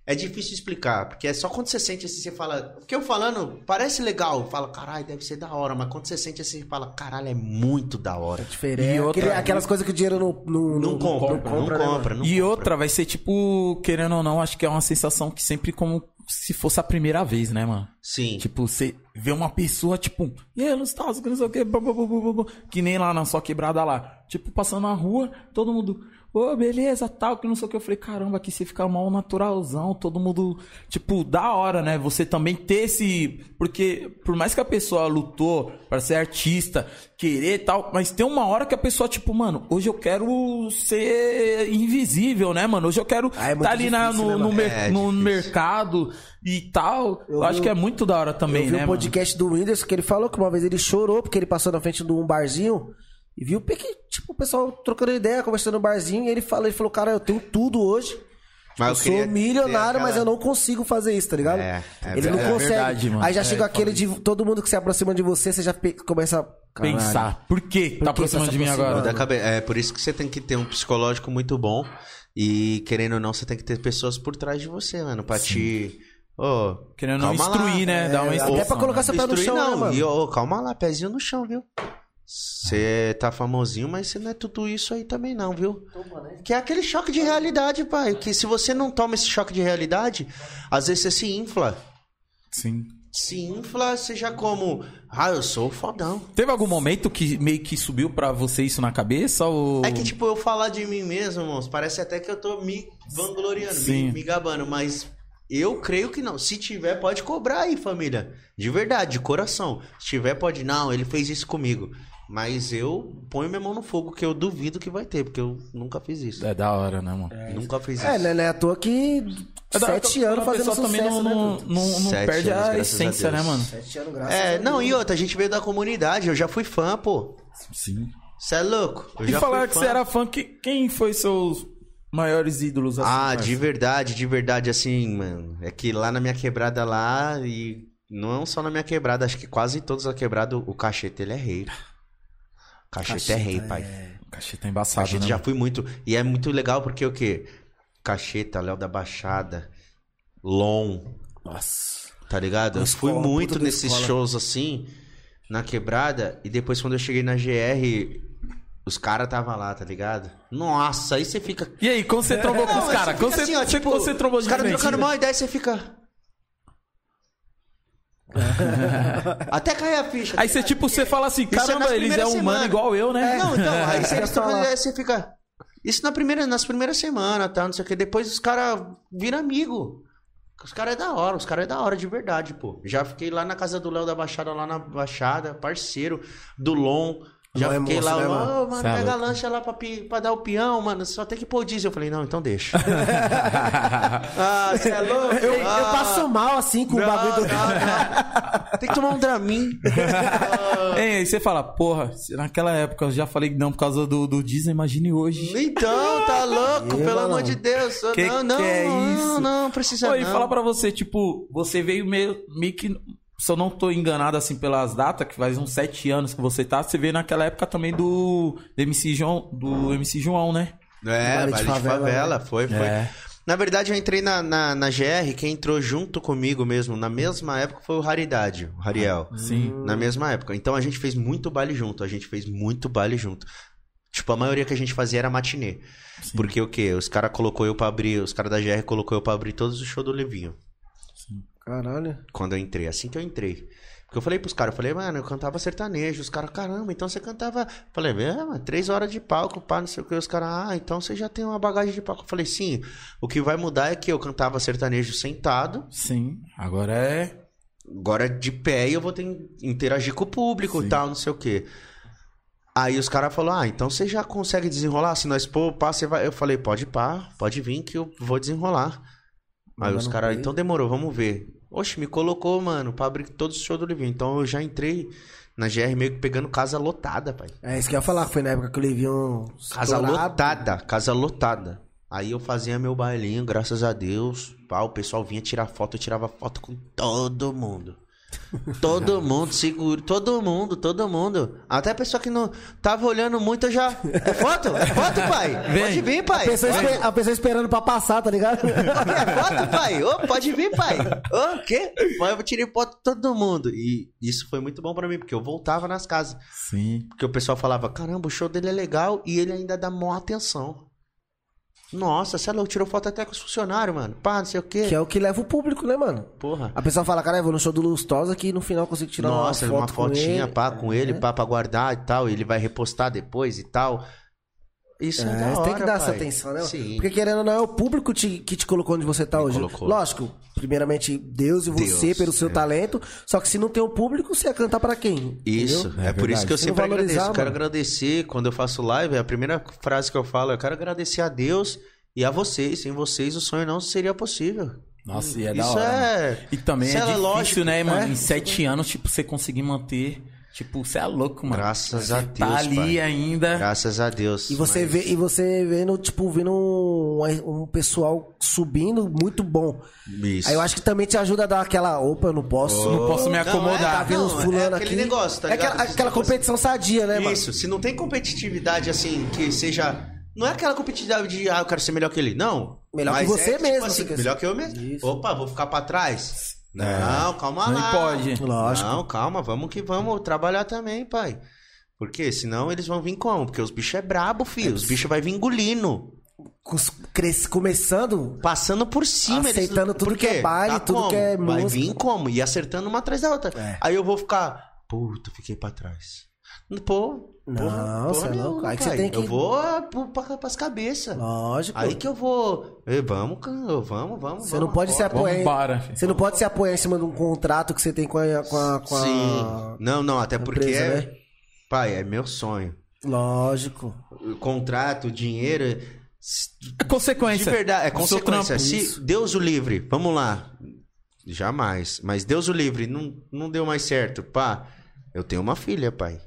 [SPEAKER 3] é difícil explicar. Porque é só quando você sente assim, você fala. Porque eu falando, parece legal. Fala, caralho, deve ser da hora. Mas quando você sente assim, você fala, caralho, é muito da hora.
[SPEAKER 2] Diferente.
[SPEAKER 1] E outra-
[SPEAKER 2] Aquele- aquelas coisas que o dinheiro não, não,
[SPEAKER 3] Não compra, não compra, não
[SPEAKER 2] né, mano?
[SPEAKER 3] compra.
[SPEAKER 1] e outra, vai ser tipo, querendo ou não, acho que é uma sensação que sempre como se fosse a primeira vez, né, mano?
[SPEAKER 3] Sim.
[SPEAKER 1] Tipo, você vê uma pessoa, tipo, e aí, nos Estados Unidos, não sei o quê, blá, blá, blá, blá, blá, blá", que nem lá na sua quebrada lá. Tipo, passando na rua, todo mundo, ô, beleza, tal, que não sei o que. Eu falei, caramba, aqui você fica mal naturalzão, todo mundo, tipo, da hora, né? Você também ter esse. Porque, por mais que a pessoa lutou pra ser artista, querer e tal, mas tem uma hora que a pessoa, tipo, mano, hoje eu quero ser invisível, né, mano? Hoje eu quero
[SPEAKER 2] Ah, é muito
[SPEAKER 1] tá ali na-
[SPEAKER 2] difícil,
[SPEAKER 1] no,
[SPEAKER 2] né, mano?
[SPEAKER 1] no mer-
[SPEAKER 3] É
[SPEAKER 1] no
[SPEAKER 3] difícil.
[SPEAKER 1] mercado e tal. Eu,
[SPEAKER 2] vi
[SPEAKER 1] acho que
[SPEAKER 2] um-
[SPEAKER 1] é muito da hora também,
[SPEAKER 2] eu vi
[SPEAKER 1] né?
[SPEAKER 2] um
[SPEAKER 1] mano?
[SPEAKER 2] podcast do Whindersson que ele falou que uma vez ele chorou porque ele passou na frente de um barzinho e viu pe- que, tipo, o pessoal trocando ideia, conversando no barzinho, e ele falou, ele falou, cara, eu tenho tudo hoje.
[SPEAKER 3] Mas
[SPEAKER 2] eu
[SPEAKER 3] eu queria
[SPEAKER 2] sou milionário,
[SPEAKER 3] ter
[SPEAKER 2] mas
[SPEAKER 3] aquela-
[SPEAKER 2] eu não consigo fazer isso, tá ligado?
[SPEAKER 3] É, é
[SPEAKER 2] ele não
[SPEAKER 3] verdade.
[SPEAKER 2] consegue.
[SPEAKER 1] É verdade, mano.
[SPEAKER 2] Aí já chega aquele de todo mundo que se aproxima de você, você já pe- começa a Caralho.
[SPEAKER 1] Pensar. Por que tá
[SPEAKER 2] tá
[SPEAKER 1] aproximando
[SPEAKER 2] se
[SPEAKER 1] de mim
[SPEAKER 2] aproximando?
[SPEAKER 1] agora?
[SPEAKER 3] Da cabe- É por isso que você tem que ter um psicológico muito bom. E querendo ou não, você tem que ter pessoas por trás de você, mano, pra te. Ô,
[SPEAKER 1] Querendo não
[SPEAKER 3] calma lá.
[SPEAKER 1] instruir, né? Dar uma
[SPEAKER 2] até
[SPEAKER 1] instrução.
[SPEAKER 2] pra colocar
[SPEAKER 1] né?
[SPEAKER 2] seu pé no
[SPEAKER 3] Instruir
[SPEAKER 2] chão, né,
[SPEAKER 3] não.
[SPEAKER 2] mano?
[SPEAKER 3] E ô, ô, calma lá, pezinho no chão, viu? Você tá famosinho, mas você não é tudo isso aí também não, viu? Que é aquele choque de realidade, pai. Que se você não toma esse choque de realidade, às vezes você se infla.
[SPEAKER 1] Sim.
[SPEAKER 3] Se infla, você já como, ah, eu sou fodão.
[SPEAKER 1] Teve algum momento que meio que subiu pra você isso na cabeça? Ou...
[SPEAKER 3] É que, tipo, eu falar de mim mesmo, moço, parece até que eu tô me vangloriando,
[SPEAKER 1] Sim.
[SPEAKER 3] me, me gabando, mas eu creio que não. Se tiver, pode cobrar aí, família. De verdade, de coração. Se tiver, pode. Não, ele fez isso comigo. Mas eu ponho minha mão no fogo, que eu duvido que vai ter, porque eu nunca fiz isso.
[SPEAKER 1] É da hora, né, mano?
[SPEAKER 3] Nunca fiz isso.
[SPEAKER 2] É, né, né? À toa que
[SPEAKER 1] É da hora
[SPEAKER 2] sete
[SPEAKER 1] que a-
[SPEAKER 2] anos
[SPEAKER 1] a
[SPEAKER 2] fazendo
[SPEAKER 1] pessoa também
[SPEAKER 2] sucesso,
[SPEAKER 1] não,
[SPEAKER 2] né?
[SPEAKER 1] não,
[SPEAKER 2] Dudu?
[SPEAKER 1] não- não
[SPEAKER 3] Sete
[SPEAKER 1] perde
[SPEAKER 3] anos,
[SPEAKER 1] a
[SPEAKER 3] graças a
[SPEAKER 1] essência,
[SPEAKER 3] Deus.
[SPEAKER 1] né, mano?
[SPEAKER 2] Sete anos, graças
[SPEAKER 3] É,
[SPEAKER 2] a Deus.
[SPEAKER 3] não, e outra, a gente veio da comunidade, eu já fui fã, pô.
[SPEAKER 1] Sim.
[SPEAKER 3] Cê é louco? Eu
[SPEAKER 1] E
[SPEAKER 3] já
[SPEAKER 1] falar
[SPEAKER 3] fui
[SPEAKER 1] que
[SPEAKER 3] fã.
[SPEAKER 1] você era fã, que, quem foi seus maiores ídolos assim?
[SPEAKER 3] Ah,
[SPEAKER 1] parça?
[SPEAKER 3] de verdade, de verdade, assim, mano. É que lá na minha quebrada lá, e não só na minha quebrada, acho que quase em todos a quebrada, o cachete ele é rei. O Cachete, é rei, pai.
[SPEAKER 1] O Cacheta é embaçado,
[SPEAKER 3] Cacheta
[SPEAKER 1] né?
[SPEAKER 3] já
[SPEAKER 1] mano?
[SPEAKER 3] fui muito. E é muito legal porque o quê? Cacheta, Léo da Baixada, Lon,
[SPEAKER 2] Nossa.
[SPEAKER 3] tá ligado? Eu fui
[SPEAKER 2] Escola,
[SPEAKER 3] muito
[SPEAKER 2] puta da
[SPEAKER 3] nesses
[SPEAKER 2] escola.
[SPEAKER 3] shows assim, na quebrada, e depois quando eu cheguei na GR, os caras tava lá, tá ligado? Nossa, aí você fica,
[SPEAKER 1] E aí, quando você trombou com os caras? Quando você, tipo, você trombou de
[SPEAKER 3] assim, Os caras
[SPEAKER 1] frente?
[SPEAKER 3] trocando uma ideia, você fica. Até cair a ficha.
[SPEAKER 1] Aí você, tipo, você fala assim,
[SPEAKER 3] Isso é nas
[SPEAKER 1] caramba, eles é
[SPEAKER 3] primeiras
[SPEAKER 1] humano
[SPEAKER 3] semanas.
[SPEAKER 1] igual eu, né?
[SPEAKER 3] Não, então, aí
[SPEAKER 2] Eu
[SPEAKER 3] você
[SPEAKER 2] ia
[SPEAKER 3] trocando
[SPEAKER 2] falar.
[SPEAKER 3] ideia, você fica. Isso na primeira, nas primeiras semanas, tá? Não sei o que. Depois os caras viram amigo. Os caras é da hora, os caras é da hora de verdade, pô. Já fiquei lá na casa do Léo da Baixada, lá na Baixada, parceiro do Lon. Já
[SPEAKER 2] Lon é
[SPEAKER 3] fiquei
[SPEAKER 2] monstro,
[SPEAKER 3] lá,
[SPEAKER 2] né,
[SPEAKER 3] Lon,
[SPEAKER 2] mano?
[SPEAKER 3] "Ô, mano,
[SPEAKER 1] Cê é
[SPEAKER 3] pega a
[SPEAKER 1] louco.
[SPEAKER 3] lancha lá pra, pi- pra dar o peão, mano, só tem que pôr o diesel. Eu falei, não, então deixa. ah, você é louco?
[SPEAKER 2] Eu, eu
[SPEAKER 3] Ah.
[SPEAKER 2] passo mal assim com o bagulho do.
[SPEAKER 3] Tem que tomar um Dramin.
[SPEAKER 1] Hein, aí você fala, porra, se naquela época eu já falei que não por causa do, do Disney, imagine hoje.
[SPEAKER 3] então, tá louco,
[SPEAKER 2] Ih,
[SPEAKER 3] pelo
[SPEAKER 2] mano.
[SPEAKER 3] amor de Deus.
[SPEAKER 1] Que
[SPEAKER 3] não, não,
[SPEAKER 1] que é
[SPEAKER 3] não,
[SPEAKER 1] isso?
[SPEAKER 3] não, não, precisa
[SPEAKER 1] Pô, e
[SPEAKER 3] não.
[SPEAKER 1] falar pra você, tipo, você veio meio, meio que. Se eu não tô enganado assim pelas datas, que faz uns sete anos que você tá, você veio naquela época também do, do MC João, do MC João, né?
[SPEAKER 3] É,
[SPEAKER 2] Baile de
[SPEAKER 3] baile de favela,
[SPEAKER 2] favela, né? É.
[SPEAKER 3] foi, foi.
[SPEAKER 1] É,
[SPEAKER 3] Na verdade, eu entrei na, na, na GR, quem entrou junto comigo mesmo, na mesma época, foi o Raridade, o Rariel.
[SPEAKER 2] Ah,
[SPEAKER 1] Sim.
[SPEAKER 3] Na mesma época. Então a gente fez muito baile junto, a gente fez muito baile junto. Tipo, a maioria que a gente fazia era matinê.
[SPEAKER 1] Sim.
[SPEAKER 3] Porque o quê? Os caras colocou eu pra abrir, os caras da GR colocou eu pra abrir todos os shows do Levinho.
[SPEAKER 2] Caralho.
[SPEAKER 3] Quando eu entrei, assim que eu entrei. Porque eu falei pros caras, eu falei, mano, eu cantava sertanejo. Os caras, caramba, então você cantava. Falei, é, mano, três horas de palco, pá, não sei o que. Os caras, ah, então você já tem uma bagagem de palco. Eu falei, sim, o que vai mudar é que eu cantava sertanejo sentado,
[SPEAKER 1] Sim. Agora é.
[SPEAKER 3] agora de pé e eu vou ter que interagir com o público
[SPEAKER 1] Sim.
[SPEAKER 3] e tal, não sei o quê. Aí os caras falaram, ah, então você já consegue desenrolar? Se nós pôr, pá, você vai. Eu falei, pode pá, pode vir que eu vou desenrolar. Aí
[SPEAKER 2] Mas
[SPEAKER 3] os
[SPEAKER 2] não
[SPEAKER 3] caras,
[SPEAKER 2] veio.
[SPEAKER 3] então demorou, vamos ver. Oxe, me colocou, mano, pra abrir todo o show do Livinho. Então eu já entrei na GR meio que pegando casa lotada, pai.
[SPEAKER 2] É isso que eu ia falar, que foi na época que o Livinho.
[SPEAKER 3] Casa
[SPEAKER 2] estourado.
[SPEAKER 3] lotada, casa lotada. Aí eu fazia meu bailinho, graças a Deus. Pá, o pessoal vinha tirar foto, eu tirava foto com todo mundo. Todo mundo, seguro. Todo mundo, todo mundo. Até a pessoa que não tava olhando muito, eu já. É foto? É foto, pai?
[SPEAKER 1] Vem.
[SPEAKER 3] Pode vir,
[SPEAKER 2] A
[SPEAKER 3] pai.
[SPEAKER 2] pessoa,
[SPEAKER 3] Pode
[SPEAKER 2] espe- a pessoa esperando pra passar, tá ligado?
[SPEAKER 3] é foto, pai? Ô, pode vir, pai. Ô, o quê? Mas eu tirei foto de todo mundo. E isso foi muito bom pra mim, porque eu voltava nas casas.
[SPEAKER 1] Sim.
[SPEAKER 3] Porque o pessoal falava, caramba, o show dele é legal e ele ainda dá maior atenção. Nossa, sei lá, eu tirou foto até com os funcionários, mano. Pá, não sei o quê.
[SPEAKER 2] que é o que leva o público, né, mano?
[SPEAKER 3] Porra.
[SPEAKER 2] A pessoa fala, cara, eu vou no show do Lustosa que no final eu consigo tirar
[SPEAKER 3] Nossa,
[SPEAKER 2] uma
[SPEAKER 3] uma
[SPEAKER 2] foto. com
[SPEAKER 3] fotinha,
[SPEAKER 2] ele. né? É.
[SPEAKER 3] pá, com ele, pá, pra guardar e tal. e ele vai repostar depois e tal. Isso é,
[SPEAKER 2] É,
[SPEAKER 3] da
[SPEAKER 2] você
[SPEAKER 3] hora,
[SPEAKER 2] tem que dar essa
[SPEAKER 3] pai.
[SPEAKER 2] atenção, né? mano?
[SPEAKER 3] Sim.
[SPEAKER 2] Porque querendo ou não, é o público te- que te colocou onde você tá hoje.
[SPEAKER 3] colocou.
[SPEAKER 2] Lógico, primeiramente Deus e você
[SPEAKER 3] Deus,
[SPEAKER 2] pelo seu
[SPEAKER 3] é.
[SPEAKER 2] talento. Só que se não tem o público, você ia cantar pra quem?
[SPEAKER 3] Isso,
[SPEAKER 2] Entendeu?
[SPEAKER 3] é,
[SPEAKER 1] É
[SPEAKER 3] por isso
[SPEAKER 1] verdade.
[SPEAKER 3] que
[SPEAKER 2] Tem
[SPEAKER 3] eu
[SPEAKER 2] que
[SPEAKER 3] sempre
[SPEAKER 2] valorizar,
[SPEAKER 3] agradeço. Eu Quero
[SPEAKER 2] mano.
[SPEAKER 3] agradecer quando eu faço live, é a primeira frase que eu falo é: eu quero agradecer a Deus e a vocês. Sem vocês, o sonho não seria possível.
[SPEAKER 1] Nossa, e é da
[SPEAKER 3] isso
[SPEAKER 1] hora. né?
[SPEAKER 3] é.
[SPEAKER 1] E também é
[SPEAKER 3] Sei lá,
[SPEAKER 1] difícil,
[SPEAKER 3] lógico,
[SPEAKER 1] né, mano?
[SPEAKER 3] é.
[SPEAKER 1] Em sete anos, tipo, você conseguir manter. Tipo, você é louco, mano.
[SPEAKER 3] Graças a Deus.
[SPEAKER 1] Tá ali
[SPEAKER 3] pai.
[SPEAKER 1] ainda.
[SPEAKER 3] Graças a Deus.
[SPEAKER 2] E você,
[SPEAKER 3] Mas-
[SPEAKER 2] vê, e você vendo, tipo, vendo um, um pessoal subindo muito bom.
[SPEAKER 3] Isso.
[SPEAKER 2] Aí eu acho que também te ajuda a dar aquela. Opa, eu não posso.
[SPEAKER 1] Não posso me
[SPEAKER 3] Não, é,
[SPEAKER 1] acomodar.
[SPEAKER 3] tá
[SPEAKER 2] Tá vendo
[SPEAKER 3] não,
[SPEAKER 2] uns fulano
[SPEAKER 3] é aquele
[SPEAKER 2] aqui.
[SPEAKER 3] negócio, tá
[SPEAKER 2] é aquela,
[SPEAKER 3] ligado?
[SPEAKER 2] aquela competição sadia, né, mano?
[SPEAKER 3] Isso, se não tem competitividade assim, que seja. Não é aquela competitividade de, ah, eu quero ser melhor que ele. Não.
[SPEAKER 2] Melhor que
[SPEAKER 3] Mas
[SPEAKER 2] você
[SPEAKER 3] é, tipo
[SPEAKER 2] mesmo,
[SPEAKER 3] assim,
[SPEAKER 2] você quer
[SPEAKER 3] melhor que eu mesmo.
[SPEAKER 2] Isso.
[SPEAKER 3] Opa, vou ficar pra trás. Não, calma
[SPEAKER 1] Não
[SPEAKER 3] lá.
[SPEAKER 1] pode.
[SPEAKER 2] Lógico.
[SPEAKER 3] Não, calma, vamos que vamos trabalhar também, pai. Porque senão eles vão vir como? Porque os bichos é brabo, filho. os bichos vai vir engolindo.
[SPEAKER 2] Cus- cres- Começando.
[SPEAKER 3] Passando por cima.
[SPEAKER 2] Aceitando
[SPEAKER 3] eles...
[SPEAKER 2] tudo
[SPEAKER 3] Por
[SPEAKER 2] que é
[SPEAKER 3] quê?
[SPEAKER 2] baile, tudo
[SPEAKER 3] como?
[SPEAKER 2] que é
[SPEAKER 3] Vai
[SPEAKER 2] música. É.
[SPEAKER 3] vir como? E acertando uma atrás da outra. Aí eu vou ficar... Puta, fiquei pra trás. Pô,
[SPEAKER 2] Não,
[SPEAKER 3] porra,
[SPEAKER 2] cê é
[SPEAKER 3] porra
[SPEAKER 2] louco.
[SPEAKER 3] nenhuma,
[SPEAKER 2] Aí que cê
[SPEAKER 3] pai.
[SPEAKER 2] tem que-
[SPEAKER 3] Eu vou ah, pro- pra, pras cabeças.
[SPEAKER 2] Lógico.
[SPEAKER 3] Aí que eu vou... Ei, vamos, cara, vamos, vamos.
[SPEAKER 2] Você
[SPEAKER 3] vamos,
[SPEAKER 2] não pode se
[SPEAKER 3] bora.
[SPEAKER 2] apoiar. em-
[SPEAKER 1] Vambora, filho.
[SPEAKER 2] Você não pode se apoiar em cima de um contrato que você tem com a. Com a, com a-
[SPEAKER 3] Sim. Não, não, até porque...
[SPEAKER 2] empresa,
[SPEAKER 3] é-
[SPEAKER 2] né?
[SPEAKER 3] Pai, é meu sonho.
[SPEAKER 2] Lógico.
[SPEAKER 3] Contrato, dinheiro... s-
[SPEAKER 1] É consequência.
[SPEAKER 3] De verdade, é
[SPEAKER 1] do seu
[SPEAKER 3] consequência.
[SPEAKER 1] trampo.
[SPEAKER 3] Se
[SPEAKER 1] Isso.
[SPEAKER 3] Deus o livre, vamos lá. Jamais. Mas Deus o livre, não, não deu mais certo. Pá, eu tenho uma filha, pai.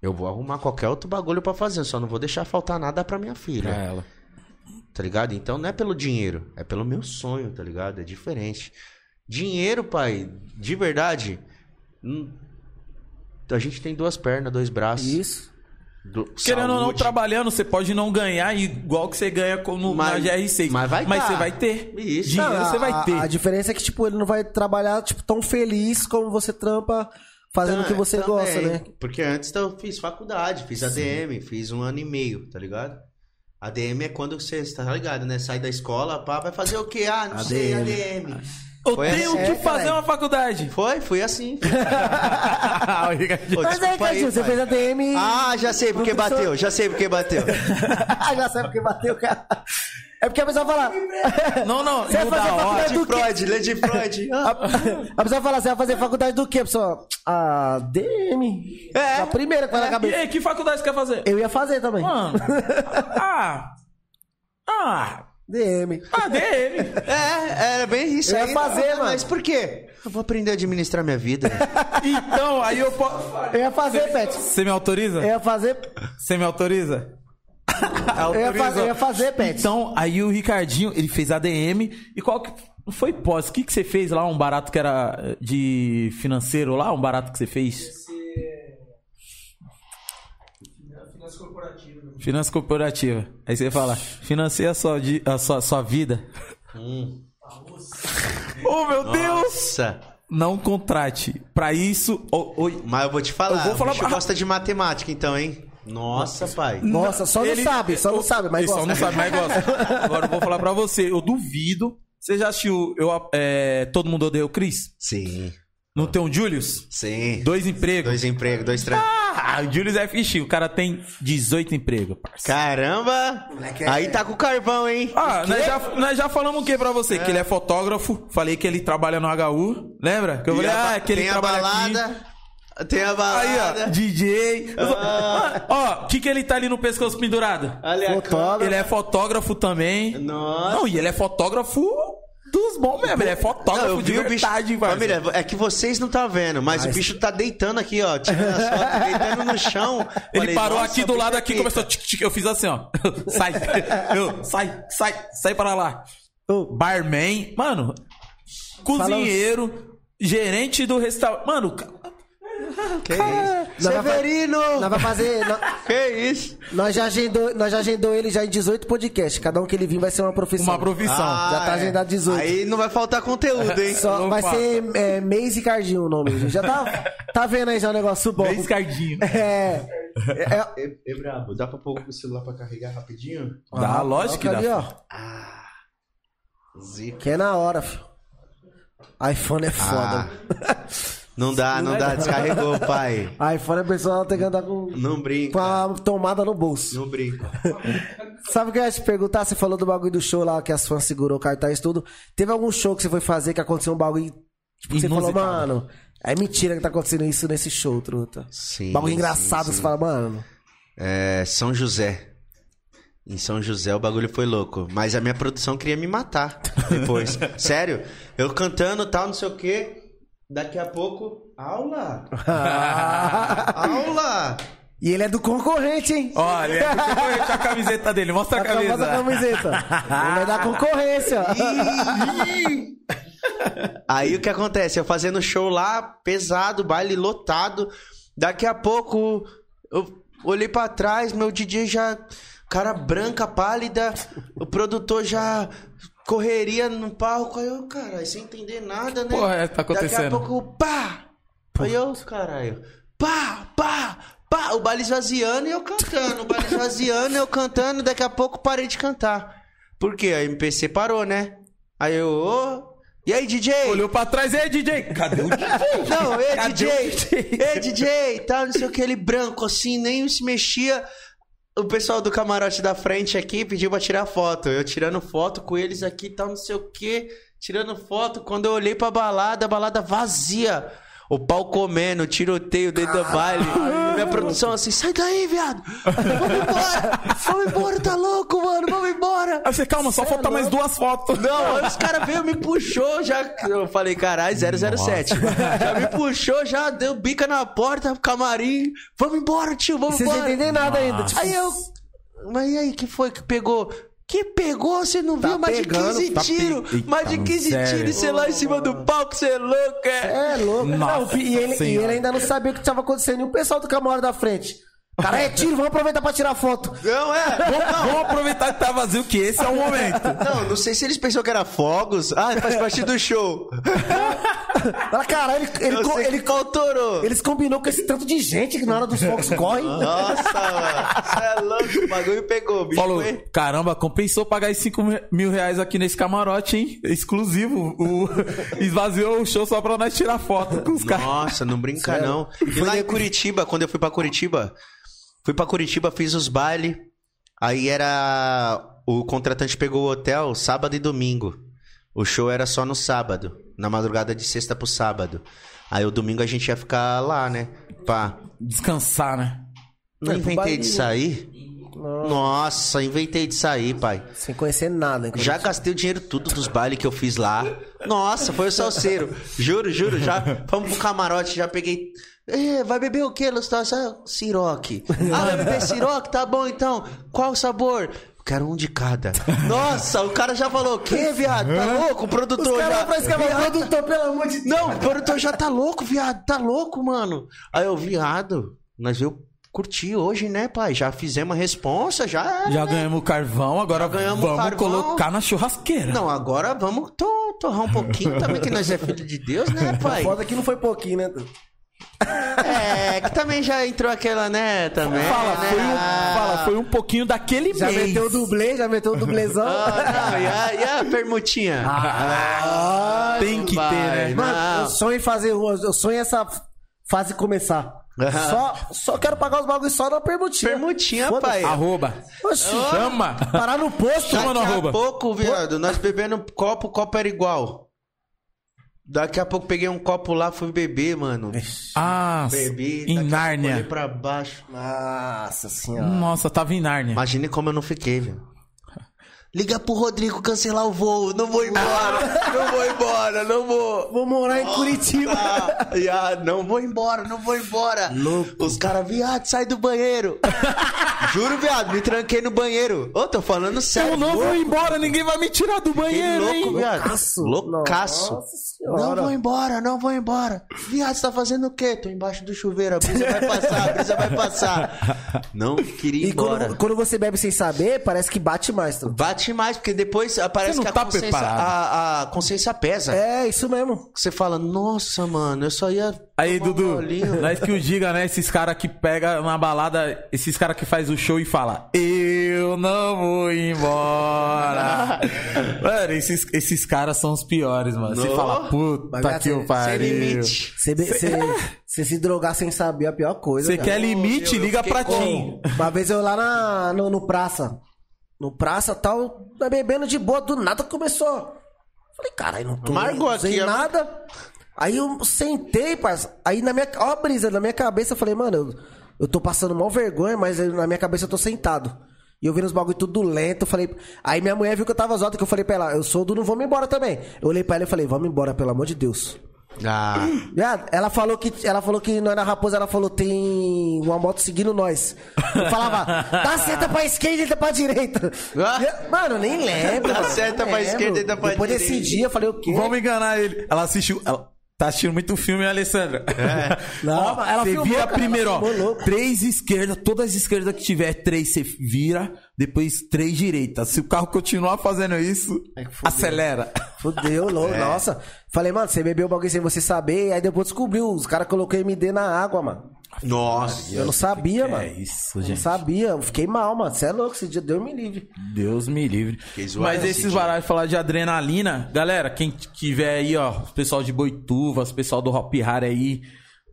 [SPEAKER 3] Eu vou arrumar qualquer outro bagulho pra fazer, só não vou deixar faltar nada pra minha filha.
[SPEAKER 1] Pra ela.
[SPEAKER 3] Tá ligado? Então não é pelo dinheiro, é pelo meu sonho, tá ligado? É diferente. Dinheiro, pai, de verdade. hum, a gente tem duas pernas, dois braços.
[SPEAKER 2] Isso.
[SPEAKER 3] do-
[SPEAKER 1] Querendo ou não,
[SPEAKER 3] saúde.
[SPEAKER 1] trabalhando, você pode não ganhar igual que você ganha com- no,
[SPEAKER 3] Mas-
[SPEAKER 1] na GR6.
[SPEAKER 3] mas vai tá. dar.
[SPEAKER 1] você vai ter.
[SPEAKER 3] Isso.
[SPEAKER 1] Dinheiro
[SPEAKER 2] Não, a-
[SPEAKER 1] você vai
[SPEAKER 2] a-
[SPEAKER 1] ter.
[SPEAKER 2] A, diferença é que, tipo, ele não vai trabalhar, tipo, tão feliz como você trampa fazendo o que você
[SPEAKER 3] Também,
[SPEAKER 2] gosta, né?
[SPEAKER 3] Ah, tá Porque antes eu fiz faculdade, fiz ADM, fiz um ano e meio, tá ligado? ADM é quando você, tá ligado, né? Sai da escola, pá, vai fazer o quê? Ah, não sei, ADM.
[SPEAKER 1] Eu
[SPEAKER 3] Foi
[SPEAKER 1] tenho
[SPEAKER 3] assim.
[SPEAKER 1] que
[SPEAKER 2] É,
[SPEAKER 1] fazer
[SPEAKER 2] caralho.
[SPEAKER 1] uma faculdade.
[SPEAKER 3] Foi, fui assim. Pô,
[SPEAKER 2] Mas aí,
[SPEAKER 3] desculpa aí,
[SPEAKER 2] Caio, você
[SPEAKER 3] pai.
[SPEAKER 2] fez a DM.
[SPEAKER 3] Ah, já sei porque
[SPEAKER 2] Professor-
[SPEAKER 3] bateu, já sei porque bateu.
[SPEAKER 2] já sabe porque bateu, cara. É porque a pessoa fala.
[SPEAKER 1] Não, não.
[SPEAKER 2] Você vai
[SPEAKER 1] não
[SPEAKER 2] fazer
[SPEAKER 1] dá hora.
[SPEAKER 2] faculdade
[SPEAKER 3] Lady
[SPEAKER 2] do quê?
[SPEAKER 3] Freud, Lady Freud.
[SPEAKER 2] A,
[SPEAKER 3] Ah,
[SPEAKER 2] a pessoa fala, assim, você vai fazer faculdade do quê, pessoal? A DM.
[SPEAKER 3] É.
[SPEAKER 2] A primeira que vai na
[SPEAKER 1] E
[SPEAKER 2] cabeça.
[SPEAKER 1] aí, que faculdade você quer fazer?
[SPEAKER 2] Eu ia fazer também.
[SPEAKER 1] Mano. Ah. Ah.
[SPEAKER 2] DM.
[SPEAKER 1] ADM.
[SPEAKER 3] É, é bem isso
[SPEAKER 2] Eu ia
[SPEAKER 3] aí.
[SPEAKER 2] fazer,
[SPEAKER 3] Ah,
[SPEAKER 2] mano.
[SPEAKER 3] Mas por quê? Eu vou aprender a administrar minha vida. É
[SPEAKER 1] Então, aí eu posso.
[SPEAKER 2] Eu ia fazer, Pet.
[SPEAKER 1] Você me autoriza?
[SPEAKER 2] Eu ia fazer.
[SPEAKER 1] Você me autoriza?
[SPEAKER 2] Eu ia fazer, eu ia fazer Pet.
[SPEAKER 1] Então, aí o Ricardinho, ele fez ADM. E qual que foi pós? O que, que você fez lá? Um barato que era de financeiro lá? Um barato que você fez?
[SPEAKER 4] Finanças corporativas. né?
[SPEAKER 1] Finança corporativa. Aí você fala, financia a sua, di- a sua, sua vida.
[SPEAKER 4] Hum.
[SPEAKER 1] oh, meu Deus!
[SPEAKER 3] Nossa.
[SPEAKER 1] Não contrate. Pra isso, o- o-
[SPEAKER 3] Mas eu vou te falar,
[SPEAKER 1] Eu vou falar-
[SPEAKER 3] o bicho gosta de matemática então, hein? Nossa, pai.
[SPEAKER 2] Nossa, só não
[SPEAKER 1] Ele-
[SPEAKER 2] sabe, só não
[SPEAKER 1] eu-
[SPEAKER 2] sabe, mas
[SPEAKER 1] ele só
[SPEAKER 2] gosta.
[SPEAKER 1] não sabe, mas gosta. Agora eu vou falar pra você, eu duvido Você já assistiu eu, é, Todo Mundo Odeia o Chris?
[SPEAKER 3] Sim,
[SPEAKER 1] Não tem um Julius?
[SPEAKER 3] sim.
[SPEAKER 1] Dois empregos.
[SPEAKER 3] Dois empregos, dois trancos.
[SPEAKER 1] Ah, o Julius é fichinho. O cara tem 18 empregos, parça.
[SPEAKER 3] Caramba!
[SPEAKER 2] Moleque é-
[SPEAKER 3] Aí tá com carvão, hein?
[SPEAKER 1] Ah, nós já, nós já falamos o que pra você? Que ele é fotógrafo. Falei que ele trabalha no HU. Lembra? Que eu
[SPEAKER 3] E
[SPEAKER 1] falei,
[SPEAKER 3] a ba-
[SPEAKER 1] ah, é que ele
[SPEAKER 3] tem a
[SPEAKER 1] trabalha
[SPEAKER 3] balada,
[SPEAKER 1] aqui.
[SPEAKER 3] Tem a
[SPEAKER 1] Aí,
[SPEAKER 3] balada.
[SPEAKER 1] ó, DJ. Ah, Ó, o que que ele tá ali no pescoço pendurado?
[SPEAKER 3] Olha a
[SPEAKER 2] Fotógrafo.
[SPEAKER 1] Ele é fotógrafo também.
[SPEAKER 3] câmera. Nossa.
[SPEAKER 1] Não, e ele é fotógrafo dos bons mesmo. Ele é fotógrafo
[SPEAKER 3] eu
[SPEAKER 1] de
[SPEAKER 3] vi o bicho.
[SPEAKER 1] verdade, velho.
[SPEAKER 3] Família, é que vocês não tá vendo, mas, o bicho tá deitando aqui, ó. Tirando as fotos, deitando no chão.
[SPEAKER 1] Ele
[SPEAKER 3] Falei,
[SPEAKER 1] parou
[SPEAKER 3] nossa, é
[SPEAKER 1] aqui do lado
[SPEAKER 3] bem
[SPEAKER 1] aqui e
[SPEAKER 3] feito.
[SPEAKER 1] começou. tic, tic, eu fiz assim, ó. sai. Eu, sai, sai, sai para lá.
[SPEAKER 2] Ô,
[SPEAKER 1] Barman, mano. Cozinheiro, gerente do restaurante. Mano, ca-
[SPEAKER 3] Que é isso?
[SPEAKER 2] Nós vai fa-
[SPEAKER 3] Severino!
[SPEAKER 2] Nós vai fazer. nó-
[SPEAKER 3] Que isso?
[SPEAKER 2] Nós já, agendou, nós já agendou ele já em 18 podcasts. Cada um que ele vir vai ser uma profissão.
[SPEAKER 1] uma profissão.
[SPEAKER 2] já tá
[SPEAKER 3] é.
[SPEAKER 2] agendado 18.
[SPEAKER 3] Aí não vai faltar conteúdo, hein?
[SPEAKER 2] Só-
[SPEAKER 1] Opa.
[SPEAKER 2] vai ser é, Maze Cardinho o nome. gente. Já tá, tá vendo aí já um negócio bom.
[SPEAKER 1] Bem escardinho.
[SPEAKER 2] É. é-
[SPEAKER 3] É, é brabo, dá pra pôr o celular pra carregar rapidinho?
[SPEAKER 1] Dá,
[SPEAKER 2] ó,
[SPEAKER 1] lógico que
[SPEAKER 2] coloca
[SPEAKER 1] dá.
[SPEAKER 2] Ali, ó,
[SPEAKER 3] Zica.
[SPEAKER 2] que é na hora, filho. iPhone é foda.
[SPEAKER 3] Ah, Não dá, não dá, descarregou, pai.
[SPEAKER 2] iPhone a pessoa tem que andar com,
[SPEAKER 3] Não
[SPEAKER 2] com
[SPEAKER 3] brinca.
[SPEAKER 2] a tomada no bolso.
[SPEAKER 3] Não brinca.
[SPEAKER 2] Sabe o que eu ia te perguntar? Você falou do bagulho do show lá que as fãs segurou cartaz e tudo. Teve algum show que você foi fazer que aconteceu um bagulho. Tipo, que você falou,
[SPEAKER 1] Inusitado.
[SPEAKER 2] mano. É mentira que tá acontecendo isso nesse show, truta.
[SPEAKER 3] Sim.
[SPEAKER 2] bagulho
[SPEAKER 3] sim,
[SPEAKER 2] engraçado,
[SPEAKER 3] sim.
[SPEAKER 2] você fala, mano.
[SPEAKER 3] É, São José. Em São José o bagulho foi louco. Mas a minha produção queria me matar depois. Sério, eu cantando tal, não sei o quê. Daqui a pouco, aula! aula!
[SPEAKER 2] E ele é do concorrente, hein? Tá
[SPEAKER 1] Olha, deixa a camiseta dele, mostra a
[SPEAKER 2] a
[SPEAKER 1] camisa.
[SPEAKER 2] famosa camiseta. Ele vai dar concorrência.
[SPEAKER 3] Aí o que acontece? Eu fazendo show lá, pesado, baile lotado. Daqui a pouco eu olhei pra trás, meu DJ já. Cara branca, pálida, o produtor já correria no palco. Aí eu, caralho, sem entender nada, né?
[SPEAKER 1] Porra, é, tá
[SPEAKER 3] Daqui a
[SPEAKER 1] acontecendo.
[SPEAKER 3] pouco, pá! Aí eu, caralho, pá, pá, pá, o baile esvaziando e eu cantando, o baile esvaziando e eu cantando, daqui a pouco parei de cantar. Por quê? A MPC parou, né? Aí eu, ô, e aí, DJ?
[SPEAKER 1] Olhou pra trás, ei, DJ. Cadê o DJ?
[SPEAKER 3] Não, ei,
[SPEAKER 1] Cadê o
[SPEAKER 3] DJ, ei, DJ, tal, não sei o que, ele branco assim, nem se mexia. O pessoal do camarote da frente aqui pediu pra tirar foto. Eu tirando foto com eles aqui, tal, não sei o que, tirando foto. Quando eu olhei pra balada, a balada vazia. O pau comendo, tiroteio dentro do baile. Minha produção assim, sai daí, viado! Vamos embora! Vamos embora, tá louco, mano? Vamos embora!
[SPEAKER 1] Aí você, calma, só falta mais duas fotos.
[SPEAKER 3] é Não, aí os caras veio, me puxou, já. Eu falei, caralho, 007. Já me puxou, já deu bica na porta, camarim. Vamos embora, tio, vamos
[SPEAKER 2] Vocês não
[SPEAKER 3] embora.
[SPEAKER 2] entendem nada ainda. Tipo,
[SPEAKER 3] Aí eu. Mas e aí, que foi que pegou? Que pegou, você não
[SPEAKER 2] Tá
[SPEAKER 3] viu? Mais
[SPEAKER 2] pegando,
[SPEAKER 3] de 15
[SPEAKER 1] tá pe-
[SPEAKER 3] tiros,
[SPEAKER 1] Eita,
[SPEAKER 3] mais de 15
[SPEAKER 1] miséria.
[SPEAKER 3] tiros, sei lá, em cima do palco, você é louco, é.
[SPEAKER 2] É louco.
[SPEAKER 1] Nossa
[SPEAKER 2] Não, e, ele, e
[SPEAKER 1] Senhora.
[SPEAKER 2] ele ainda não sabia o que tava acontecendo. E o pessoal do camarote da frente. Cara, é tiro, vamos aproveitar pra tirar foto.
[SPEAKER 3] Não, é.
[SPEAKER 1] Vamos aproveitar que tá vazio, que esse é o momento.
[SPEAKER 3] Não, não sei se eles pensaram que era fogos. Ah, faz parte do show.
[SPEAKER 2] Fala, cara, ele, ele,
[SPEAKER 3] Eu
[SPEAKER 2] co-
[SPEAKER 3] sei
[SPEAKER 2] ele-
[SPEAKER 3] que autorou.
[SPEAKER 2] eles combinou com esse tanto de gente que na hora dos focos corre.
[SPEAKER 3] Nossa, mano. Você é louco, o bagulho pegou, bicho.
[SPEAKER 1] Falou,
[SPEAKER 3] hein?
[SPEAKER 1] caramba, compensou pagar esses 5 mil reais aqui nesse camarote, hein? Exclusivo. O... Esvaziou o show só pra nós tirar foto com os caras.
[SPEAKER 3] Nossa, não brinca não. E lá em Curitiba, quando eu fui pra Curitiba, fui pra Curitiba, fiz os bailes. Aí era. O contratante pegou o hotel sábado e domingo. O show era só no sábado, na madrugada de sexta pro sábado. Aí o domingo a gente ia ficar lá, né? Pá.
[SPEAKER 1] Descansar, né?
[SPEAKER 3] Não
[SPEAKER 2] É, pro
[SPEAKER 3] inventei
[SPEAKER 2] bailinho.
[SPEAKER 3] de sair? Nossa, inventei de sair, pai.
[SPEAKER 2] Sem conhecer nada, inclusive.
[SPEAKER 3] Já gastei o dinheiro tudo dos bailes que eu fiz lá. Nossa, foi o salseiro. Juro, juro, já fomos pro camarote, já peguei. "É, vai beber o quê, Lustosa? Siroque. Ah, vai beber siroque? Tá bom então. Qual o sabor? Quero um de cada. Nossa, o cara já falou, o quê, viado? Tá louco? O
[SPEAKER 2] Os
[SPEAKER 3] produtor
[SPEAKER 2] caras
[SPEAKER 3] já...
[SPEAKER 2] parece que é o produtor, pelo amor de Deus.
[SPEAKER 3] Não, o produtor já tá louco, viado. Tá louco, mano. Aí eu, viado, nós eu curti hoje, né, pai? Já fizemos a responsa, já era,
[SPEAKER 1] Já
[SPEAKER 3] né?
[SPEAKER 1] ganhamos o carvão, agora
[SPEAKER 3] ganhamos
[SPEAKER 1] vamos
[SPEAKER 3] carvão.
[SPEAKER 1] colocar na churrasqueira.
[SPEAKER 3] Não, agora vamos to- torrar um pouquinho também, que nós é filho de Deus, né, pai?
[SPEAKER 2] Foda que não foi pouquinho, né?
[SPEAKER 3] É, que também já entrou aquela, né? Também.
[SPEAKER 1] Fala,
[SPEAKER 3] né?
[SPEAKER 1] foi um, fala, foi um pouquinho daquele
[SPEAKER 2] Já
[SPEAKER 1] mês.
[SPEAKER 2] meteu o dublê, já meteu o dublezão.
[SPEAKER 3] Ah, não, e, a, e a permutinha?
[SPEAKER 1] Ah, tem que
[SPEAKER 3] vai,
[SPEAKER 1] ter, né?
[SPEAKER 2] Mano,
[SPEAKER 3] não.
[SPEAKER 2] eu sonho em fazer ruas, eu sonho essa fase começar. só, só quero pagar os bagulhos só na permutinha.
[SPEAKER 3] Permutinha,
[SPEAKER 2] Foda-se.
[SPEAKER 3] pai.
[SPEAKER 1] Arroba.
[SPEAKER 2] Oxi,
[SPEAKER 1] Chama.
[SPEAKER 2] parar no posto,
[SPEAKER 1] Chama. no
[SPEAKER 2] mano.
[SPEAKER 3] Daqui
[SPEAKER 1] arroba.
[SPEAKER 3] a pouco, viado, nós bebendo um copo, o copo era igual. Daqui a pouco peguei um copo lá, fui beber, mano.
[SPEAKER 1] Ah,
[SPEAKER 3] Bebi. daqui a
[SPEAKER 1] em
[SPEAKER 3] pouco Olhei
[SPEAKER 1] Nárnia.
[SPEAKER 3] pra baixo.
[SPEAKER 2] Nossa senhora.
[SPEAKER 1] Nossa, tava em Nárnia.
[SPEAKER 3] Imagine como eu não fiquei, velho. Liga pro Rodrigo cancelar o voo. Não vou embora. não vou embora, não vou.
[SPEAKER 2] Vou morar em Curitiba.
[SPEAKER 3] Ah, ah, não vou embora, não vou embora.
[SPEAKER 2] Louco.
[SPEAKER 3] Os caras, viado, sai do banheiro. Juro, viado, me tranquei no banheiro. Ô, tô
[SPEAKER 2] um
[SPEAKER 3] falando sério.
[SPEAKER 1] Eu não
[SPEAKER 3] Ô,
[SPEAKER 1] vou embora, ninguém vai me tirar do
[SPEAKER 3] Que
[SPEAKER 1] banheiro,
[SPEAKER 3] louco,
[SPEAKER 1] hein?
[SPEAKER 3] viado.
[SPEAKER 2] Loucaço.
[SPEAKER 3] Loucaço.
[SPEAKER 2] Nossa senhora.
[SPEAKER 3] Não vou embora, não vou embora. Viado, você tá fazendo o quê? Tô embaixo do chuveiro, a brisa vai passar, a brisa vai passar. Não queria ir
[SPEAKER 2] E
[SPEAKER 3] embora.
[SPEAKER 2] quando, quando você bebe sem saber, parece que bate mais, tá? tu.
[SPEAKER 3] Bate mais, porque depois
[SPEAKER 1] Você
[SPEAKER 3] aparece
[SPEAKER 1] não
[SPEAKER 3] que a,
[SPEAKER 1] tá
[SPEAKER 3] consciência,
[SPEAKER 1] preparado.
[SPEAKER 3] a, a consciência pesa.
[SPEAKER 2] É, isso mesmo.
[SPEAKER 3] Você fala, nossa, mano, eu só ia.
[SPEAKER 1] Aí,
[SPEAKER 3] tomar um
[SPEAKER 1] Dudu,
[SPEAKER 3] golinho."
[SPEAKER 1] nós que o diga, né? Esses caras que pega na balada, esses caras que faz o show e fala, eu não vou embora. mano, esses, esses caras são os piores, mano. Você
[SPEAKER 3] No.
[SPEAKER 1] fala, puta
[SPEAKER 2] Bagaça,
[SPEAKER 1] que eu
[SPEAKER 2] sem
[SPEAKER 3] é assim, Sem
[SPEAKER 1] pariu.
[SPEAKER 3] limite.
[SPEAKER 2] Você be- você- você se drogar sem saber é a pior coisa.
[SPEAKER 1] Você
[SPEAKER 2] cara.
[SPEAKER 1] quer limite?
[SPEAKER 3] eu- eu
[SPEAKER 1] Liga
[SPEAKER 3] fiquei
[SPEAKER 1] pra Tim.
[SPEAKER 3] como?
[SPEAKER 2] Uma vez eu lá na, no, no praça. No praça tal, tá bebendo de boa, do nada começou. Falei, caralho, não tô
[SPEAKER 3] Amargou
[SPEAKER 2] não sei
[SPEAKER 3] aqui, é-
[SPEAKER 2] nada. Aí eu sentei, parça. Aí na minha. Ó, a brisa, na minha cabeça eu falei, mano, eu, eu tô passando mal vergonha, mas eu- na minha cabeça eu tô sentado. E eu vi os bagulho tudo lento, eu falei. Aí minha mulher viu que eu tava zoado, que eu falei pra ela, eu sou do não vamos embora também. Eu olhei pra ela e falei, vamos embora, pelo amor de Deus.
[SPEAKER 3] Ah,
[SPEAKER 2] Viado, Ela falou que ela falou que nós na raposa, ela falou tem uma moto seguindo nós. Eu falava, tá seta pra esquerda e tá pra direita.
[SPEAKER 3] Ah.
[SPEAKER 2] Mano, eu nem lembro.
[SPEAKER 3] Dá
[SPEAKER 2] mano,
[SPEAKER 3] seta
[SPEAKER 2] nem
[SPEAKER 3] pra
[SPEAKER 2] lembro.
[SPEAKER 3] esquerda e dá pra
[SPEAKER 2] Depois desse
[SPEAKER 3] direita.
[SPEAKER 2] dia, eu falei o quê?
[SPEAKER 1] Vamos enganar ele. Ela assistiu. Ela tá assistindo muito filme, hein, Alessandra. É.
[SPEAKER 2] Não,
[SPEAKER 1] ó,
[SPEAKER 2] ela
[SPEAKER 1] você
[SPEAKER 2] filmou,
[SPEAKER 1] vira
[SPEAKER 2] cara,
[SPEAKER 1] primeiro,
[SPEAKER 2] ela
[SPEAKER 1] ó.
[SPEAKER 2] filmou louco.
[SPEAKER 1] Três esquerdas, todas as esquerdas que tiver, três você vira, depois três direitas. Se o carro continuar fazendo isso,
[SPEAKER 2] É
[SPEAKER 1] acelera.
[SPEAKER 2] Fudeu, louco, nossa. Falei, mano, você bebeu o bagulho sem você saber. Aí depois descobriu, os caras colocou MD na água, mano.
[SPEAKER 3] nossa.
[SPEAKER 2] Eu não sabia, mano.
[SPEAKER 1] É isso,
[SPEAKER 2] Não
[SPEAKER 1] gente.
[SPEAKER 2] sabia, eu fiquei mal, mano. Você é louco, esse dia deu me livre.
[SPEAKER 1] Deus me livre.
[SPEAKER 3] zoado
[SPEAKER 1] Mas
[SPEAKER 3] esse
[SPEAKER 1] esses
[SPEAKER 3] dia.
[SPEAKER 1] baralhos falar de adrenalina, galera, quem t- tiver aí, ó, os pessoal de Boituva, os pessoal do Hop Hard aí,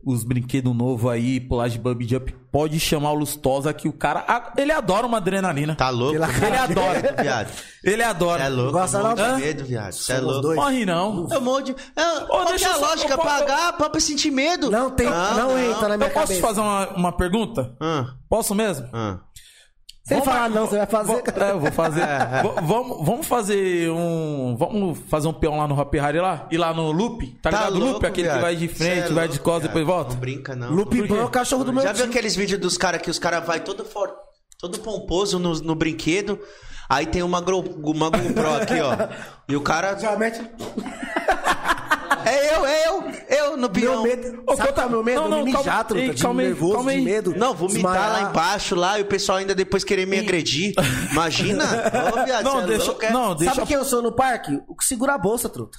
[SPEAKER 1] os brinquedos novos aí, pular de bump jump, pode chamar o Lustosa que o cara, ah, ele adora uma adrenalina.
[SPEAKER 3] Tá louco?
[SPEAKER 2] Pela
[SPEAKER 3] viado?
[SPEAKER 1] Ele adora.
[SPEAKER 3] Viado.
[SPEAKER 1] Ele
[SPEAKER 3] Cê
[SPEAKER 1] adora.
[SPEAKER 3] é louco,
[SPEAKER 2] Gosta
[SPEAKER 3] eu morro
[SPEAKER 2] não?
[SPEAKER 3] de medo, viado. Cê é
[SPEAKER 2] Somos
[SPEAKER 3] louco.
[SPEAKER 2] dois.
[SPEAKER 1] Morre não.
[SPEAKER 3] É um monte de... Ah, qual
[SPEAKER 1] deixa
[SPEAKER 3] que é a
[SPEAKER 1] eu só-
[SPEAKER 3] lógica?
[SPEAKER 1] eu posso-
[SPEAKER 3] Pagar, pra pra sentir medo.
[SPEAKER 2] Não tem, não, entra na
[SPEAKER 1] Eu
[SPEAKER 2] minha
[SPEAKER 1] Então posso te
[SPEAKER 2] cabeça.
[SPEAKER 1] fazer uma, uma pergunta?
[SPEAKER 3] Ah,
[SPEAKER 1] Posso mesmo?
[SPEAKER 3] ah.
[SPEAKER 2] Sem
[SPEAKER 1] Vamos
[SPEAKER 2] falar não, você vai fazer.
[SPEAKER 1] Vamos- É, eu vou fazer. V- vamos, vamos fazer um. Vamos fazer um peão lá no Hop Harry lá? E lá no loop? Tá, ligado?
[SPEAKER 3] louco,
[SPEAKER 1] loop, aquele
[SPEAKER 3] viado.
[SPEAKER 1] que vai de
[SPEAKER 3] Cê é
[SPEAKER 1] frente, vai de
[SPEAKER 3] louco,
[SPEAKER 1] costas, depois
[SPEAKER 3] viado.
[SPEAKER 1] volta?
[SPEAKER 3] Não brinca, não.
[SPEAKER 2] Lupe
[SPEAKER 1] Por quê?
[SPEAKER 2] Brown é o cachorro do meu
[SPEAKER 3] Já viu
[SPEAKER 2] time.
[SPEAKER 3] aqueles vídeos dos caras que os caras vai todo for... todo pomposo no, no brinquedo, aí tem uma, gro... uma GoPro aqui, ó. E o cara...
[SPEAKER 2] Já mete-
[SPEAKER 3] É eu, é eu, eu no
[SPEAKER 2] Meu
[SPEAKER 3] peão.
[SPEAKER 2] medo.
[SPEAKER 1] Ô,
[SPEAKER 2] Sabe
[SPEAKER 1] conta-
[SPEAKER 2] qual é meu medo?
[SPEAKER 1] Não, não,
[SPEAKER 2] eu me
[SPEAKER 1] calma-
[SPEAKER 2] mijar, truta,
[SPEAKER 1] Ei,
[SPEAKER 2] de
[SPEAKER 1] calma aí,
[SPEAKER 2] nervoso,
[SPEAKER 1] calma
[SPEAKER 2] de
[SPEAKER 1] aí.
[SPEAKER 2] medo.
[SPEAKER 3] Não, vomitar lá
[SPEAKER 2] desmaiar.
[SPEAKER 3] embaixo lá e o pessoal ainda depois querer me agredir. Imagina. Ô, viado,
[SPEAKER 1] Não,
[SPEAKER 3] cê é
[SPEAKER 1] deixa-
[SPEAKER 3] louco, é?
[SPEAKER 1] não, deixa-
[SPEAKER 2] Sabe quem eu sou no parque? O que segura a bolsa, truta.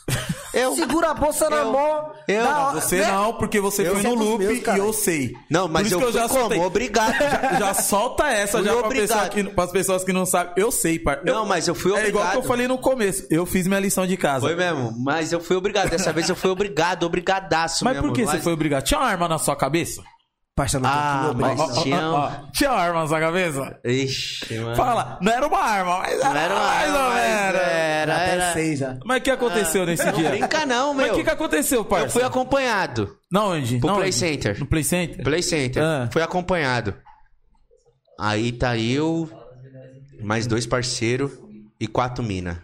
[SPEAKER 3] Eu.
[SPEAKER 2] Segura a bolsa na
[SPEAKER 3] Eu.
[SPEAKER 2] mão.
[SPEAKER 3] Eu.
[SPEAKER 2] da
[SPEAKER 3] Não,
[SPEAKER 2] hora,
[SPEAKER 1] Você
[SPEAKER 2] né?
[SPEAKER 1] não, porque você
[SPEAKER 2] Eu
[SPEAKER 1] foi
[SPEAKER 2] sei
[SPEAKER 1] no
[SPEAKER 2] dos
[SPEAKER 1] loop
[SPEAKER 2] meus,
[SPEAKER 1] e
[SPEAKER 2] cara.
[SPEAKER 1] eu sei.
[SPEAKER 3] Não, mas
[SPEAKER 1] Por isso
[SPEAKER 3] eu
[SPEAKER 1] que eu
[SPEAKER 3] fui
[SPEAKER 1] já
[SPEAKER 3] como?
[SPEAKER 1] soltei.
[SPEAKER 3] Obrigado.
[SPEAKER 1] Já, já solta essa
[SPEAKER 3] Fui
[SPEAKER 1] já pra
[SPEAKER 3] obrigado.
[SPEAKER 1] pessoa que, pras pessoas que não sabem. Eu sei, par.
[SPEAKER 3] Não,
[SPEAKER 1] Eu-
[SPEAKER 3] mas eu fui
[SPEAKER 1] É igual que eu
[SPEAKER 3] obrigado.
[SPEAKER 1] falei no começo. Eu fiz minha lição de casa.
[SPEAKER 3] Foi mesmo, mas eu fui obrigado. Dessa vez eu fui obrigado, obrigadaço
[SPEAKER 1] mas
[SPEAKER 3] mesmo.
[SPEAKER 1] por que
[SPEAKER 3] Mas-
[SPEAKER 1] você foi obrigado? Tinha uma arma na sua cabeça?
[SPEAKER 2] Parça, não
[SPEAKER 3] Ah,
[SPEAKER 2] tem que
[SPEAKER 3] mas
[SPEAKER 2] lembrar.
[SPEAKER 3] tinha...
[SPEAKER 1] Ó, ó, Tinha uma arma na sua cabeça?
[SPEAKER 3] Ixi, mano.
[SPEAKER 1] Fala, não era uma arma, mas
[SPEAKER 3] Não era uma
[SPEAKER 1] mais ou
[SPEAKER 3] arma, mas
[SPEAKER 1] menos.
[SPEAKER 3] era,
[SPEAKER 2] Até
[SPEAKER 3] era-
[SPEAKER 2] sei já.
[SPEAKER 1] Mas o que aconteceu nesse
[SPEAKER 3] Não
[SPEAKER 1] dia?
[SPEAKER 3] brinca não,
[SPEAKER 1] Mas
[SPEAKER 3] meu.
[SPEAKER 1] o que, que aconteceu,
[SPEAKER 3] Eu fui
[SPEAKER 1] parça?
[SPEAKER 3] acompanhado.
[SPEAKER 1] Na onde?
[SPEAKER 3] pro
[SPEAKER 1] Na
[SPEAKER 3] Play
[SPEAKER 1] onde?
[SPEAKER 3] Center.
[SPEAKER 1] No Play Center?
[SPEAKER 3] Play Center.
[SPEAKER 1] Ah.
[SPEAKER 3] Fui acompanhado. Aí tá eu, mais dois parceiros e quatro mina.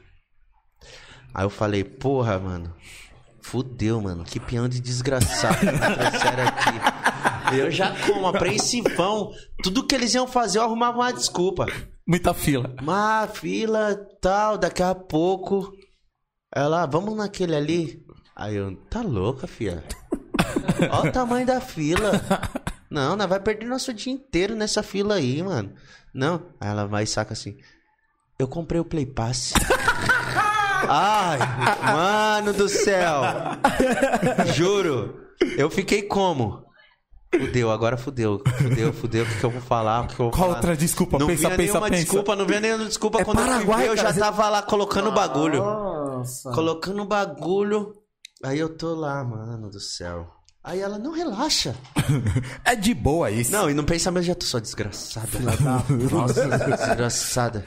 [SPEAKER 3] Aí eu falei, porra, mano. Fudeu, mano. Que peão de desgraçado que tá me trouxeram aqui. Eu já como, apreensivão. Tudo que eles iam fazer, eu arrumava uma desculpa.
[SPEAKER 1] Muita fila.
[SPEAKER 3] Má fila, tal, daqui a pouco. Ela, vamos naquele ali. Aí eu, tá louca, fia? Olha o tamanho da fila. Não, nós vai perder nosso dia inteiro nessa fila aí, mano. Não. Aí ela vai e saca assim. Eu comprei o Play Pass. Ai, mano do céu. Juro. Eu fiquei como? Fudeu, agora fudeu. Fudeu, fudeu. O que que eu vou falar? O que que eu vou
[SPEAKER 1] Qual
[SPEAKER 3] falar?
[SPEAKER 1] outra desculpa?
[SPEAKER 3] Ah. Não
[SPEAKER 1] Pensa,
[SPEAKER 3] vinha
[SPEAKER 1] pensa,
[SPEAKER 3] nenhuma
[SPEAKER 1] pensa.
[SPEAKER 3] desculpa, não vinha nenhuma desculpa.
[SPEAKER 2] É
[SPEAKER 3] Quando eu fui
[SPEAKER 2] Paraguai,
[SPEAKER 3] ver, eu
[SPEAKER 2] cara,
[SPEAKER 3] já
[SPEAKER 2] você-
[SPEAKER 3] tava lá colocando o bagulho.
[SPEAKER 2] Nossa.
[SPEAKER 3] Colocando o bagulho. Aí eu tô lá, mano do céu. Aí ela, não relaxa.
[SPEAKER 1] É de boa isso.
[SPEAKER 3] Não, e não pensa, mas eu já tô só desgraçada. Nossa, desgraçada.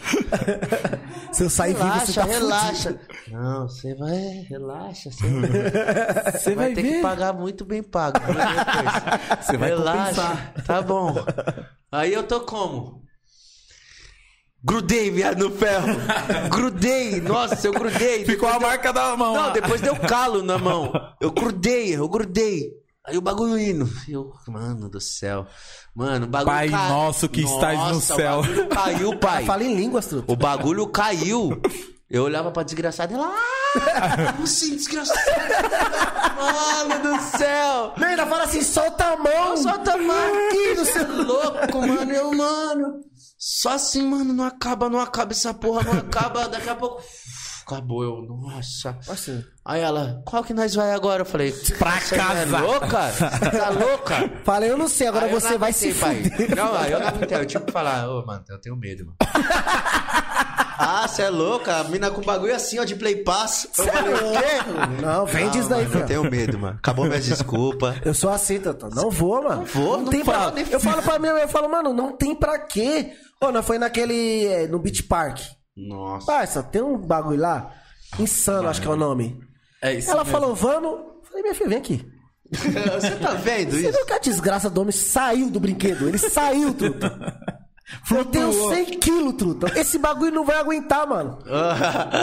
[SPEAKER 2] Se eu sair vivo, você
[SPEAKER 3] Relaxa,
[SPEAKER 2] tá
[SPEAKER 3] relaxa.
[SPEAKER 2] fudido.
[SPEAKER 3] Não, você vai, relaxa. Você vai,
[SPEAKER 1] Você
[SPEAKER 3] vai
[SPEAKER 1] vai,
[SPEAKER 3] ter
[SPEAKER 1] ver.
[SPEAKER 3] que pagar muito bem pago. viu, depois.
[SPEAKER 1] Você vai compensar.
[SPEAKER 3] relaxa. Tá bom. Aí eu tô como? Grudei, viado, no ferro. Grudei. Nossa, eu grudei.
[SPEAKER 1] Ficou a marca da mão.
[SPEAKER 3] Não,
[SPEAKER 1] lá.
[SPEAKER 3] depois deu calo na mão. Eu grudei, eu grudei. Aí o bagulho indo. Eu, mano do céu. Mano, o bagulho
[SPEAKER 1] Pai nosso que estás no
[SPEAKER 3] Nossa, o
[SPEAKER 1] céu.
[SPEAKER 3] bagulho Caiu,
[SPEAKER 2] Ah,
[SPEAKER 3] pai.
[SPEAKER 2] Fala em línguas, truta.
[SPEAKER 3] O bagulho caiu. Eu olhava pra desgraçada e ela. "Ah, Como assim, desgraçada? Mano do céu!
[SPEAKER 2] Ainda fala assim, solta a mão.
[SPEAKER 3] Solta a mão aqui, você é louco, mano. Eu, mano. Só assim, mano, não acaba, não acaba essa porra, não acaba. Daqui a pouco. Acabou eu, nossa.
[SPEAKER 2] Nossa.
[SPEAKER 3] Aí ela, qual que nós vai agora? Eu falei, pra
[SPEAKER 1] casa."
[SPEAKER 3] É louca? Você tá louca?
[SPEAKER 2] Fala, eu não sei, agora
[SPEAKER 3] Aí Ah, eu
[SPEAKER 2] você
[SPEAKER 3] não
[SPEAKER 2] vai
[SPEAKER 3] aguentei,
[SPEAKER 2] se fuder.
[SPEAKER 3] Não, aí eu não aguentei. Eu tive que falar, ô, mano, eu tenho medo, mano. ah, você é louca? A mina com bagulho assim, ó, de play pass. Eu falei, o quê?
[SPEAKER 2] Não, vende é isso daí,
[SPEAKER 3] mano, Eu
[SPEAKER 2] cara.
[SPEAKER 3] tenho medo, mano. Acabou minha desculpa.
[SPEAKER 2] Eu sou assim, Tata. Não vou, mano. Não
[SPEAKER 3] vou, não
[SPEAKER 2] tem pra-
[SPEAKER 3] falo, nem
[SPEAKER 2] Eu falo pra mim, eu falo, mano, não tem pra quê. Ô, nós foi naquele. eh, no Beach Park.
[SPEAKER 3] Nossa.
[SPEAKER 2] Parça, tem um bagulho lá. Insano, acho que é o nome.
[SPEAKER 1] É isso.
[SPEAKER 2] Ela
[SPEAKER 1] mesmo.
[SPEAKER 2] falou, vamos. Falei, minha filha, vem aqui.
[SPEAKER 3] Você tá vendo
[SPEAKER 2] Você
[SPEAKER 3] isso?
[SPEAKER 2] viu que a desgraça do homem saiu do brinquedo? Ele saiu, truta. Eu tenho 100 quilos, truta. Esse bagulho não vai aguentar, mano.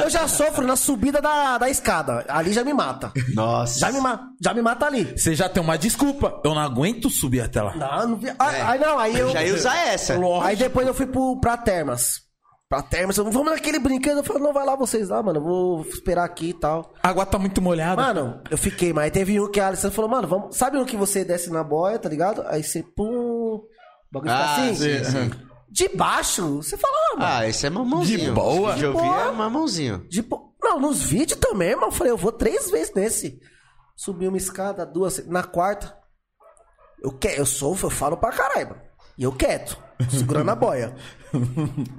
[SPEAKER 2] Eu já sofro na subida da, da escada. Ali já me mata.
[SPEAKER 3] Nossa.
[SPEAKER 2] Já me, ma- já me mata ali.
[SPEAKER 1] Você já tem uma desculpa. Eu não aguento subir até lá.
[SPEAKER 2] Não, não vi. Aí, aí não, aí eu.
[SPEAKER 3] É. Já ia usar essa.
[SPEAKER 2] Aí depois eu fui pro, pra Termas. Pra Termas, eu, vamos naquele brinquedo. Eu falei, não, vai lá vocês lá, mano. Eu vou esperar aqui e tal.
[SPEAKER 1] A água tá muito molhada.
[SPEAKER 2] Mano, eu fiquei, mas aí teve um que a Alessandra falou, mano, vamos. Sabe o que você desce na boia, tá ligado? Aí você pum. O bagulho fica
[SPEAKER 3] Ah,
[SPEAKER 2] assim?
[SPEAKER 3] sim, sim.
[SPEAKER 2] De baixo, você fala, ah, mano.
[SPEAKER 3] Ah, esse é mamãozinho.
[SPEAKER 1] De boa.
[SPEAKER 3] De ouvir é mamãozinho.
[SPEAKER 2] De bo- Não, nos vídeos também, irmão. Eu falei, eu vou três vezes nesse. Subi uma escada, duas. assim, Na quarta. Eu, que... eu sou, eu falo pra caralho, mano. E eu quieto, segurando a boia.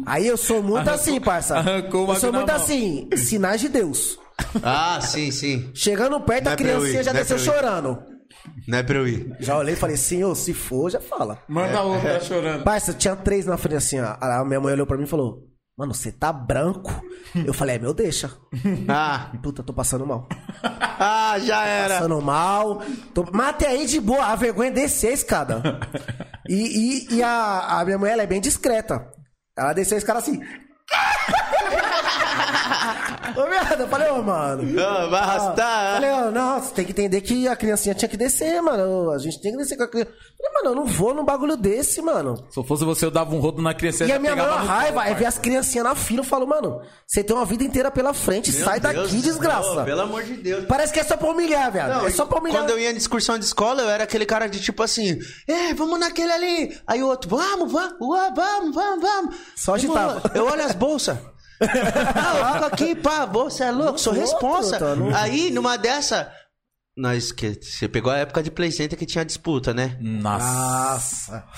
[SPEAKER 2] Aí eu sou muito assim, parça.
[SPEAKER 1] arrancou o
[SPEAKER 2] eu sou
[SPEAKER 1] bagulho na
[SPEAKER 2] muito
[SPEAKER 1] mão.
[SPEAKER 2] assim, sinais de Deus.
[SPEAKER 3] Ah, sim, sim.
[SPEAKER 2] Chegando perto,
[SPEAKER 3] Não
[SPEAKER 2] a
[SPEAKER 3] é pra eu ir,
[SPEAKER 2] criancinha já
[SPEAKER 3] não é
[SPEAKER 2] desceu
[SPEAKER 3] pra eu ir.
[SPEAKER 2] chorando.
[SPEAKER 3] Não é pra eu ir.
[SPEAKER 2] Já olhei e falei, sim, ô, se for, já fala.
[SPEAKER 1] Manda outra chorando.
[SPEAKER 2] Parça, tinha três na frente assim, ó. A minha mãe olhou pra mim e falou, mano, você tá branco. Eu falei, é meu, deixa.
[SPEAKER 3] Ah,
[SPEAKER 2] Puta, tô passando mal.
[SPEAKER 3] ah já era.
[SPEAKER 2] Passando mal. Tô... Mate aí de boa, a vergonha é descer a escada. E, e- e a, a minha mãe, ela é bem discreta. Ela desceu a escada assim. ô, merda, eu falei, ô, mano.
[SPEAKER 3] Ah, vai arrastar.
[SPEAKER 2] Falei, ó, não, você tem que entender que a criancinha tinha que descer, mano. A gente tem que descer com a criança. Falei, mano, eu não vou num bagulho desse, mano.
[SPEAKER 1] Se eu fosse você, eu dava um rodo na criança.
[SPEAKER 2] E
[SPEAKER 1] já
[SPEAKER 2] a minha
[SPEAKER 1] pegava
[SPEAKER 2] maior
[SPEAKER 1] no
[SPEAKER 2] raiva
[SPEAKER 1] colo,
[SPEAKER 2] é ver as criancinhas na fila. Eu falo, mano, você tem uma vida inteira pela frente,
[SPEAKER 3] Meu
[SPEAKER 2] sai
[SPEAKER 3] Deus
[SPEAKER 2] daqui,
[SPEAKER 3] do céu,
[SPEAKER 2] desgraça.
[SPEAKER 3] Pelo amor de Deus.
[SPEAKER 2] Parece que é só pra humilhar, velho.
[SPEAKER 3] Não,
[SPEAKER 2] É só pra humilhar.
[SPEAKER 3] Quando eu ia em discursão de escola, eu era aquele cara de tipo assim, é, vamos naquele ali. Aí o outro, vamos, vamos, ué, vamos, vamos, vamos.
[SPEAKER 2] Só
[SPEAKER 3] Vamos lá.
[SPEAKER 2] agitava.
[SPEAKER 3] Eu olho as bolsas. ah, eu fico aqui, pá, bolsa é louco,
[SPEAKER 2] sou,
[SPEAKER 3] sou responsa.
[SPEAKER 2] Tata, não-
[SPEAKER 3] Aí, numa dessa. Nós que, você pegou a época de Play Center que tinha disputa, né?
[SPEAKER 1] Nossa.
[SPEAKER 2] Nossa.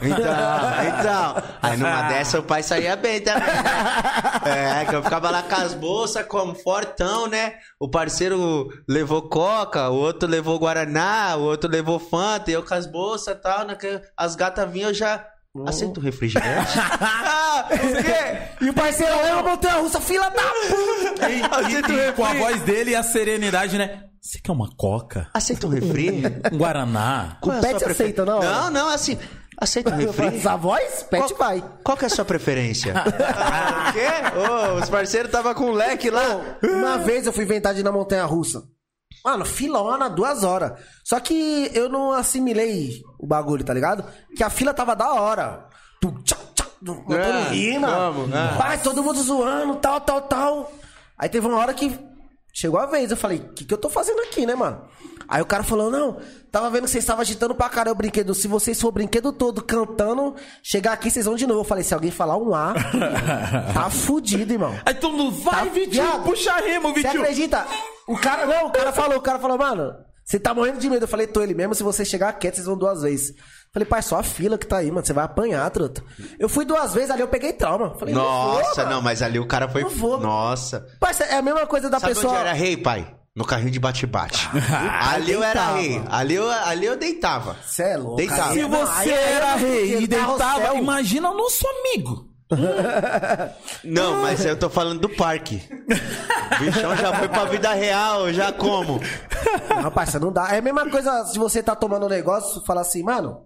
[SPEAKER 3] Então, então. Aí numa dessa o pai saía bem também, né? É, que eu ficava lá com as bolsas, como fortão, né? O parceiro levou coca, o outro levou guaraná, o outro levou fanta, e eu com as bolsas e tal. né, que As gatas vinham, eu já.
[SPEAKER 2] Oh.
[SPEAKER 3] Aceito o refrigerante? ah, o quê?
[SPEAKER 2] E o parceiro leva botei a russa, fila da puta.
[SPEAKER 1] E,
[SPEAKER 3] Aceita o
[SPEAKER 1] e- e com a
[SPEAKER 3] refri.
[SPEAKER 1] voz dele e a serenidade, né? Você quer uma coca?
[SPEAKER 3] Aceita o refri?
[SPEAKER 1] Um guaraná?
[SPEAKER 3] Qual é
[SPEAKER 2] O
[SPEAKER 3] a
[SPEAKER 2] pet
[SPEAKER 3] sua
[SPEAKER 2] aceita, não?
[SPEAKER 3] Não, não, assim. Aceita o refri?
[SPEAKER 2] Essa voz, pet
[SPEAKER 3] Qual-
[SPEAKER 2] vai.
[SPEAKER 3] Qual que é a sua preferência? ah, o quê? Ô, os parceiros tava com o leque lá.
[SPEAKER 2] Uma vez eu fui inventar de ir na montanha russa. Mano, filona, duas horas. Só que eu não assimilei o bagulho, tá ligado? Que a fila tava da hora. Tum, tchá, tchá, tum, botando
[SPEAKER 3] É,
[SPEAKER 2] rima.
[SPEAKER 3] vamos, é.
[SPEAKER 2] Vai, todo mundo zoando, tal, tal, tal. Aí teve uma hora que chegou a vez. Eu falei, o que, que eu tô fazendo aqui, né, mano? Aí o cara falou, não, tava vendo que vocês estavam agitando pra caralho o brinquedo. Se vocês for o brinquedo todo cantando, chegar aqui, vocês vão de novo. Eu falei, se alguém falar um A, tá fudido, irmão.
[SPEAKER 1] Aí todo mundo, vai,
[SPEAKER 2] Tá
[SPEAKER 1] Vitinho,
[SPEAKER 2] viado.
[SPEAKER 1] puxa a rima,
[SPEAKER 2] Você
[SPEAKER 1] Vitinho.
[SPEAKER 2] acredita? O cara, não, o cara falou, o cara falou, mano, Você tá morrendo de medo. Eu falei, tô ele mesmo. Se você chegar quieto, vocês vão duas vezes. Falei, pai, só a fila que tá aí, mano. Você vai apanhar, truta. Eu fui duas vezes ali, eu peguei trauma. Falei,
[SPEAKER 3] Nossa,
[SPEAKER 2] vou,
[SPEAKER 3] não,
[SPEAKER 2] mano.
[SPEAKER 3] mas ali o cara foi.
[SPEAKER 2] Não vou.
[SPEAKER 3] Nossa.
[SPEAKER 2] Parça, é a mesma coisa da
[SPEAKER 3] Sabe
[SPEAKER 2] pessoa.
[SPEAKER 3] onde eu era rei, pai? No carrinho de bate-bate. ali eu era
[SPEAKER 2] deitava.
[SPEAKER 3] rei. Ali eu, ali eu deitava.
[SPEAKER 2] Você é louco.
[SPEAKER 3] Deitava.
[SPEAKER 2] cara.
[SPEAKER 1] Se
[SPEAKER 2] Não,
[SPEAKER 3] Se
[SPEAKER 2] aí
[SPEAKER 1] você
[SPEAKER 2] eu
[SPEAKER 1] era
[SPEAKER 2] porque tá
[SPEAKER 1] rei e
[SPEAKER 2] no
[SPEAKER 1] deitava,
[SPEAKER 2] carrossel-
[SPEAKER 1] imagina o nosso amigo.
[SPEAKER 3] Não, mas eu tô falando do parque. O bichão já foi pra vida real, já como?
[SPEAKER 2] Não, parça, não dá. É a mesma coisa se você tá tomando um negócio, falar assim, mano,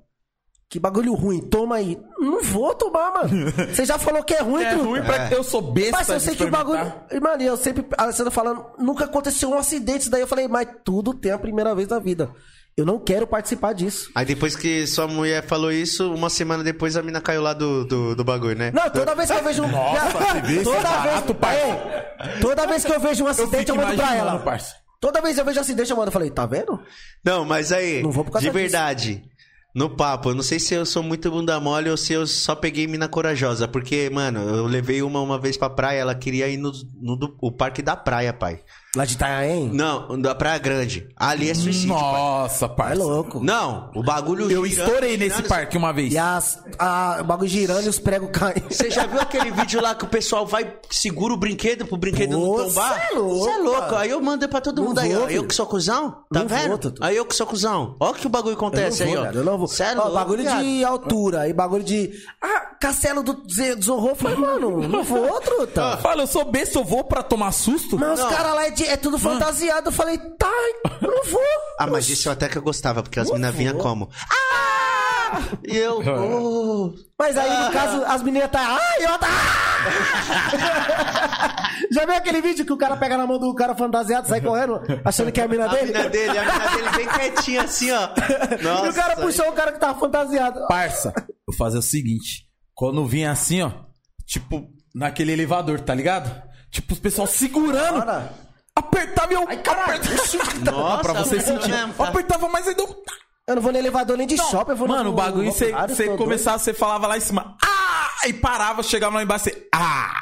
[SPEAKER 2] que bagulho ruim, toma aí. Não vou tomar, mano. Você já falou que é ruim,
[SPEAKER 1] É
[SPEAKER 2] tu-
[SPEAKER 1] ruim pra que eu sou besta.
[SPEAKER 2] Parça, eu
[SPEAKER 1] de
[SPEAKER 2] sei que o
[SPEAKER 1] experimentar.
[SPEAKER 2] bagulho. E, Mano, eu sempre. Alessandro falando, nunca aconteceu um acidente. Daí eu falei, mas tudo tem a primeira vez na vida. Eu não quero participar disso.
[SPEAKER 3] Aí depois que sua mulher falou isso, uma semana depois a mina caiu lá do, do, do bagulho, né?
[SPEAKER 2] Não, toda vez que eu vejo um.
[SPEAKER 1] você vê esse
[SPEAKER 2] toda vez.
[SPEAKER 1] barato, parça?
[SPEAKER 2] Ei, toda vez que eu vejo um acidente, eu, mando pra
[SPEAKER 1] imaginando,
[SPEAKER 2] ela.
[SPEAKER 1] parça.
[SPEAKER 2] Toda vez que eu vejo um acidente, eu mando. Eu falei, tá vendo?
[SPEAKER 3] Não, mas aí,
[SPEAKER 2] Não vou por causa
[SPEAKER 3] de
[SPEAKER 2] disso.
[SPEAKER 3] verdade, no papo, eu não sei se eu sou muito bunda mole ou se eu só peguei mina corajosa, porque, mano, eu levei uma uma vez pra praia, ela queria ir no, no do- o parque da praia, pai.
[SPEAKER 2] Lá de Itanhaém?
[SPEAKER 3] Não, da Praia Grande. Ali é suicídio, pai.
[SPEAKER 1] Nossa,
[SPEAKER 2] É
[SPEAKER 1] parça.
[SPEAKER 2] louco.
[SPEAKER 3] Não, o bagulho
[SPEAKER 1] Eu
[SPEAKER 3] girando, assim.
[SPEAKER 1] estourei nesse
[SPEAKER 3] girando,
[SPEAKER 1] parque uma vez.
[SPEAKER 2] E as, a, o bagulho girando e os pregos caindo.
[SPEAKER 3] Você já viu aquele vídeo lá que o pessoal vai segura o brinquedo pro brinquedo
[SPEAKER 2] Pô,
[SPEAKER 3] não tombar?
[SPEAKER 2] cê é louco,
[SPEAKER 3] Cê
[SPEAKER 2] cara.
[SPEAKER 3] Aí eu mandei pra todo
[SPEAKER 2] Não
[SPEAKER 3] mundo aí,
[SPEAKER 2] vou,
[SPEAKER 3] ó.
[SPEAKER 2] filho.
[SPEAKER 3] Eu que sou cuzão, tá
[SPEAKER 2] Não vou,
[SPEAKER 3] vendo?
[SPEAKER 2] Tutu.
[SPEAKER 3] aí eu que sou cuzão. Ó que o bagulho acontece
[SPEAKER 2] eu não vou,
[SPEAKER 3] aí, ó.
[SPEAKER 2] Cara, eu não vou.
[SPEAKER 3] Cê é
[SPEAKER 2] Ó,
[SPEAKER 3] louco,
[SPEAKER 2] bagulho
[SPEAKER 3] viado.
[SPEAKER 2] de altura e bagulho de. Ah, castelo do Ze- Zorro. Eu Falei, mano, não vou, truta.
[SPEAKER 1] Fala, eu sou besta, eu vou pra tomar susto?
[SPEAKER 2] Mas os caras lá é, de- é tudo fantasiado. Eu falei, tá, eu não vou.
[SPEAKER 3] Ah, mas isso eu até que eu gostava, porque as minas vinham como? Ah! E eu.
[SPEAKER 1] É.
[SPEAKER 3] oh, ô,
[SPEAKER 2] Mas aí, no caso, as meninas tá. Ai, eu tá. Já viu aquele vídeo que o cara pega na mão do cara fantasiado, sai correndo, achando que é a mina
[SPEAKER 3] a
[SPEAKER 2] dele?
[SPEAKER 3] mina dele, a mina dele bem quietinha assim, ó. Nossa.
[SPEAKER 2] E o cara puxou o cara que tava fantasiado.
[SPEAKER 1] Parça, vou fazer o seguinte. Quando vinha assim, ó, tipo, naquele elevador, tá ligado? Tipo, os pessoal segurando.
[SPEAKER 2] Bora.
[SPEAKER 1] Apertava e eu. apertava,
[SPEAKER 3] Nossa,
[SPEAKER 1] pra você
[SPEAKER 3] mano,
[SPEAKER 1] sentir.
[SPEAKER 3] mesmo, cara.
[SPEAKER 1] Apertava mais ainda. eu-
[SPEAKER 2] Eu não vou no elevador nem de shopping, eu vou no-
[SPEAKER 1] Mano, o bagulho
[SPEAKER 2] no
[SPEAKER 1] você
[SPEAKER 2] operário,
[SPEAKER 1] você
[SPEAKER 2] tô doido.
[SPEAKER 1] começava, você falava lá em cima. Ah! E parava, chegava lá embaixo, você. Ah!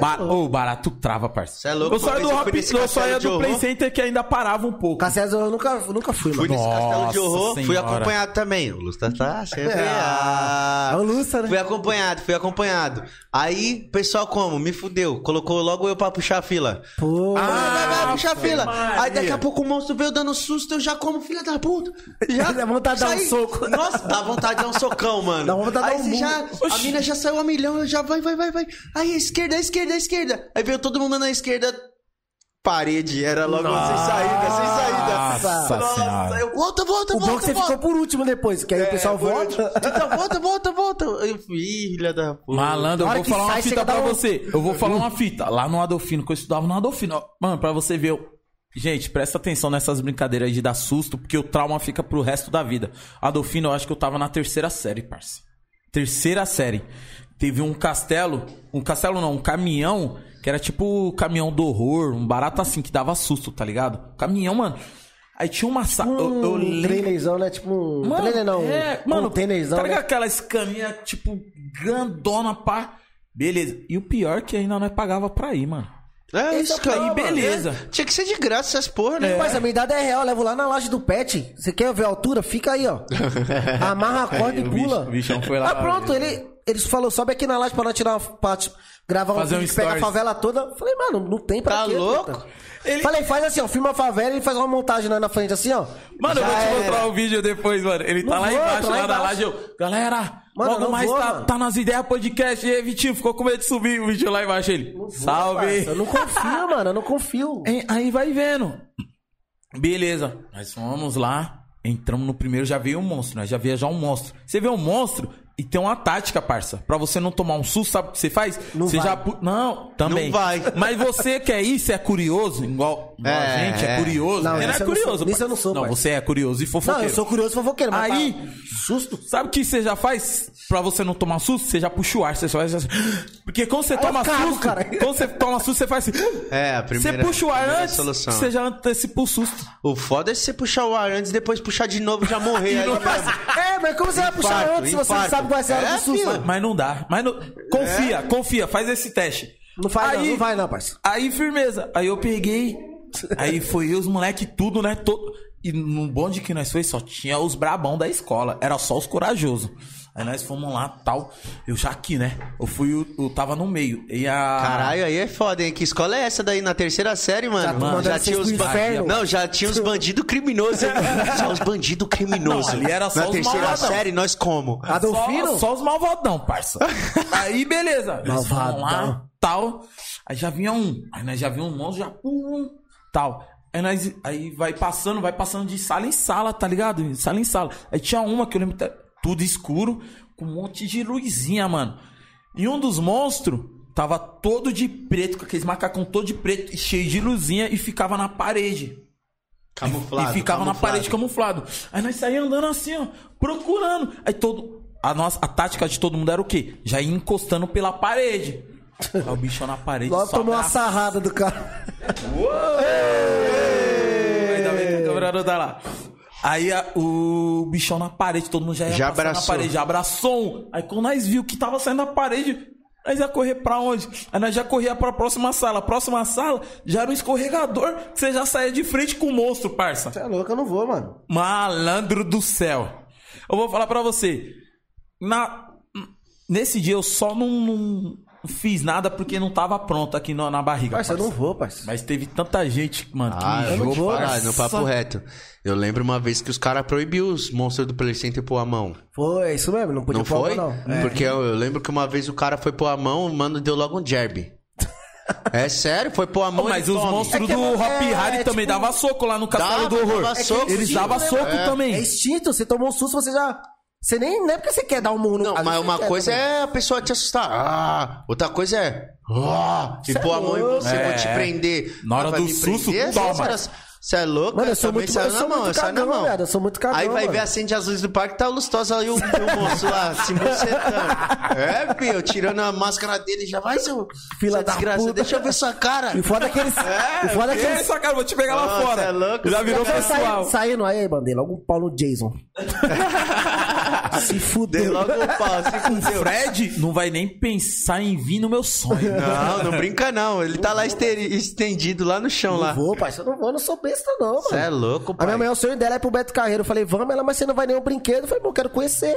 [SPEAKER 1] Ba Ô, barato trava, parça.
[SPEAKER 3] é Cê é louco,
[SPEAKER 1] eu
[SPEAKER 3] uma
[SPEAKER 1] só ia
[SPEAKER 3] vez
[SPEAKER 1] do
[SPEAKER 3] eu fui
[SPEAKER 1] Hop,
[SPEAKER 3] nesse
[SPEAKER 1] eu só ia
[SPEAKER 3] castelo é de
[SPEAKER 1] do Play
[SPEAKER 3] horror.
[SPEAKER 1] Center que ainda parava um pouco.
[SPEAKER 2] Castelo eu nunca, nunca fui,
[SPEAKER 3] Fui
[SPEAKER 2] mano.
[SPEAKER 3] nesse castelo de
[SPEAKER 1] Nossa
[SPEAKER 3] horror, fui
[SPEAKER 1] Senhora.
[SPEAKER 3] acompanhado também. O Lusta tá sempre.
[SPEAKER 2] Ah,
[SPEAKER 3] ah.
[SPEAKER 2] é o Lusta, né?
[SPEAKER 3] Fui acompanhado, fui acompanhado. Aí, pessoal, como? Me fudeu. Colocou logo eu pra puxar a fila.
[SPEAKER 2] Pô,
[SPEAKER 3] Ah, vai, vai, vai puxar a fila.
[SPEAKER 1] Maria.
[SPEAKER 3] Aí daqui a pouco o monstro veio dando susto, eu já como, filha da puta. Já
[SPEAKER 2] Dá vontade de dar um
[SPEAKER 3] saí.
[SPEAKER 2] soco.
[SPEAKER 3] Nossa, dá vontade de dar um socão, mano.
[SPEAKER 2] Dá vontade de
[SPEAKER 3] Aí
[SPEAKER 2] dar um
[SPEAKER 3] você
[SPEAKER 2] murro.
[SPEAKER 3] já. A
[SPEAKER 1] Oxi.
[SPEAKER 3] mina já saiu a milhão, eu já vai, vai, vai, vai. Aí, a esquerda, a esquerda, a esquerda. Aí veio todo mundo na esquerda. Parede, era logo sem saída, sem saída.
[SPEAKER 1] Nossa Senhora.
[SPEAKER 3] eu, volta, volta,
[SPEAKER 2] o bom
[SPEAKER 3] volta,
[SPEAKER 2] é que você
[SPEAKER 3] volta.
[SPEAKER 2] ficou por último depois, que aí o pessoal
[SPEAKER 3] É, Foi
[SPEAKER 2] volta.
[SPEAKER 3] onde- Então, volta, volta, volta. Eu, filha da puta.
[SPEAKER 1] Malandro,
[SPEAKER 2] Na
[SPEAKER 1] eu
[SPEAKER 2] hora
[SPEAKER 1] vou
[SPEAKER 2] que
[SPEAKER 1] falar
[SPEAKER 2] sai,
[SPEAKER 1] uma
[SPEAKER 2] chega
[SPEAKER 1] fita
[SPEAKER 2] a dar
[SPEAKER 1] pra
[SPEAKER 2] um-
[SPEAKER 1] você. Eu vou falar uma fita. Lá no Adolfino, que eu estudava no Adolfino. ó. Mano, pra você ver. eu- Gente, presta atenção nessas brincadeiras aí de dar susto, porque o trauma fica pro resto da vida. Adolfino, eu acho que eu tava na terceira série, parça. Terceira série. Teve um castelo. Um castelo não, um caminhão. Que era tipo o caminhão do horror. Um barato assim, que dava susto, tá ligado? Caminhão, mano. Aí tinha uma sala. eu, eu
[SPEAKER 2] Um
[SPEAKER 1] lembro.
[SPEAKER 2] trailerzão, né? Tipo um.
[SPEAKER 1] Mano,
[SPEAKER 2] trailer não.
[SPEAKER 1] é,
[SPEAKER 2] um
[SPEAKER 1] mano,
[SPEAKER 2] containerzão.
[SPEAKER 1] tá ligado
[SPEAKER 2] né?
[SPEAKER 1] aquela escaninha, tipo, grandona, pá. Beleza. E o pior é que ainda nós pagava pra ir, mano.
[SPEAKER 3] É
[SPEAKER 2] Esse
[SPEAKER 3] isso,
[SPEAKER 2] é o
[SPEAKER 3] cara.
[SPEAKER 1] Aí, beleza.
[SPEAKER 3] É, tinha que ser de graça essas porra, né?
[SPEAKER 2] Mas a minha idade é real, eu levo lá na loja do pet. Você quer ver a altura? Fica aí, ó. Amarra a corda e
[SPEAKER 1] o bicho-
[SPEAKER 2] pula.
[SPEAKER 1] o bichão foi lá
[SPEAKER 2] Ah, pronto, ele, eles falou, sobe aqui na laje pra nós tirar uma parte. Gravar
[SPEAKER 1] Fazer
[SPEAKER 2] um
[SPEAKER 1] um
[SPEAKER 2] vídeo que pega a
[SPEAKER 1] stories.
[SPEAKER 2] favela toda. Falei, mano, não tem pra
[SPEAKER 3] Tá
[SPEAKER 2] quê,
[SPEAKER 3] louco?
[SPEAKER 2] puta.
[SPEAKER 1] Ele-
[SPEAKER 2] Falei, faz assim, ó, filma a favela e faz uma montagem lá na frente, assim, ó.
[SPEAKER 1] Mano, eu
[SPEAKER 2] Já
[SPEAKER 1] vou te
[SPEAKER 2] era.
[SPEAKER 1] mostrar o vídeo depois, mano. Ele tá
[SPEAKER 2] Não
[SPEAKER 1] lá
[SPEAKER 2] vou,
[SPEAKER 1] embaixo,
[SPEAKER 2] tô
[SPEAKER 1] lá
[SPEAKER 2] lá
[SPEAKER 1] na
[SPEAKER 2] embaixo.
[SPEAKER 1] laje. Eu, galera,
[SPEAKER 2] Mano,
[SPEAKER 1] logo
[SPEAKER 2] não
[SPEAKER 1] mais
[SPEAKER 2] vou,
[SPEAKER 1] tá,
[SPEAKER 2] mano.
[SPEAKER 1] tá nas ideias podcast. E aí, Vitinho, ficou com medo de subir o vídeo lá embaixo. Ele, salve.
[SPEAKER 2] Parça, Eu não confio, mano, eu não confio.
[SPEAKER 1] Aí- Aí vai vendo. Beleza. Nós fomos lá, entramos no primeiro, já veio um monstro, né? Já veio já um monstro. Você vê um monstro e tem uma tática, parça. Pra você não tomar um susto, sabe o que você faz?
[SPEAKER 2] Não
[SPEAKER 1] você
[SPEAKER 2] vai.
[SPEAKER 1] já. pu- Não, também.
[SPEAKER 3] Não vai.
[SPEAKER 1] Mas você que é isso, é curioso, igual, igual a
[SPEAKER 3] É,
[SPEAKER 1] gente, é,
[SPEAKER 3] é.
[SPEAKER 1] curioso.
[SPEAKER 2] Não,
[SPEAKER 1] Você
[SPEAKER 2] isso eu não sou-
[SPEAKER 1] curioso.
[SPEAKER 2] nisso
[SPEAKER 1] parça.
[SPEAKER 2] eu não sou,
[SPEAKER 1] Não,
[SPEAKER 2] parça.
[SPEAKER 1] você é curioso e
[SPEAKER 2] Não,
[SPEAKER 1] fofoqueiro.
[SPEAKER 2] eu sou curioso, fofoqueiro, mas
[SPEAKER 1] Aí-
[SPEAKER 2] pá, susto.
[SPEAKER 1] Sabe o que você já faz pra você não tomar susto? Você já puxa o ar, você só faz assim. Porque quando você
[SPEAKER 2] eu
[SPEAKER 1] toma
[SPEAKER 2] cago,
[SPEAKER 1] susto,
[SPEAKER 2] cara.
[SPEAKER 1] quando você toma susto, você faz assim.
[SPEAKER 3] É, a
[SPEAKER 1] Você
[SPEAKER 3] primeira.
[SPEAKER 1] puxa o ar
[SPEAKER 3] primeira
[SPEAKER 1] antes,
[SPEAKER 3] Solução.
[SPEAKER 1] você já antecipa o susto.
[SPEAKER 3] O foda é você puxar o ar antes, depois puxar de novo e já morrer. aí mesmo.
[SPEAKER 2] É, mas como você vai puxar
[SPEAKER 3] Infarto,
[SPEAKER 2] antes se você não
[SPEAKER 3] infarto.
[SPEAKER 2] sabe qual vai ser a hora
[SPEAKER 3] É,
[SPEAKER 2] do susto?
[SPEAKER 3] filho.
[SPEAKER 1] Mas não dá. Mas não... Confia, confia, faz esse teste.
[SPEAKER 2] É. Não faz não,
[SPEAKER 1] Aí-
[SPEAKER 2] não vai não, parça.
[SPEAKER 1] Aí, firmeza. Aí eu peguei. Aí foi eu, os moleque, tudo, né? Todo... E no bonde que nós foi, só tinha os brabão da escola. Era só os corajosos. Aí nós fomos lá, tal. Eu já aqui, né? Eu fui, o- eu tava no meio. E a...
[SPEAKER 3] Caralho, aí é foda, hein? Que escola é essa daí? Na terceira série, mano?
[SPEAKER 2] tô mandando
[SPEAKER 3] já
[SPEAKER 2] vocês
[SPEAKER 3] tinha os
[SPEAKER 2] pro
[SPEAKER 3] ba-
[SPEAKER 2] inferno.
[SPEAKER 3] Não, já tinha os bandidos criminosos. hein? Só os bandidos criminosos.
[SPEAKER 1] Não, ali era só
[SPEAKER 3] Na
[SPEAKER 1] os
[SPEAKER 3] terceira
[SPEAKER 1] malandrão.
[SPEAKER 3] série, nós como?
[SPEAKER 1] Só,
[SPEAKER 2] Tá Adolfino?
[SPEAKER 1] só os malvadão, parça. Aí, beleza. Nós fomos lá,
[SPEAKER 2] Malvadão.
[SPEAKER 1] tal. Aí já vinha um. Aí nós já vinha um monstro, já pum, tal. Aí, nós, aí vai passando, vai passando de sala em sala, tá ligado? De sala em sala. Aí tinha uma que eu lembro, que tá- tudo escuro, com um monte de luzinha, mano. E um dos monstros tava todo de preto, com aqueles macacão todo de preto, e cheio de luzinha, e ficava na parede.
[SPEAKER 3] Camuflado.
[SPEAKER 1] E ficava na
[SPEAKER 3] camuflado.
[SPEAKER 1] parede camuflado. Aí nós saíamos andando assim, ó, procurando. Aí todo. A, nossa, a tática de todo mundo era o quê? Já ia encostando pela parede. Aí o bicho na parede.
[SPEAKER 2] Logo
[SPEAKER 1] só
[SPEAKER 2] tomou uma
[SPEAKER 1] abraçou.
[SPEAKER 2] sarrada do cara.
[SPEAKER 1] Ainda bem que a câmera não tá lá. Aí a- o bichão na parede, todo mundo já ia
[SPEAKER 3] Já
[SPEAKER 1] passar
[SPEAKER 3] abraçou.
[SPEAKER 1] na parede, já abraçou. um. Aí quando nós viu que tava saindo da parede, nós ia correr pra onde? Aí nós já corria pra próxima sala. A próxima sala já era um escorregador que você já saía de frente com o monstro, parça.
[SPEAKER 2] Você é louco, eu não vou, mano.
[SPEAKER 1] Malandro do céu. Eu vou falar pra você. Na, nesse dia eu só não, não fiz nada porque não tava pronto aqui na, na barriga.
[SPEAKER 2] Parça, eu não
[SPEAKER 1] parça.
[SPEAKER 2] vou, parça.
[SPEAKER 1] Mas teve tanta gente, mano, que
[SPEAKER 3] Ah,
[SPEAKER 1] mijou,
[SPEAKER 3] eu vou
[SPEAKER 2] jogo,
[SPEAKER 3] parar,
[SPEAKER 1] parça.
[SPEAKER 3] no papo reto. Eu lembro uma vez que os caras proibiu os monstros do Play Center pôr a mão.
[SPEAKER 2] Foi, é isso mesmo, não podia
[SPEAKER 3] Não
[SPEAKER 2] pôr a mão,
[SPEAKER 3] foi?
[SPEAKER 2] não. É.
[SPEAKER 1] É.
[SPEAKER 3] Porque eu, eu lembro que uma vez o cara foi pôr a mão, o mano deu logo um jerby. é sério, foi pôr a mão.
[SPEAKER 1] Mas
[SPEAKER 3] ele
[SPEAKER 1] os
[SPEAKER 3] tome.
[SPEAKER 1] monstros
[SPEAKER 2] É que é
[SPEAKER 1] do
[SPEAKER 2] uma-
[SPEAKER 1] Hop
[SPEAKER 2] é,
[SPEAKER 1] Harry
[SPEAKER 2] é
[SPEAKER 1] também
[SPEAKER 2] tipo-
[SPEAKER 1] dava soco lá no Castelo
[SPEAKER 3] Dava,
[SPEAKER 1] do Horror.
[SPEAKER 3] dava soco,
[SPEAKER 1] Eles
[SPEAKER 3] sim,
[SPEAKER 1] davam
[SPEAKER 3] né?
[SPEAKER 1] soco
[SPEAKER 3] É.
[SPEAKER 1] também.
[SPEAKER 2] É instinto, você tomou um susto, você já. Você nem. Não é porque você quer dar um mundo.
[SPEAKER 3] Não, mas uma coisa é a pessoa te assustar. Ah, outra coisa é. Ah, e
[SPEAKER 2] Cê
[SPEAKER 3] pôr
[SPEAKER 2] é
[SPEAKER 3] a mão em
[SPEAKER 2] louco.
[SPEAKER 3] você, vou
[SPEAKER 1] É.
[SPEAKER 3] te prender.
[SPEAKER 1] Na hora
[SPEAKER 3] Vai
[SPEAKER 1] do
[SPEAKER 3] me
[SPEAKER 1] susto,
[SPEAKER 3] prender?
[SPEAKER 1] toma.
[SPEAKER 3] Você é louco?
[SPEAKER 2] Mano, eu sou
[SPEAKER 3] Também
[SPEAKER 2] muito-
[SPEAKER 3] saiu
[SPEAKER 2] eu
[SPEAKER 3] na
[SPEAKER 2] sou
[SPEAKER 3] mão,
[SPEAKER 2] muito
[SPEAKER 3] saiu na
[SPEAKER 2] cagão,
[SPEAKER 3] mão.
[SPEAKER 2] viado, eu sou muito cagão,
[SPEAKER 3] Aí vai
[SPEAKER 2] mano.
[SPEAKER 3] ver, acende as luzes do parque, tá o Lustosa e o, e o moço lá se bucetando. É, filho, tirando a máscara dele, já vai, seu.
[SPEAKER 2] Fila
[SPEAKER 3] seu
[SPEAKER 2] da
[SPEAKER 3] um. desgraça,
[SPEAKER 2] puta.
[SPEAKER 3] deixa eu ver sua cara.
[SPEAKER 2] E o foda é que eles.
[SPEAKER 3] É,
[SPEAKER 2] o foda é que
[SPEAKER 1] Que
[SPEAKER 2] eles.
[SPEAKER 1] isso, cara, vou te pegar
[SPEAKER 3] Ah,
[SPEAKER 1] lá
[SPEAKER 3] cê
[SPEAKER 1] fora.
[SPEAKER 3] é louco,
[SPEAKER 1] Já
[SPEAKER 3] cê
[SPEAKER 1] virou
[SPEAKER 3] é
[SPEAKER 1] pessoal.
[SPEAKER 2] Saindo, saindo aí, bandeira, algum pau no Jason. Se
[SPEAKER 3] Dei
[SPEAKER 2] fudeu.
[SPEAKER 3] logo o pau, se
[SPEAKER 1] O
[SPEAKER 3] fudeu.
[SPEAKER 1] Fred não vai nem pensar em vir no meu sonho.
[SPEAKER 3] Não, não brinca não. Ele tá lá esteri- estendido lá no chão lá.
[SPEAKER 2] Não vou, parça, eu não vou, eu não sou besta, não, mano.
[SPEAKER 3] Você é louco,
[SPEAKER 2] A
[SPEAKER 3] pai.
[SPEAKER 2] minha mãe, o sonho dela é pro Beto Carreiro. Eu falei, vamos, ela, mas você não vai nem um brinquedo. Eu falei, bom, eu quero conhecer.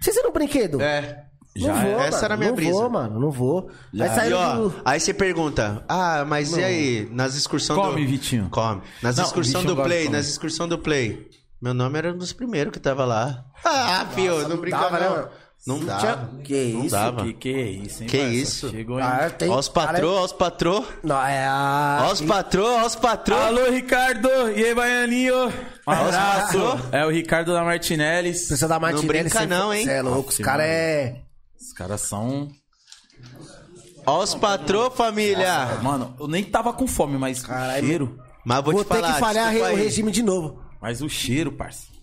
[SPEAKER 2] Vocês não um brinquedo?
[SPEAKER 3] É.
[SPEAKER 2] não
[SPEAKER 1] já
[SPEAKER 2] vou,
[SPEAKER 3] era. Essa
[SPEAKER 2] mano,
[SPEAKER 3] era a minha
[SPEAKER 2] não
[SPEAKER 3] brisa.
[SPEAKER 2] vou, mano, não vou. Aí
[SPEAKER 3] Aí,
[SPEAKER 2] saiu
[SPEAKER 3] ó,
[SPEAKER 2] do...
[SPEAKER 3] aí você pergunta, ah, mas e aí, nas excursões
[SPEAKER 1] Come,
[SPEAKER 3] do...
[SPEAKER 1] Vitinho.
[SPEAKER 3] Come. Nas
[SPEAKER 1] Não,
[SPEAKER 3] excursões
[SPEAKER 1] Vitinho
[SPEAKER 3] do
[SPEAKER 1] gosta de
[SPEAKER 3] Play,
[SPEAKER 1] comer.
[SPEAKER 3] nas excursões do Play. Meu nome era um dos primeiros que tava lá. Ah, fio, não brincava
[SPEAKER 2] dava, né,
[SPEAKER 3] não.
[SPEAKER 2] mano?
[SPEAKER 3] Não
[SPEAKER 2] Não
[SPEAKER 3] dava.
[SPEAKER 2] tinha- Que
[SPEAKER 3] Não
[SPEAKER 2] isso,
[SPEAKER 3] dava.
[SPEAKER 1] Que, que isso, hein,
[SPEAKER 3] Que
[SPEAKER 1] parça?
[SPEAKER 3] isso?
[SPEAKER 1] Chegou em...
[SPEAKER 2] Ah, tem...
[SPEAKER 3] Ó os patrô, ó os patrô.
[SPEAKER 2] Não, é a...
[SPEAKER 3] Ó os patrô, ó os patrô.
[SPEAKER 1] Alô, Ricardo! E aí, Baianinho? Um abraço! é o Ricardo da Martinelli.
[SPEAKER 2] Precisa da Martinelli.
[SPEAKER 3] brinca
[SPEAKER 2] cê-
[SPEAKER 3] não, hein?
[SPEAKER 2] cê é louco, os caras é...
[SPEAKER 1] Os caras são.
[SPEAKER 3] Ó os patrô, família.
[SPEAKER 1] Mano, eu nem tava com fome, mas
[SPEAKER 2] Caralho.
[SPEAKER 1] o cheiro.
[SPEAKER 3] Mas vou,
[SPEAKER 2] Vou,
[SPEAKER 3] te
[SPEAKER 2] ter
[SPEAKER 3] falar,
[SPEAKER 2] que falhar re-
[SPEAKER 3] desculpa
[SPEAKER 2] o
[SPEAKER 3] aí.
[SPEAKER 2] regime de novo.
[SPEAKER 1] Mas o cheiro, parça.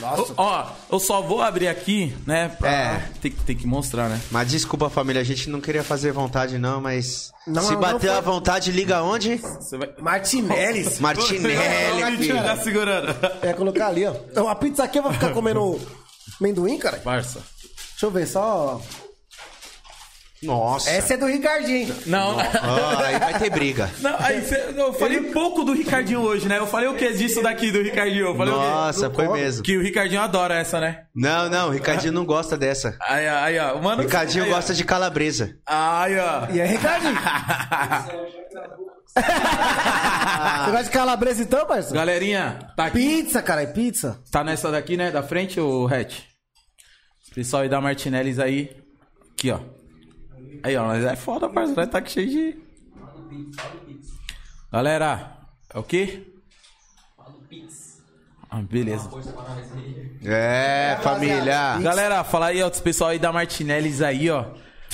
[SPEAKER 1] Nossa. ó, eu só vou abrir aqui, né? Pra...
[SPEAKER 3] É.
[SPEAKER 1] Tem, que- tem que mostrar, né?
[SPEAKER 3] Mas desculpa, família, a gente não queria fazer vontade não, mas...
[SPEAKER 2] Não,
[SPEAKER 3] se
[SPEAKER 2] não
[SPEAKER 3] bater
[SPEAKER 2] foi. É.
[SPEAKER 3] a vontade, liga onde?
[SPEAKER 1] Você vai.
[SPEAKER 2] Martinelli.
[SPEAKER 3] Martinelli, filho.
[SPEAKER 1] tá segurando.
[SPEAKER 2] É colocar ali, ó. Então, a pizza aqui eu vou ficar comendo amendoim, cara.
[SPEAKER 1] Parça.
[SPEAKER 2] Deixa eu ver só.
[SPEAKER 3] Nossa.
[SPEAKER 2] Essa é do Ricardinho.
[SPEAKER 1] Não,
[SPEAKER 3] Ó, aí vai ter briga.
[SPEAKER 1] não, aí cê, eu falei pouco do Ricardinho hoje, né? Eu falei o que disso daqui do Ricardinho? Eu falei
[SPEAKER 3] Nossa,
[SPEAKER 1] o quê?
[SPEAKER 3] foi mesmo.
[SPEAKER 1] Que o Ricardinho adora essa, né?
[SPEAKER 3] Não, não, o Ricardinho não gosta dessa.
[SPEAKER 1] Aí, ó, aí, ó. Mano,
[SPEAKER 3] O Ricardinho
[SPEAKER 1] aí, ó.
[SPEAKER 3] gosta de calabresa.
[SPEAKER 1] Aí, ó.
[SPEAKER 2] E é Ricardinho. Você gosta de calabresa então, parceiro?
[SPEAKER 1] Galerinha, tá aqui.
[SPEAKER 2] Pizza, cara, é pizza.
[SPEAKER 1] Tá nessa daqui, né? Da frente, ô Hatch? Pessoal aí da Martinelli aí. Aqui, ó. Aí, ó. Mas é foda, parceiro. Nós Tá aqui cheio de... Galera, é o quê? Ah, beleza.
[SPEAKER 3] É, família.
[SPEAKER 1] Galera, fala aí, ó. Dos pessoal aí da Martinelli aí, ó.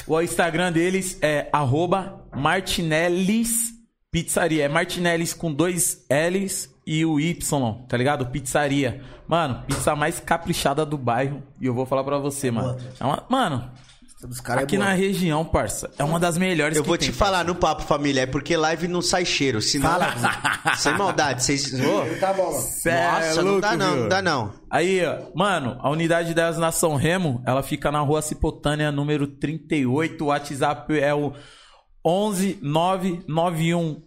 [SPEAKER 1] O Instagram deles é arroba Martinelli's Pizzaria. É Martinelli's com dois L's e o Y, tá ligado? Pizzaria. Mano, pizza mais caprichada do bairro. E eu vou falar pra você, mano. É uma- mano,
[SPEAKER 2] Os caras
[SPEAKER 1] aqui
[SPEAKER 2] é boa.
[SPEAKER 1] na região, parça, é uma das melhores
[SPEAKER 3] Eu
[SPEAKER 1] que
[SPEAKER 3] vou
[SPEAKER 1] tem,
[SPEAKER 3] te falar no papo, família, é porque live não sai cheiro. Senão... Sem maldade, vocês. Ô,
[SPEAKER 2] Tá bom, mano.
[SPEAKER 1] Cê é
[SPEAKER 3] Nossa, não
[SPEAKER 1] louco,
[SPEAKER 3] dá não,
[SPEAKER 1] viu?
[SPEAKER 3] não dá não.
[SPEAKER 1] Aí, ó, mano, a unidade delas na São Remo, ela fica na rua Cipotânea, número 38. O um WhatsApp é o 11 991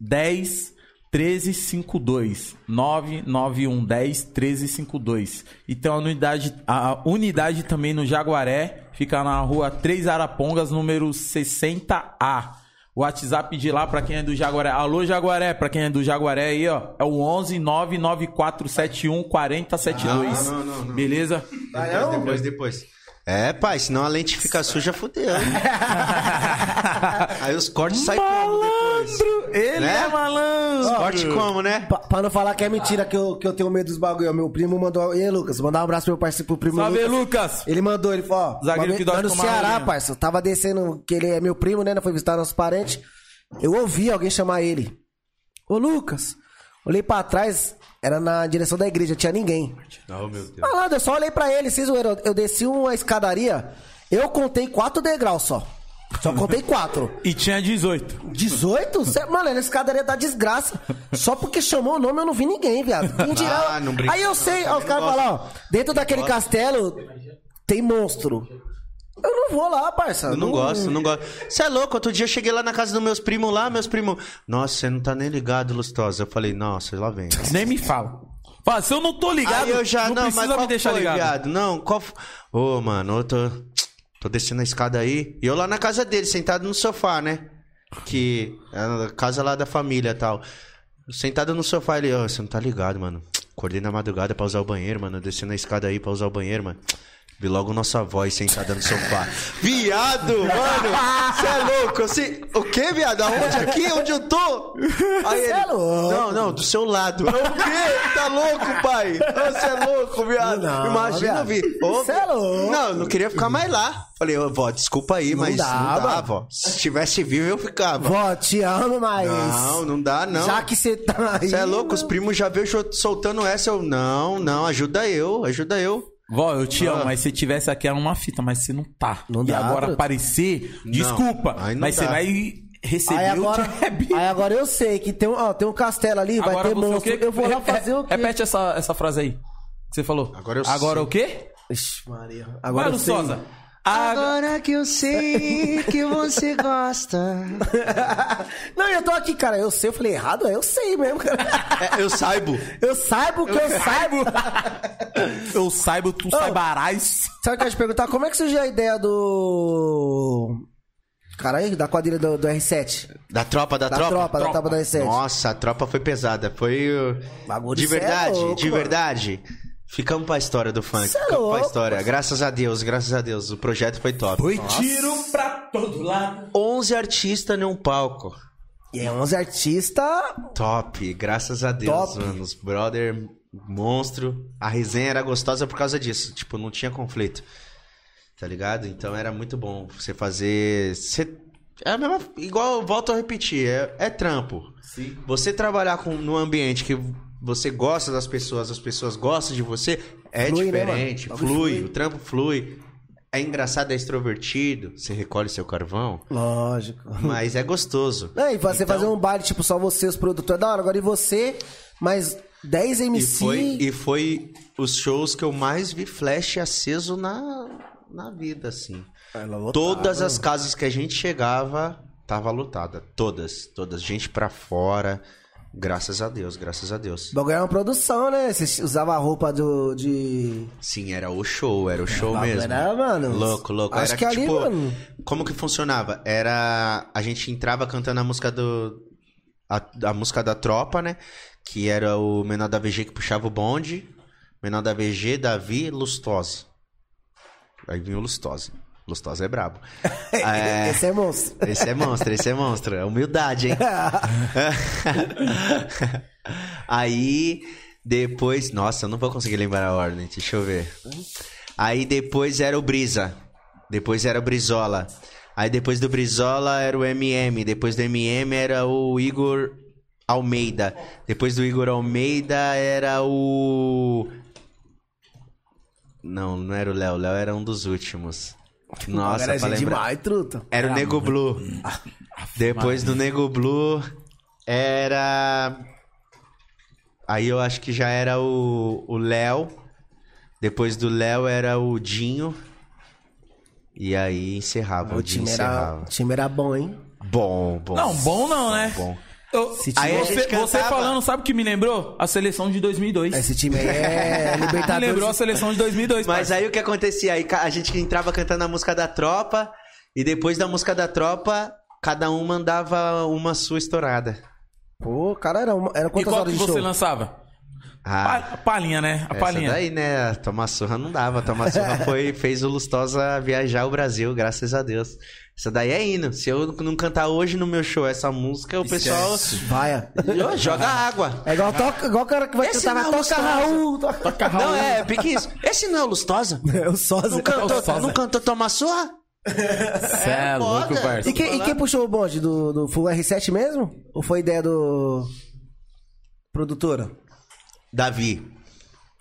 [SPEAKER 1] 10 1352 99110 1352 e tem a unidade a unidade também no Jaguaré fica na rua 3 Arapongas número 60A o WhatsApp de lá pra quem é do Jaguaré alô Jaguaré pra quem é do Jaguaré aí ó é o 11 99471 4072
[SPEAKER 3] Ah, não, não, não.
[SPEAKER 1] beleza
[SPEAKER 3] Depois, depois, depois. É, pai, senão a lente fica suja, fudeu. Aí os cortes saem como depois?
[SPEAKER 1] malandro ele
[SPEAKER 3] Né?
[SPEAKER 1] é malandro
[SPEAKER 3] Corte como, né?
[SPEAKER 2] Pra, pra não falar que é mentira que eu, que eu tenho medo dos bagulho. Meu primo mandou. E aí, Lucas, mandar um abraço pro meu parceiro pro primo.
[SPEAKER 1] Salve,
[SPEAKER 2] Lucas.
[SPEAKER 1] Lucas!
[SPEAKER 2] Ele mandou, ele falou, ó.
[SPEAKER 1] Zagueiro
[SPEAKER 2] uma vez-
[SPEAKER 1] que dorme
[SPEAKER 2] lá no
[SPEAKER 1] com
[SPEAKER 2] Ceará,
[SPEAKER 1] malinha.
[SPEAKER 2] parça. eu Tava descendo, que ele é meu primo, né? Foi visitar nosso parente. Eu ouvi alguém chamar ele. Ô, Lucas. Olhei pra trás, era na direção da igreja, tinha ninguém.
[SPEAKER 3] Oh, meu Deus.
[SPEAKER 2] Ah, lá, eu só olhei pra ele, vocês zoeira. Eu desci uma escadaria, eu contei quatro degraus só. Só contei quatro.
[SPEAKER 1] E tinha 18.
[SPEAKER 2] 18? Cê, mano, essa escadaria da desgraça. Só porque chamou o nome eu não vi ninguém, viado. Quem dirá-
[SPEAKER 3] Ah, não brinca,
[SPEAKER 2] Aí eu
[SPEAKER 3] não,
[SPEAKER 2] sei,
[SPEAKER 3] também
[SPEAKER 2] ó, os caras
[SPEAKER 3] não gosto.
[SPEAKER 2] falam, ó, dentro daquele castelo tem monstro. Eu não vou lá, parça.
[SPEAKER 3] Eu não gosto, não gosto. Você é louco, outro dia eu cheguei lá na casa dos meus primos lá, meus primos. Nossa, você não tá nem ligado, Lustosa. Eu falei, nossa, lá vem.
[SPEAKER 1] Nem me fala. Fala, se eu não tô ligado,
[SPEAKER 3] Aí eu já,
[SPEAKER 1] não,
[SPEAKER 3] não, mas
[SPEAKER 1] precisa
[SPEAKER 3] qual
[SPEAKER 1] me deixar
[SPEAKER 3] foi,
[SPEAKER 1] ligado.
[SPEAKER 3] viado? Não, qual. f- Ô, mano, eu tô. Tô descendo a escada aí. E eu lá na casa dele, sentado no sofá, né? Que. é a casa lá da família e tal. Sentado no sofá, ele, ó, você não tá ligado, mano. Acordei na madrugada pra usar o banheiro, mano. Eu desci na escada aí pra usar o banheiro, mano. Vi logo nossa voz sentada no sofá. Viado, mano! Você é louco? Eu sei- O que, viado? Aonde? Aqui? Onde eu tô? Aí
[SPEAKER 2] Cê
[SPEAKER 3] ele...
[SPEAKER 2] é louco.
[SPEAKER 3] Não, não, do seu lado. Eu, O quê? Tá louco, pai? Você é louco, viado.
[SPEAKER 2] Não,
[SPEAKER 3] Imagina,
[SPEAKER 2] viado.
[SPEAKER 3] eu vi. Ô,
[SPEAKER 2] Cê é louco.
[SPEAKER 3] Não, eu não queria ficar mais lá. Falei, ô, vó, desculpa aí, mas
[SPEAKER 2] dá,
[SPEAKER 3] não dá,
[SPEAKER 2] mano.
[SPEAKER 3] vó. Se tivesse vivo, eu ficava.
[SPEAKER 2] Vó, te amo, mas.
[SPEAKER 3] Não, não dá, não.
[SPEAKER 2] Já que você tá aí.
[SPEAKER 3] Você é louco, os primos já veio soltando essa. Eu, não, não, ajuda eu, ajuda eu.
[SPEAKER 1] Vó, eu te
[SPEAKER 3] Ah.
[SPEAKER 1] amo, mas se tivesse aqui era uma fita, mas você não tá.
[SPEAKER 2] Não
[SPEAKER 1] e
[SPEAKER 2] dá,
[SPEAKER 1] agora
[SPEAKER 2] bro.
[SPEAKER 1] aparecer, desculpa,
[SPEAKER 3] aí não
[SPEAKER 1] mas
[SPEAKER 3] dá.
[SPEAKER 1] você vai receber
[SPEAKER 2] Aí agora,
[SPEAKER 1] o
[SPEAKER 3] É
[SPEAKER 1] jab.
[SPEAKER 2] aí agora eu sei que tem um, ó, tem um castelo ali, vai
[SPEAKER 1] Agora
[SPEAKER 2] ter
[SPEAKER 1] você é o
[SPEAKER 2] monstro.
[SPEAKER 1] quê? É,
[SPEAKER 2] Eu vou lá
[SPEAKER 1] Re-
[SPEAKER 2] fazer o quê?
[SPEAKER 1] Repete essa, essa frase aí que você falou.
[SPEAKER 3] Agora eu
[SPEAKER 1] Agora
[SPEAKER 3] sei.
[SPEAKER 1] o quê?
[SPEAKER 2] Ixi, Maria.
[SPEAKER 1] Vai,
[SPEAKER 2] Agora eu sei.
[SPEAKER 1] Lustosa. Agora...
[SPEAKER 3] que eu sei que você gosta.
[SPEAKER 2] Não, eu tô aqui, cara. Eu sei, eu falei errado, é, eu sei mesmo, cara.
[SPEAKER 3] É, eu saibo.
[SPEAKER 2] Eu saibo que eu, saibo.
[SPEAKER 1] Eu saiba,
[SPEAKER 2] Oh.
[SPEAKER 1] tu saibarás.
[SPEAKER 2] Sabe o que eu ia te perguntar? Como é que surgiu a ideia do. Caralho, da quadrilha do, do R7?
[SPEAKER 3] Da tropa, da,
[SPEAKER 2] Da tropa,
[SPEAKER 3] tropa.
[SPEAKER 2] da tropa da R7.
[SPEAKER 3] Nossa, a tropa foi pesada. Foi. uh,
[SPEAKER 2] Bagulho,
[SPEAKER 3] de
[SPEAKER 2] cê é
[SPEAKER 3] verdade,
[SPEAKER 2] louco,
[SPEAKER 3] de
[SPEAKER 2] mano.
[SPEAKER 3] verdade. Ficamos pra história do funk.
[SPEAKER 2] Cê é
[SPEAKER 3] ficamos pra
[SPEAKER 2] louco,
[SPEAKER 3] história. Graças a Deus, graças a Deus. O projeto foi top.
[SPEAKER 1] Foi tiro pra todo lado.
[SPEAKER 3] 11 artistas num palco.
[SPEAKER 2] E é 11 artistas.
[SPEAKER 3] Top, graças a Deus,
[SPEAKER 2] Top.
[SPEAKER 3] mano. Os brother, monstro. A resenha era gostosa por causa disso. Tipo, não tinha conflito. Tá ligado? Então era muito bom você fazer. Você... É a mesma. Igual, eu volto a repetir, é, é trampo.
[SPEAKER 1] Sim.
[SPEAKER 3] Você trabalhar com, num ambiente que você gosta das pessoas, as pessoas gostam de você, é
[SPEAKER 2] Flui, né,
[SPEAKER 3] diferente.
[SPEAKER 2] mano? Bagulho
[SPEAKER 3] flui,
[SPEAKER 2] flui.
[SPEAKER 3] o trampo flui. É engraçado, é extrovertido. Você recolhe seu carvão,
[SPEAKER 2] Lógico.
[SPEAKER 3] mas é gostoso.
[SPEAKER 2] Não, e você
[SPEAKER 3] Então.
[SPEAKER 2] fazer um baile, tipo, só você, os produtores, é da hora. Agora e você, mais 10
[SPEAKER 3] E
[SPEAKER 2] MC.
[SPEAKER 3] foi, e foi os shows que eu mais vi flash aceso na, na vida, assim.
[SPEAKER 2] é
[SPEAKER 3] Todas
[SPEAKER 2] né?
[SPEAKER 3] as casas que a gente chegava, tava lotada. Todas, todas. Gente pra fora. Graças a Deus, graças a Deus.
[SPEAKER 2] O bagulho era uma produção, né? Você usava a roupa do, de.
[SPEAKER 3] Sim, era o show, era o show
[SPEAKER 2] É, bagulho
[SPEAKER 3] mesmo.
[SPEAKER 2] era, mano,
[SPEAKER 3] Louco, louco.
[SPEAKER 2] acho
[SPEAKER 3] era
[SPEAKER 2] que ali,
[SPEAKER 3] tipo,
[SPEAKER 2] mano.
[SPEAKER 3] como que funcionava? Era a gente entrava cantando a música do a, a música da tropa, né? Que era o menor da VG que puxava o bonde, menor da VG, Davi, Lustosa. Aí vinha o Lustosa. Lustosa é brabo. É,
[SPEAKER 2] Esse é monstro.
[SPEAKER 3] esse é monstro, esse é monstro. É humildade, hein? Aí depois. Nossa, eu não vou conseguir lembrar a ordem, deixa eu ver. Aí depois era o Brisa. Depois era o Brizola. Aí depois do Brizola era o MM. Depois do MM era o Igor Almeida. Depois do Igor Almeida era o. Não, não era o Léo. O Léo era um dos últimos. Nossa,
[SPEAKER 2] Agora é
[SPEAKER 3] pra
[SPEAKER 2] gente
[SPEAKER 3] lembrar.
[SPEAKER 2] demais, truta.
[SPEAKER 3] Era o Nego Blue.
[SPEAKER 2] Ah,
[SPEAKER 3] Depois do Nego Blue era. Aí eu acho que já era o o Léo. Depois do Léo era o Dinho. E aí encerrava.
[SPEAKER 2] O
[SPEAKER 3] o Dinho
[SPEAKER 2] time era,
[SPEAKER 3] encerrava.
[SPEAKER 2] o time era bom, hein?
[SPEAKER 3] Bom, bom.
[SPEAKER 1] Não, bom não, né?
[SPEAKER 3] Bom.
[SPEAKER 1] Eu-
[SPEAKER 2] Se
[SPEAKER 3] Aí a
[SPEAKER 1] você, você
[SPEAKER 3] gente cantava.
[SPEAKER 1] falando, sabe o que me lembrou? A seleção de 2002.
[SPEAKER 2] Esse time aí é
[SPEAKER 1] me lembrou a
[SPEAKER 2] Libertadores.
[SPEAKER 1] seleção de 2002.
[SPEAKER 3] Mas aí o que acontecia? Aí ca- a gente entrava cantando a música da tropa e depois da música da tropa, cada um mandava uma sua estourada.
[SPEAKER 2] Pô, cara, era, uma, era
[SPEAKER 1] e
[SPEAKER 2] quantas
[SPEAKER 1] qual que
[SPEAKER 2] horas de
[SPEAKER 1] você
[SPEAKER 2] show?
[SPEAKER 1] lançava?
[SPEAKER 3] Ah,
[SPEAKER 1] Pa- A palhinha, né? A
[SPEAKER 3] essa
[SPEAKER 1] palhinha.
[SPEAKER 3] daí, né? Tomar surra não dava. Tomar surra foi, fez o Lustosa viajar o Brasil, graças a Deus. Essa daí é hino. Se eu não cantar hoje no meu show essa música, o pessoal
[SPEAKER 2] Vai.
[SPEAKER 3] Ô, joga água.
[SPEAKER 2] É igual, toca, igual o cara que vai
[SPEAKER 3] Esse
[SPEAKER 2] cantar, vai
[SPEAKER 3] não é
[SPEAKER 2] toca
[SPEAKER 3] gostoso.
[SPEAKER 2] Raul. Toca...
[SPEAKER 3] Não, é, pique isso. Esse não é o Lustosa?
[SPEAKER 2] Eu sózio.
[SPEAKER 3] Não cantou,
[SPEAKER 1] Lustosa.
[SPEAKER 3] não cantou tomar surra?
[SPEAKER 1] Cê é,
[SPEAKER 3] É
[SPEAKER 1] louco,
[SPEAKER 3] moda.
[SPEAKER 2] E
[SPEAKER 1] parceiro.
[SPEAKER 2] quem, e quem puxou o bonde? Do, do, foi o R7 mesmo? Ou foi ideia do. Produtora?
[SPEAKER 3] Davi,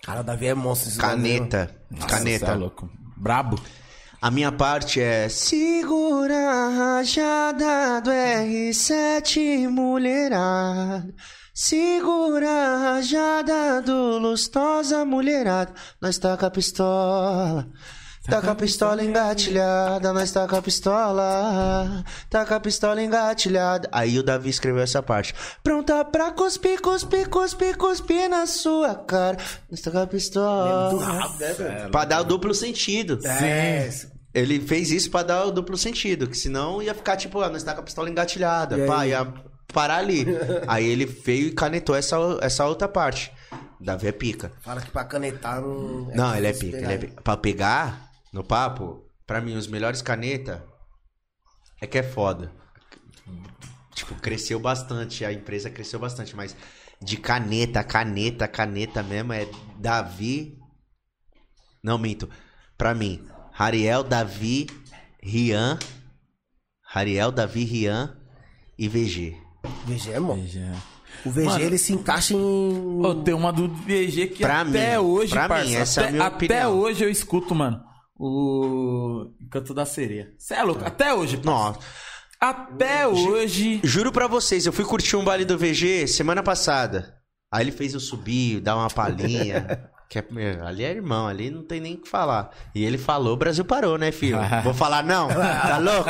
[SPEAKER 2] Cara, o Davi é monstro. esse
[SPEAKER 3] caneta. Caneta.
[SPEAKER 1] Cê é louco. Brabo.
[SPEAKER 3] A minha parte é Segura a rajada do R7 mulherada Segura a rajada do lustosa mulherada Nós tá com a pistola Tá com a pistola engatilhada, nós tá com a pistola. Tá com a pistola engatilhada. Aí o Davi escreveu essa parte. Pronta pra cuspir, cuspir, cuspir, cuspir na sua cara. Nós tá com a pistola. Pra dar o duplo sentido.
[SPEAKER 2] É,
[SPEAKER 3] Ele fez isso pra dar o duplo sentido, que senão ia ficar tipo, ah, nós tá com a pistola engatilhada,
[SPEAKER 2] E
[SPEAKER 3] pá,
[SPEAKER 2] aí?
[SPEAKER 3] ia parar ali. aí ele veio e canetou essa, essa outra parte. Davi é pica.
[SPEAKER 2] Fala que pra canetar não.
[SPEAKER 3] Não, ele é
[SPEAKER 2] difícil
[SPEAKER 3] pica,
[SPEAKER 2] pegar.
[SPEAKER 3] ele é pica. Pra pegar no papo, pra mim, os melhores caneta é que é foda. Tipo, cresceu bastante, a empresa cresceu bastante, mas de caneta, caneta, caneta mesmo é Davi. Não, minto. Pra mim, Ariel, Davi, Rian. Ariel, Davi, Rian e VG.
[SPEAKER 2] O VG é bom.
[SPEAKER 1] VG.
[SPEAKER 2] O VG
[SPEAKER 1] Mano,
[SPEAKER 2] ele se encaixa em.
[SPEAKER 1] Ô, tem uma do VG que
[SPEAKER 3] Pra
[SPEAKER 1] até
[SPEAKER 3] mim,
[SPEAKER 1] hoje,
[SPEAKER 3] pra mim,
[SPEAKER 1] parça,
[SPEAKER 3] essa é a
[SPEAKER 1] até,
[SPEAKER 3] minha opinião.
[SPEAKER 1] até hoje eu escuto, mano, o Canto da Sereia. Cê é louco, até hoje. parça.
[SPEAKER 3] Tá. Nossa.
[SPEAKER 1] Até hoje...
[SPEAKER 3] Juro pra vocês, eu fui curtir um baile do VG semana passada. Aí ele fez eu subir, dar uma palhinha. que é- meu, ali é irmão, ali não tem nem o que falar. E ele falou, o Brasil parou, né, filho? Vou falar não, tá louco?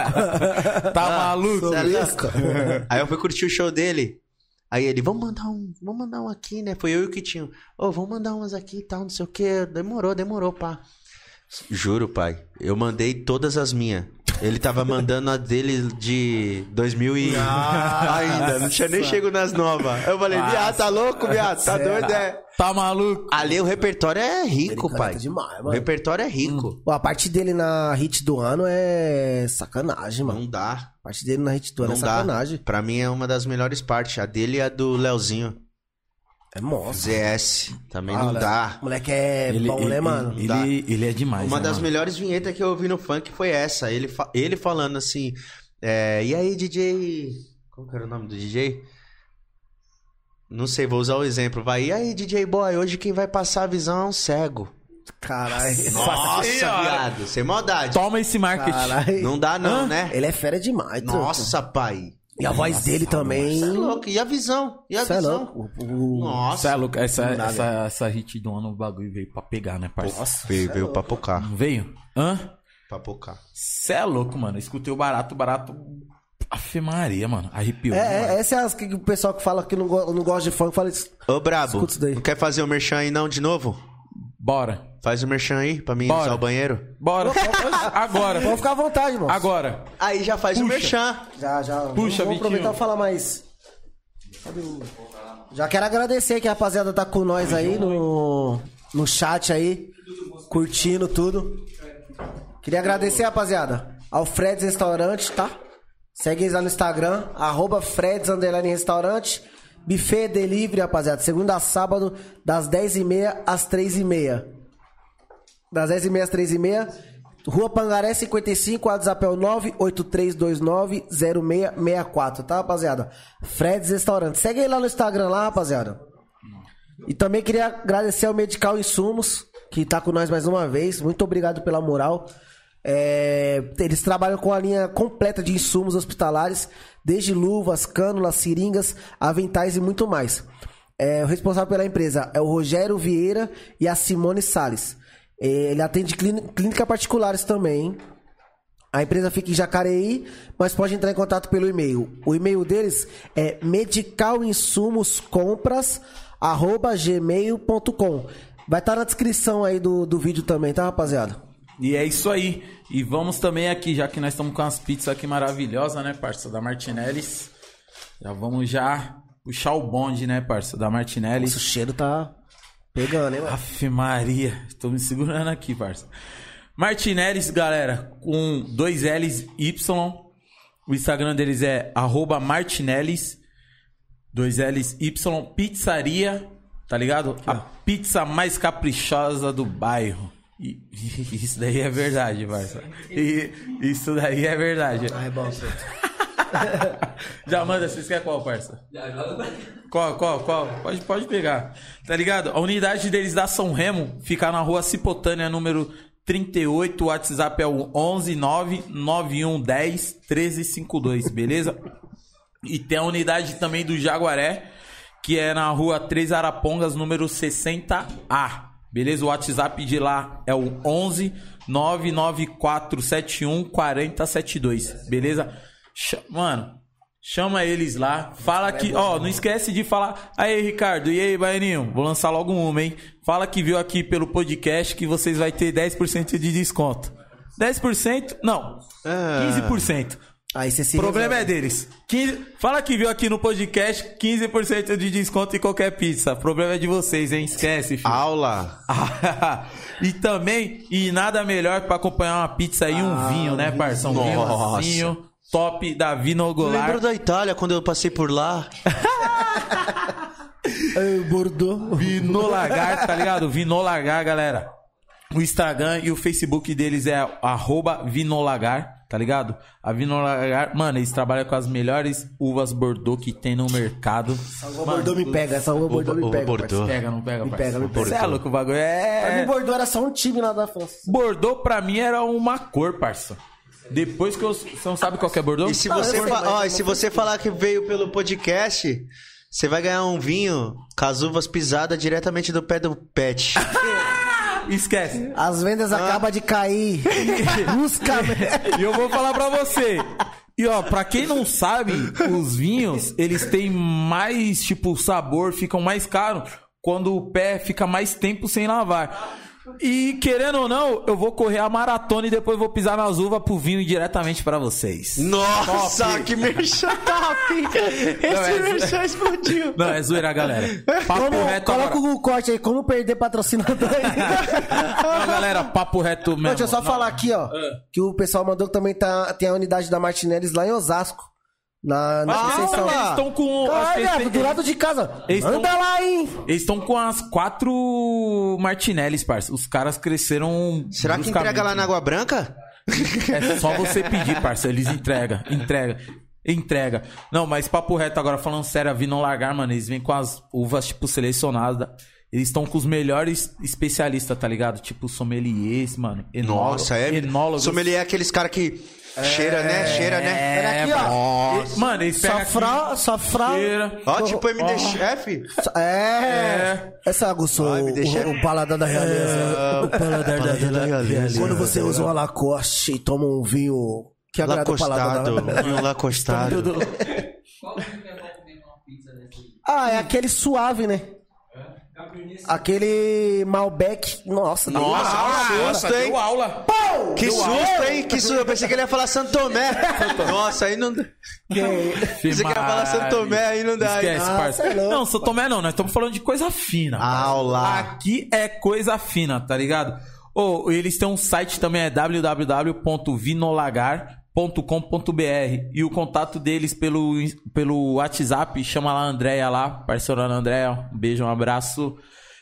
[SPEAKER 1] Tá maluco?
[SPEAKER 3] Tá louco? Aí eu fui curtir o show dele. Aí ele, vamos mandar um, vamos mandar um aqui, né? Foi eu e o Kitinho. Ô, vamos mandar umas aqui e tal, não sei o que. Demorou, demorou, pá. Juro, pai. Eu mandei todas as minhas. Ele tava mandando a dele de 2000 e...
[SPEAKER 2] Ah,
[SPEAKER 3] ainda. Não tinha nem chego nas novas. Eu falei, viado, tá louco, viado? Tá doido, é?
[SPEAKER 1] Tá maluco?
[SPEAKER 3] Ali o repertório é rico,
[SPEAKER 2] Ele
[SPEAKER 3] pai.
[SPEAKER 2] canta demais, mano.
[SPEAKER 3] o repertório é
[SPEAKER 1] Hum.
[SPEAKER 3] rico.
[SPEAKER 2] Pô, a parte dele na hit do ano é sacanagem, mano.
[SPEAKER 3] Não dá.
[SPEAKER 2] A parte dele na hit do ano
[SPEAKER 3] Não
[SPEAKER 2] é
[SPEAKER 3] dá.
[SPEAKER 2] sacanagem.
[SPEAKER 3] Pra mim é uma das melhores partes. A dele é a do Leozinho.
[SPEAKER 2] É monstro.
[SPEAKER 3] ZS. Também
[SPEAKER 2] Ah,
[SPEAKER 3] não
[SPEAKER 2] né?
[SPEAKER 3] dá.
[SPEAKER 2] O moleque é bom, né, mano?
[SPEAKER 1] Ele,
[SPEAKER 3] Dá.
[SPEAKER 1] ele é demais,
[SPEAKER 3] Tá. Uma
[SPEAKER 1] né,
[SPEAKER 3] das
[SPEAKER 1] mano?
[SPEAKER 3] melhores vinhetas que eu ouvi no funk foi essa. Ele, fa- ele falando assim. é, e aí, DJ. Como que era o nome do DJ? Não sei, vou usar o exemplo. Vai, e aí, DJ Boy, hoje quem vai passar a visão é um cego.
[SPEAKER 2] Caralho.
[SPEAKER 3] Nossa,
[SPEAKER 1] Senhora.
[SPEAKER 3] viado, sem maldade.
[SPEAKER 1] Toma esse marketing.
[SPEAKER 2] Caralho.
[SPEAKER 3] Não dá não,
[SPEAKER 1] Hã?
[SPEAKER 3] né?
[SPEAKER 2] Ele é fera demais, truta.
[SPEAKER 3] Nossa, pai.
[SPEAKER 2] E a voz dele também.
[SPEAKER 3] Cê é louco. E a visão? E a
[SPEAKER 2] Cê é
[SPEAKER 3] visão?
[SPEAKER 2] louco.
[SPEAKER 1] Cê é
[SPEAKER 2] O- o-
[SPEAKER 3] Nossa.
[SPEAKER 1] louco, essa,
[SPEAKER 2] Não dá,
[SPEAKER 1] essa, essa hit do ano, o bagulho veio pra pegar, né, parça?
[SPEAKER 3] veio, veio papocar.
[SPEAKER 1] Não veio? Hã?
[SPEAKER 3] Papocar.
[SPEAKER 1] Cê é louco, mano. Escutei o barato, o barato. Afe Maria, mano. Arrepiou. né,
[SPEAKER 2] É,
[SPEAKER 1] mano?
[SPEAKER 2] é, essa é as que o pessoal que fala que não, go- não gosta de funk, fala isso.
[SPEAKER 3] Ô, Brabo,
[SPEAKER 2] Escuta isso daí.
[SPEAKER 3] não quer fazer o merchan aí não de novo?
[SPEAKER 1] Bora.
[SPEAKER 3] Faz o merchan aí pra mim
[SPEAKER 1] Bora.
[SPEAKER 3] usar o banheiro.
[SPEAKER 1] Bora. Agora.
[SPEAKER 2] Vamos ficar à vontade, mano.
[SPEAKER 1] Agora.
[SPEAKER 3] Aí já faz o merchan.
[SPEAKER 2] Já, já.
[SPEAKER 1] Puxa,
[SPEAKER 2] vamos, vamos aproveitar
[SPEAKER 1] Vitinho.
[SPEAKER 2] e falar mais. Cadê o- Já quero agradecer que a rapaziada tá com nós aí no, no chat aí, curtindo tudo. Queria agradecer, rapaziada, ao Freds Restaurante, tá? Segue eles lá no Instagram, arroba Freds Underline Restaurante. Buffet Delivery, rapaziada. Segunda a sábado, das 10h30 às 3h30 das 10h30 às 3h30. Rua Pangaré 55, WhatsApp é o 983290664, tá, rapaziada? Fred's Restaurante. Segue aí lá no Instagram, lá, rapaziada. E também queria agradecer ao Medical Insumos, que tá com nós mais uma vez. Muito obrigado pela moral. É, eles trabalham com a linha completa de insumos hospitalares, desde luvas, cânulas, seringas, aventais e muito mais. É, o responsável pela empresa é o Rogério Vieira e a Simone Salles. É, Ele atende clíni- clínica particulares também, hein? A empresa fica em Jacareí, mas pode entrar em contato pelo e-mail. O e-mail deles é medicalinsumoscompras@gmail.com. Vai estar na descrição aí do, do vídeo também, tá, rapaziada?
[SPEAKER 1] E é isso aí. E vamos também aqui, já que nós estamos com as pizzas aqui maravilhosas, né, parça? Da Martinelli's. Já vamos já puxar o bonde, né, parça? Da Martinelli's.
[SPEAKER 2] Esse cheiro tá pegando, hein, mano?
[SPEAKER 1] Aff, Maria. Tô me segurando aqui, parça. Martinelli's, galera, com dois L's Y. O Instagram deles é arroba Martinelli's, dois L's Y, pizzaria, tá ligado? A pizza mais caprichosa do bairro. E- isso daí é verdade, parça. E- isso daí é verdade.
[SPEAKER 2] Ah, é bom.
[SPEAKER 1] Já manda, vocês querem qual, parça? Qual, qual, qual? Pode, pode pegar. Tá ligado? A unidade deles da São Remo fica na rua Cipotânea, número 38. O WhatsApp é o 11991101352, beleza? E tem a unidade também do Jaguaré, que é na rua 3 Arapongas, número 60A. Beleza? O WhatsApp de lá é o 11 99471 4072. Beleza? Cha- Mano, chama eles lá. Fala que. Ó, não esquece de falar. Aí, Ricardo. E aí, Baianinho? Vou lançar logo uma, hein? Fala que viu aqui pelo podcast que vocês vão ter 10% de desconto. 10%? Não.
[SPEAKER 3] Ah.
[SPEAKER 1] 15%.
[SPEAKER 2] Aí você se
[SPEAKER 1] O problema é deles. 15... Fala que viu aqui no podcast 15% de desconto em qualquer pizza. O problema é de vocês, hein? Esquece, filho.
[SPEAKER 3] Aula.
[SPEAKER 1] e também, e nada melhor pra acompanhar uma pizza e um vinho, né, parça? Um vinho
[SPEAKER 3] Nossa.
[SPEAKER 1] vinho top da
[SPEAKER 3] Lembro
[SPEAKER 1] Vinogolar.
[SPEAKER 3] da Itália quando eu passei por lá.
[SPEAKER 2] Bordô.
[SPEAKER 1] Vinolagar, tá ligado? Vinolagar, galera. O Instagram e o Facebook deles é arroba Vinolagar, tá ligado? A Vinolagar, mano, eles trabalham com as melhores uvas Bordeaux que tem no mercado.
[SPEAKER 2] O Bordô me pega, essa rua Bordô me
[SPEAKER 3] o
[SPEAKER 2] pega.
[SPEAKER 3] Bordô.
[SPEAKER 2] parceiro.
[SPEAKER 1] Pega, não pega,
[SPEAKER 2] Me
[SPEAKER 1] parça?
[SPEAKER 2] pega, me pega.
[SPEAKER 1] Cê é louco, o bagulho
[SPEAKER 2] Pra mim,
[SPEAKER 1] é...
[SPEAKER 2] Bordô era só um time lá da França.
[SPEAKER 1] Bordeaux pra mim era uma cor, parça. Depois que eu... Você não sabe qual que é Bordeaux?
[SPEAKER 3] E se
[SPEAKER 2] Ah, eu
[SPEAKER 3] você,
[SPEAKER 2] sei,
[SPEAKER 3] fa-
[SPEAKER 2] mas
[SPEAKER 3] ó,
[SPEAKER 2] eu
[SPEAKER 3] e se você falar que veio pelo podcast, você vai ganhar um vinho com as uvas pisadas diretamente do pé do pet.
[SPEAKER 1] Esquece.
[SPEAKER 2] As vendas
[SPEAKER 1] Ah.
[SPEAKER 2] acabam de cair. Busca.
[SPEAKER 1] E eu vou falar pra você. E ó, pra quem não sabe, os vinhos, eles têm mais, tipo, sabor, ficam mais caros quando o pé fica mais tempo sem lavar. E querendo ou não, eu vou correr a maratona e depois vou pisar nas uvas pro vinho ir diretamente pra vocês.
[SPEAKER 3] Nossa, que merchan top! Esse
[SPEAKER 1] Não, é-
[SPEAKER 3] merchan explodiu.
[SPEAKER 1] Não, é zoeira, galera. Papo
[SPEAKER 2] Como,
[SPEAKER 1] reto
[SPEAKER 2] coloca
[SPEAKER 1] agora.
[SPEAKER 2] o corte aí, como perder patrocinador aí.
[SPEAKER 1] Não, galera, papo reto mesmo. Ah.
[SPEAKER 2] Não, deixa eu só falar aqui, ó. Que o pessoal mandou que também tá, tem a unidade da Martinelli lá em Osasco. Na, na
[SPEAKER 1] Acho que
[SPEAKER 2] Conceição.
[SPEAKER 1] eles estão com. acho que
[SPEAKER 2] Caralho,
[SPEAKER 1] eles têm-
[SPEAKER 2] do lado de casa.
[SPEAKER 1] Eles
[SPEAKER 2] Manda
[SPEAKER 1] tão-
[SPEAKER 2] lá, hein?
[SPEAKER 1] Eles estão com as quatro Martinellis, parça. Os caras cresceram.
[SPEAKER 3] Será que
[SPEAKER 1] bruscamente.
[SPEAKER 3] entrega lá na Água Branca?
[SPEAKER 1] É só você pedir, parça. Eles entregam, entrega, entrega. Não, mas papo reto agora, falando sério, a Vino Largar, mano, eles vêm com as uvas, tipo, selecionadas. Eles estão com os melhores especialistas, tá ligado? Tipo, sommeliers, mano. Enólogo,
[SPEAKER 3] Nossa, é.
[SPEAKER 1] Enólogos.
[SPEAKER 3] Sommelier é aqueles cara que cheira, né? Cheira, né?
[SPEAKER 1] É,
[SPEAKER 2] Pera aqui, ó.
[SPEAKER 1] mano. Mano, eles pegam aqui,
[SPEAKER 2] Safra, safra.
[SPEAKER 1] cheira.
[SPEAKER 3] Ó, tipo MD Chef.
[SPEAKER 2] É. Essa aguçou
[SPEAKER 3] Ai, me
[SPEAKER 2] o,
[SPEAKER 3] deixa-
[SPEAKER 2] o paladar da realeza. O É. paladar da
[SPEAKER 3] paladar da realeza.
[SPEAKER 2] realeza. Quando você usa uma Lacoste e toma um vinho que agrada o paladar
[SPEAKER 3] Lacostado.
[SPEAKER 2] da...
[SPEAKER 3] Vinho lacostado.
[SPEAKER 4] Qual que é bom comer uma pizza dessa aí?
[SPEAKER 2] Ah, é aquele suave, né?
[SPEAKER 4] Cabernet Sauvignon.
[SPEAKER 2] Aquele Malbec. Nossa, tá
[SPEAKER 3] Nossa,
[SPEAKER 2] ligado?
[SPEAKER 3] que susto,
[SPEAKER 1] deu
[SPEAKER 3] hein?
[SPEAKER 1] aula.
[SPEAKER 3] Que susto, hein? Que susto. Eu pensei que ele ia falar Santo Tomé. Nossa, aí não. Pensei que ia falar Santo Tomé, aí não dá. hein? Ah,
[SPEAKER 1] Esquece,
[SPEAKER 2] Ah,
[SPEAKER 1] parça.
[SPEAKER 2] cê é louco,
[SPEAKER 1] não, São Tomé não, nós estamos falando de coisa fina.
[SPEAKER 3] Aula.
[SPEAKER 1] Aqui é coisa fina, tá ligado? Ô, eles têm um site também, é www.vinolagar.com.br e o contato deles pelo, pelo WhatsApp, chama lá a Andréia lá, parceira Ana Andréia, um beijo, um abraço.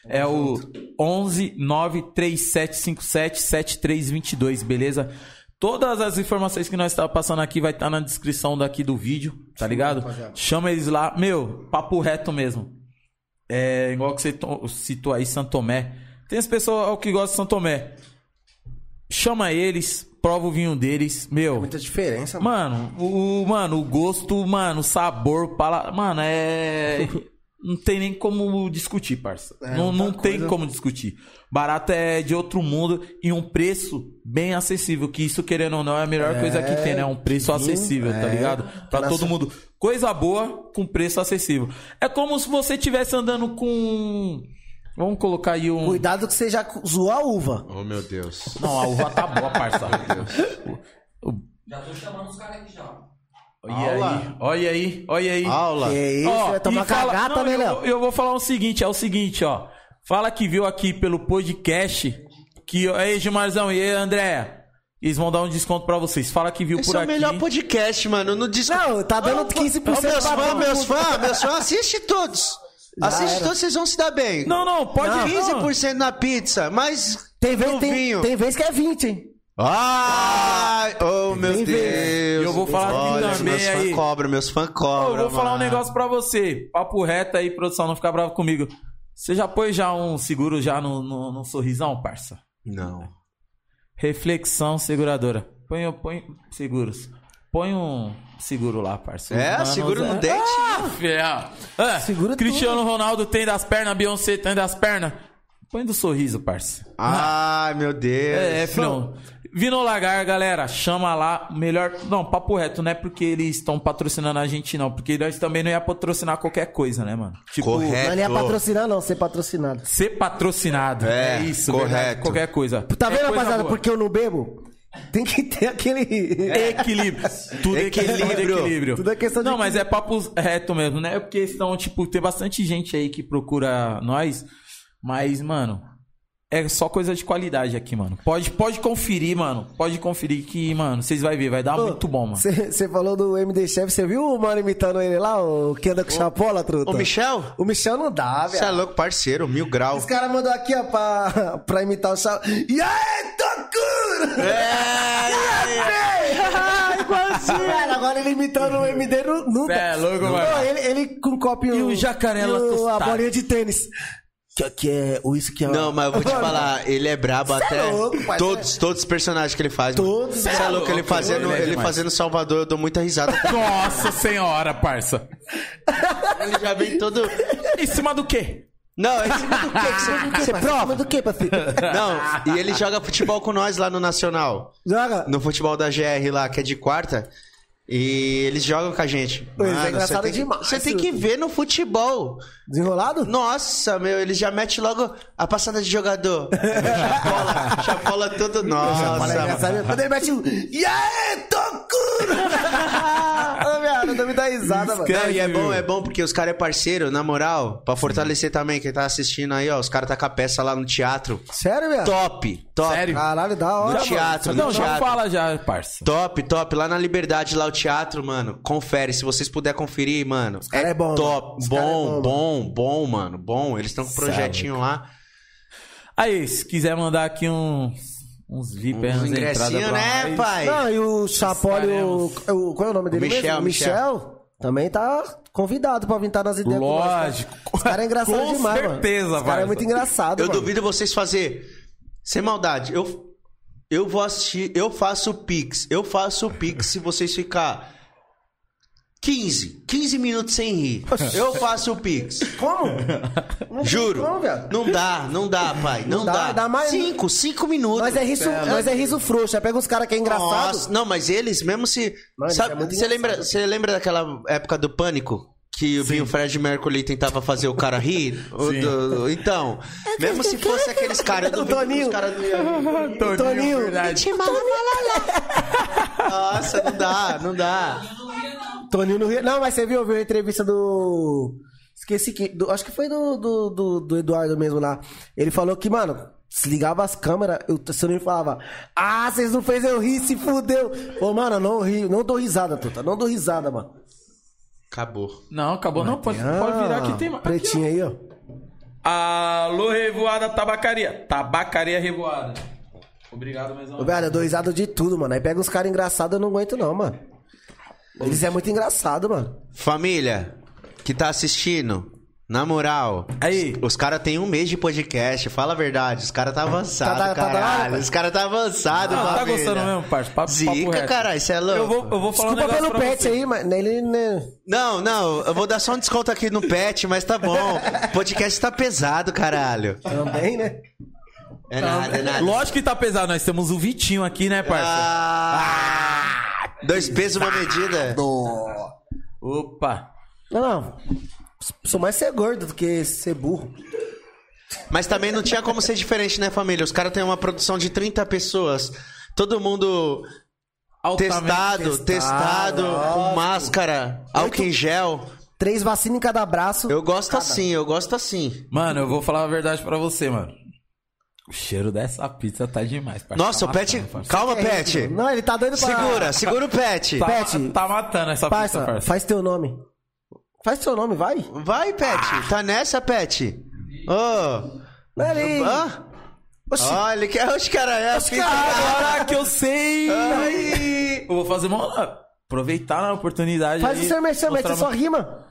[SPEAKER 1] É o 11 93757 7322, beleza? Todas as informações que nós estamos passando aqui vai estar na descrição daqui do vídeo, tá ligado? Chama eles lá. Meu, papo reto mesmo. É igual que você to- citou aí, Santo Tomé. Tem as pessoas ó, que gostam de Santo Tomé. Chama eles, prova o vinho deles. Meu,
[SPEAKER 2] Muita diferença, mano.
[SPEAKER 1] mano, o, o- mano, o gosto, mano, o sabor, pala... mano, é. não tem nem como discutir, parça.
[SPEAKER 3] É,
[SPEAKER 1] não não
[SPEAKER 3] muita
[SPEAKER 1] tem
[SPEAKER 3] coisa.
[SPEAKER 1] como discutir. Barato é de outro mundo e um preço bem acessível, que isso, querendo ou não, é a melhor coisa que tem, né? Um preço acessível, tá
[SPEAKER 2] é.
[SPEAKER 1] ligado? Pra todo mundo. Coisa boa com preço acessível. É como se você estivesse andando com... Vamos colocar aí um...
[SPEAKER 2] Cuidado que você já zoou a uva.
[SPEAKER 3] Oh, meu Deus.
[SPEAKER 1] Não, a uva tá boa, parça.
[SPEAKER 4] Já tô chamando os caras aqui já.
[SPEAKER 1] Olha aí,
[SPEAKER 3] Aula. Ah, é
[SPEAKER 1] olha aí, olha aí.
[SPEAKER 3] Aula.
[SPEAKER 2] Que isso,
[SPEAKER 1] Ó,
[SPEAKER 2] vai tomar
[SPEAKER 1] e fala-
[SPEAKER 2] cagata,
[SPEAKER 1] não,
[SPEAKER 2] né,
[SPEAKER 1] eu-
[SPEAKER 2] Léo?
[SPEAKER 1] Eu, vou falar o seguinte, é o seguinte, ó. Fala que viu aqui pelo podcast que... Aí, Gilmarzão, e aí, Andréia? Eles vão dar um desconto pra vocês. Fala que viu
[SPEAKER 3] Esse
[SPEAKER 1] por
[SPEAKER 3] é o
[SPEAKER 1] aqui. tá
[SPEAKER 3] melhor podcast, mano. Não diz...
[SPEAKER 2] Não, tá dando 15%
[SPEAKER 3] Ô, meus
[SPEAKER 2] pra
[SPEAKER 3] fãs,
[SPEAKER 2] todo
[SPEAKER 3] meus
[SPEAKER 2] mundo.
[SPEAKER 3] fãs, meus fãs, assiste todos.
[SPEAKER 2] Já
[SPEAKER 3] assiste
[SPEAKER 2] era.
[SPEAKER 3] todos, vocês vão se dar bem.
[SPEAKER 1] Não, não, pode
[SPEAKER 2] Não.
[SPEAKER 1] ir. não.
[SPEAKER 3] 15% na pizza, mas.
[SPEAKER 2] Tem vez,
[SPEAKER 3] no
[SPEAKER 2] tem,
[SPEAKER 3] vinho.
[SPEAKER 2] tem vez que é 20, hein?
[SPEAKER 3] Ai, oh meu
[SPEAKER 2] Tem vez.
[SPEAKER 3] Deus.
[SPEAKER 1] Eu vou falar aqui
[SPEAKER 3] Olha,
[SPEAKER 1] também
[SPEAKER 3] meus
[SPEAKER 1] aí.
[SPEAKER 3] fãs cobram, meus fãs
[SPEAKER 1] Ó,
[SPEAKER 3] cobram.
[SPEAKER 1] eu vou falar um
[SPEAKER 3] mano.
[SPEAKER 1] negócio pra você. Papo reto aí, produção, não fica bravo comigo. Você já pôs já um seguro já no, no, no sorrisão, parça?
[SPEAKER 3] Não.
[SPEAKER 1] Reflexão seguradora. Põe, põe seguros. Põe um seguro lá, parça.
[SPEAKER 3] É,
[SPEAKER 1] Humanos,
[SPEAKER 3] seguro no
[SPEAKER 1] é.
[SPEAKER 3] dente.
[SPEAKER 1] Ah, fiel. É,
[SPEAKER 2] Segura
[SPEAKER 1] Cristiano Ronaldo tem das pernas, Beyoncé tem das pernas. Põe do sorriso, parça.
[SPEAKER 3] Ai, meu Deus.
[SPEAKER 1] Ah! É, é filhão. Vino Lagar, galera, chama lá. Melhor. Não, papo reto, não é porque eles estão patrocinando a gente, não. Porque nós também não ia patrocinar qualquer coisa, né, mano? Tipo,
[SPEAKER 3] Correto.
[SPEAKER 2] Mas não ia patrocinar, não, ser patrocinado.
[SPEAKER 1] ser patrocinado. É,
[SPEAKER 3] É,
[SPEAKER 1] isso,
[SPEAKER 3] correto.
[SPEAKER 1] verdade, qualquer coisa.
[SPEAKER 2] Tá
[SPEAKER 1] É
[SPEAKER 2] vendo,
[SPEAKER 1] coisa
[SPEAKER 2] rapaziada?
[SPEAKER 1] boa. É,
[SPEAKER 2] Porque eu não bebo? Tem que ter aquele.
[SPEAKER 1] Equilíbrio. Tudo equilíbrio.
[SPEAKER 3] Equilíbrio.
[SPEAKER 1] equilíbrio.
[SPEAKER 2] Tudo é questão de
[SPEAKER 1] Não, mas é papo reto mesmo, né? Porque estão, tipo, tem bastante gente aí que procura nós. Mas, mano, é só coisa de qualidade aqui, mano. Pode, pode conferir, mano. Pode conferir que, mano, vocês vão ver. Vai dar muito bom, mano.
[SPEAKER 2] Você falou do MD Chef, você viu o mano imitando ele lá, o que anda com chapola, truta?
[SPEAKER 3] Ô, Michel,
[SPEAKER 2] O Michel não dá,
[SPEAKER 3] você é
[SPEAKER 2] velho.
[SPEAKER 3] louco, parceiro, mil
[SPEAKER 2] Os
[SPEAKER 3] graus.
[SPEAKER 2] caras mandou aqui, ó, pra, pra imitar o chapola. E aí, Tokuro!
[SPEAKER 3] É.
[SPEAKER 2] Velho, agora ele imitando o MD no, no
[SPEAKER 1] Cê é louco, mano.
[SPEAKER 2] Ele, ele com um copinho...
[SPEAKER 1] E o jacarela
[SPEAKER 2] e o, A
[SPEAKER 1] tostado.
[SPEAKER 2] bolinha de tênis. Que, que é o isso que é...
[SPEAKER 3] Não, mas eu vou te falar, ele é brabo
[SPEAKER 2] Cê é
[SPEAKER 3] até.
[SPEAKER 2] louco, pai,
[SPEAKER 3] todos, todos os personagens que ele faz. mano.
[SPEAKER 2] Todos,
[SPEAKER 3] Cê
[SPEAKER 1] cê é
[SPEAKER 3] é louco, ele
[SPEAKER 1] louco,
[SPEAKER 3] fazendo,
[SPEAKER 1] ele é
[SPEAKER 3] ele
[SPEAKER 1] demais.
[SPEAKER 3] fazendo Salvador, eu dou muita risada.
[SPEAKER 1] Nossa senhora, parça.
[SPEAKER 3] ele já vem todo.
[SPEAKER 1] Em cima do quê?
[SPEAKER 3] Não, esse do que que você
[SPEAKER 2] é Você prova do que, parceiro?
[SPEAKER 3] Não, e ele joga futebol com nós lá no Nacional.
[SPEAKER 2] Joga.
[SPEAKER 3] No futebol da GR lá, que é de quarta. E eles jogam com a gente.
[SPEAKER 2] Pois é, engraçado
[SPEAKER 3] você tem que-
[SPEAKER 2] demais,
[SPEAKER 3] Você tem que
[SPEAKER 2] Silvio.
[SPEAKER 3] ver no futebol.
[SPEAKER 2] Desenrolado?
[SPEAKER 3] Nossa, meu, ele já mete logo a passada de jogador. chapola, chapola
[SPEAKER 1] é
[SPEAKER 3] tudo.
[SPEAKER 2] Fala,
[SPEAKER 3] Nossa, mano.
[SPEAKER 2] é engraçado. Quando ele mete um... E aí, Tokuro! Ô, viado, não me dá risada, mano.
[SPEAKER 3] Não, e é bom, é bom porque os caras é parceiro, na moral, pra fortalecer também quem tá assistindo aí, ó, os caras tá com a peça lá no teatro.
[SPEAKER 2] Sério, viado?
[SPEAKER 3] Top, top.
[SPEAKER 1] Sério?
[SPEAKER 2] Caralho, da hora.
[SPEAKER 3] No teatro,
[SPEAKER 2] né?
[SPEAKER 1] Não,
[SPEAKER 3] no
[SPEAKER 1] já
[SPEAKER 3] teatro.
[SPEAKER 1] fala já, parça.
[SPEAKER 3] Top, top. Lá na Liberdade, lá o teatro, mano. Confere, se vocês puderem conferir, mano.
[SPEAKER 2] cara é bom, mano.
[SPEAKER 3] Top,
[SPEAKER 2] Os cara é bom,
[SPEAKER 3] bom, bom, bom, mano. Bom, eles estão com um projetinho lá.
[SPEAKER 1] Aí, se quiser mandar aqui uns, uns VIP, aí,
[SPEAKER 3] Uns
[SPEAKER 1] umas entradas
[SPEAKER 3] ingressinhos,
[SPEAKER 1] pra
[SPEAKER 3] né,
[SPEAKER 1] nós.
[SPEAKER 3] pai?
[SPEAKER 2] Não, e o Chapólio.
[SPEAKER 1] Estaremos.
[SPEAKER 2] o- Qual é o nome dele?
[SPEAKER 3] Michel,
[SPEAKER 2] mesmo? O Michel. Também tá convidado pra vir estar nas ideias. com nós, tá?
[SPEAKER 1] Lógico.
[SPEAKER 2] Os caras é engraçado
[SPEAKER 1] Com
[SPEAKER 2] demais, mano.
[SPEAKER 1] certeza,
[SPEAKER 2] Os caras é
[SPEAKER 1] Varza.
[SPEAKER 2] muito engraçado.
[SPEAKER 3] Eu
[SPEAKER 2] mano.
[SPEAKER 3] duvido vocês fazer. Sem maldade, eu, eu vou assistir, eu faço o Pix. Eu faço o Pix se vocês ficar 15, 15 minutos sem rir. Eu faço o Pix.
[SPEAKER 2] Como? Não tem
[SPEAKER 3] Juro.
[SPEAKER 2] Como, viado?
[SPEAKER 3] Não dá, não dá, pai. Não,
[SPEAKER 2] Não dá,
[SPEAKER 3] dá.
[SPEAKER 2] dá mais-
[SPEAKER 3] 5, 5 minutos.
[SPEAKER 2] Nós é riso, nós é riso frouxo. Aí Pega uns caras que é engraçado.
[SPEAKER 3] Nossa, não, mas eles, mesmo se.
[SPEAKER 2] Mano,
[SPEAKER 3] sabe-
[SPEAKER 2] isso é muito
[SPEAKER 3] você,
[SPEAKER 2] engraçado.
[SPEAKER 3] lembra, você lembra daquela época do pânico? Que o Binho Fred Mercury tentava fazer o cara rir? O do- então,
[SPEAKER 2] É
[SPEAKER 3] mesmo se fosse aqueles caras do
[SPEAKER 2] O Toninho.
[SPEAKER 3] Os caras não iam rir.
[SPEAKER 1] Toninho,
[SPEAKER 2] Toninho.
[SPEAKER 1] verdade.
[SPEAKER 3] Nossa, não dá, não dá.
[SPEAKER 2] Toninho no Rio. Não, mas você viu, viu a entrevista do. Esqueci que. do- acho que foi do, do, do- do Eduardo mesmo lá. Ele falou que, mano, se ligava as câmeras, eu, o Toninho falava: Ah, vocês não fez eu rir, se fudeu. Ô, mano, eu não ri, não dou risada, Tuta. Não dou risada, mano.
[SPEAKER 3] Acabou.
[SPEAKER 1] Não, acabou. Não, pode, pode virar aqui. Tem mais. Aqui,
[SPEAKER 2] Ah, Pretinho aí, ó.
[SPEAKER 1] ó. Alô, revoada tabacaria. Tabacaria revoada. Obrigado mais
[SPEAKER 2] Ô,
[SPEAKER 1] uma vez.
[SPEAKER 2] velho, eu dou risada de tudo, mano. Aí pega uns caras engraçados, eu não aguento, não, mano. Eles é muito engraçado, mano.
[SPEAKER 3] Família que tá assistindo, Na moral,
[SPEAKER 1] Aí.
[SPEAKER 3] os caras têm um mês de podcast, fala a verdade. Os caras tá avançado,
[SPEAKER 2] Tá da- tá da
[SPEAKER 3] caralho.
[SPEAKER 2] hora?
[SPEAKER 3] os caras tá avançado,
[SPEAKER 1] Não, tá
[SPEAKER 3] família.
[SPEAKER 1] gostando mesmo, parça? Papo, papo
[SPEAKER 3] Zica,
[SPEAKER 1] reto.
[SPEAKER 3] caralho, isso é louco.
[SPEAKER 1] Eu vou, eu vou falar
[SPEAKER 2] Desculpa
[SPEAKER 1] um negócio
[SPEAKER 2] pelo
[SPEAKER 1] pra
[SPEAKER 2] pet
[SPEAKER 1] você.
[SPEAKER 2] aí, mas nele. né?
[SPEAKER 3] Não, não, eu vou dar só um desconto aqui no pet, mas tá bom. O podcast tá pesado, caralho.
[SPEAKER 2] Também, né?
[SPEAKER 3] É nada, é nada.
[SPEAKER 1] Lógico que tá pesado, nós temos o Vitinho aqui, né, parça?
[SPEAKER 3] Ah, dois pesos, uma medida.
[SPEAKER 1] Opa.
[SPEAKER 2] Não, não. Sou mais ser gordo do que ser burro.
[SPEAKER 3] Mas também não tinha como ser diferente, né, família? Os caras têm uma produção de 30 pessoas. Todo mundo testado,
[SPEAKER 2] testado,
[SPEAKER 3] testado, com
[SPEAKER 2] lógico.
[SPEAKER 3] máscara, álcool em gel.
[SPEAKER 2] Três vacinas em cada braço.
[SPEAKER 3] Eu gosto assim, eu gosto assim.
[SPEAKER 1] Mano, eu vou falar a verdade pra você, mano. O cheiro dessa pizza tá demais, parça.
[SPEAKER 3] Nossa,
[SPEAKER 1] tá
[SPEAKER 3] o Pet.
[SPEAKER 1] matando, parça.
[SPEAKER 3] Calma,
[SPEAKER 2] É isso,
[SPEAKER 3] Pet.
[SPEAKER 2] mano. Não, ele tá doido pra.
[SPEAKER 3] Segura, segura o Pet.
[SPEAKER 1] Tá,
[SPEAKER 2] Pet.
[SPEAKER 1] tá matando essa pizza,
[SPEAKER 2] Parça,
[SPEAKER 1] parça.
[SPEAKER 2] faz teu nome. Faz teu nome, vai.
[SPEAKER 3] Vai, Pet. Tá nessa, Pet? Ô.
[SPEAKER 2] Ali.
[SPEAKER 3] Hã?
[SPEAKER 2] Oxi.
[SPEAKER 3] Olha, que os caras é
[SPEAKER 1] Ah, Agora que eu sei!
[SPEAKER 3] Ai.
[SPEAKER 1] Eu vou fazer uma... Aproveitar a oportunidade
[SPEAKER 2] Faz o
[SPEAKER 1] aí,
[SPEAKER 2] seu merchan, mas
[SPEAKER 1] mostrar
[SPEAKER 2] você só
[SPEAKER 1] uma-
[SPEAKER 2] rima.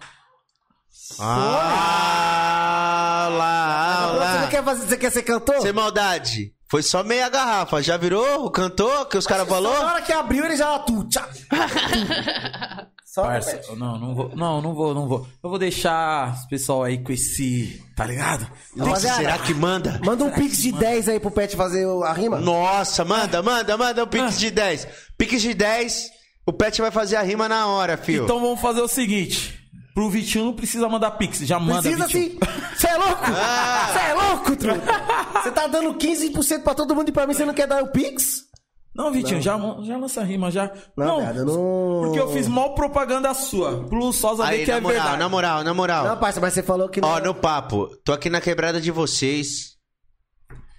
[SPEAKER 3] Ah, lá,
[SPEAKER 2] Você, não
[SPEAKER 3] lá.
[SPEAKER 2] quer fazer, você quer ser cantor?
[SPEAKER 3] Sem maldade. Foi só meia garrafa. Já virou o cantor que os caras falou?
[SPEAKER 2] Só Na hora que abriu, ele já. Tu, tchá, tu. Só,
[SPEAKER 1] Parça,
[SPEAKER 2] Pet.
[SPEAKER 1] não, não vou, não, não vou, não vou. Eu vou deixar os pessoal aí com esse, tá ligado?
[SPEAKER 3] Nossa,
[SPEAKER 2] Rapaziada.
[SPEAKER 3] será que manda?
[SPEAKER 2] Manda um pix de 10 aí pro Pet fazer o- a rima.
[SPEAKER 3] Nossa, manda, manda, manda o
[SPEAKER 2] Ah.
[SPEAKER 3] Pix de 10. Pix de 10, o Pet vai fazer a rima na hora, filho.
[SPEAKER 1] Então vamos fazer o seguinte. Pro Vitinho não precisa mandar pix, já manda
[SPEAKER 2] Precisa
[SPEAKER 1] Vitinho.
[SPEAKER 2] sim. Você é louco? Você é louco, truta? Você tá dando 15% pra todo mundo e pra mim você não quer dar o Pix?
[SPEAKER 1] Não, Vitinho, Já, mon- já lança a rima, já.
[SPEAKER 2] Não, cara, eu não-
[SPEAKER 1] Porque eu fiz mal propaganda sua. Pro Sosa ver
[SPEAKER 3] Aí,
[SPEAKER 1] que
[SPEAKER 3] na
[SPEAKER 1] é
[SPEAKER 3] moral,
[SPEAKER 1] verdade.
[SPEAKER 3] na moral, na moral.
[SPEAKER 2] Não, parça, mas você falou que não.
[SPEAKER 3] Ó, no papo, tô aqui na quebrada de vocês.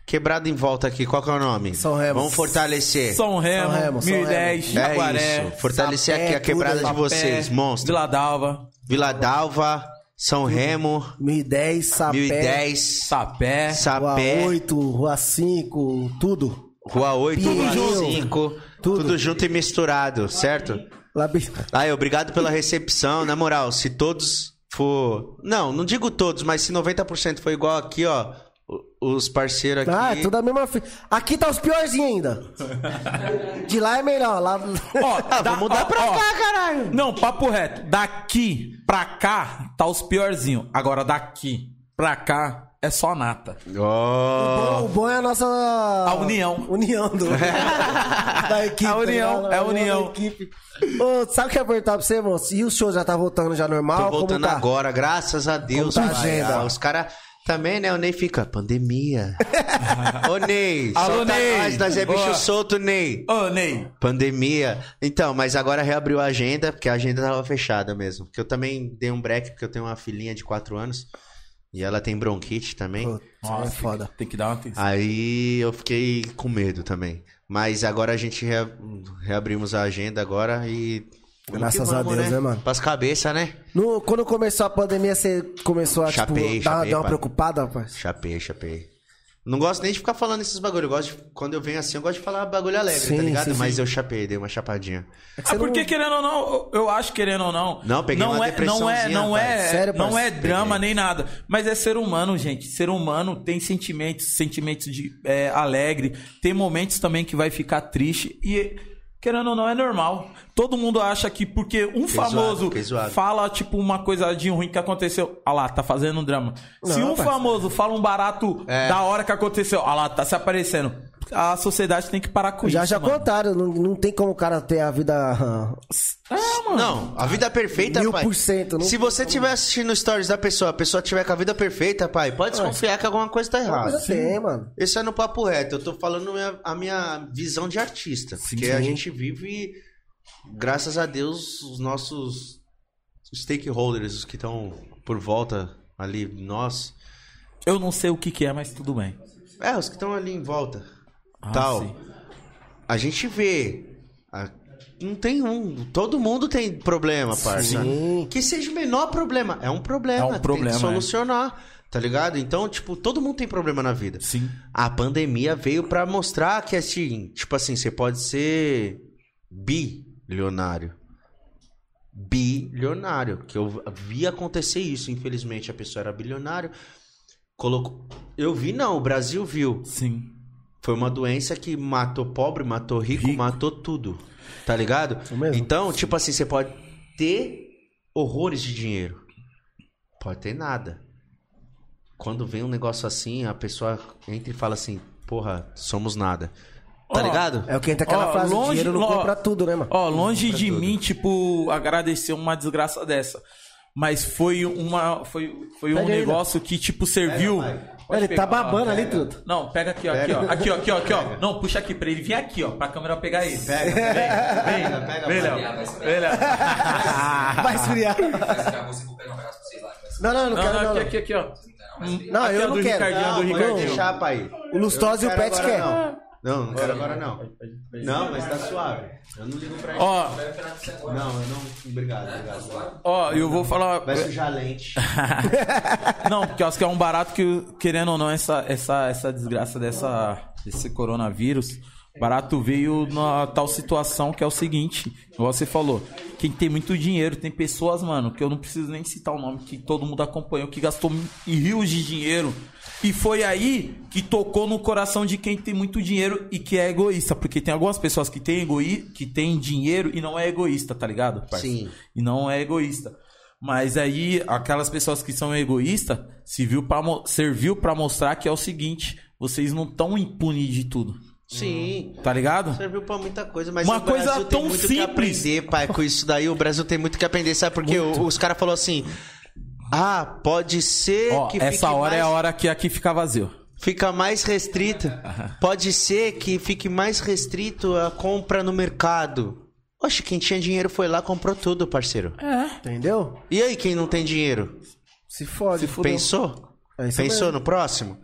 [SPEAKER 3] Quebrada em volta aqui, qual que é o nome?
[SPEAKER 2] São Remo.
[SPEAKER 3] Vamos fortalecer.
[SPEAKER 1] São Remo,
[SPEAKER 2] São Remo, São
[SPEAKER 1] 1010,
[SPEAKER 2] Remo.
[SPEAKER 1] Jaguaré,
[SPEAKER 3] É isso, fortalecer
[SPEAKER 2] Sapé,
[SPEAKER 3] aqui a quebrada
[SPEAKER 2] tudo, Sapé,
[SPEAKER 3] de vocês, monstro.
[SPEAKER 1] Vila Dalva,
[SPEAKER 3] Vila Dalva, São Remo,
[SPEAKER 2] 1010, Sapé,
[SPEAKER 3] 1010,
[SPEAKER 1] Sapé.
[SPEAKER 2] Rua
[SPEAKER 3] Sapé,
[SPEAKER 2] 8, Rua 5, tudo.
[SPEAKER 3] Rua 8,
[SPEAKER 2] Tudo
[SPEAKER 3] Rua
[SPEAKER 2] junto.
[SPEAKER 3] 5,
[SPEAKER 2] Tudo.
[SPEAKER 3] tudo junto e misturado, certo?
[SPEAKER 2] Labi-
[SPEAKER 3] Aí, Ah, é, obrigado pela recepção. Na moral, se todos for. Não, não digo todos, mas se 90% for igual aqui, ó. o- Os parceiros aqui.
[SPEAKER 2] Ah, é tudo a mesma. fi- Aqui tá os piorzinhos ainda. De lá é melhor. Lá...
[SPEAKER 1] Ó,
[SPEAKER 3] Ah,
[SPEAKER 1] dá-
[SPEAKER 3] vou mudar
[SPEAKER 1] ó,
[SPEAKER 3] pra
[SPEAKER 1] ó.
[SPEAKER 3] cá, caralho.
[SPEAKER 1] Não, papo reto. Daqui pra cá, tá os piorzinhos. Agora daqui pra cá, é só nata.
[SPEAKER 2] O bom é a nossa. A
[SPEAKER 1] união.
[SPEAKER 2] União do. da equipe.
[SPEAKER 1] A união,
[SPEAKER 2] tá ligado?
[SPEAKER 1] é a união.
[SPEAKER 2] da equipe. Ô, sabe o que eu ia perguntar pra você, moço? E o show já tá voltando já normal?
[SPEAKER 3] Tô
[SPEAKER 2] Como
[SPEAKER 3] voltando
[SPEAKER 2] tá?
[SPEAKER 3] agora, graças a Deus.
[SPEAKER 2] Como tá a
[SPEAKER 3] vai.
[SPEAKER 2] agenda?
[SPEAKER 3] Ah, os caras também, né? O Ney fica, pandemia. Ô, Ney.
[SPEAKER 1] Alô,
[SPEAKER 3] solta
[SPEAKER 1] Ney.
[SPEAKER 3] Nós, nós é bicho
[SPEAKER 1] Boa.
[SPEAKER 3] solto, Ney.
[SPEAKER 1] Ô, Ney,
[SPEAKER 3] Pandemia. Então, mas agora reabriu a agenda, porque a agenda tava fechada mesmo. Porque eu também dei um break, porque eu tenho uma filhinha de 4 anos. E ela tem bronquite também.
[SPEAKER 2] Pô,
[SPEAKER 1] Nossa,
[SPEAKER 2] é foda.
[SPEAKER 1] Tem que dar uma atenção.
[SPEAKER 3] Aí eu fiquei com medo também. Mas agora a gente rea- reabrimos a agenda agora e.
[SPEAKER 2] Graças
[SPEAKER 3] Vamos que
[SPEAKER 2] a
[SPEAKER 3] vamos,
[SPEAKER 2] Deus, né, mano?
[SPEAKER 3] Pras cabeça, né?
[SPEAKER 2] No- quando começou a pandemia, você começou a
[SPEAKER 3] Chapei,
[SPEAKER 2] tipo, dar,
[SPEAKER 3] chapei,
[SPEAKER 2] dar uma
[SPEAKER 3] pai.
[SPEAKER 2] preocupada, rapaz?
[SPEAKER 3] Chapei, chapei. Não gosto nem de ficar falando esses bagulho. Eu gosto de- quando eu venho assim, eu gosto de falar bagulho alegre,
[SPEAKER 2] Sim,
[SPEAKER 3] tá ligado?
[SPEAKER 2] sim, sim.
[SPEAKER 3] Mas eu chapei, dei uma chapadinha.
[SPEAKER 2] É que
[SPEAKER 1] Ah,
[SPEAKER 2] você
[SPEAKER 1] porque
[SPEAKER 2] não-
[SPEAKER 1] querendo ou não, eu- eu acho querendo ou não.
[SPEAKER 3] Não, peguei
[SPEAKER 1] não
[SPEAKER 3] uma
[SPEAKER 1] é, não é, não
[SPEAKER 3] depressãozinha,
[SPEAKER 1] é,
[SPEAKER 3] rapaz.
[SPEAKER 2] Sério,
[SPEAKER 1] não é
[SPEAKER 2] parceiro?
[SPEAKER 1] drama nem nada. Mas é ser humano, gente. Ser humano tem sentimentos, sentimentos de é, alegre. Tem momentos também que vai ficar triste e querendo ou não é normal. Todo mundo acha que porque um
[SPEAKER 3] zoado,
[SPEAKER 1] famoso
[SPEAKER 3] fiquei zoado.
[SPEAKER 1] fala tipo uma coisa de ruim que aconteceu, ah lá, tá fazendo um drama. Se um
[SPEAKER 2] Não, parceiro.
[SPEAKER 1] famoso fala um barato
[SPEAKER 3] É.
[SPEAKER 1] da hora que aconteceu, ah lá, tá se aparecendo. A sociedade tem que parar com
[SPEAKER 2] Já
[SPEAKER 1] isso.
[SPEAKER 2] já
[SPEAKER 1] mano.
[SPEAKER 2] contaram, não, não tem como o cara ter a vida. ah,
[SPEAKER 1] Ah, mano.
[SPEAKER 3] Não, a vida é perfeita,
[SPEAKER 2] Mil
[SPEAKER 3] pai.
[SPEAKER 2] por cento, não
[SPEAKER 3] Se você estiver assistindo stories da pessoa, a pessoa tiver com a vida perfeita, pai, pode desconfiar que alguma coisa tá errada.
[SPEAKER 2] Coisa tem, mano.
[SPEAKER 3] Isso é no papo reto. Eu tô falando minha- a minha visão de artista. porque a gente vive, graças a Deus, os nossos stakeholders, os que estão por volta ali, nós.
[SPEAKER 1] Eu não sei o que que é, mas tudo bem.
[SPEAKER 3] É, os que estão ali em volta.
[SPEAKER 1] Ah,
[SPEAKER 3] tal.
[SPEAKER 1] sim.
[SPEAKER 3] A gente vê. a- Não tem um. Todo mundo tem problema, parça.
[SPEAKER 2] Sim.
[SPEAKER 3] Que seja o menor problema. É um problema.
[SPEAKER 1] É um
[SPEAKER 3] Tem
[SPEAKER 1] problema,
[SPEAKER 3] que
[SPEAKER 1] é.
[SPEAKER 3] solucionar. Tá ligado? Então, tipo, todo mundo tem problema na vida.
[SPEAKER 1] Sim.
[SPEAKER 3] A pandemia veio pra mostrar que, é assim, tipo assim, você pode ser bilionário. bilionário. Que eu vi acontecer isso, infelizmente a pessoa era bilionário. Colocou... Eu vi não, o Brasil viu.
[SPEAKER 1] Sim.
[SPEAKER 3] Foi uma doença que matou pobre, matou rico,
[SPEAKER 1] Rico.
[SPEAKER 3] matou tudo. Tá ligado?
[SPEAKER 2] Isso É mesmo.
[SPEAKER 3] Então, tipo assim, você pode ter horrores de dinheiro. Pode ter nada. Quando vem um negócio assim, a pessoa entra e fala assim, porra, somos nada. Tá
[SPEAKER 1] Ó,
[SPEAKER 3] ligado?
[SPEAKER 2] É o que entra aquela
[SPEAKER 1] Ó,
[SPEAKER 2] frase,
[SPEAKER 1] longe-
[SPEAKER 2] dinheiro não
[SPEAKER 1] ó,
[SPEAKER 2] compra tudo, né, mano?
[SPEAKER 1] Ó, longe
[SPEAKER 3] Compra
[SPEAKER 1] de
[SPEAKER 3] tudo.
[SPEAKER 1] mim, tipo, agradecer uma desgraça dessa. Mas foi uma. Foi, foi um
[SPEAKER 2] Pega aí, né?
[SPEAKER 1] negócio que, tipo, serviu.
[SPEAKER 3] Pega, pai.
[SPEAKER 1] Pode
[SPEAKER 2] Ele tá
[SPEAKER 1] pegar, ó, é.
[SPEAKER 2] babando ali,
[SPEAKER 1] pega.
[SPEAKER 2] Truto.
[SPEAKER 1] Não, pega aqui, ó, aqui, ó. Aqui, ó, aqui, ó, aqui, ó. Não, puxa aqui pra ele vir aqui, ó, pra câmera pegar ele. Pega,
[SPEAKER 3] pega, É. pega,
[SPEAKER 1] Vem,
[SPEAKER 3] pega.
[SPEAKER 1] Léo. Vem, Léo.
[SPEAKER 2] Vai esfriar.
[SPEAKER 4] Vai ser a você vou pegar um pedaço pra vocês lá. que vai ser-
[SPEAKER 2] Não, não, não,
[SPEAKER 1] Não,
[SPEAKER 2] quero
[SPEAKER 1] não,
[SPEAKER 2] não.
[SPEAKER 1] aqui, aqui, aqui, ó.
[SPEAKER 4] Não, mas beleza.
[SPEAKER 2] Não,
[SPEAKER 1] Aqui é
[SPEAKER 2] eu não
[SPEAKER 1] do
[SPEAKER 2] quero.
[SPEAKER 1] Ricardinho, do
[SPEAKER 3] Não, pode
[SPEAKER 1] Ricardinho.
[SPEAKER 3] deixar, pai.
[SPEAKER 2] O Lustosa e o
[SPEAKER 3] Eu não
[SPEAKER 2] Pet
[SPEAKER 3] quero
[SPEAKER 2] quer.
[SPEAKER 3] agora, Não, não, não quero agora não. Não, mas tá suave. Eu não ligo pra ele.
[SPEAKER 1] Ó,
[SPEAKER 3] Não, eu não. Obrigado, obrigado.
[SPEAKER 1] ó, eu vou falar.
[SPEAKER 3] Vai sujar a lente.
[SPEAKER 1] Não, porque eu acho que é um barato que, querendo ou não, essa, essa, essa desgraça dessa, desse coronavírus, barato veio na tal situação que é o seguinte, igual você falou, quem tem muito dinheiro, tem pessoas, mano, que eu não preciso nem citar o nome, que todo mundo acompanhou, que gastou rios de dinheiro. E foi aí que tocou no coração de quem tem muito dinheiro e que é egoísta. Porque tem algumas pessoas que têm egoí que tem dinheiro e não é egoísta, tá ligado? parça?
[SPEAKER 3] Sim.
[SPEAKER 1] e não é egoísta. Mas aí, aquelas pessoas que são egoístas se viu pra mo- serviu pra mostrar que é o seguinte: vocês não estão impunes de tudo,
[SPEAKER 3] Sim.
[SPEAKER 1] tá ligado?
[SPEAKER 3] Serviu pra muita coisa, mas
[SPEAKER 1] Uma
[SPEAKER 3] o Brasil
[SPEAKER 1] coisa
[SPEAKER 3] tem
[SPEAKER 1] tão
[SPEAKER 3] muito que
[SPEAKER 1] simples.
[SPEAKER 3] aprender, pai, com isso daí. O Brasil tem muito que aprender, sabe? Porque o- os caras falaram assim: Ah, pode ser
[SPEAKER 1] Ó,
[SPEAKER 3] que fique
[SPEAKER 1] essa hora
[SPEAKER 3] mais,
[SPEAKER 1] é a hora que aqui fica vazio.
[SPEAKER 3] fica mais restrito. Pode ser que fique mais restrito a compra no mercado. Oxe, quem tinha dinheiro foi lá, comprou tudo, parceiro.
[SPEAKER 1] É.
[SPEAKER 2] Entendeu?
[SPEAKER 3] E aí, quem não tem dinheiro?
[SPEAKER 2] Se fode.
[SPEAKER 3] Pensou?
[SPEAKER 2] É isso
[SPEAKER 3] Pensou
[SPEAKER 2] mesmo.
[SPEAKER 3] no próximo?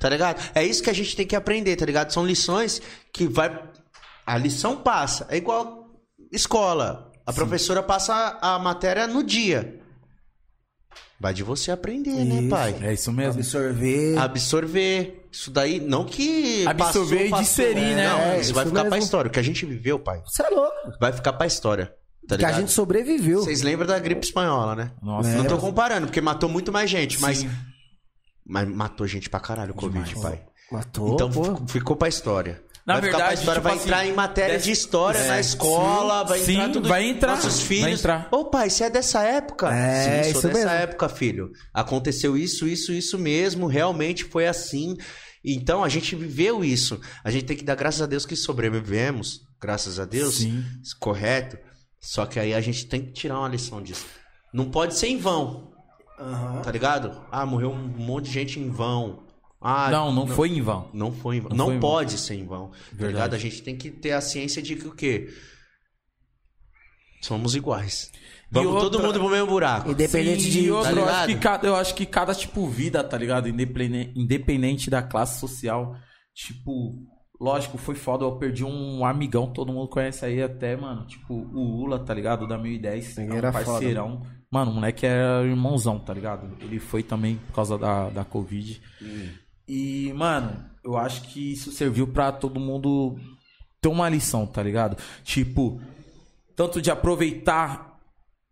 [SPEAKER 3] Tá ligado? É isso que a gente tem que aprender, tá ligado? São lições que vai. A lição passa. É igual escola. A professora passa a matéria no dia. Vai de você aprender, né,
[SPEAKER 2] Isso. É.
[SPEAKER 3] pai?
[SPEAKER 1] É isso mesmo. Ah,
[SPEAKER 2] Absorver.
[SPEAKER 3] Absorver. Isso daí, não que.
[SPEAKER 1] Absorver e
[SPEAKER 3] passou,
[SPEAKER 1] digerir,
[SPEAKER 3] passou,
[SPEAKER 1] né?
[SPEAKER 3] Não,
[SPEAKER 2] É,
[SPEAKER 3] isso,
[SPEAKER 2] isso
[SPEAKER 3] vai ficar pra
[SPEAKER 2] mesmo.
[SPEAKER 3] história. O que a gente viveu, pai,
[SPEAKER 2] Você é louco.
[SPEAKER 3] vai ficar pra história.
[SPEAKER 2] que
[SPEAKER 3] Tá ligado?
[SPEAKER 2] a gente É. sobreviveu.
[SPEAKER 3] Vocês lembram da gripe espanhola, né?
[SPEAKER 1] Nossa.
[SPEAKER 3] Não tô
[SPEAKER 1] Lembro.
[SPEAKER 3] comparando, porque matou muito mais gente, mas.
[SPEAKER 1] Sim.
[SPEAKER 3] Mas matou gente pra caralho o Covid, pai.
[SPEAKER 2] Matou,
[SPEAKER 3] então
[SPEAKER 2] pô.
[SPEAKER 3] fico- ficou pra história.
[SPEAKER 1] Na
[SPEAKER 3] vai ficar pra
[SPEAKER 1] verdade,
[SPEAKER 3] história,
[SPEAKER 1] tipo
[SPEAKER 3] vai
[SPEAKER 1] assim,
[SPEAKER 3] entrar em matéria
[SPEAKER 1] dessa-
[SPEAKER 3] de história
[SPEAKER 1] É.
[SPEAKER 3] na escola, vai
[SPEAKER 1] Sim,
[SPEAKER 3] entrar tudo.
[SPEAKER 1] vai entrar,
[SPEAKER 3] Nossos
[SPEAKER 1] vai
[SPEAKER 3] filhos.
[SPEAKER 1] entrar.
[SPEAKER 3] Ô pai, você é dessa época?
[SPEAKER 2] É,
[SPEAKER 3] Sim, sou
[SPEAKER 2] isso
[SPEAKER 3] dessa
[SPEAKER 2] mesmo.
[SPEAKER 3] época, filho. Aconteceu isso, isso, isso mesmo. Realmente foi assim. Então a gente viveu isso. A gente tem que dar graças a Deus que sobrevivemos. Graças a Deus.
[SPEAKER 1] Sim.
[SPEAKER 3] Correto. Só que aí a gente tem que tirar uma lição disso. Não pode ser em vão,
[SPEAKER 2] Aham.
[SPEAKER 3] tá ligado? Ah, morreu um monte de gente em vão. Ah,
[SPEAKER 1] Não, não foi em vão.
[SPEAKER 3] não foi em vão.
[SPEAKER 1] Não
[SPEAKER 3] Não,
[SPEAKER 1] foi em vão.
[SPEAKER 3] pode ser em vão. Tá
[SPEAKER 1] Verdade.
[SPEAKER 3] ligado? A gente tem que ter a ciência de que o quê? Somos iguais. Vamos todo
[SPEAKER 1] outra-
[SPEAKER 3] mundo pro mesmo buraco.
[SPEAKER 2] Independente
[SPEAKER 1] Sim,
[SPEAKER 2] de...
[SPEAKER 1] e outra,
[SPEAKER 3] tá
[SPEAKER 1] eu, acho
[SPEAKER 3] ligado?
[SPEAKER 1] que cada, eu acho que cada, tipo, vida, tá ligado? Independente, independente da classe social. Tipo, lógico, foi foda. Eu perdi um amigão, todo mundo conhece aí até, mano. Tipo, o Ula, tá ligado? Da 1010.
[SPEAKER 2] Ele
[SPEAKER 1] é um
[SPEAKER 2] era foda,
[SPEAKER 1] parceirão. Mano, o moleque era irmãozão, tá ligado? Ele foi também por causa da, da Covid. E, mano, eu acho que isso serviu pra todo mundo ter uma lição, tá ligado? Tipo, tanto de aproveitar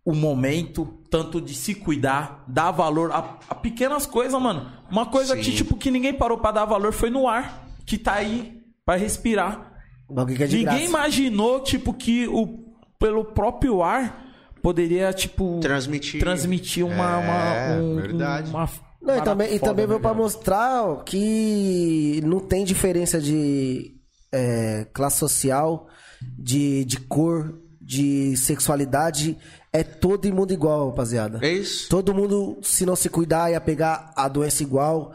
[SPEAKER 1] o momento, tanto de se cuidar, dar valor a, a pequenas coisas, mano. Uma coisa que,
[SPEAKER 3] Sim.
[SPEAKER 1] tipo, que ninguém parou pra dar valor foi no ar, que tá aí pra respirar.
[SPEAKER 2] O bagulho que é de
[SPEAKER 1] ninguém
[SPEAKER 2] graça.
[SPEAKER 1] imaginou, tipo, que o, pelo próprio ar poderia, tipo,
[SPEAKER 3] Transmitir.
[SPEAKER 1] transmitir uma.
[SPEAKER 3] É,
[SPEAKER 1] uma um-
[SPEAKER 3] verdade.
[SPEAKER 1] uma
[SPEAKER 2] Não, e
[SPEAKER 1] parada
[SPEAKER 2] também, e
[SPEAKER 1] foda,
[SPEAKER 2] também
[SPEAKER 1] né,
[SPEAKER 2] veio pra
[SPEAKER 1] velho?
[SPEAKER 2] mostrar ó, que não tem diferença de é, classe social, de, de cor, de sexualidade. É todo mundo igual, rapaziada.
[SPEAKER 3] É isso.
[SPEAKER 2] Todo mundo, se não se cuidar, ia pegar a doença igual.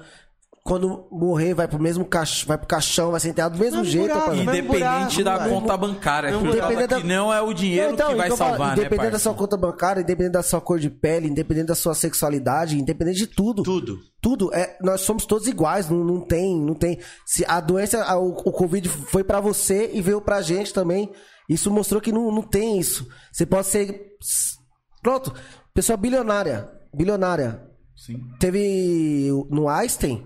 [SPEAKER 2] Quando morrer, vai pro mesmo caixão, vai pro caixão, vai ser enterrado do mesmo
[SPEAKER 3] Mesmo
[SPEAKER 2] jeito,
[SPEAKER 3] buraco,
[SPEAKER 2] rapaziada.
[SPEAKER 3] Vai
[SPEAKER 1] Independente
[SPEAKER 3] buraco,
[SPEAKER 1] da
[SPEAKER 3] vai.
[SPEAKER 1] conta bancária.
[SPEAKER 3] Não,
[SPEAKER 1] por causa
[SPEAKER 2] dependendo
[SPEAKER 1] que
[SPEAKER 2] da-
[SPEAKER 1] não é o dinheiro
[SPEAKER 2] Não, então,
[SPEAKER 1] que vai
[SPEAKER 2] então, fala,
[SPEAKER 1] salvar, né,
[SPEAKER 2] Independente da
[SPEAKER 1] parça?
[SPEAKER 2] sua conta bancária, independente da sua cor de pele, independente da sua sexualidade, independente de tudo.
[SPEAKER 3] Tudo.
[SPEAKER 2] Tudo, é, nós somos todos iguais, não, não tem, não tem. Se a doença, a- o, o Covid foi pra você e veio pra gente também. Isso mostrou que não, não tem isso. Você pode ser. Pronto, pessoa bilionária. Bilionária.
[SPEAKER 1] Sim.
[SPEAKER 2] Teve o- no Einstein.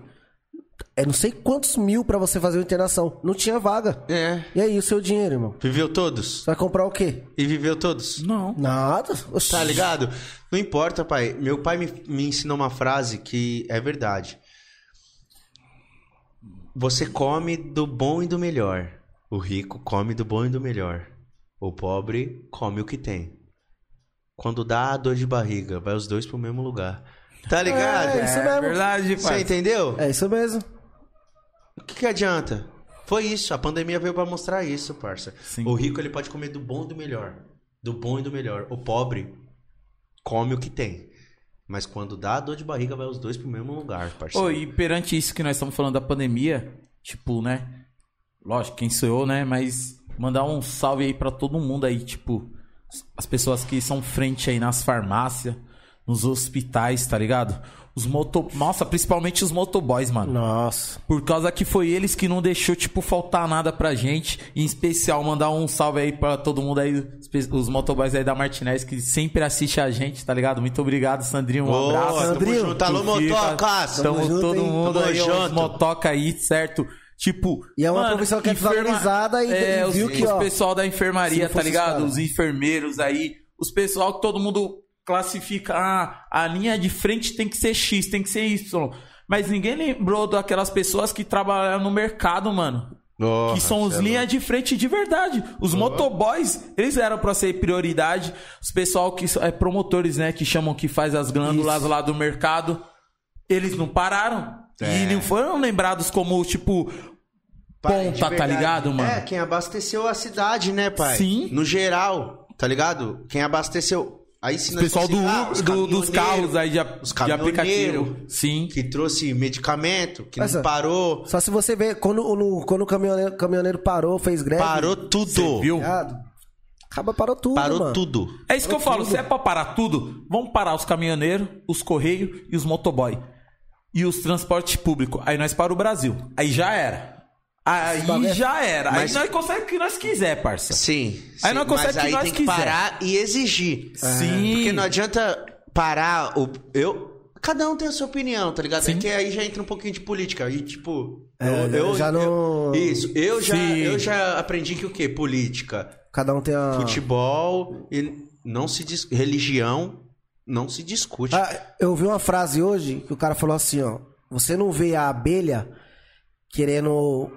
[SPEAKER 2] é não sei quantos mil pra você fazer uma internação. Não tinha vaga.
[SPEAKER 3] É.
[SPEAKER 2] E aí, o seu dinheiro, irmão?
[SPEAKER 3] Viveu todos?
[SPEAKER 2] Você vai comprar o quê?
[SPEAKER 3] E viveu todos?
[SPEAKER 1] Não.
[SPEAKER 2] Nada. Oxi.
[SPEAKER 3] Tá ligado? Não importa, pai. Meu pai me, me ensinou uma frase que é verdade. Você come do bom e do melhor. O rico come do bom e do melhor. O pobre come o que tem. Quando dá a dor de barriga, vai os dois pro mesmo lugar. Tá ligado?
[SPEAKER 2] É, isso mesmo.
[SPEAKER 1] Verdade,
[SPEAKER 3] Você
[SPEAKER 1] pai.
[SPEAKER 3] entendeu?
[SPEAKER 2] É isso mesmo.
[SPEAKER 3] O que, que adianta? Foi isso, a pandemia veio pra mostrar isso, parça.
[SPEAKER 1] Sim.
[SPEAKER 3] O rico ele pode comer do bom e do melhor. Do bom e do melhor. O pobre come o que tem. Mas quando dá a dor de barriga, vai os dois pro mesmo lugar, parça.
[SPEAKER 1] Ô, e perante isso que nós estamos falando da pandemia, tipo, né? Lógico, quem sou eu, né? Mas mandar um salve aí pra todo mundo aí, tipo, as pessoas que são frente aí nas farmácias, nos hospitais, tá ligado? Os moto... Nossa, principalmente os motoboys, mano.
[SPEAKER 2] Nossa.
[SPEAKER 1] Por causa que foi eles que não deixou, tipo, faltar nada pra gente. Em especial, mandar um salve aí pra todo mundo aí, os pe- os motoboys aí da Martinez, que sempre assiste a gente, tá ligado? Muito obrigado, Sandrinho. Um
[SPEAKER 3] Ô,
[SPEAKER 1] abraço.
[SPEAKER 3] tamo
[SPEAKER 2] Sandrinho.
[SPEAKER 3] junto. Alô,
[SPEAKER 1] Que fica.
[SPEAKER 3] motocas!
[SPEAKER 1] Tamo,
[SPEAKER 2] Tamo junto,
[SPEAKER 1] todo
[SPEAKER 2] hein?
[SPEAKER 1] mundo
[SPEAKER 3] Tamo
[SPEAKER 1] aí,
[SPEAKER 3] junto.
[SPEAKER 1] os motoca aí, certo? Tipo.
[SPEAKER 2] E é uma profissão que é valorizada e-
[SPEAKER 1] é,
[SPEAKER 2] e
[SPEAKER 1] os-
[SPEAKER 2] viu que,
[SPEAKER 1] os
[SPEAKER 2] ó,
[SPEAKER 1] pessoal da
[SPEAKER 2] se não
[SPEAKER 1] enfermaria,
[SPEAKER 2] fosse
[SPEAKER 1] tá ligado?
[SPEAKER 2] os caras.
[SPEAKER 1] Os enfermeiros aí. Os pessoal que todo mundo classifica. Ah, a linha de frente tem que ser X, tem que ser Y. Mas ninguém lembrou daquelas pessoas que trabalham no mercado, mano. Que são
[SPEAKER 3] é
[SPEAKER 1] os linhas de frente de verdade. Os
[SPEAKER 3] Uhum.
[SPEAKER 1] motoboys, eles eram pra ser prioridade. Os pessoal que é promotores, né? Que chamam que faz as glândulas lá do mercado. Eles não pararam.
[SPEAKER 3] É.
[SPEAKER 1] E não foram lembrados como, tipo,
[SPEAKER 3] Pai, de
[SPEAKER 1] ponta, tá
[SPEAKER 3] verdade.
[SPEAKER 1] ligado, mano?
[SPEAKER 3] É, quem abasteceu a cidade, né, pai?
[SPEAKER 1] Sim.
[SPEAKER 3] No geral, tá ligado? Quem abasteceu. Aí se
[SPEAKER 1] Os
[SPEAKER 3] nós
[SPEAKER 1] pessoal do,
[SPEAKER 3] fosse- ah, os
[SPEAKER 1] do- dos
[SPEAKER 3] caminhoneiros,
[SPEAKER 1] carros aí de, a-
[SPEAKER 3] os
[SPEAKER 1] de aplicativo.
[SPEAKER 3] caminhoneiros.
[SPEAKER 1] Sim.
[SPEAKER 3] Que trouxe medicamento, que
[SPEAKER 2] Essa-
[SPEAKER 3] não parou.
[SPEAKER 2] Só se você ver, quando, o- no- quando o caminhoneiro, caminhoneiro parou, fez greve.
[SPEAKER 3] Parou tudo.
[SPEAKER 1] Viu?
[SPEAKER 2] ligado? Acaba parou tudo,
[SPEAKER 3] Parou
[SPEAKER 2] mano.
[SPEAKER 3] tudo.
[SPEAKER 1] É isso que eu falo. Se é pra parar tudo, vamos parar os caminhoneiros, os correios e os motoboy. E os transportes públicos. Aí nós para o Brasil. Aí já era. Aí
[SPEAKER 2] bagulho é-
[SPEAKER 1] já era.
[SPEAKER 3] Mas-
[SPEAKER 1] Aí nós conseguimos o que nós quiser, parça.
[SPEAKER 3] Sim.
[SPEAKER 1] Aí
[SPEAKER 3] sim,
[SPEAKER 1] nós consegue
[SPEAKER 3] mas
[SPEAKER 1] que
[SPEAKER 3] aí
[SPEAKER 1] nós
[SPEAKER 3] tem que
[SPEAKER 1] quiser. É.
[SPEAKER 3] parar e exigir.
[SPEAKER 1] Sim.
[SPEAKER 3] Porque não adianta parar o. Eu. Cada um tem a sua opinião, tá ligado? Porque aí já entra um pouquinho de política. Aí, tipo.
[SPEAKER 2] É, já não-
[SPEAKER 3] eu- isso. Eu já,
[SPEAKER 1] Sim.
[SPEAKER 3] eu já aprendi que o quê? Política,
[SPEAKER 2] Cada um tem a...
[SPEAKER 3] futebol e não se dis... religião não se discute.
[SPEAKER 2] Ah, eu ouvi uma frase hoje que o cara falou assim, ó. Você não vê a abelha querendo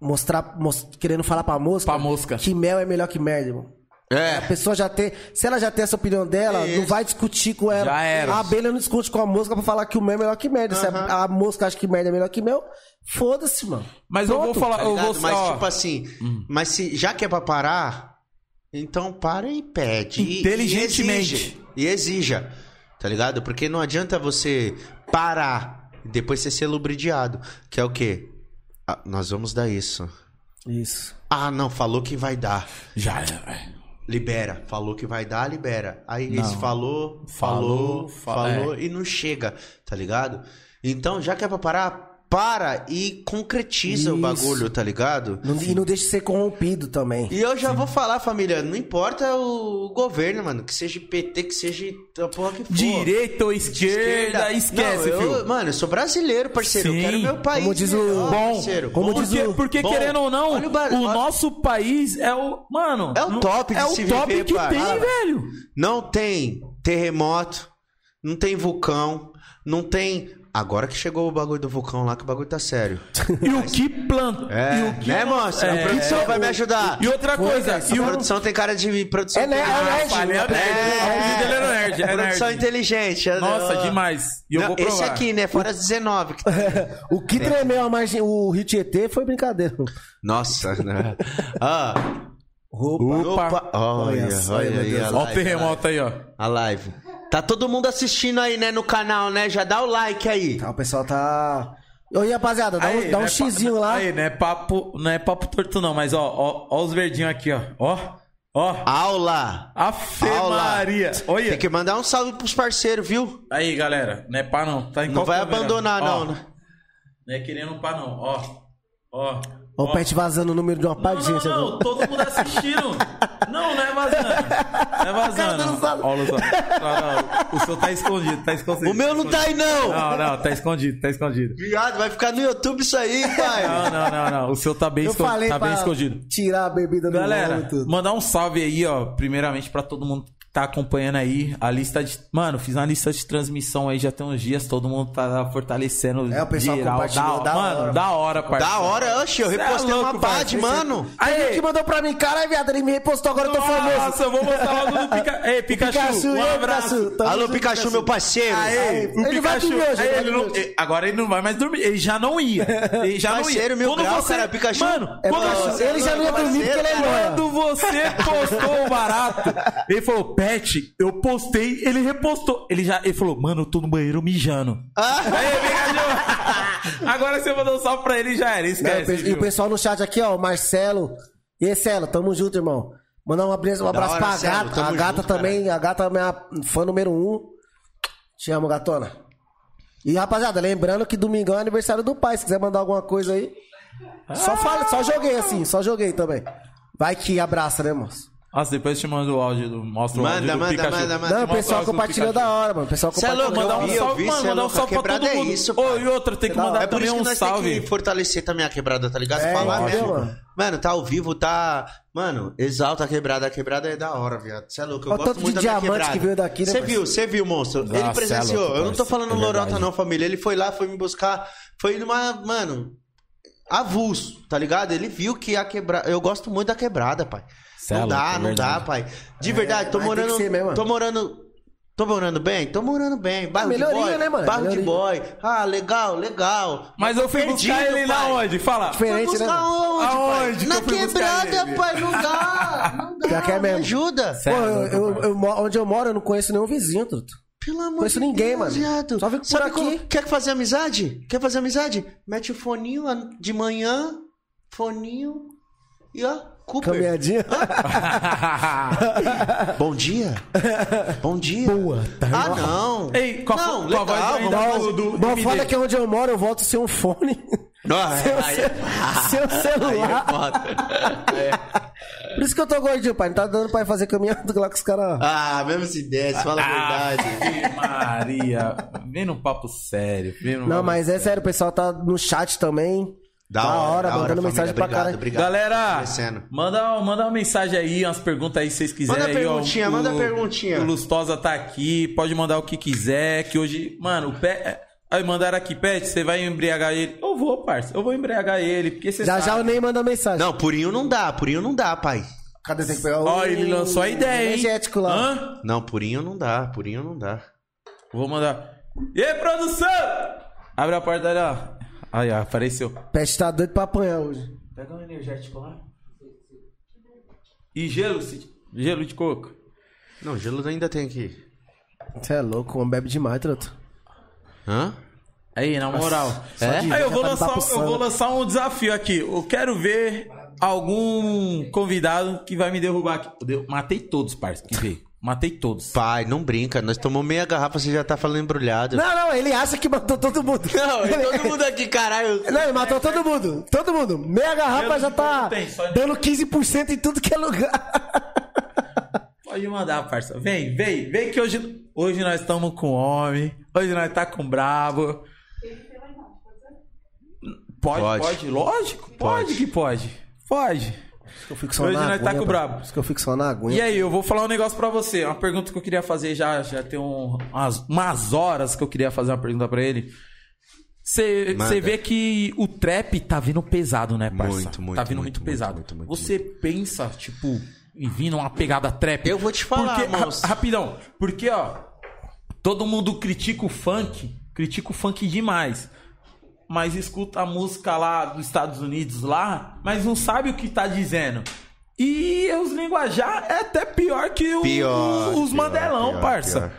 [SPEAKER 2] mostrar, mos- querendo falar pra mosca,
[SPEAKER 1] Pra mosca.
[SPEAKER 2] que mel é melhor que merda, irmão. A
[SPEAKER 3] é.
[SPEAKER 2] pessoa já tem, se ela já tem essa opinião dela,
[SPEAKER 3] Isso.
[SPEAKER 2] não vai discutir com ela.
[SPEAKER 1] Já era.
[SPEAKER 2] A abelha não discute com a mosca pra falar que o mel é melhor que merda. Se
[SPEAKER 3] Aham.
[SPEAKER 2] a, a mosca acha que merda é melhor que mel, foda-se, mano.
[SPEAKER 1] Mas eu vou falar,
[SPEAKER 3] Tá
[SPEAKER 1] eu
[SPEAKER 3] ligado?
[SPEAKER 1] vou
[SPEAKER 3] mas
[SPEAKER 1] ó,
[SPEAKER 3] tipo assim, mas se já que é pra parar, então para e pede. E-
[SPEAKER 1] Inteligentemente.
[SPEAKER 3] E, exige. e exija, tá ligado? Porque não adianta você parar e depois você ser lubridiado. Que é o quê? Ah, nós vamos dar isso.
[SPEAKER 2] Isso.
[SPEAKER 3] Ah, não, falou que vai dar.
[SPEAKER 1] já era.
[SPEAKER 3] Libera. Falou que vai dar, libera. Aí esse falou,
[SPEAKER 1] Falou,
[SPEAKER 3] falou, falou,
[SPEAKER 1] fa-
[SPEAKER 3] e não chega, tá ligado? Então, já que é pra parar, para e concretiza o
[SPEAKER 2] Isso.
[SPEAKER 3] bagulho, tá ligado?
[SPEAKER 2] Não- e não deixe de ser corrompido também.
[SPEAKER 3] E eu já vou falar, família, não importa o governo, mano, que seja PT, que seja a porra que for.
[SPEAKER 1] Direita ou esquerda,
[SPEAKER 3] Esquerda.
[SPEAKER 1] esquece,
[SPEAKER 3] Não,
[SPEAKER 1] filho.
[SPEAKER 3] eu, mano, eu sou brasileiro, parceiro.
[SPEAKER 1] Sim.
[SPEAKER 3] Eu quero meu país.
[SPEAKER 2] Como diz o-
[SPEAKER 3] melhor,
[SPEAKER 2] Bom,
[SPEAKER 3] parceiro.
[SPEAKER 2] como diz
[SPEAKER 1] Porque,
[SPEAKER 2] o-
[SPEAKER 1] porque
[SPEAKER 3] Bom,
[SPEAKER 1] querendo ou não,
[SPEAKER 3] olha
[SPEAKER 1] o,
[SPEAKER 3] o bar- olha-
[SPEAKER 1] nosso país é o. Mano.
[SPEAKER 3] É o
[SPEAKER 1] não-
[SPEAKER 3] top de
[SPEAKER 1] É o
[SPEAKER 3] se
[SPEAKER 1] top
[SPEAKER 3] viver,
[SPEAKER 1] que
[SPEAKER 3] pai.
[SPEAKER 1] tem,
[SPEAKER 3] Ah,
[SPEAKER 1] velho.
[SPEAKER 3] Não tem terremoto, não tem vulcão, não tem. Agora que chegou o bagulho do vulcão lá, que o bagulho tá sério.
[SPEAKER 1] E o que planta.
[SPEAKER 3] É,
[SPEAKER 1] E o que
[SPEAKER 3] né, moça?
[SPEAKER 1] É.
[SPEAKER 3] A produção vai me ajudar.
[SPEAKER 1] E outra coisa,
[SPEAKER 3] A
[SPEAKER 1] e o-
[SPEAKER 3] produção tem cara de produção.
[SPEAKER 2] É, né?
[SPEAKER 3] inteligente.
[SPEAKER 2] É, né?
[SPEAKER 1] Ah, falei a
[SPEAKER 2] É.
[SPEAKER 1] merda. O apelido dele era nerd, era
[SPEAKER 3] produção é
[SPEAKER 1] nerd.
[SPEAKER 3] inteligente. eu-
[SPEAKER 1] Nossa, demais. E eu
[SPEAKER 3] Não,
[SPEAKER 1] vou provar.
[SPEAKER 3] esse aqui, né? Fora as 19. que-
[SPEAKER 2] O
[SPEAKER 1] É.
[SPEAKER 2] que tremeu a margem, o Rio Tietê foi brincadeira.
[SPEAKER 3] Nossa, né? Ah,
[SPEAKER 2] Roupa.
[SPEAKER 1] Opa.
[SPEAKER 3] opa. Olha,
[SPEAKER 2] Olha só,
[SPEAKER 3] olha
[SPEAKER 2] meu
[SPEAKER 3] aí
[SPEAKER 2] Deus.
[SPEAKER 3] a
[SPEAKER 1] Ó o
[SPEAKER 3] live.
[SPEAKER 1] terremoto aí, ó.
[SPEAKER 3] A live. Tá todo mundo assistindo aí, né? No canal, né? Já dá o like aí.
[SPEAKER 2] Tá, o pessoal tá. Ô, e rapaziada, dá
[SPEAKER 1] Aí,
[SPEAKER 2] um, dá um
[SPEAKER 1] não é pa-
[SPEAKER 2] xizinho lá.
[SPEAKER 1] Aí, não é papo, não é papo torto, não, mas ó, ó, ó os verdinhos aqui, ó. Ó. Ó.
[SPEAKER 3] Aula.
[SPEAKER 1] A Fê
[SPEAKER 3] Aula.
[SPEAKER 1] Maria. Olha.
[SPEAKER 3] Tem que mandar um salve pros parceiros, viu?
[SPEAKER 1] Aí, galera, não é pá não. Tá em
[SPEAKER 3] Não né?
[SPEAKER 1] qual
[SPEAKER 3] vai
[SPEAKER 1] câmera?
[SPEAKER 3] abandonar,
[SPEAKER 1] Ó,
[SPEAKER 3] não, né?
[SPEAKER 1] Não é querendo pá não. Ó. Ó.
[SPEAKER 2] Ó, o Pet vazando o número de uma
[SPEAKER 5] Não,
[SPEAKER 2] parte,
[SPEAKER 5] não,
[SPEAKER 2] gente.
[SPEAKER 5] não, todo mundo assistindo. Não, não é vazando. Não é vazando.
[SPEAKER 2] do Luzano.
[SPEAKER 1] Ó, Luzano. Não, não, o seu tá escondido, tá escondido.
[SPEAKER 3] O meu não tá aí, não!
[SPEAKER 1] Não, não, tá escondido, tá escondido.
[SPEAKER 3] Viado, vai ficar no YouTube isso aí, pai!
[SPEAKER 1] Não, não, não, não. O seu tá bem,
[SPEAKER 2] Eu
[SPEAKER 1] escon-
[SPEAKER 2] falei
[SPEAKER 1] tá bem
[SPEAKER 2] pra
[SPEAKER 1] escondido.
[SPEAKER 2] tirar a bebida do nome
[SPEAKER 1] Galera,
[SPEAKER 2] e tudo.
[SPEAKER 1] mandar um salve aí, ó. Primeiramente pra todo mundo que tá acompanhando aí. A lista de. Mano, fiz uma lista de transmissão aí já tem uns dias. Todo mundo tá fortalecendo.
[SPEAKER 2] É, o pessoal compartilhou,
[SPEAKER 1] da,
[SPEAKER 2] da
[SPEAKER 1] mano,
[SPEAKER 2] hora.
[SPEAKER 1] da hora, parceiro.
[SPEAKER 3] Da hora, oxe, eu
[SPEAKER 1] Cê é
[SPEAKER 3] repostei
[SPEAKER 1] louco,
[SPEAKER 3] uma parte,
[SPEAKER 1] parceiro.
[SPEAKER 3] mano!
[SPEAKER 2] Aí ele que mandou pra mim, caralho, viado, ele me repostou, agora eu tô famoso.
[SPEAKER 1] Nossa, eu vou mostrar logo do Pikachu. Ei, Pikachu,
[SPEAKER 2] Pikachu,
[SPEAKER 1] um
[SPEAKER 2] ei,
[SPEAKER 1] abraço.
[SPEAKER 2] Pikachu, tamo
[SPEAKER 3] Alô,
[SPEAKER 2] junto,
[SPEAKER 3] Pikachu, meu parceiro!
[SPEAKER 1] assim.
[SPEAKER 3] é
[SPEAKER 1] Aê,
[SPEAKER 2] Ele vai dormir hoje, ele vai
[SPEAKER 1] ele não-
[SPEAKER 2] dormir hoje.
[SPEAKER 1] eh, agora ele não vai mais dormir. Ele já não ia. Ele já não ia.
[SPEAKER 3] Parceiro, mil grau, cara, Pikachu.
[SPEAKER 1] Mano,
[SPEAKER 2] É
[SPEAKER 1] quando,
[SPEAKER 2] parceiro.
[SPEAKER 1] você-
[SPEAKER 2] Ele já não ia dormir porque ele é
[SPEAKER 3] parceiro,
[SPEAKER 2] loira.
[SPEAKER 1] quando você postou o barato, ele falou, Pet, eu postei, ele repostou. Ele já, ele falou, mano, eu tô no banheiro mijando.
[SPEAKER 3] Ah.
[SPEAKER 1] Aí, Pikachu, agora você mandou um salve pra ele e já era.
[SPEAKER 2] Não,
[SPEAKER 1] Esquece,
[SPEAKER 2] e Né, o
[SPEAKER 1] viu?
[SPEAKER 2] pessoal no chat aqui, ó, o Marcelo. E aí, Celo, tamo junto, irmão. Mandar um abraço, um abraço
[SPEAKER 3] hora,
[SPEAKER 2] pra
[SPEAKER 3] Celo,
[SPEAKER 2] gata.
[SPEAKER 3] tamo
[SPEAKER 2] A gata
[SPEAKER 3] junto,
[SPEAKER 2] também, a gata é minha fã número um. Te amo, gatona. E rapaziada, lembrando que domingão é aniversário do pai. Se quiser mandar alguma coisa aí.
[SPEAKER 3] Ah!
[SPEAKER 2] Só, fala, só joguei assim, só joguei também. Vai que abraça, né, moço?
[SPEAKER 1] Nossa, depois eu te mando o áudio, do, mostra o
[SPEAKER 3] Manda,
[SPEAKER 1] áudio do
[SPEAKER 3] manda,
[SPEAKER 1] Pikachu.
[SPEAKER 3] manda, manda.
[SPEAKER 2] Não, o
[SPEAKER 1] mostra
[SPEAKER 2] pessoal
[SPEAKER 1] áudio do
[SPEAKER 2] compartilhou
[SPEAKER 1] Pikachu.
[SPEAKER 2] da hora, mano. O pessoal
[SPEAKER 3] Cê é louco,
[SPEAKER 2] compartilhou
[SPEAKER 1] mandar
[SPEAKER 2] da hora.
[SPEAKER 1] um
[SPEAKER 3] vi, eu
[SPEAKER 1] salve,
[SPEAKER 3] vi,
[SPEAKER 1] mano,
[SPEAKER 3] cê é
[SPEAKER 1] mandar um
[SPEAKER 3] louco,
[SPEAKER 1] salve
[SPEAKER 3] a
[SPEAKER 1] pra todo
[SPEAKER 3] quebrada é
[SPEAKER 1] mundo.
[SPEAKER 3] isso,
[SPEAKER 1] Ô,
[SPEAKER 3] pai.
[SPEAKER 1] e outra, tem que
[SPEAKER 2] Tá,
[SPEAKER 1] mandar
[SPEAKER 3] É por
[SPEAKER 1] também
[SPEAKER 3] isso que
[SPEAKER 1] um
[SPEAKER 3] nós
[SPEAKER 1] salve.
[SPEAKER 3] temos que fortalecer também a quebrada, tá ligado?
[SPEAKER 2] É,
[SPEAKER 3] Falar
[SPEAKER 2] lógico.
[SPEAKER 3] mesmo. Mano. tá ao vivo, tá. Mano, exalta a quebrada. A quebrada é da hora, viado. Você é louco. Eu
[SPEAKER 2] Olha o
[SPEAKER 3] gosto
[SPEAKER 2] tanto
[SPEAKER 3] muito
[SPEAKER 2] de
[SPEAKER 3] da minha
[SPEAKER 2] diamante
[SPEAKER 3] quebrada.
[SPEAKER 2] que veio daqui, né,
[SPEAKER 3] Você
[SPEAKER 2] parceiro?
[SPEAKER 3] viu, você viu, monstro.
[SPEAKER 1] Ah, cê é
[SPEAKER 3] Ele presenciou.
[SPEAKER 1] louco,
[SPEAKER 3] eu não tô
[SPEAKER 1] parceiro.
[SPEAKER 3] falando
[SPEAKER 1] É
[SPEAKER 3] lorota,
[SPEAKER 1] verdade.
[SPEAKER 3] não, família. Ele foi lá, foi me buscar. Foi numa. Mano. Avulso, tá ligado? Ele viu que a quebrada. Eu gosto muito da quebrada, pai.
[SPEAKER 1] Cê é
[SPEAKER 3] não dá,
[SPEAKER 1] louco, é
[SPEAKER 3] não dá,
[SPEAKER 1] verdade.
[SPEAKER 3] pai. De verdade,
[SPEAKER 2] É,
[SPEAKER 3] tô
[SPEAKER 2] mas tem que
[SPEAKER 3] morando.
[SPEAKER 2] ser mesmo.
[SPEAKER 3] Tô morando. Tô morando bem? Tô morando bem. Bairro de
[SPEAKER 2] Melhoria,
[SPEAKER 3] boy.
[SPEAKER 2] né, mano?
[SPEAKER 3] Bairro de
[SPEAKER 2] Melhoria.
[SPEAKER 3] boy. Ah, legal, legal.
[SPEAKER 1] Mas eu fui buscar
[SPEAKER 3] Perdido,
[SPEAKER 1] ele
[SPEAKER 3] pai.
[SPEAKER 1] na onde? Fala.
[SPEAKER 2] Foi
[SPEAKER 3] Foi
[SPEAKER 2] Diferente,
[SPEAKER 3] buscar um.
[SPEAKER 2] né, mano?
[SPEAKER 3] aonde, pai?
[SPEAKER 1] Aonde que
[SPEAKER 3] Na
[SPEAKER 1] eu fui buscar ele?
[SPEAKER 3] quebrada, pai, não dá. Não dá,
[SPEAKER 2] Pior que é
[SPEAKER 3] me
[SPEAKER 2] mesmo.
[SPEAKER 3] ajuda.
[SPEAKER 2] Pô, eu- eu- eu mo- onde eu moro, eu não conheço nenhum vizinho, truto.
[SPEAKER 3] Pelo amor
[SPEAKER 2] Conheço
[SPEAKER 3] de
[SPEAKER 2] ninguém,
[SPEAKER 3] Deus,
[SPEAKER 2] mano.
[SPEAKER 3] viado.
[SPEAKER 2] Só fico por
[SPEAKER 3] Sabe
[SPEAKER 2] aqui.
[SPEAKER 3] como- Quer fazer amizade? Quer fazer amizade? Mete o foninho a- de manhã, foninho e ó, Cooper.
[SPEAKER 2] Caminhadinha.
[SPEAKER 3] Bom dia. Bom dia.
[SPEAKER 2] Boa tarde.
[SPEAKER 3] Ah, não.
[SPEAKER 1] Ei, com a,
[SPEAKER 3] não,
[SPEAKER 1] com a voz
[SPEAKER 3] legal,
[SPEAKER 1] ainda
[SPEAKER 3] vamos-
[SPEAKER 1] do, do, do
[SPEAKER 2] Bom,
[SPEAKER 1] MD.
[SPEAKER 2] foda que onde eu moro, eu volto sem um fone.
[SPEAKER 3] Não, é-
[SPEAKER 2] Seu,
[SPEAKER 3] aí é
[SPEAKER 2] seu celular.
[SPEAKER 3] foda. É.
[SPEAKER 2] Por isso que eu tô gordinho, pai. Não tá dando pra ir fazer caminhada lá com os caras.
[SPEAKER 3] Ah, mesmo se desse, fala a verdade.
[SPEAKER 1] Ah, Ave Maria, vem num papo sério. Vem num
[SPEAKER 2] Não,
[SPEAKER 1] papo
[SPEAKER 2] mas é sério, o pessoal tá no chat também. Da, hora, mandando mensagem pra
[SPEAKER 3] obrigado,
[SPEAKER 2] cara.
[SPEAKER 3] Obrigado.
[SPEAKER 1] Galera,
[SPEAKER 3] Crescendo.
[SPEAKER 1] manda, manda uma mensagem aí, umas perguntas aí se vocês quiserem.
[SPEAKER 3] Manda
[SPEAKER 1] aí, ó,
[SPEAKER 3] perguntinha,
[SPEAKER 1] o-
[SPEAKER 3] manda perguntinha.
[SPEAKER 1] O Lustosa tá aqui, pode mandar o que quiser, que hoje, mano, o pé. é, Aí mandaram aqui, Pet, você vai embriagar ele. Eu vou, parça, eu vou embriagar ele, porque você
[SPEAKER 2] Já
[SPEAKER 1] sabe.
[SPEAKER 2] já o Ney manda mensagem.
[SPEAKER 3] Não, purinho não dá, purinho não dá, pai.
[SPEAKER 2] Cadê? Tem que pegar o.
[SPEAKER 1] Ó, ele lançou a ideia, hein?
[SPEAKER 2] energético lá.
[SPEAKER 1] Hã?
[SPEAKER 3] Não, purinho não dá, purinho não dá.
[SPEAKER 1] Vou mandar. E aí, produção? Abre a porta, olha. ó. Aí, ó, apareceu.
[SPEAKER 2] Pet tá doido pra apanhar hoje.
[SPEAKER 1] Pega um energético lá. E gelo, se- gelo de coco.
[SPEAKER 3] Não, gelo ainda tem aqui.
[SPEAKER 2] Você é louco, o homem bebe demais, truto.
[SPEAKER 3] Hã?
[SPEAKER 1] Aí, na moral.
[SPEAKER 2] só de ver
[SPEAKER 1] Aí eu
[SPEAKER 2] já
[SPEAKER 1] vou,
[SPEAKER 2] tá me
[SPEAKER 1] lançar,
[SPEAKER 2] bagunçando.
[SPEAKER 1] eu vou lançar um desafio aqui. Eu quero ver algum convidado que vai me derrubar aqui. Eu deu- Matei todos, parça, que veio. Matei todos.
[SPEAKER 3] Pai, não brinca, nós tomamos meia garrafa, você já tá falando embrulhado.
[SPEAKER 2] Não, não, ele acha que matou todo mundo.
[SPEAKER 3] Não, é
[SPEAKER 2] ele...
[SPEAKER 3] todo mundo aqui, caralho.
[SPEAKER 2] Não, ele matou todo mundo. Todo mundo. Meia garrafa
[SPEAKER 1] Menos
[SPEAKER 2] já
[SPEAKER 1] que
[SPEAKER 2] tá
[SPEAKER 1] tem, só de-
[SPEAKER 2] dando 15% em tudo que é lugar.
[SPEAKER 1] Pode mandar, parça. Vem, vem, vem que hoje, hoje nós estamos com homem. Hoje nós tá com brabo. Pode, pode,
[SPEAKER 3] Pode.
[SPEAKER 1] lógico. Pode,
[SPEAKER 3] Pode.
[SPEAKER 1] que pode. Pode.
[SPEAKER 2] Eu fico
[SPEAKER 1] Hoje nós tá com o brabo.
[SPEAKER 2] Por isso que eu fico só na aguinha.
[SPEAKER 1] E aí, eu vou falar um negócio pra você. Uma pergunta que eu queria fazer já, já tem um- umas, umas horas que eu queria fazer uma pergunta pra ele. Você
[SPEAKER 3] Manda.
[SPEAKER 1] vê que o trap tá vindo pesado, né, parça?
[SPEAKER 3] Muito, muito,
[SPEAKER 1] Tá vindo muito,
[SPEAKER 3] muito,
[SPEAKER 1] pesado.
[SPEAKER 3] muito, muito, muito,
[SPEAKER 1] você pensa, tipo, em vir numa pegada trap?
[SPEAKER 3] Eu vou te falar,
[SPEAKER 1] porque, ra-
[SPEAKER 3] moço.
[SPEAKER 1] Rapidão, porque, ó, todo mundo critica o funk, critica o funk demais. Mas escuta a música lá dos Estados Unidos lá, mas não sabe o que tá dizendo. E os linguajar é até pior que o-
[SPEAKER 3] Pior.
[SPEAKER 1] os
[SPEAKER 3] pior,
[SPEAKER 1] mandelão,
[SPEAKER 3] pior,
[SPEAKER 1] parça.
[SPEAKER 3] pior.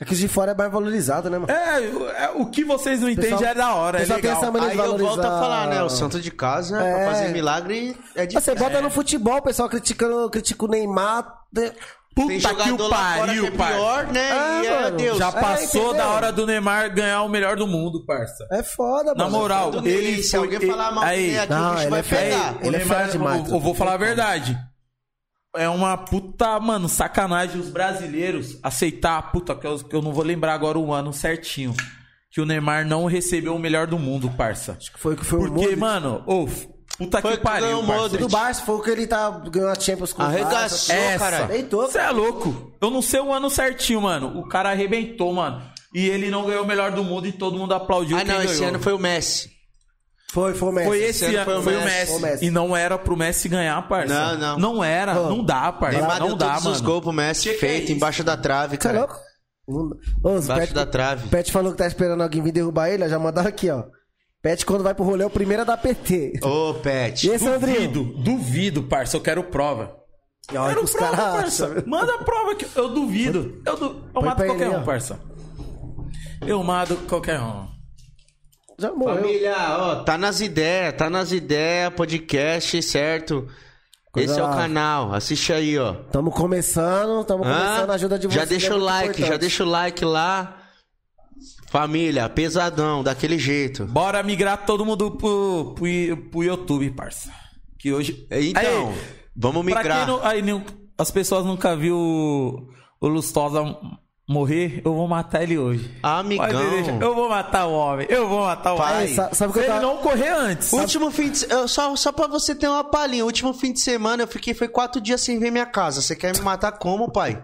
[SPEAKER 2] É que os de fora é mais valorizado, né, mano?
[SPEAKER 1] É, o- é, o que vocês não entendem
[SPEAKER 2] Pessoal-
[SPEAKER 1] é da hora, é
[SPEAKER 2] pessoal tem
[SPEAKER 1] legal.
[SPEAKER 2] essa mania-
[SPEAKER 3] Aí eu volto a
[SPEAKER 2] Desvalorizar-
[SPEAKER 3] falar, né? O santo de casa, pra fazer milagre, é
[SPEAKER 2] Você
[SPEAKER 3] difícil.
[SPEAKER 2] bota no futebol, o pessoal criticando, critica o Neymar. né? de-
[SPEAKER 3] Tem
[SPEAKER 1] Puta que
[SPEAKER 3] jogador
[SPEAKER 1] o
[SPEAKER 3] lá fora que é
[SPEAKER 1] pariu, parça.
[SPEAKER 3] pior, né?
[SPEAKER 2] Ah,
[SPEAKER 3] e é
[SPEAKER 2] mano,
[SPEAKER 3] Deus.
[SPEAKER 2] É,
[SPEAKER 1] Já passou
[SPEAKER 2] entendeu?
[SPEAKER 1] da hora do Neymar ganhar o melhor do mundo, parça.
[SPEAKER 2] É foda,
[SPEAKER 1] Na
[SPEAKER 2] mano.
[SPEAKER 1] moral,
[SPEAKER 3] Do Ney,
[SPEAKER 1] ele
[SPEAKER 3] se
[SPEAKER 1] foi-
[SPEAKER 3] alguém falar mal
[SPEAKER 1] aí,
[SPEAKER 3] dele aqui,
[SPEAKER 2] não,
[SPEAKER 3] o bicho
[SPEAKER 2] ele
[SPEAKER 3] vai
[SPEAKER 2] é feio.
[SPEAKER 3] pegar.
[SPEAKER 1] Ele
[SPEAKER 2] Ele
[SPEAKER 1] é
[SPEAKER 2] é fera demais,
[SPEAKER 1] Eu, eu vou falar a verdade. É uma puta, mano, sacanagem os brasileiros aceitar, puta, que eu, que eu não vou lembrar agora o ano certinho, que o Neymar não recebeu o melhor do mundo, parça.
[SPEAKER 2] Acho que foi o que foi um o
[SPEAKER 1] Porque,
[SPEAKER 2] Modric.
[SPEAKER 1] mano, ô, puta
[SPEAKER 3] Foi
[SPEAKER 1] que
[SPEAKER 3] que ganhou
[SPEAKER 1] pariu,
[SPEAKER 3] o
[SPEAKER 1] parça.
[SPEAKER 3] Modric.
[SPEAKER 2] do Barça foi o que ele tá ganhando a Champions com o
[SPEAKER 3] Arregaçou.
[SPEAKER 2] Barça.
[SPEAKER 3] Ô,
[SPEAKER 1] Essa.
[SPEAKER 3] caralho.
[SPEAKER 2] Deitou,
[SPEAKER 1] Você é louco. Eu não sei o ano certinho, mano. O cara arrebentou, mano. E ele não ganhou o melhor do mundo e todo mundo aplaudiu
[SPEAKER 3] Ah,
[SPEAKER 1] quem
[SPEAKER 3] não, esse
[SPEAKER 1] ganhou.
[SPEAKER 3] ano foi o Messi.
[SPEAKER 2] Foi, foi o Messi.
[SPEAKER 1] Foi esse,
[SPEAKER 3] esse ano
[SPEAKER 1] ano, foi, o Messi.
[SPEAKER 2] É, Foi o Messi.
[SPEAKER 1] E não era pro Messi ganhar, parça.
[SPEAKER 3] Não, não.
[SPEAKER 1] Não era,
[SPEAKER 2] Ô,
[SPEAKER 1] não dá, parça.
[SPEAKER 3] Neymar
[SPEAKER 1] não
[SPEAKER 3] deu
[SPEAKER 1] dá,
[SPEAKER 3] todos
[SPEAKER 1] mano.
[SPEAKER 3] os gols pro Messi
[SPEAKER 1] Que que é
[SPEAKER 3] feito
[SPEAKER 1] isso? Tá
[SPEAKER 3] embaixo da trave,
[SPEAKER 2] Você é
[SPEAKER 3] cara.
[SPEAKER 2] louco? Não- Ô, os
[SPEAKER 3] Embaixo
[SPEAKER 2] Pet-
[SPEAKER 3] da trave.
[SPEAKER 2] Pet falou que tá esperando alguém vir derrubar ele, ó, já mandaram aqui, ó. Pet, quando vai pro rolê, é o primeiro a dar PT.
[SPEAKER 3] Ô,
[SPEAKER 2] E
[SPEAKER 3] Pet.
[SPEAKER 2] esse é Andrinho?
[SPEAKER 1] Duvido, duvido, parça. Eu quero prova.
[SPEAKER 2] E olha
[SPEAKER 1] quero
[SPEAKER 2] é que os
[SPEAKER 1] prova,
[SPEAKER 2] caras
[SPEAKER 1] parça.
[SPEAKER 2] acham.
[SPEAKER 1] Manda a prova que eu duvido. Eu, du... eu
[SPEAKER 2] Põe
[SPEAKER 1] mato
[SPEAKER 2] pra
[SPEAKER 1] qualquer
[SPEAKER 2] ele,
[SPEAKER 1] um,
[SPEAKER 2] ó.
[SPEAKER 1] parça. Eu mato qualquer um.
[SPEAKER 2] Já morreu.
[SPEAKER 3] Família, ó, tá nas ideias, tá nas ideias, podcast, certo?
[SPEAKER 2] Coisa
[SPEAKER 3] Esse é o
[SPEAKER 2] lá.
[SPEAKER 3] canal, assiste aí, ó.
[SPEAKER 2] Tamo começando, tamo começando a
[SPEAKER 3] Hã?
[SPEAKER 2] ajuda de vocês.
[SPEAKER 3] Já deixa
[SPEAKER 2] é
[SPEAKER 3] o
[SPEAKER 2] muito
[SPEAKER 3] like, já
[SPEAKER 2] importante.
[SPEAKER 3] deixa o like lá. Família, pesadão, daquele jeito.
[SPEAKER 1] Bora migrar todo mundo pro, pro, pro YouTube, parça. Que hoje.
[SPEAKER 3] Então,
[SPEAKER 1] Aí,
[SPEAKER 3] vamos
[SPEAKER 1] Pra quem
[SPEAKER 3] migrar.
[SPEAKER 1] não, aí, não- as pessoas nunca viu o, o Lustosa m- morrer, eu vou matar ele hoje.
[SPEAKER 3] Ah, Amigão.
[SPEAKER 1] Pode deixar, eu vou matar o homem, eu vou matar o
[SPEAKER 3] Pai,
[SPEAKER 1] homem.
[SPEAKER 2] Aí, sa- sabe
[SPEAKER 1] Se
[SPEAKER 2] o que eu
[SPEAKER 1] ele
[SPEAKER 2] tava...
[SPEAKER 1] não correr antes.
[SPEAKER 3] Último fim de se- eu- só só para você ter uma palhinha, último fim de semana eu fiquei foi quatro dias sem ver minha casa. Você quer me matar como, pai?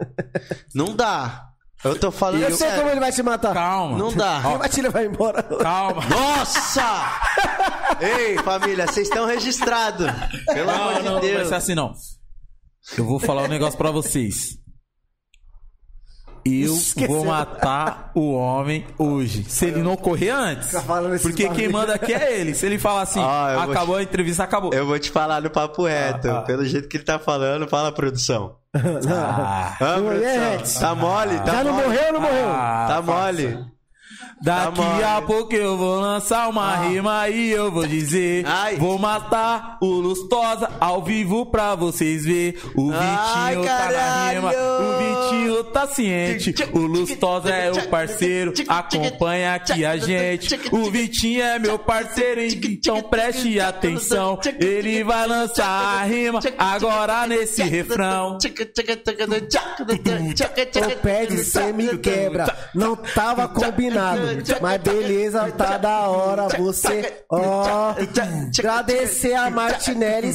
[SPEAKER 3] Não dá. Eu tô falando
[SPEAKER 2] Eu sei
[SPEAKER 3] sério.
[SPEAKER 2] como ele vai te matar.
[SPEAKER 1] Calma.
[SPEAKER 3] Não dá.
[SPEAKER 2] Ele vai te levar embora.
[SPEAKER 1] Calma.
[SPEAKER 3] Nossa! Ei, família, vocês estão registrados. Pelo
[SPEAKER 1] Não,
[SPEAKER 3] amor
[SPEAKER 1] não, não
[SPEAKER 3] de
[SPEAKER 1] vai
[SPEAKER 3] Deus.
[SPEAKER 1] ser assim, não. Eu vou falar um negócio pra vocês. Eu
[SPEAKER 2] Esqueceu.
[SPEAKER 1] vou matar o homem hoje. Se ele não correr antes.
[SPEAKER 2] Fica falando esses
[SPEAKER 1] Porque quem
[SPEAKER 2] bagulho.
[SPEAKER 1] manda aqui é ele. Se ele falar assim,
[SPEAKER 3] Ah, eu vou
[SPEAKER 1] acabou a entrevista, acabou.
[SPEAKER 3] Eu vou te falar no papo reto. Pelo jeito que ele tá falando, fala, produção.
[SPEAKER 1] Ah,
[SPEAKER 3] Ah,
[SPEAKER 2] Não,
[SPEAKER 3] produção.
[SPEAKER 2] é, Edson.
[SPEAKER 3] Tá mole, tá
[SPEAKER 2] já não
[SPEAKER 3] mole.
[SPEAKER 2] morreu ou não morreu?
[SPEAKER 1] ah,
[SPEAKER 3] Tá mole.
[SPEAKER 1] Daqui
[SPEAKER 3] mole.
[SPEAKER 1] a pouco eu vou lançar uma rima e eu vou dizer
[SPEAKER 3] Ai.
[SPEAKER 1] Vou matar o Lustosa ao vivo pra vocês ver O
[SPEAKER 3] Ai,
[SPEAKER 1] Vitinho tá na
[SPEAKER 3] caralho.
[SPEAKER 1] rima, o Vitinho tá ciente O Lustosa é o parceiro, acompanha aqui a gente O Vitinho é meu parceiro, então preste atenção Ele vai lançar a rima agora nesse refrão
[SPEAKER 2] Ou perde, você me quebra. Não tava combinado, mas beleza, tá da hora. Você, ó, agradecer a Martinelli,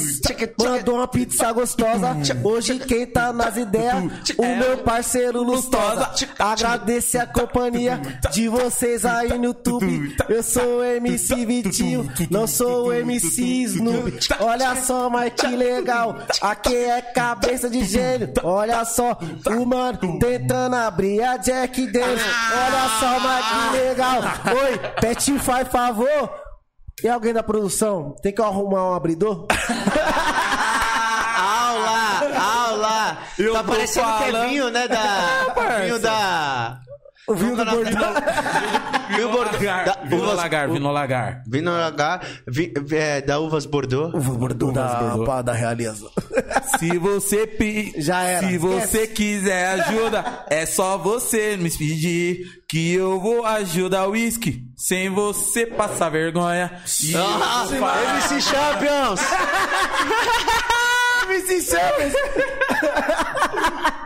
[SPEAKER 2] mandou uma pizza gostosa. Hoje quem tá nas ideias, o meu parceiro Lustosa. Agradecer a companhia de vocês aí no YouTube. Eu sou o MC Vitinho, não sou o MC Snoop. Olha só, mas que legal. Aqui é cabeça de gênio. Olha só, o mano tentando abrir a Jack dele. Olha só, mas que legal. Oi, Pet faz favor. E alguém da produção, tem que arrumar um abridor?
[SPEAKER 3] Aula, aula.
[SPEAKER 1] Eu
[SPEAKER 3] tá
[SPEAKER 1] tô
[SPEAKER 3] parecendo que é
[SPEAKER 1] falando.
[SPEAKER 3] vinho, né? Da...
[SPEAKER 1] parça.
[SPEAKER 3] Vinho da...
[SPEAKER 2] O vinho do
[SPEAKER 3] Não, não, não.
[SPEAKER 2] bordão.
[SPEAKER 1] Vino lagar,
[SPEAKER 3] Da-
[SPEAKER 1] vino
[SPEAKER 3] uvas-
[SPEAKER 1] lagar, vino lagar
[SPEAKER 3] Vinho H, vi- é, da Uvas Bordeaux.
[SPEAKER 2] O
[SPEAKER 1] bordô.
[SPEAKER 2] bordão da, pá, da realeza.
[SPEAKER 1] Se você pe-
[SPEAKER 2] Já era.
[SPEAKER 1] Se você
[SPEAKER 2] Esquece.
[SPEAKER 1] quiser ajuda, é só você me pedir que eu vou ajudar o uísque sem você passar vergonha. E eu
[SPEAKER 3] Ah,
[SPEAKER 1] vou falar-
[SPEAKER 3] MC Champions!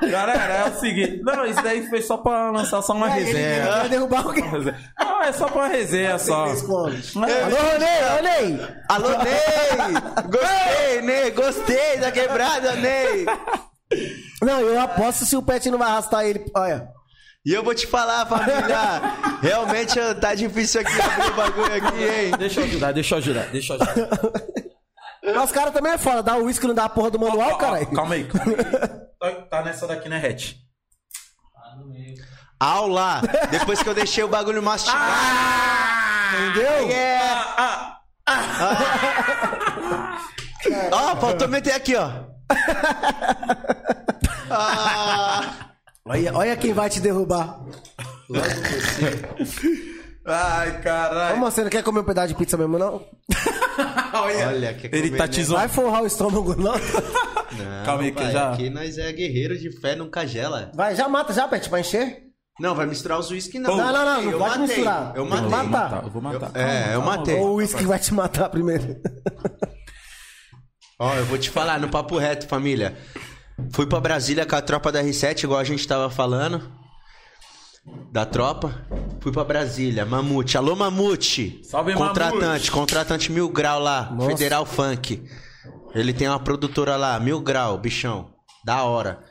[SPEAKER 1] Galera, é o seguinte. Não, isso daí foi só pra lançar só uma
[SPEAKER 2] É, Ele
[SPEAKER 1] resenha.
[SPEAKER 2] vai derrubar alguém.
[SPEAKER 1] Não, é só pra uma resenha só.
[SPEAKER 2] Alô, Ronei, Ronei!
[SPEAKER 3] Alô, Ney! Gostei, Ney! Gostei da quebrada, Ney!
[SPEAKER 2] Não, eu aposto se o Pet não vai arrastar ele. Olha.
[SPEAKER 3] E eu vou te falar, família! Realmente ó, tá difícil aqui abrir o bagulho aqui, hein?
[SPEAKER 1] Deixa eu ajudar, deixa eu ajudar, deixa eu ajudar.
[SPEAKER 2] Mas os caras também é foda. Dá o uísque não dá a porra do
[SPEAKER 1] Ó,
[SPEAKER 2] manual,
[SPEAKER 1] ó,
[SPEAKER 2] caralho.
[SPEAKER 1] Calma aí, calma aí. Tá- Tá nessa daqui, né, Hatch?
[SPEAKER 3] Aula! Depois que eu deixei o bagulho mastigado.
[SPEAKER 2] Ah! Entendeu?
[SPEAKER 3] Yeah! Ó, faltou meter aqui, ó.
[SPEAKER 2] Olha, olha quem vai te derrubar.
[SPEAKER 1] Ai,
[SPEAKER 2] Ô,
[SPEAKER 1] caralho.
[SPEAKER 2] mano, você não quer comer um pedaço de pizza mesmo, não?
[SPEAKER 3] Olha, que
[SPEAKER 1] Ele tá te
[SPEAKER 2] Vai forrar o estômago, não?
[SPEAKER 3] Não,
[SPEAKER 1] Calma aí que eu
[SPEAKER 3] pai,
[SPEAKER 1] já-
[SPEAKER 3] Aqui nós é guerreiro de fé, não cagela.
[SPEAKER 2] Vai, já mata, já, Pet, vai encher?
[SPEAKER 3] Não, vai misturar os uísques, não.
[SPEAKER 2] Não, não, não, não
[SPEAKER 3] eu
[SPEAKER 2] pode
[SPEAKER 3] matei,
[SPEAKER 2] misturar. Tem
[SPEAKER 3] Eu
[SPEAKER 2] que
[SPEAKER 3] matei.
[SPEAKER 2] matar.
[SPEAKER 1] Eu vou matar.
[SPEAKER 3] Eu- é, eu matei.
[SPEAKER 2] Ou o uísque vai te matar primeiro?
[SPEAKER 3] Ó, eu vou te falar no papo reto, família. Fui pra Brasília com a tropa da R7, igual a gente tava falando. Da tropa. Fui pra Brasília. Mamute. Alô, Mamute.
[SPEAKER 5] Salve,
[SPEAKER 3] Contratante,
[SPEAKER 5] Mamute.
[SPEAKER 3] contratante Mil Grau lá.
[SPEAKER 2] Nossa.
[SPEAKER 3] Federal Funk. Ele tem uma produtora lá, Mil Grau, bichão. Da hora.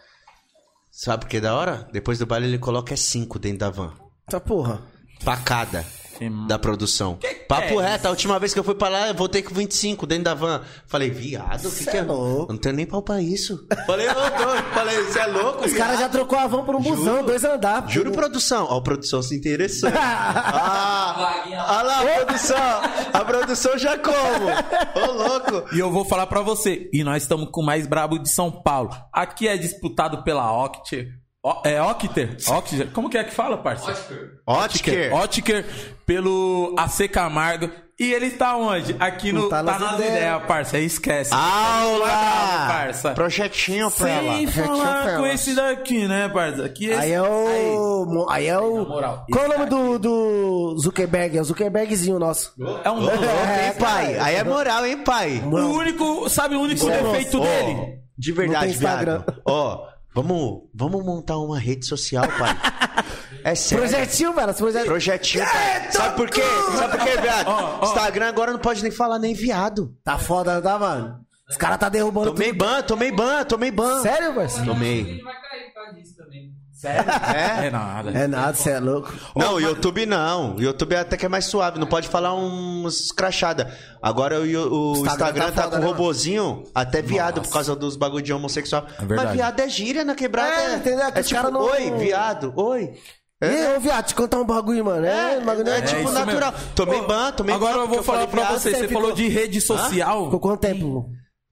[SPEAKER 3] Sabe por que da hora? Depois do baile ele coloca é cinco dentro da van.
[SPEAKER 2] Tá porra.
[SPEAKER 3] Facada
[SPEAKER 1] Que
[SPEAKER 3] da produção. Papo reto, a última vez que eu fui pra lá, eu voltei com 25 dentro da van. Falei, viado, o que,
[SPEAKER 2] Cê
[SPEAKER 3] que
[SPEAKER 2] é
[SPEAKER 3] é?
[SPEAKER 2] louco.
[SPEAKER 3] Eu Não tenho nem pau pra isso. Falei, ô, doido, falei, você é louco?
[SPEAKER 2] Os caras já trocou a van por um busão, dois andar.
[SPEAKER 3] Juro, produção. Ó, a produção se interessou. Ah, olha lá, a produção. A produção já como. Ô, louco.
[SPEAKER 1] E eu vou falar pra você, e nós estamos com o mais brabo de São Paulo. Aqui é disputado pela Octer. O- é Octer? Octer? Como que é que fala, parceiro?
[SPEAKER 4] Oscar.
[SPEAKER 3] Ótker.
[SPEAKER 1] Otker pelo AC Camargo. E ele tá onde? Aqui no Tá nas ideias, parça. Aí Esquece.
[SPEAKER 3] Ah, Aula.
[SPEAKER 1] Parça.
[SPEAKER 3] Projetinho pra ela.
[SPEAKER 1] Sem
[SPEAKER 2] Projetinho
[SPEAKER 1] falar
[SPEAKER 2] pra
[SPEAKER 1] com
[SPEAKER 2] ela.
[SPEAKER 1] esse daqui, né, parça? Aqui esse...
[SPEAKER 2] Aí é o. mo- Aí é o.
[SPEAKER 1] moral.
[SPEAKER 2] Qual é o nome do, do Zuckerberg? É o Zuckerbergzinho nosso.
[SPEAKER 1] é um...
[SPEAKER 3] Hein, pai? Aí é moral, hein, pai?
[SPEAKER 1] O único, sabe o único
[SPEAKER 2] Moral.
[SPEAKER 1] defeito
[SPEAKER 3] Ó,
[SPEAKER 1] dele?
[SPEAKER 3] De
[SPEAKER 2] Não
[SPEAKER 3] verdade,
[SPEAKER 2] tem Instagram.
[SPEAKER 3] Instagram. Ó, vamos, vamos montar uma rede social, pai. É sério.
[SPEAKER 2] Projetinho, velho. esse projetinho.
[SPEAKER 3] Projetinho.
[SPEAKER 2] É,
[SPEAKER 3] pai. Sabe por quê? Sabe por quê, viado? Instagram agora não pode nem falar nem viado.
[SPEAKER 2] Tá foda, tá, mano? Os caras tá derrubando
[SPEAKER 3] Tomei ban, tomei ban, tomei ban.
[SPEAKER 2] tudo. Sério, parceiro?
[SPEAKER 3] Tomei.
[SPEAKER 4] Ele vai cair por causa disso também.
[SPEAKER 3] É?
[SPEAKER 1] É nada.
[SPEAKER 2] É nada, você é louco.
[SPEAKER 3] Não, YouTube não. YouTube até que é mais suave. Não pode falar uns crachada. Agora o, o
[SPEAKER 2] Instagram tá
[SPEAKER 3] Instagram, tá,
[SPEAKER 2] foda,
[SPEAKER 3] com
[SPEAKER 2] né,
[SPEAKER 3] robozinho, até viado, por causa dos bagulho de homossexual. Mas
[SPEAKER 1] verdade.
[SPEAKER 3] viado é gíria na quebrada.
[SPEAKER 2] É,
[SPEAKER 3] É,
[SPEAKER 2] entendeu? Que
[SPEAKER 3] é
[SPEAKER 2] os
[SPEAKER 3] tipo,
[SPEAKER 2] cara não-
[SPEAKER 3] oi, viado, oi.
[SPEAKER 2] E ô, viado, te contar um bagulho, mano. É,
[SPEAKER 3] É,
[SPEAKER 2] um bagulho é,
[SPEAKER 3] é,
[SPEAKER 1] isso
[SPEAKER 3] tipo
[SPEAKER 1] mesmo.
[SPEAKER 3] natural. Tomei
[SPEAKER 1] Ô,
[SPEAKER 3] ban, tomei
[SPEAKER 1] Agora
[SPEAKER 3] ban,
[SPEAKER 1] eu vou
[SPEAKER 3] porque
[SPEAKER 1] falar pra
[SPEAKER 3] falei,
[SPEAKER 1] você.
[SPEAKER 3] "Viado,
[SPEAKER 1] Você
[SPEAKER 3] ficou-
[SPEAKER 1] falou de rede social.
[SPEAKER 2] Ficou quanto tempo?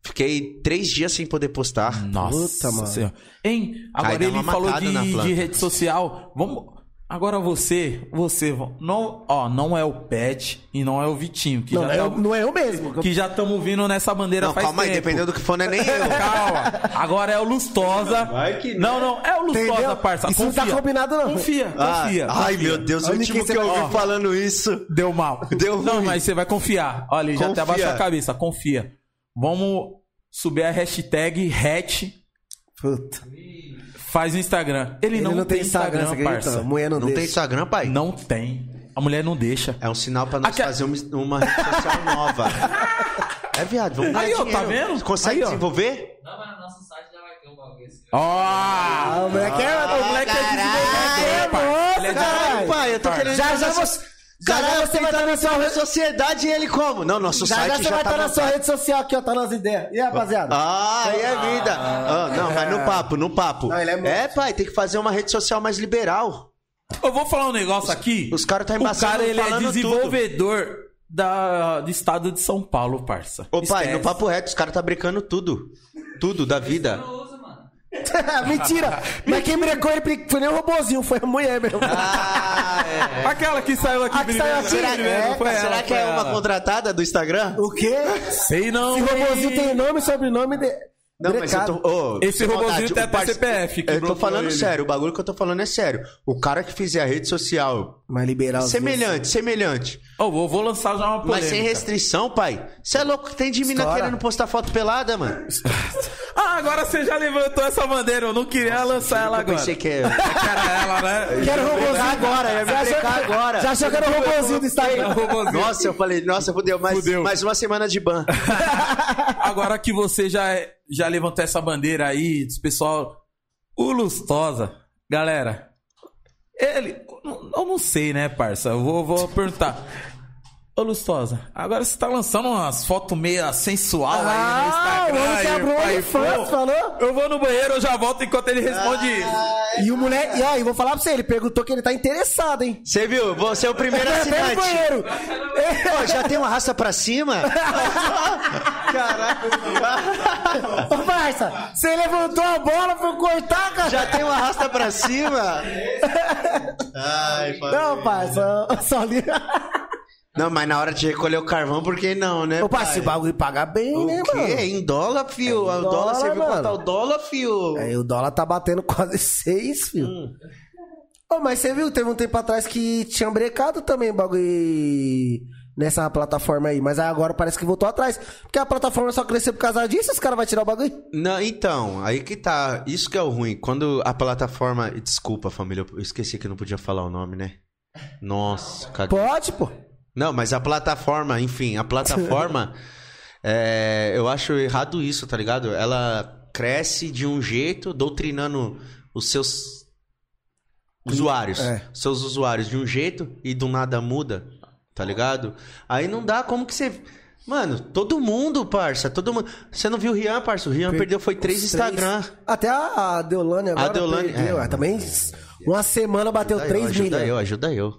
[SPEAKER 3] Fiquei três dias sem poder postar.
[SPEAKER 1] Nossa
[SPEAKER 2] Puta, mano.
[SPEAKER 1] Senhora. Hein? Agora
[SPEAKER 3] dá
[SPEAKER 1] ele
[SPEAKER 3] uma
[SPEAKER 1] falou
[SPEAKER 3] matada na
[SPEAKER 1] de,
[SPEAKER 3] planta.
[SPEAKER 1] de rede social. Vamos. Agora você, você, não, ó, não é o Pet e não é o Vitinho, que
[SPEAKER 2] Não,
[SPEAKER 1] já
[SPEAKER 2] é eu-
[SPEAKER 1] tá-
[SPEAKER 2] não é eu mesmo.
[SPEAKER 1] que já estamos vindo nessa bandeira
[SPEAKER 3] Não,
[SPEAKER 1] faz
[SPEAKER 3] calma aí,
[SPEAKER 1] tempo.
[SPEAKER 3] dependendo do que for, não é nem eu.
[SPEAKER 1] Calma. Agora é o Lustosa.
[SPEAKER 3] vai que
[SPEAKER 1] não, não, é o Lustosa,
[SPEAKER 2] Entendeu?
[SPEAKER 1] parça.
[SPEAKER 2] Isso não tá
[SPEAKER 1] Confia.
[SPEAKER 2] combinado, não.
[SPEAKER 1] Confia,
[SPEAKER 3] Ah,
[SPEAKER 1] confia.
[SPEAKER 3] ai,
[SPEAKER 1] confia.
[SPEAKER 3] meu Deus, o
[SPEAKER 2] Olha
[SPEAKER 3] último
[SPEAKER 2] quem
[SPEAKER 3] que
[SPEAKER 2] você
[SPEAKER 3] eu
[SPEAKER 2] vai-
[SPEAKER 3] ouvi falando isso.
[SPEAKER 1] Deu mal.
[SPEAKER 3] Deu
[SPEAKER 1] Não,
[SPEAKER 3] ruim.
[SPEAKER 1] mas você vai confiar. Olha, ele já até
[SPEAKER 3] Confia.
[SPEAKER 1] abaixou a cabeça. Confia. Vamos subir a hashtag hatch
[SPEAKER 2] Puta.
[SPEAKER 1] Faz o Instagram. Ele,
[SPEAKER 2] Ele
[SPEAKER 1] não, tem, Instagram,
[SPEAKER 2] você acredita?
[SPEAKER 1] parça.
[SPEAKER 2] A mulher não,
[SPEAKER 3] Não tem
[SPEAKER 2] deixa.
[SPEAKER 3] Instagram, pai?
[SPEAKER 1] Não tem. A mulher não deixa.
[SPEAKER 3] É um sinal pra nós
[SPEAKER 1] Aqui-
[SPEAKER 3] fazer uma, uma rede social nova. É, viado, vamos ganhar
[SPEAKER 1] Aí, ó,
[SPEAKER 3] dinheiro.
[SPEAKER 1] tá vendo?
[SPEAKER 3] Consegue
[SPEAKER 1] Aí, ó.
[SPEAKER 3] desenvolver?
[SPEAKER 4] Não, mas no nosso site já vai ter um bagulho assim.
[SPEAKER 1] Ó!
[SPEAKER 2] Ah, o moleque é, o moleque é
[SPEAKER 1] é
[SPEAKER 2] desenvolvedor,
[SPEAKER 1] monstro,
[SPEAKER 2] parça.
[SPEAKER 1] caralho.
[SPEAKER 3] pai, eu tô querendo...
[SPEAKER 2] Já,
[SPEAKER 3] fazer-
[SPEAKER 2] já você... Já,
[SPEAKER 3] Caralho,
[SPEAKER 2] já você vai estar na sua
[SPEAKER 3] a sociedade e ele como? Não, nosso
[SPEAKER 2] Já,
[SPEAKER 3] site
[SPEAKER 2] já
[SPEAKER 3] já,
[SPEAKER 2] você vai
[SPEAKER 3] tá
[SPEAKER 2] estar na
[SPEAKER 3] montado.
[SPEAKER 2] sua rede social aqui, ó, tá nas ideias. E aí, rapaziada?
[SPEAKER 3] Ah, aí é vida. Ah, não, mas no papo, no papo.
[SPEAKER 2] Não, ele é muito-
[SPEAKER 3] é, pai, tem que fazer uma rede social mais liberal.
[SPEAKER 1] Eu vou falar um negócio aqui.
[SPEAKER 3] os cara tá
[SPEAKER 1] O
[SPEAKER 3] embaçando,
[SPEAKER 1] cara, ele é
[SPEAKER 3] falando
[SPEAKER 1] desenvolvedor da, do estado de São Paulo, parça.
[SPEAKER 3] Ô, pai,
[SPEAKER 1] Esquece.
[SPEAKER 3] no papo reto, os caras tá brincando tudo. Tudo da vida.
[SPEAKER 4] Não usa, mano.
[SPEAKER 2] É, Mentira! Mas quem brincou ele foi nem o robozinho, foi a mulher mesmo.
[SPEAKER 3] Ah, é.
[SPEAKER 1] Aquela que saiu aqui
[SPEAKER 2] A que saiu aqui,
[SPEAKER 1] primeiro,
[SPEAKER 2] é.
[SPEAKER 1] não foi
[SPEAKER 3] Será
[SPEAKER 1] ela,
[SPEAKER 3] que
[SPEAKER 1] foi
[SPEAKER 3] é
[SPEAKER 1] ela.
[SPEAKER 3] uma contratada do Instagram?
[SPEAKER 2] O quê?
[SPEAKER 1] Sei não.
[SPEAKER 2] Esse
[SPEAKER 1] hein?
[SPEAKER 2] robozinho tem nome, sobrenome de. Brecado.
[SPEAKER 3] ô,
[SPEAKER 1] Esse
[SPEAKER 3] sem
[SPEAKER 1] robozinho
[SPEAKER 3] maldade,
[SPEAKER 1] tem
[SPEAKER 3] o
[SPEAKER 1] até CPF que
[SPEAKER 3] Eu tô
[SPEAKER 1] bloqueou
[SPEAKER 3] falando
[SPEAKER 1] ele.
[SPEAKER 3] sério, o bagulho que eu tô falando é sério. O cara que fizer a rede social
[SPEAKER 2] Mas liberal.
[SPEAKER 3] semelhante, semelhante,
[SPEAKER 1] Ô, vou, vou lançar já uma polêmina.
[SPEAKER 3] mas sem restrição, pai. Você é louco que tem de mina
[SPEAKER 2] Estoura.
[SPEAKER 3] querendo postar foto pelada, mano.
[SPEAKER 1] Ah, agora você já levantou essa bandeira. Eu não queria lançar ela
[SPEAKER 3] Eu
[SPEAKER 1] agora.
[SPEAKER 3] pensei que é.
[SPEAKER 1] Era ela, né?
[SPEAKER 2] Quero robozinho
[SPEAKER 3] agora, ia me
[SPEAKER 2] Já achou
[SPEAKER 3] brecar
[SPEAKER 2] que-
[SPEAKER 3] agora.
[SPEAKER 2] Já achou que era o robozinho do
[SPEAKER 1] Era É o
[SPEAKER 2] Instagram?
[SPEAKER 1] robozinho.
[SPEAKER 3] Nossa, eu falei, nossa, fudeu, mais,
[SPEAKER 1] Fudeu.
[SPEAKER 3] mais uma semana de ban.
[SPEAKER 1] Agora que você já, é- já levantou essa bandeira aí, desse pessoal. O Lustosa, galera. Ele. Eu não sei, né, parça? Eu vou, vou perguntar. Ô Lustosa, agora você tá lançando umas fotos meio sensual
[SPEAKER 2] Ah,
[SPEAKER 1] aí
[SPEAKER 2] o
[SPEAKER 1] no Instagram.
[SPEAKER 2] homem que
[SPEAKER 1] aí,
[SPEAKER 2] abriu o
[SPEAKER 1] pai,
[SPEAKER 2] OnlyFans,
[SPEAKER 1] pô,
[SPEAKER 2] falou?
[SPEAKER 1] Eu vou no banheiro, eu já volto enquanto ele responde isso.
[SPEAKER 2] E o moleque. E ó, e vou falar pra você, ele perguntou que ele tá interessado, hein?
[SPEAKER 3] Você viu? Você é o primeiro
[SPEAKER 2] Até no
[SPEAKER 3] assinante.
[SPEAKER 2] banheiro.
[SPEAKER 3] Pô, já tem uma raça pra cima? Caraca.
[SPEAKER 2] Ô, parça, você levantou a bola pra eu cortar, cara?
[SPEAKER 3] Já tá- tem uma rasta pra cima? Ai,
[SPEAKER 2] Não, parça, só li.
[SPEAKER 3] Não, mas na hora de recolher o carvão, por que não, né?
[SPEAKER 2] Ô, pá, esse
[SPEAKER 3] pai?
[SPEAKER 2] bagulho paga bem,
[SPEAKER 3] O
[SPEAKER 2] né,
[SPEAKER 3] quê?
[SPEAKER 2] mano?
[SPEAKER 3] Em dólar, fio?
[SPEAKER 2] É em
[SPEAKER 3] o dólar,
[SPEAKER 2] dólar,
[SPEAKER 3] você viu
[SPEAKER 2] mano.
[SPEAKER 3] quanto tá o dólar, fio?
[SPEAKER 2] Aí o dólar tá batendo quase seis, filho.
[SPEAKER 3] Hum.
[SPEAKER 2] Ô, mas você viu, teve um tempo atrás que tinha brecado também o bagulho nessa plataforma aí. Mas aí agora parece que voltou atrás. Porque a plataforma só cresceu por causa disso, os caras vão tirar o bagulho.
[SPEAKER 3] Não, então, aí que tá. Isso que é o ruim. Quando a plataforma. Desculpa, família, eu esqueci que não podia falar o nome, né? Nossa, caguei.
[SPEAKER 2] Pode, pô.
[SPEAKER 3] Não, mas a plataforma, enfim, a plataforma. é, eu acho errado isso, tá ligado? Ela cresce de um jeito, doutrinando os seus usuários.
[SPEAKER 2] É.
[SPEAKER 3] Seus usuários de um jeito e do nada muda, tá ligado? Aí não dá como que você. Mano, todo mundo, parça, todo mundo. Você não viu o Rian, parça? O Rian perdeu, foi três
[SPEAKER 2] Os
[SPEAKER 3] Instagram.
[SPEAKER 2] Até a, a Deolane agora.
[SPEAKER 3] Deolane,
[SPEAKER 2] perdeu.
[SPEAKER 3] é.
[SPEAKER 2] Ah, também s- uma semana bateu
[SPEAKER 3] Ajuda eu,
[SPEAKER 2] 3
[SPEAKER 3] ajuda
[SPEAKER 2] milhões.
[SPEAKER 3] eu, ajuda eu.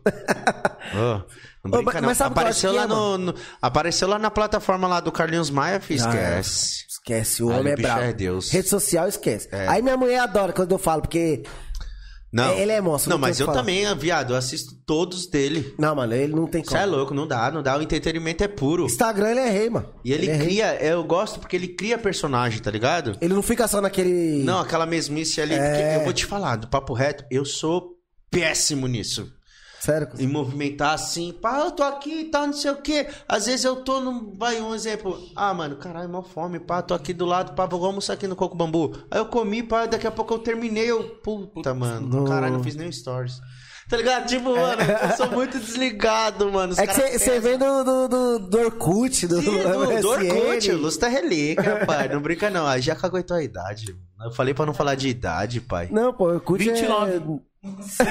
[SPEAKER 3] Ô, não
[SPEAKER 2] Ô,
[SPEAKER 3] brinca,
[SPEAKER 2] mas-
[SPEAKER 3] não.
[SPEAKER 2] mas sabe o que eu
[SPEAKER 3] apareceu
[SPEAKER 2] acho
[SPEAKER 3] lá
[SPEAKER 2] que é,
[SPEAKER 3] no, no- apareceu lá na plataforma lá do Carlinhos Maia,
[SPEAKER 2] Ah,
[SPEAKER 3] fi,
[SPEAKER 2] é.
[SPEAKER 3] esquece.
[SPEAKER 2] Esquece, o
[SPEAKER 3] Ali
[SPEAKER 2] homem
[SPEAKER 3] o
[SPEAKER 2] é
[SPEAKER 3] bicho
[SPEAKER 2] brabo.
[SPEAKER 3] é Deus. É.
[SPEAKER 2] Rede social, esquece. Aí minha mulher adora quando eu falo, porque.
[SPEAKER 3] Não.
[SPEAKER 2] É, ele é monstro,
[SPEAKER 3] Não,
[SPEAKER 2] não
[SPEAKER 3] mas
[SPEAKER 2] tem
[SPEAKER 3] eu
[SPEAKER 2] o que falar.
[SPEAKER 3] também, viado, eu assisto todos dele.
[SPEAKER 2] Não, mano, ele não tem como.
[SPEAKER 3] Você é louco, não dá, não dá. O entretenimento é puro.
[SPEAKER 2] Instagram ele é rei, mano.
[SPEAKER 3] E ele,
[SPEAKER 2] é rei.
[SPEAKER 3] cria, eu gosto porque ele cria personagem, tá ligado?
[SPEAKER 2] Ele não fica só naquele.
[SPEAKER 3] Não, aquela mesmice ali.
[SPEAKER 2] É.
[SPEAKER 3] Porque eu vou te falar, do papo reto, eu sou péssimo nisso.
[SPEAKER 2] Sério.
[SPEAKER 3] e movimentar assim, pá, eu tô aqui e tal, não sei o quê. Às vezes eu tô num. Vai um exemplo. Ah, mano, caralho, mó fome, pá, tô aqui do lado, pá, vou almoçar aqui no Coco Bambu. Aí eu comi, pá, daqui a pouco eu terminei, eu. Puta, mano.
[SPEAKER 2] não.
[SPEAKER 3] Caralho, não fiz nem stories. Tá ligado? Tipo, mano, eu sou muito desligado, mano. Os
[SPEAKER 2] É que
[SPEAKER 3] caras
[SPEAKER 2] você vem do, do, do, do Orkut, do,
[SPEAKER 3] Sim, do, do
[SPEAKER 2] MSN.
[SPEAKER 3] Orkut, o Lúcio tá relíquia, pai. Não brinca, não. Aí já caguetou a idade. Eu falei pra não falar de idade, pai.
[SPEAKER 2] Não, pô, Orkut
[SPEAKER 1] 29.
[SPEAKER 2] é...
[SPEAKER 1] Ele falou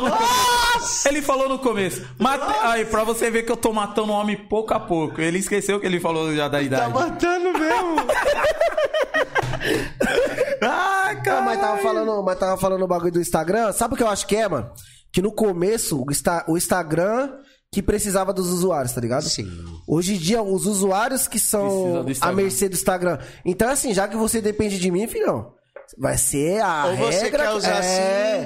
[SPEAKER 1] no começo. Ele falou no começo. Mate... Aí, pra você ver que eu tô matando o homem pouco a pouco. Ele esqueceu que ele falou já da
[SPEAKER 2] Então
[SPEAKER 3] Tá
[SPEAKER 1] idade.
[SPEAKER 3] matando mesmo.
[SPEAKER 2] Ah, cara, mas tava falando, mas tava falando o bagulho do Instagram. Sabe o que eu acho que é, mano? Que no começo, o, Insta- o Instagram que precisava dos usuários, tá ligado?
[SPEAKER 3] Sim.
[SPEAKER 2] Hoje em dia, os usuários que
[SPEAKER 1] Precisa
[SPEAKER 2] são
[SPEAKER 1] do Instagram.
[SPEAKER 2] à mercê do Instagram. Então, assim, já que você depende de mim, filhão, vai ser a
[SPEAKER 3] ou você
[SPEAKER 2] regra...
[SPEAKER 3] quer
[SPEAKER 2] que-
[SPEAKER 3] usar
[SPEAKER 2] é...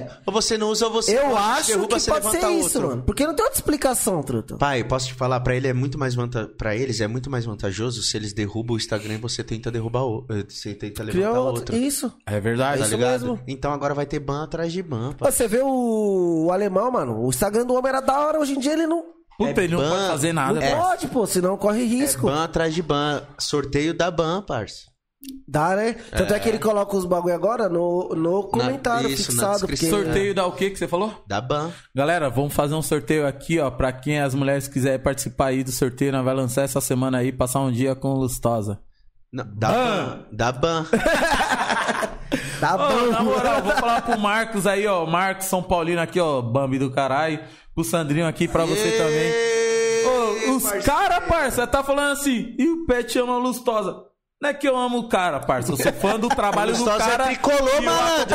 [SPEAKER 3] assim, ou você não usa, ou você
[SPEAKER 2] Eu
[SPEAKER 3] não
[SPEAKER 2] acho que
[SPEAKER 3] derruba,
[SPEAKER 2] pode
[SPEAKER 3] você
[SPEAKER 2] ser
[SPEAKER 3] levanta
[SPEAKER 2] isso,
[SPEAKER 3] outro.
[SPEAKER 2] mano. Porque não tem outra explicação, truta.
[SPEAKER 3] Pai, posso te falar, pra ele é muito mais vanta... para eles é muito mais vantajoso se eles derrubam o Instagram e você tenta derrubar o... eh, você tenta levantar
[SPEAKER 2] Criou
[SPEAKER 3] outro.
[SPEAKER 2] outro. Isso.
[SPEAKER 1] É verdade.
[SPEAKER 3] Tá
[SPEAKER 2] isso
[SPEAKER 3] ligado?
[SPEAKER 2] mesmo.
[SPEAKER 3] Então agora vai ter ban atrás de ban,
[SPEAKER 2] Pô,
[SPEAKER 3] pai.
[SPEAKER 2] Você vê o, o alemão, mano. O Instagram do homem era da hora. Hoje em dia ele não,
[SPEAKER 1] Puta,
[SPEAKER 2] é
[SPEAKER 1] ele não
[SPEAKER 3] ban-
[SPEAKER 1] pode fazer
[SPEAKER 2] não
[SPEAKER 1] nada. né?
[SPEAKER 3] né? É.
[SPEAKER 1] parça.
[SPEAKER 2] pode, pô. Senão corre risco.
[SPEAKER 3] Ban atrás de ban, sorteio da ban, parça.
[SPEAKER 2] Dá, né? Tanto é. que ele coloca os bagulho agora no, no comentário
[SPEAKER 3] isso, na
[SPEAKER 2] fixado. porque...
[SPEAKER 3] descrição.
[SPEAKER 1] Sorteio dá o que que você falou?
[SPEAKER 3] Da ban.
[SPEAKER 1] Galera, vamos fazer um sorteio aqui, ó. Pra quem as mulheres quiserem participar aí do sorteio, nós vai lançar essa semana aí, passar um dia com o Lustosa.
[SPEAKER 3] Não, da ban, da ban.
[SPEAKER 2] Dá
[SPEAKER 1] Ô,
[SPEAKER 2] bom.
[SPEAKER 1] na moral, vou falar pro Marcos aí, ó. Marcos São Paulino aqui, ó. Bambi do caralho. Pro Sandrinho aqui, pra você também. Ô, os cara, parça, tá falando assim, e o Pet ama Lustosa. Não é que eu amo o cara, parça. Eu sou fã do trabalho
[SPEAKER 3] Lustosa
[SPEAKER 1] do cara.
[SPEAKER 3] é tricolor,
[SPEAKER 1] e eu
[SPEAKER 3] malandro.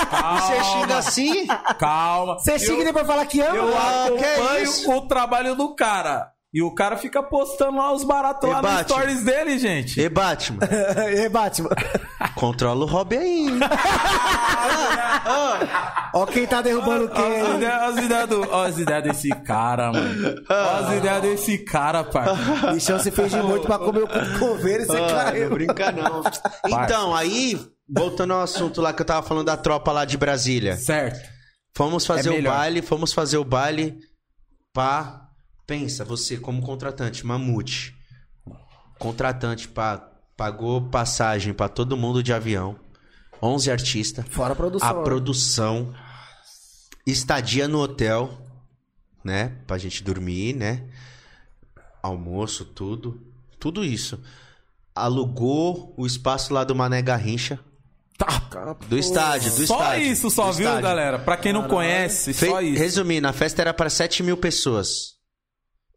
[SPEAKER 1] acompanho-
[SPEAKER 3] Você xinga
[SPEAKER 1] Calma,
[SPEAKER 3] assim?
[SPEAKER 1] calma.
[SPEAKER 2] Você
[SPEAKER 1] Eu-
[SPEAKER 2] chega depois pra falar que ama?
[SPEAKER 1] Eu
[SPEAKER 3] Ah, que isso?
[SPEAKER 1] acompanho o trabalho do cara. E o cara fica postando lá os baratos lá nos
[SPEAKER 3] Rebate.
[SPEAKER 1] stories dele, gente.
[SPEAKER 3] E Batman?
[SPEAKER 2] e Batman.
[SPEAKER 3] Controla o Robin aí. hein?
[SPEAKER 2] Ó quem tá
[SPEAKER 3] Ah,
[SPEAKER 2] derrubando
[SPEAKER 1] Olha as
[SPEAKER 2] quem. né?
[SPEAKER 1] ideias, as ideias do- olha as ideias desse cara, mano. Olha as ideias desse cara, parça.
[SPEAKER 2] Bichão se fez de morto pra comer o cu do coveiro e você
[SPEAKER 3] Ah,
[SPEAKER 2] caiu.
[SPEAKER 3] Não brinca, não. Então, aí, voltando ao assunto lá que eu tava falando da tropa lá de Brasília.
[SPEAKER 1] Certo.
[SPEAKER 3] Fomos fazer
[SPEAKER 1] É
[SPEAKER 3] o
[SPEAKER 1] melhor.
[SPEAKER 3] baile, fomos fazer o baile. Pá. Pensa, você como contratante, mamute. Contratante, pá. Pagou passagem pra todo mundo de avião. 11 artistas.
[SPEAKER 2] Fora a
[SPEAKER 3] A
[SPEAKER 2] produção.
[SPEAKER 3] produção. Estadia no hotel, né? Pra gente dormir, né? Almoço, tudo. Tudo isso. Alugou o espaço lá do Mané Garrincha.
[SPEAKER 1] Tá.
[SPEAKER 3] Do estádio, do
[SPEAKER 1] só
[SPEAKER 3] estádio.
[SPEAKER 1] isso, só,
[SPEAKER 3] do
[SPEAKER 1] viu,
[SPEAKER 3] estádio.
[SPEAKER 1] galera? Pra quem não conhece,
[SPEAKER 3] Fe...
[SPEAKER 1] só isso.
[SPEAKER 3] Resumindo, a festa era pra 7 mil pessoas.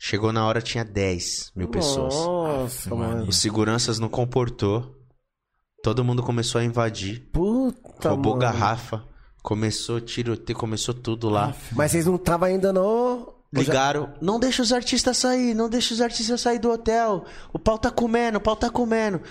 [SPEAKER 3] Chegou na hora, tinha 10 mil pessoas.
[SPEAKER 2] Nossa, mano.
[SPEAKER 3] Os seguranças não comportou. Todo mundo começou a invadir.
[SPEAKER 1] Tá
[SPEAKER 2] Puta,
[SPEAKER 3] roubou
[SPEAKER 2] mano.
[SPEAKER 3] garrafa. Começou tiroteio, começou tudo lá.
[SPEAKER 2] Mas vocês não estavam ainda no...
[SPEAKER 3] Ligaram, não deixa os artistas sair, não deixa os artistas sair do hotel. O pau tá comendo, o pau tá comendo.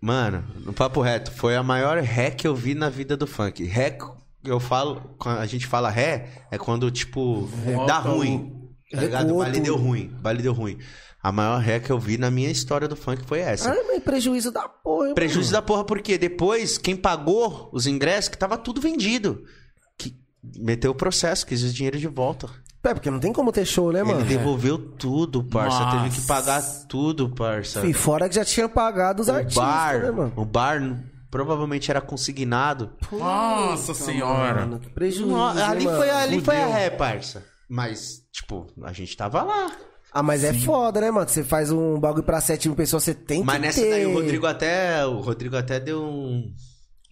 [SPEAKER 3] Mano, no papo reto, foi a maior ré que eu vi na vida do funk. Ré, eu falo, quando a gente fala ré, é quando, tipo, dá ruim. Tá ligado? O
[SPEAKER 2] Recuou
[SPEAKER 3] baile
[SPEAKER 2] tudo.
[SPEAKER 3] deu ruim. O baile deu ruim. A maior ré que eu vi na minha história do funk foi essa.
[SPEAKER 2] Ah, mas prejuízo da porra. hein,
[SPEAKER 3] Prejuízo da porra, porque depois, quem pagou os ingressos, que tava tudo vendido. Que meteu o processo, quis o dinheiro de volta.
[SPEAKER 2] mano? É, porque não tem como ter show, né, mano?
[SPEAKER 3] Ele devolveu tudo, parça.
[SPEAKER 1] Nossa.
[SPEAKER 3] Teve que pagar tudo, parça.
[SPEAKER 2] E fora que já tinha pagado os
[SPEAKER 3] O
[SPEAKER 2] artistas,
[SPEAKER 3] bar,
[SPEAKER 2] né, mano?
[SPEAKER 3] o bar provavelmente era consignado.
[SPEAKER 1] Nossa senhora.
[SPEAKER 2] Mano, que prejuízo.
[SPEAKER 3] Não,
[SPEAKER 2] hein,
[SPEAKER 3] ali
[SPEAKER 2] um né, mano?
[SPEAKER 3] foi, ali foi a ré, parça. Mas, tipo, a gente tava lá.
[SPEAKER 2] Ah, mas é foda, né, mano? Você faz um bagulho pra 7 mil pessoas, você tem
[SPEAKER 3] Mas
[SPEAKER 2] que
[SPEAKER 3] nessa
[SPEAKER 2] ter...
[SPEAKER 3] daí o Rodrigo até. O Rodrigo até deu um.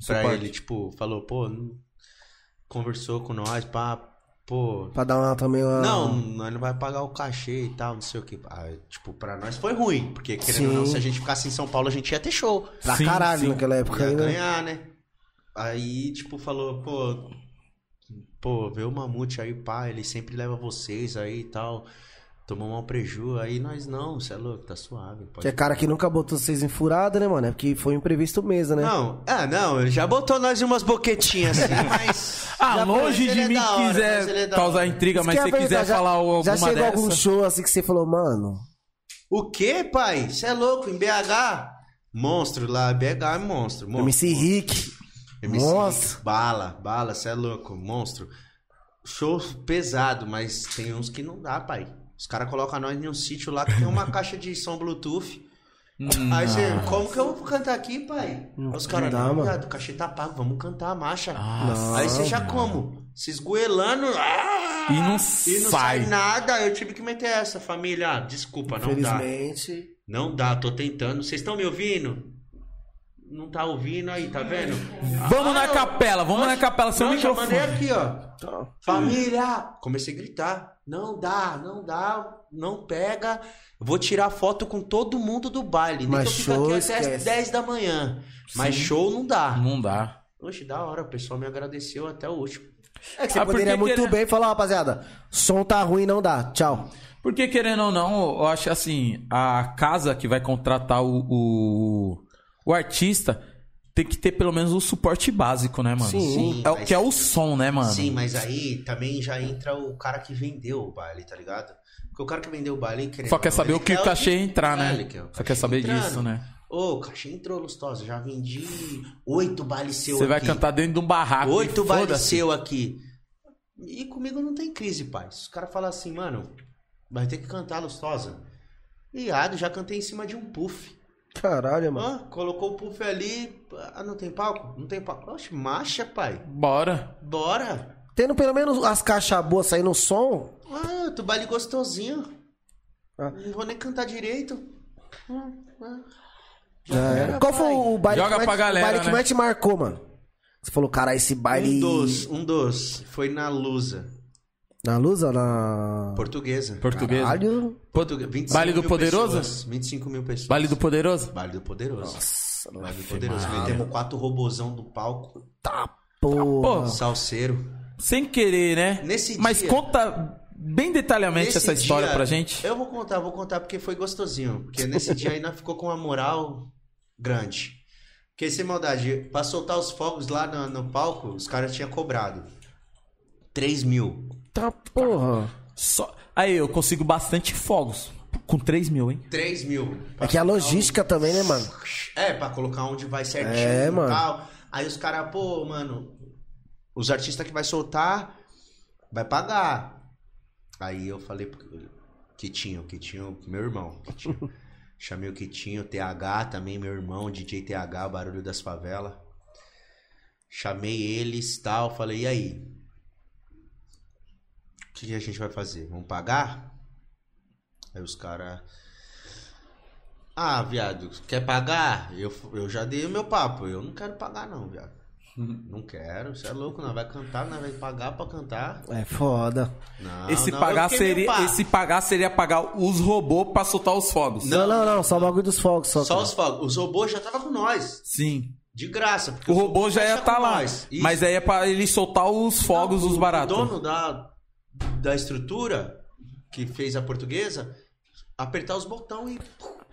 [SPEAKER 3] Pra
[SPEAKER 1] Suporte.
[SPEAKER 3] ele, tipo, falou, pô, não- conversou com nós, pá, pô.
[SPEAKER 2] Pra dar uma, também uma...
[SPEAKER 3] Não, nós não vai pagar o cachê e tal, não sei o que. tipo, pra nós foi ruim, porque querendo ou não,
[SPEAKER 2] Sim.
[SPEAKER 3] se a gente ficasse em São Paulo, a gente ia ter show.
[SPEAKER 2] Pra
[SPEAKER 1] Sim,
[SPEAKER 2] caralho
[SPEAKER 1] sim.
[SPEAKER 2] naquela época,
[SPEAKER 3] Ia
[SPEAKER 2] né?
[SPEAKER 3] ganhar, né? Aí, tipo, falou, pô. Pô, vê o Mamute aí, pá, ele sempre leva vocês aí e tal. Tomou mal preju, aí nós não, você é louco, tá suave. Pode
[SPEAKER 2] Que é cara que nunca botou vocês em furada, né, mano? É porque foi um imprevisto mesmo, né?
[SPEAKER 3] Não, ah, não, ele já botou nós em umas boquetinhas assim, mas.
[SPEAKER 1] Ah,
[SPEAKER 3] Já
[SPEAKER 1] longe
[SPEAKER 3] foi, ele
[SPEAKER 1] de
[SPEAKER 3] é
[SPEAKER 1] mim
[SPEAKER 3] da hora, mas ele é
[SPEAKER 1] quiser
[SPEAKER 3] da
[SPEAKER 1] causar
[SPEAKER 3] hora.
[SPEAKER 1] intriga,
[SPEAKER 2] Isso
[SPEAKER 1] mas
[SPEAKER 2] que é
[SPEAKER 1] se
[SPEAKER 2] verdade,
[SPEAKER 1] quiser
[SPEAKER 2] já-
[SPEAKER 1] falar alguma
[SPEAKER 2] Já chegou
[SPEAKER 1] dessa...
[SPEAKER 2] algum show assim que você falou, mano...
[SPEAKER 3] O quê, pai? Você é louco, em BH? Monstro lá, BH é monstro. monstro
[SPEAKER 2] MC Rick.
[SPEAKER 3] MC
[SPEAKER 2] Nossa.
[SPEAKER 3] Bala, bala, você é louco, monstro. Show pesado, mas tem uns que não dá, pai. Os caras colocam nós em um sítio lá que tem uma caixa de som Bluetooth.
[SPEAKER 1] hum.
[SPEAKER 3] Aí você, como que eu vou cantar aqui, pai? Aí Os caras,
[SPEAKER 2] dá,
[SPEAKER 3] não,
[SPEAKER 2] mano.
[SPEAKER 3] viado, o cachê tá pago, vamos cantar a marcha.
[SPEAKER 1] Nossa.
[SPEAKER 3] Aí você já como? Se esgoelando. ah!
[SPEAKER 1] E não
[SPEAKER 3] E não sai.
[SPEAKER 1] sai.
[SPEAKER 3] nada, eu tive que meter essa, família. Ah, Desculpa, não dá.
[SPEAKER 2] Infelizmente...
[SPEAKER 3] Não dá, tô tentando. Vocês estão me ouvindo? Não tá ouvindo aí, tá vendo? Ah,
[SPEAKER 1] Vamos na
[SPEAKER 3] eu-
[SPEAKER 1] capela, vamos na capela, seu
[SPEAKER 3] Não, já
[SPEAKER 1] microfone.
[SPEAKER 3] mandei aqui, ó.
[SPEAKER 2] Tá.
[SPEAKER 3] Família! Comecei a gritar. Não dá, não dá, não pega. Vou tirar foto com todo mundo do baile. Nem
[SPEAKER 2] Mas
[SPEAKER 3] que eu fique
[SPEAKER 2] show,
[SPEAKER 3] aqui até as
[SPEAKER 2] esquece.
[SPEAKER 3] 10 da manhã. Mas
[SPEAKER 1] Sim.
[SPEAKER 3] show não dá.
[SPEAKER 1] Não dá.
[SPEAKER 3] Oxe, da hora, o pessoal me agradeceu até o último.
[SPEAKER 2] É que você
[SPEAKER 1] Ah, porque
[SPEAKER 2] poderia muito
[SPEAKER 1] querer-
[SPEAKER 2] bem falar, rapaziada, som tá ruim, não dá. Tchau.
[SPEAKER 1] Porque, querendo ou não, eu acho assim, a casa que vai contratar o, o, o artista tem que ter pelo menos o suporte básico, né, mano?
[SPEAKER 2] Sim.
[SPEAKER 1] É o
[SPEAKER 3] Mas-
[SPEAKER 1] que é o som, né, mano?
[SPEAKER 3] Sim, mas aí também já entra o cara que vendeu o baile, tá ligado? Porque o cara que vendeu o baile, querendo
[SPEAKER 1] Só quer
[SPEAKER 3] ou não,
[SPEAKER 1] saber
[SPEAKER 3] ele
[SPEAKER 1] o que
[SPEAKER 3] quer
[SPEAKER 1] o cachê entrar,
[SPEAKER 3] É,
[SPEAKER 1] né?
[SPEAKER 3] ele quer o
[SPEAKER 1] Só
[SPEAKER 3] cachê
[SPEAKER 1] quer saber
[SPEAKER 3] entrando.
[SPEAKER 1] disso, né?
[SPEAKER 3] Ô, o cachê entrou, Lustosa. Já vendi oito bailes seu
[SPEAKER 1] Você vai
[SPEAKER 3] aqui.
[SPEAKER 1] cantar dentro de um barraco.
[SPEAKER 3] Oito
[SPEAKER 1] e
[SPEAKER 3] bailes
[SPEAKER 1] foda-se.
[SPEAKER 3] seu aqui. E comigo não tem crise, pai. Se os caras falam assim, mano, vai ter que cantar, Lustosa. Viado, já cantei em cima de um puff.
[SPEAKER 2] Caralho, mano.
[SPEAKER 3] Hã? colocou o puff ali. Ah, não tem palco? Não tem palco. Oxe, marcha, pai.
[SPEAKER 1] Bora.
[SPEAKER 3] Bora.
[SPEAKER 2] Tendo pelo menos as caixas boas saindo som,
[SPEAKER 3] Ah, tu baile gostosinho.
[SPEAKER 2] Ah.
[SPEAKER 3] Não vou nem cantar direito. Hum, hum.
[SPEAKER 2] É. Qual foi o baile,
[SPEAKER 1] Joga
[SPEAKER 2] que,
[SPEAKER 1] pra
[SPEAKER 2] mais,
[SPEAKER 1] galera,
[SPEAKER 2] o baile que
[SPEAKER 1] né?
[SPEAKER 2] mais te marcou, mano? Você falou, cara, esse baile.
[SPEAKER 3] Um dos, um dos. Foi na Lusa.
[SPEAKER 2] Na luz ou na.
[SPEAKER 3] Portuguesa.
[SPEAKER 1] Portuguesa. Tá
[SPEAKER 2] Caralho.
[SPEAKER 3] Portuguesa. 25
[SPEAKER 1] Baile do
[SPEAKER 3] mil
[SPEAKER 1] Poderoso?
[SPEAKER 3] Pessoas, 25 mil pessoas.
[SPEAKER 1] Baile do Poderoso?
[SPEAKER 3] Baile do Poderoso.
[SPEAKER 2] Nossa, é
[SPEAKER 3] Baile do Poderoso. Metemos quatro robozão do palco.
[SPEAKER 2] tá porra.
[SPEAKER 3] Salseiro.
[SPEAKER 1] Sem querer, né?
[SPEAKER 3] Nesse
[SPEAKER 1] Mas
[SPEAKER 3] dia-
[SPEAKER 1] conta bem detalhadamente
[SPEAKER 3] Nesse
[SPEAKER 1] essa história
[SPEAKER 3] dia-
[SPEAKER 1] pra gente.
[SPEAKER 3] Eu vou contar, vou contar porque foi gostosinho. Porque nesse dia ainda ficou com uma moral grande. Porque sem maldade, pra soltar os fogos lá no, no palco, os caras tinham cobrado 3 mil.
[SPEAKER 2] Tá porra.
[SPEAKER 1] Só... Aí, eu consigo bastante fogos. Com 3 mil, hein?
[SPEAKER 3] 3 mil.
[SPEAKER 2] É que a logística também, né, mano?
[SPEAKER 3] É, pra colocar onde vai certinho
[SPEAKER 2] É,
[SPEAKER 3] e
[SPEAKER 2] mano.
[SPEAKER 3] tal. Aí os caras, pô, mano, os artistas que vai soltar, vai pagar. Aí eu falei pro Kitinho, Kitinho, meu irmão, Kitinho. Chamei o Kitinho, TH também, meu irmão, DJ TH, Barulho das Favelas. Chamei eles tal, falei, e aí? O que que a gente vai fazer? Vamos pagar? Aí os caras. Ah, viado, quer pagar? Eu, eu já dei o meu papo. Eu não quero pagar, não, viado. Não quero, você é louco, não. Vai cantar, não vai pagar pra cantar.
[SPEAKER 2] É foda.
[SPEAKER 3] Não,
[SPEAKER 1] Esse
[SPEAKER 3] não, eu
[SPEAKER 1] pagar
[SPEAKER 3] fiquei meio
[SPEAKER 1] seria
[SPEAKER 3] pá.
[SPEAKER 1] esse pagar seria pagar os robôs pra soltar os fogos.
[SPEAKER 2] Não, não, não. Só o bagulho dos fogos. Só,
[SPEAKER 3] Só os fogos. Os robôs já tava com nós.
[SPEAKER 1] Sim.
[SPEAKER 3] De graça. porque
[SPEAKER 1] O
[SPEAKER 3] os
[SPEAKER 1] robô
[SPEAKER 3] robôs
[SPEAKER 1] já ia
[SPEAKER 3] tá
[SPEAKER 1] estar
[SPEAKER 3] com
[SPEAKER 1] lá.
[SPEAKER 3] nós. Isso.
[SPEAKER 1] Mas aí é pra ele soltar os fogos,
[SPEAKER 3] Não,
[SPEAKER 1] os
[SPEAKER 3] o-
[SPEAKER 1] baratos.
[SPEAKER 3] O dono da, da estrutura, que fez a portuguesa, apertar os botões e.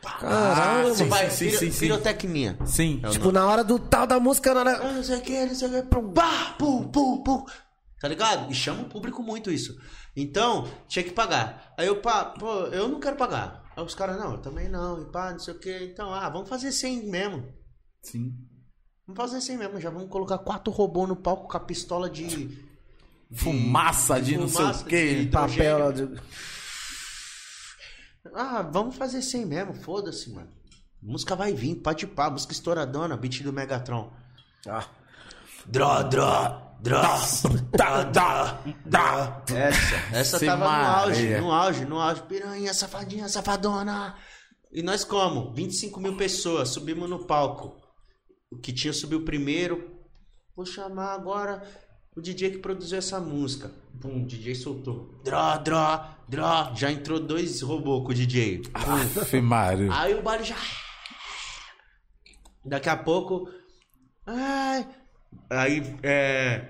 [SPEAKER 3] pá,
[SPEAKER 2] Caralho,
[SPEAKER 3] você
[SPEAKER 1] sim,
[SPEAKER 3] vai,
[SPEAKER 1] sim,
[SPEAKER 3] vira-
[SPEAKER 1] sim, sim.
[SPEAKER 3] Pirotecnia.
[SPEAKER 1] Sim.
[SPEAKER 3] É o
[SPEAKER 2] Tipo, na hora do tal da música, na hora.
[SPEAKER 3] Ah, não sei o que, não sei o que, pum, pá, pum, pum, pum. Tá ligado? E chama o público muito isso. Então, tinha que pagar. Aí eu, pá, pô, eu não quero pagar. Aí os caras, não, eu também não, e pá, não sei o quê. Então, ah, vamos fazer 100 mesmo.
[SPEAKER 1] Sim.
[SPEAKER 3] Vamos fazer 100 mesmo. Já vamos colocar quatro robôs no palco com a pistola de.
[SPEAKER 1] Fumaça de não sei
[SPEAKER 3] fumaça
[SPEAKER 1] o quê.
[SPEAKER 3] de-
[SPEAKER 2] Papel lá de...
[SPEAKER 3] Ah, vamos fazer 100 mesmo, foda-se, mano. Música vai vir, pode pá, música estouradona, beat do Megatron.
[SPEAKER 2] Ah.
[SPEAKER 3] Dró, dró, dró,
[SPEAKER 1] Tá, tá, tá.
[SPEAKER 3] Essa, essa
[SPEAKER 1] Sim,
[SPEAKER 3] tava no auge,
[SPEAKER 1] Maria.
[SPEAKER 3] no auge, no auge. Piranha, safadinha, safadona. E nós como? 25 mil pessoas, subimos no palco. O que tinha subiu primeiro. Vou chamar agora o DJ que produziu essa música. Pum, o DJ soltou. Dró, dró, dró. Já entrou dois robôs com o DJ.
[SPEAKER 1] Aff, Mário.
[SPEAKER 3] Aí o baile já. Daqui a pouco. Ai. Aí é.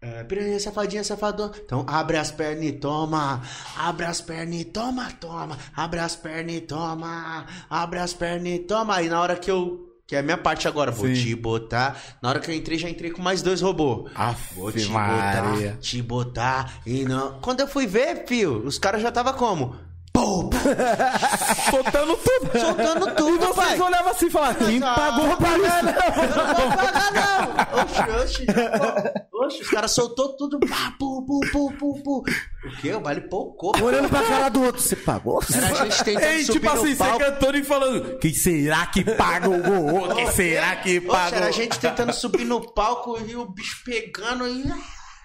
[SPEAKER 3] é piranha, safadinha, safadão. Então abre as pernas e toma. Abre as pernas e toma, toma. Abre as pernas e toma. Abre as pernas e toma. Aí na hora que eu. Que é a minha parte agora, vou
[SPEAKER 1] Sim.
[SPEAKER 3] te botar. Na hora que eu entrei, já entrei com mais dois robôs. Vou te
[SPEAKER 1] Aff, Maria.
[SPEAKER 3] botar, te botar e não. Quando eu fui ver, fio, os caras já tava como? Pô, pô,
[SPEAKER 1] Soltando tudo.
[SPEAKER 3] soltando tudo, pai.
[SPEAKER 1] Vocês olhavam assim e falavam, quem
[SPEAKER 3] Ah,
[SPEAKER 1] pagou pra isso?
[SPEAKER 3] Eu não vou pagar, não. Oxi, oxi. Oxi, os caras soltou tudo. Pá, pu, pu, pu, pu, pu. O quê? O baile poucou.
[SPEAKER 2] Olhando pra cara do outro, você pagou?
[SPEAKER 3] Era a gente tentando
[SPEAKER 1] Ei,
[SPEAKER 3] subir
[SPEAKER 1] tipo
[SPEAKER 3] no
[SPEAKER 1] assim, você
[SPEAKER 3] Tá palco.
[SPEAKER 1] cantando e falando, quem será que pagou? Quem será que
[SPEAKER 3] Oxe, era
[SPEAKER 1] pagou?
[SPEAKER 3] a gente tentando subir no palco e o bicho pegando e... ah.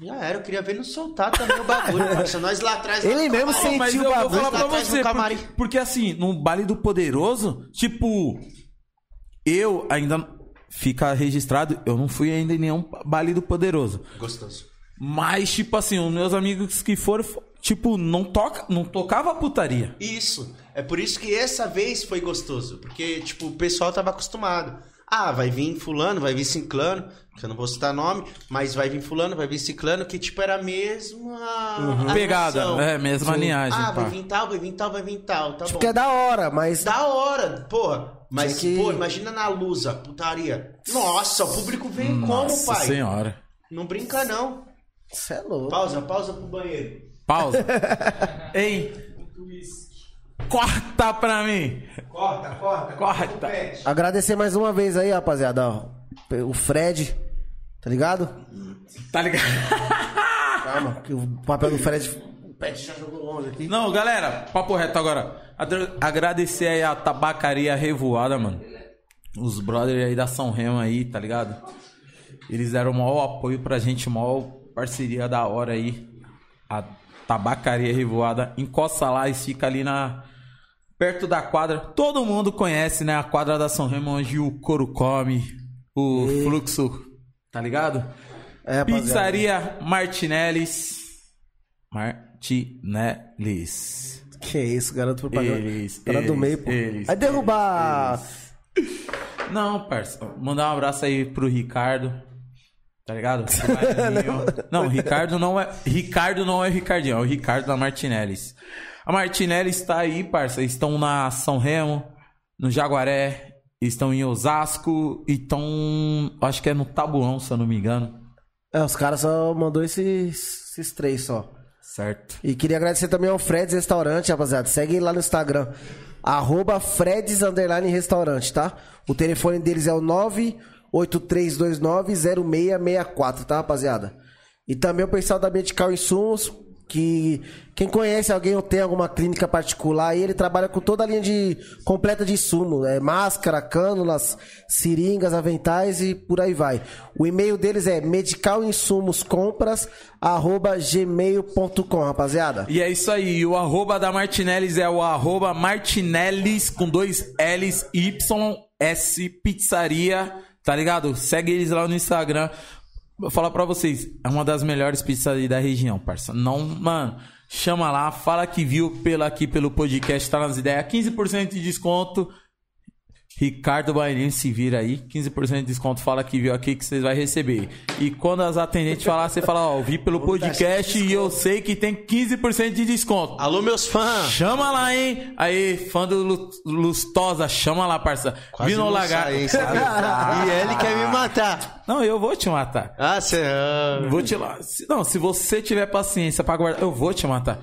[SPEAKER 3] Já era, eu queria ver ele soltar também o bagulho, parça. Nós lá atrás...
[SPEAKER 2] Ele
[SPEAKER 3] no
[SPEAKER 2] mesmo
[SPEAKER 3] camarim.
[SPEAKER 5] Não,
[SPEAKER 2] sem-
[SPEAKER 5] mas
[SPEAKER 2] Sentiu
[SPEAKER 5] eu vou
[SPEAKER 2] bagulho.
[SPEAKER 5] falar pra
[SPEAKER 3] Atrás do
[SPEAKER 5] você,
[SPEAKER 3] camarim.
[SPEAKER 5] porque, porque assim, num baile do poderoso, tipo,
[SPEAKER 1] Eu ainda fica registrado, eu não fui ainda em nenhum baile do poderoso.
[SPEAKER 3] Gostoso.
[SPEAKER 1] Mas, tipo assim, os meus amigos que foram, tipo, não toca, não tocava putaria.
[SPEAKER 3] Isso. É por isso que essa vez foi gostoso. Porque, tipo, o pessoal tava acostumado. Ah, vai vir fulano, vai vir ciclano, que eu não vou citar nome, mas vai vir fulano, vai vir ciclano, que, tipo, era a mesma...
[SPEAKER 2] Uhum.
[SPEAKER 3] a
[SPEAKER 1] Pegada,
[SPEAKER 3] noção.
[SPEAKER 1] é, mesma linhagem.
[SPEAKER 3] Ah,
[SPEAKER 1] pá.
[SPEAKER 3] vai vir tal, vai vir tal, vai vir tal, tá
[SPEAKER 2] Tipo,
[SPEAKER 3] bom.
[SPEAKER 2] que é da hora, mas...
[SPEAKER 3] Da hora, porra. Mas,
[SPEAKER 2] Tinha que-
[SPEAKER 3] pô, imagina na Lusa, putaria. Nossa, o público veio como,
[SPEAKER 1] Nossa
[SPEAKER 3] pai?
[SPEAKER 1] senhora.
[SPEAKER 3] Não brinca, não.
[SPEAKER 2] Você é louco.
[SPEAKER 3] Pausa, pausa pro banheiro.
[SPEAKER 1] Pausa. Ei, corta pra mim.
[SPEAKER 3] Corta, corta.
[SPEAKER 1] Corta.
[SPEAKER 2] Agradecer mais uma vez aí, rapaziada. ó, O Fred, tá ligado?
[SPEAKER 1] Tá ligado?
[SPEAKER 2] Calma, que o papel do Fred... O Pet já jogou longe aqui.
[SPEAKER 1] Não, galera, papo reto agora. Adra- Agradecer aí a tabacaria revoada, mano. Os brothers aí da São Remo aí, tá ligado? Eles deram o maior apoio pra gente, maior parceria da hora aí. A tabacaria revoada. Encosta lá e fica ali na. Perto da quadra. Todo mundo conhece, né? A quadra da São Remo, onde o couro come, o fluxo, tá ligado?
[SPEAKER 2] É, rapaziada.
[SPEAKER 1] Pizzaria Martinellis. Martinellis.
[SPEAKER 2] Que é isso, garoto propaganda.
[SPEAKER 1] Eles,
[SPEAKER 2] Cara do
[SPEAKER 1] eles,
[SPEAKER 2] meio, pô.
[SPEAKER 1] eles,
[SPEAKER 2] Vai derrubar.
[SPEAKER 1] Não, parça. Mandar um abraço aí pro Ricardo. Tá ligado? Pro Marinho. não, Ricardo não é. Ricardo não é o Ricardinho, é o Ricardo da Martinellis. A Martinellis tá aí, parça. Estão na São Remo, no Jaguaré, estão em Osasco e estão. Acho que é no Tabuão, se eu não me engano.
[SPEAKER 2] É, os caras só mandou esses, esses três só.
[SPEAKER 1] Certo.
[SPEAKER 2] E queria agradecer também ao Freds Restaurante, rapaziada. Segue lá no Instagram. Arroba Freds Underline Restaurante, tá? O telefone deles é o 983290664, tá, rapaziada? E também o pessoal da Medical Insumos, que quem conhece alguém ou tem alguma clínica particular, aí ele trabalha com toda a linha de completa de insumo, é máscara, cânulas, seringas, aventais e por aí vai. O e-mail deles é medicalinsumoscompras@gmail.com, rapaziada.
[SPEAKER 1] E é isso aí, e o arroba da Martinellis é o arroba Martinellis com dois L's YS Pizzaria, tá ligado? Segue eles lá no Instagram. Vou falar pra vocês, é uma das melhores pizzarias da região, parça. Não, mano, chama lá, fala que viu pelo aqui pelo podcast, tá nas ideias, 15% de desconto. Ricardo Baininho se vira aí, 15% de desconto, fala que viu aqui que vocês vai receber. E quando as atendentes falar, você fala, ó, vi pelo podcast e eu sei que tem 15% de desconto.
[SPEAKER 3] Alô, meus fãs!
[SPEAKER 1] Chama lá, hein? Aí, fã do Lu- Lustosa, chama lá, parça. Vi no
[SPEAKER 3] não
[SPEAKER 1] lagarto.
[SPEAKER 3] saí, sabe? e ele quer me matar.
[SPEAKER 1] Não, eu vou te matar.
[SPEAKER 3] Ah, você.
[SPEAKER 1] Eu Vou te lá. se- Não, se você tiver paciência pra guardar, eu vou te matar.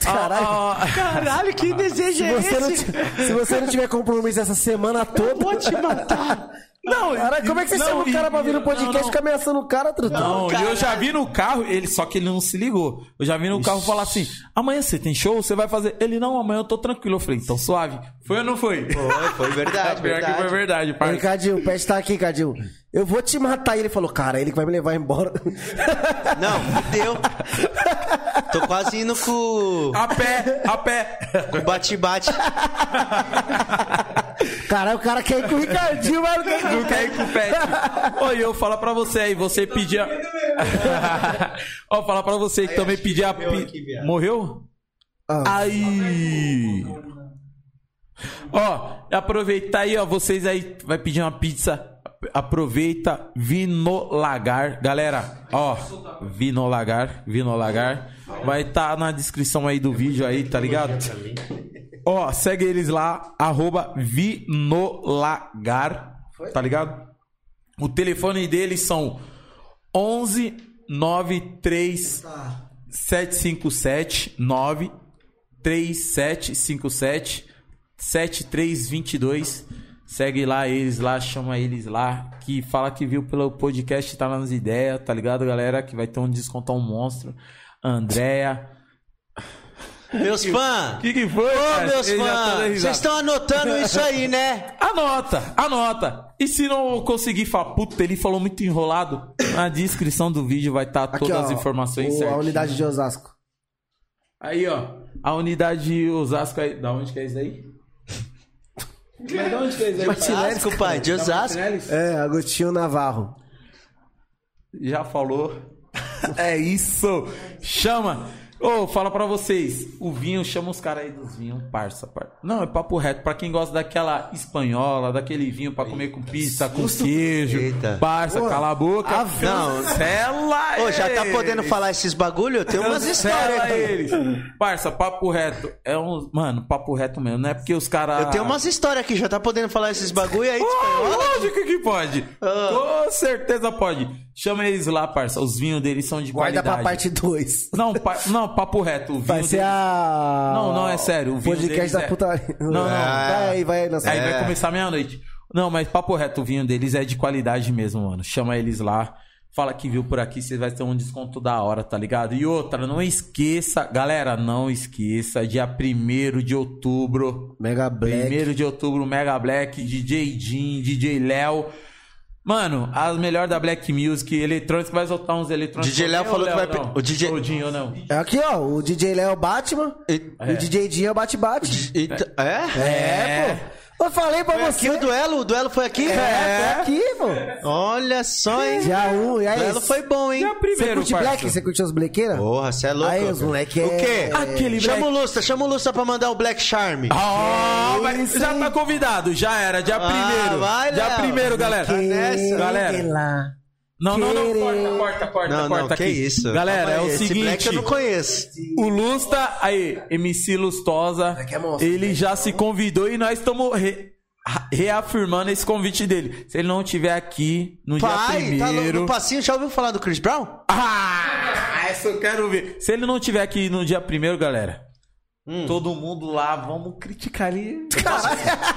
[SPEAKER 2] Caralho.
[SPEAKER 1] Ah, ah,
[SPEAKER 3] Caralho, que desejo
[SPEAKER 2] Se você, não, ti- se você não tiver compromisso essa semana toda. Vou te matar. Não, Caralho, como é que você
[SPEAKER 1] não,
[SPEAKER 2] chama o cara
[SPEAKER 1] e-
[SPEAKER 2] pra vir no podcast
[SPEAKER 1] não,
[SPEAKER 2] e
[SPEAKER 1] não.
[SPEAKER 2] fica ameaçando o cara, Truta?
[SPEAKER 1] Não, e eu
[SPEAKER 3] caralho.
[SPEAKER 1] já vi no carro, ele só que ele não se ligou. Eu já vi no carro falar assim: amanhã você tem show? Você vai fazer? Ele, não, amanhã eu tô tranquilo. Eu falei, então suave. Foi ou não foi?
[SPEAKER 3] Foi, foi verdade,
[SPEAKER 1] Pior que
[SPEAKER 3] verdade.
[SPEAKER 1] foi verdade,
[SPEAKER 2] Aí,
[SPEAKER 1] parça.
[SPEAKER 2] Cadinho, o Pet tá aqui, Cadinho. Eu vou te matar. E ele falou, cara, ele que vai me levar embora.
[SPEAKER 3] Não, deu. Tô quase indo com
[SPEAKER 1] A pé, a pé.
[SPEAKER 3] com o bate-bate.
[SPEAKER 2] Caralho, o cara quer ir com o Ricardinho, mano.
[SPEAKER 1] Não quer ir com o pet. Oi, eu falo pra você aí, você pedia. Ó, falar pra você que também pedia. a
[SPEAKER 3] morreu
[SPEAKER 1] pi-
[SPEAKER 3] aqui, viado.
[SPEAKER 1] Morreu?
[SPEAKER 2] Ah,
[SPEAKER 1] Aí! Ó, aproveitar aí, ó, vocês aí vai pedir uma pizza. Aproveita Vinolagar, galera. Ó, Vinolagar, Vinolagar. Vai estar tá na descrição aí do vídeo aí, tá ligado? Ó, segue eles lá, arroba Vinolagar, tá ligado? O telefone deles são 11 93 757 9 3757 7322. Segue lá eles lá, chama eles lá. Que fala que viu pelo podcast, tá lá nas ideias, tá ligado, galera? Que vai ter um descontão monstro. Andréia.
[SPEAKER 3] Meus fãs!
[SPEAKER 1] O que, que foi?
[SPEAKER 3] Ô,
[SPEAKER 1] cara?
[SPEAKER 3] meus
[SPEAKER 1] Ele já tá
[SPEAKER 3] fãs!
[SPEAKER 1] dando risada.
[SPEAKER 3] Vocês estão anotando isso aí, né?
[SPEAKER 1] Anota, anota. E se não conseguir falar, puta, ele falou muito enrolado. Na descrição do vídeo vai estar
[SPEAKER 2] aqui,
[SPEAKER 1] todas
[SPEAKER 2] ó,
[SPEAKER 1] as informações
[SPEAKER 2] o- A
[SPEAKER 1] certinho.
[SPEAKER 2] unidade de Osasco.
[SPEAKER 1] Aí, ó. A unidade de Osasco aí. Da onde que é isso aí? Mas da onde que é isso aí? pai?
[SPEAKER 3] Osasco, pai, de Osasco.
[SPEAKER 2] É, Agostinho Navarro.
[SPEAKER 1] Já falou. é isso. Chama. Ô, fala pra vocês. O vinho, chama os caras aí dos vinhos. Parça, parça. Não, é papo reto. Pra quem gosta daquela espanhola, daquele vinho pra comer com pizza, com queijo.
[SPEAKER 3] Eita. Ah,
[SPEAKER 1] Parça, cala a boca.
[SPEAKER 3] não. né?
[SPEAKER 1] Cancela
[SPEAKER 3] Ô, já tá
[SPEAKER 1] eles.
[SPEAKER 3] podendo falar esses bagulho? Eu tenho umas histórias
[SPEAKER 1] Cancela
[SPEAKER 3] aqui.
[SPEAKER 1] eles. Parça, papo reto. É um. Mano, papo reto mesmo. Não é porque os caras.
[SPEAKER 3] Eu tenho umas histórias aqui, já tá podendo falar esses bagulho aí?
[SPEAKER 1] Oh, lógico que pode.
[SPEAKER 3] Ah.
[SPEAKER 1] Com certeza pode. Chama eles lá, parça. Os vinhos deles são de
[SPEAKER 2] Guarda
[SPEAKER 1] qualidade.
[SPEAKER 2] pra parte 2.
[SPEAKER 1] Não, pa- não, papo reto. O vinho
[SPEAKER 2] Vai ser
[SPEAKER 1] deles-
[SPEAKER 2] a.
[SPEAKER 1] Não, não, é sério, o
[SPEAKER 2] O
[SPEAKER 1] vídeo deles
[SPEAKER 2] podcast da
[SPEAKER 1] é-
[SPEAKER 2] putaria.
[SPEAKER 1] Não, não.
[SPEAKER 2] Vai aí, vai aí, nossa.
[SPEAKER 1] Aí
[SPEAKER 3] É.
[SPEAKER 1] vai começar meia-noite. Não, mas papo reto, o vinho deles é de qualidade mesmo, mano. Chama eles lá. Fala que viu por aqui, vocês vai ter um desconto da hora, tá ligado? E outra, não esqueça, galera, não esqueça, dia 1 de outubro,
[SPEAKER 2] Mega Black.
[SPEAKER 1] 1 de outubro, Mega Black, DJ Jim, DJ Léo. Mano, as melhores da Black Music, eletrônica, vai soltar uns eletrônicos.
[SPEAKER 3] DJ Léo
[SPEAKER 1] Ou
[SPEAKER 3] falou que vai pe-
[SPEAKER 1] não?
[SPEAKER 3] o DJ
[SPEAKER 1] Ou Jim, ou não.
[SPEAKER 2] É Aqui, ó, o DJ Léo é o Batman.
[SPEAKER 3] E-
[SPEAKER 2] O DJ Dinho é o Bate-Bate.
[SPEAKER 3] Eita, é?
[SPEAKER 2] É, pô. Eu falei pra
[SPEAKER 3] Aqui
[SPEAKER 2] você.
[SPEAKER 3] o duelo? O duelo foi aqui?
[SPEAKER 2] É, é. aqui, pô.
[SPEAKER 3] Olha só, hein?
[SPEAKER 2] Dia 1, um, e
[SPEAKER 3] O
[SPEAKER 2] aí?
[SPEAKER 3] duelo foi bom, hein?
[SPEAKER 1] Dia
[SPEAKER 2] Você
[SPEAKER 1] primeiro,
[SPEAKER 2] curte
[SPEAKER 1] parça.
[SPEAKER 2] Black? Você curte os blequeiras?
[SPEAKER 3] Porra, você é louco.
[SPEAKER 2] Aí, os moleque é-
[SPEAKER 3] O quê?
[SPEAKER 1] Aquele
[SPEAKER 3] Chama o
[SPEAKER 1] Black-
[SPEAKER 3] Lustra, chama o Lustra pra mandar o Black Charme.
[SPEAKER 1] Ah, vai-
[SPEAKER 2] isso,
[SPEAKER 1] já
[SPEAKER 2] hein?
[SPEAKER 1] tá convidado, já era, dia primeiro.
[SPEAKER 3] Ah, vai,
[SPEAKER 1] dia
[SPEAKER 3] Léo.
[SPEAKER 1] primeiro, galera.
[SPEAKER 3] Tá nessa?
[SPEAKER 1] Galera.
[SPEAKER 2] Lá.
[SPEAKER 1] Não, não, não,
[SPEAKER 2] Querer.
[SPEAKER 1] corta, corta, corta,
[SPEAKER 3] Não,
[SPEAKER 1] corta
[SPEAKER 3] não, que
[SPEAKER 1] aqui.
[SPEAKER 3] isso.
[SPEAKER 1] Galera,
[SPEAKER 3] Calma
[SPEAKER 1] é
[SPEAKER 3] aí,
[SPEAKER 1] o
[SPEAKER 3] Esse
[SPEAKER 1] seguinte,
[SPEAKER 3] Black eu não conheço.
[SPEAKER 1] o Lusta, aí, MC Lustosa,
[SPEAKER 2] Black é monstro,
[SPEAKER 1] ele já se convidou e nós estamos re- ra- reafirmando esse convite dele. Se ele não tiver aqui no
[SPEAKER 3] Pai,
[SPEAKER 1] dia
[SPEAKER 3] tá louco.
[SPEAKER 1] primeiro...
[SPEAKER 3] No passinho, já ouviu falar do Chris Brown?
[SPEAKER 1] Ah, essa eu quero ver. Se ele não tiver aqui no dia primeiro, galera,
[SPEAKER 3] Hum.
[SPEAKER 1] todo mundo lá, vamos criticar ele.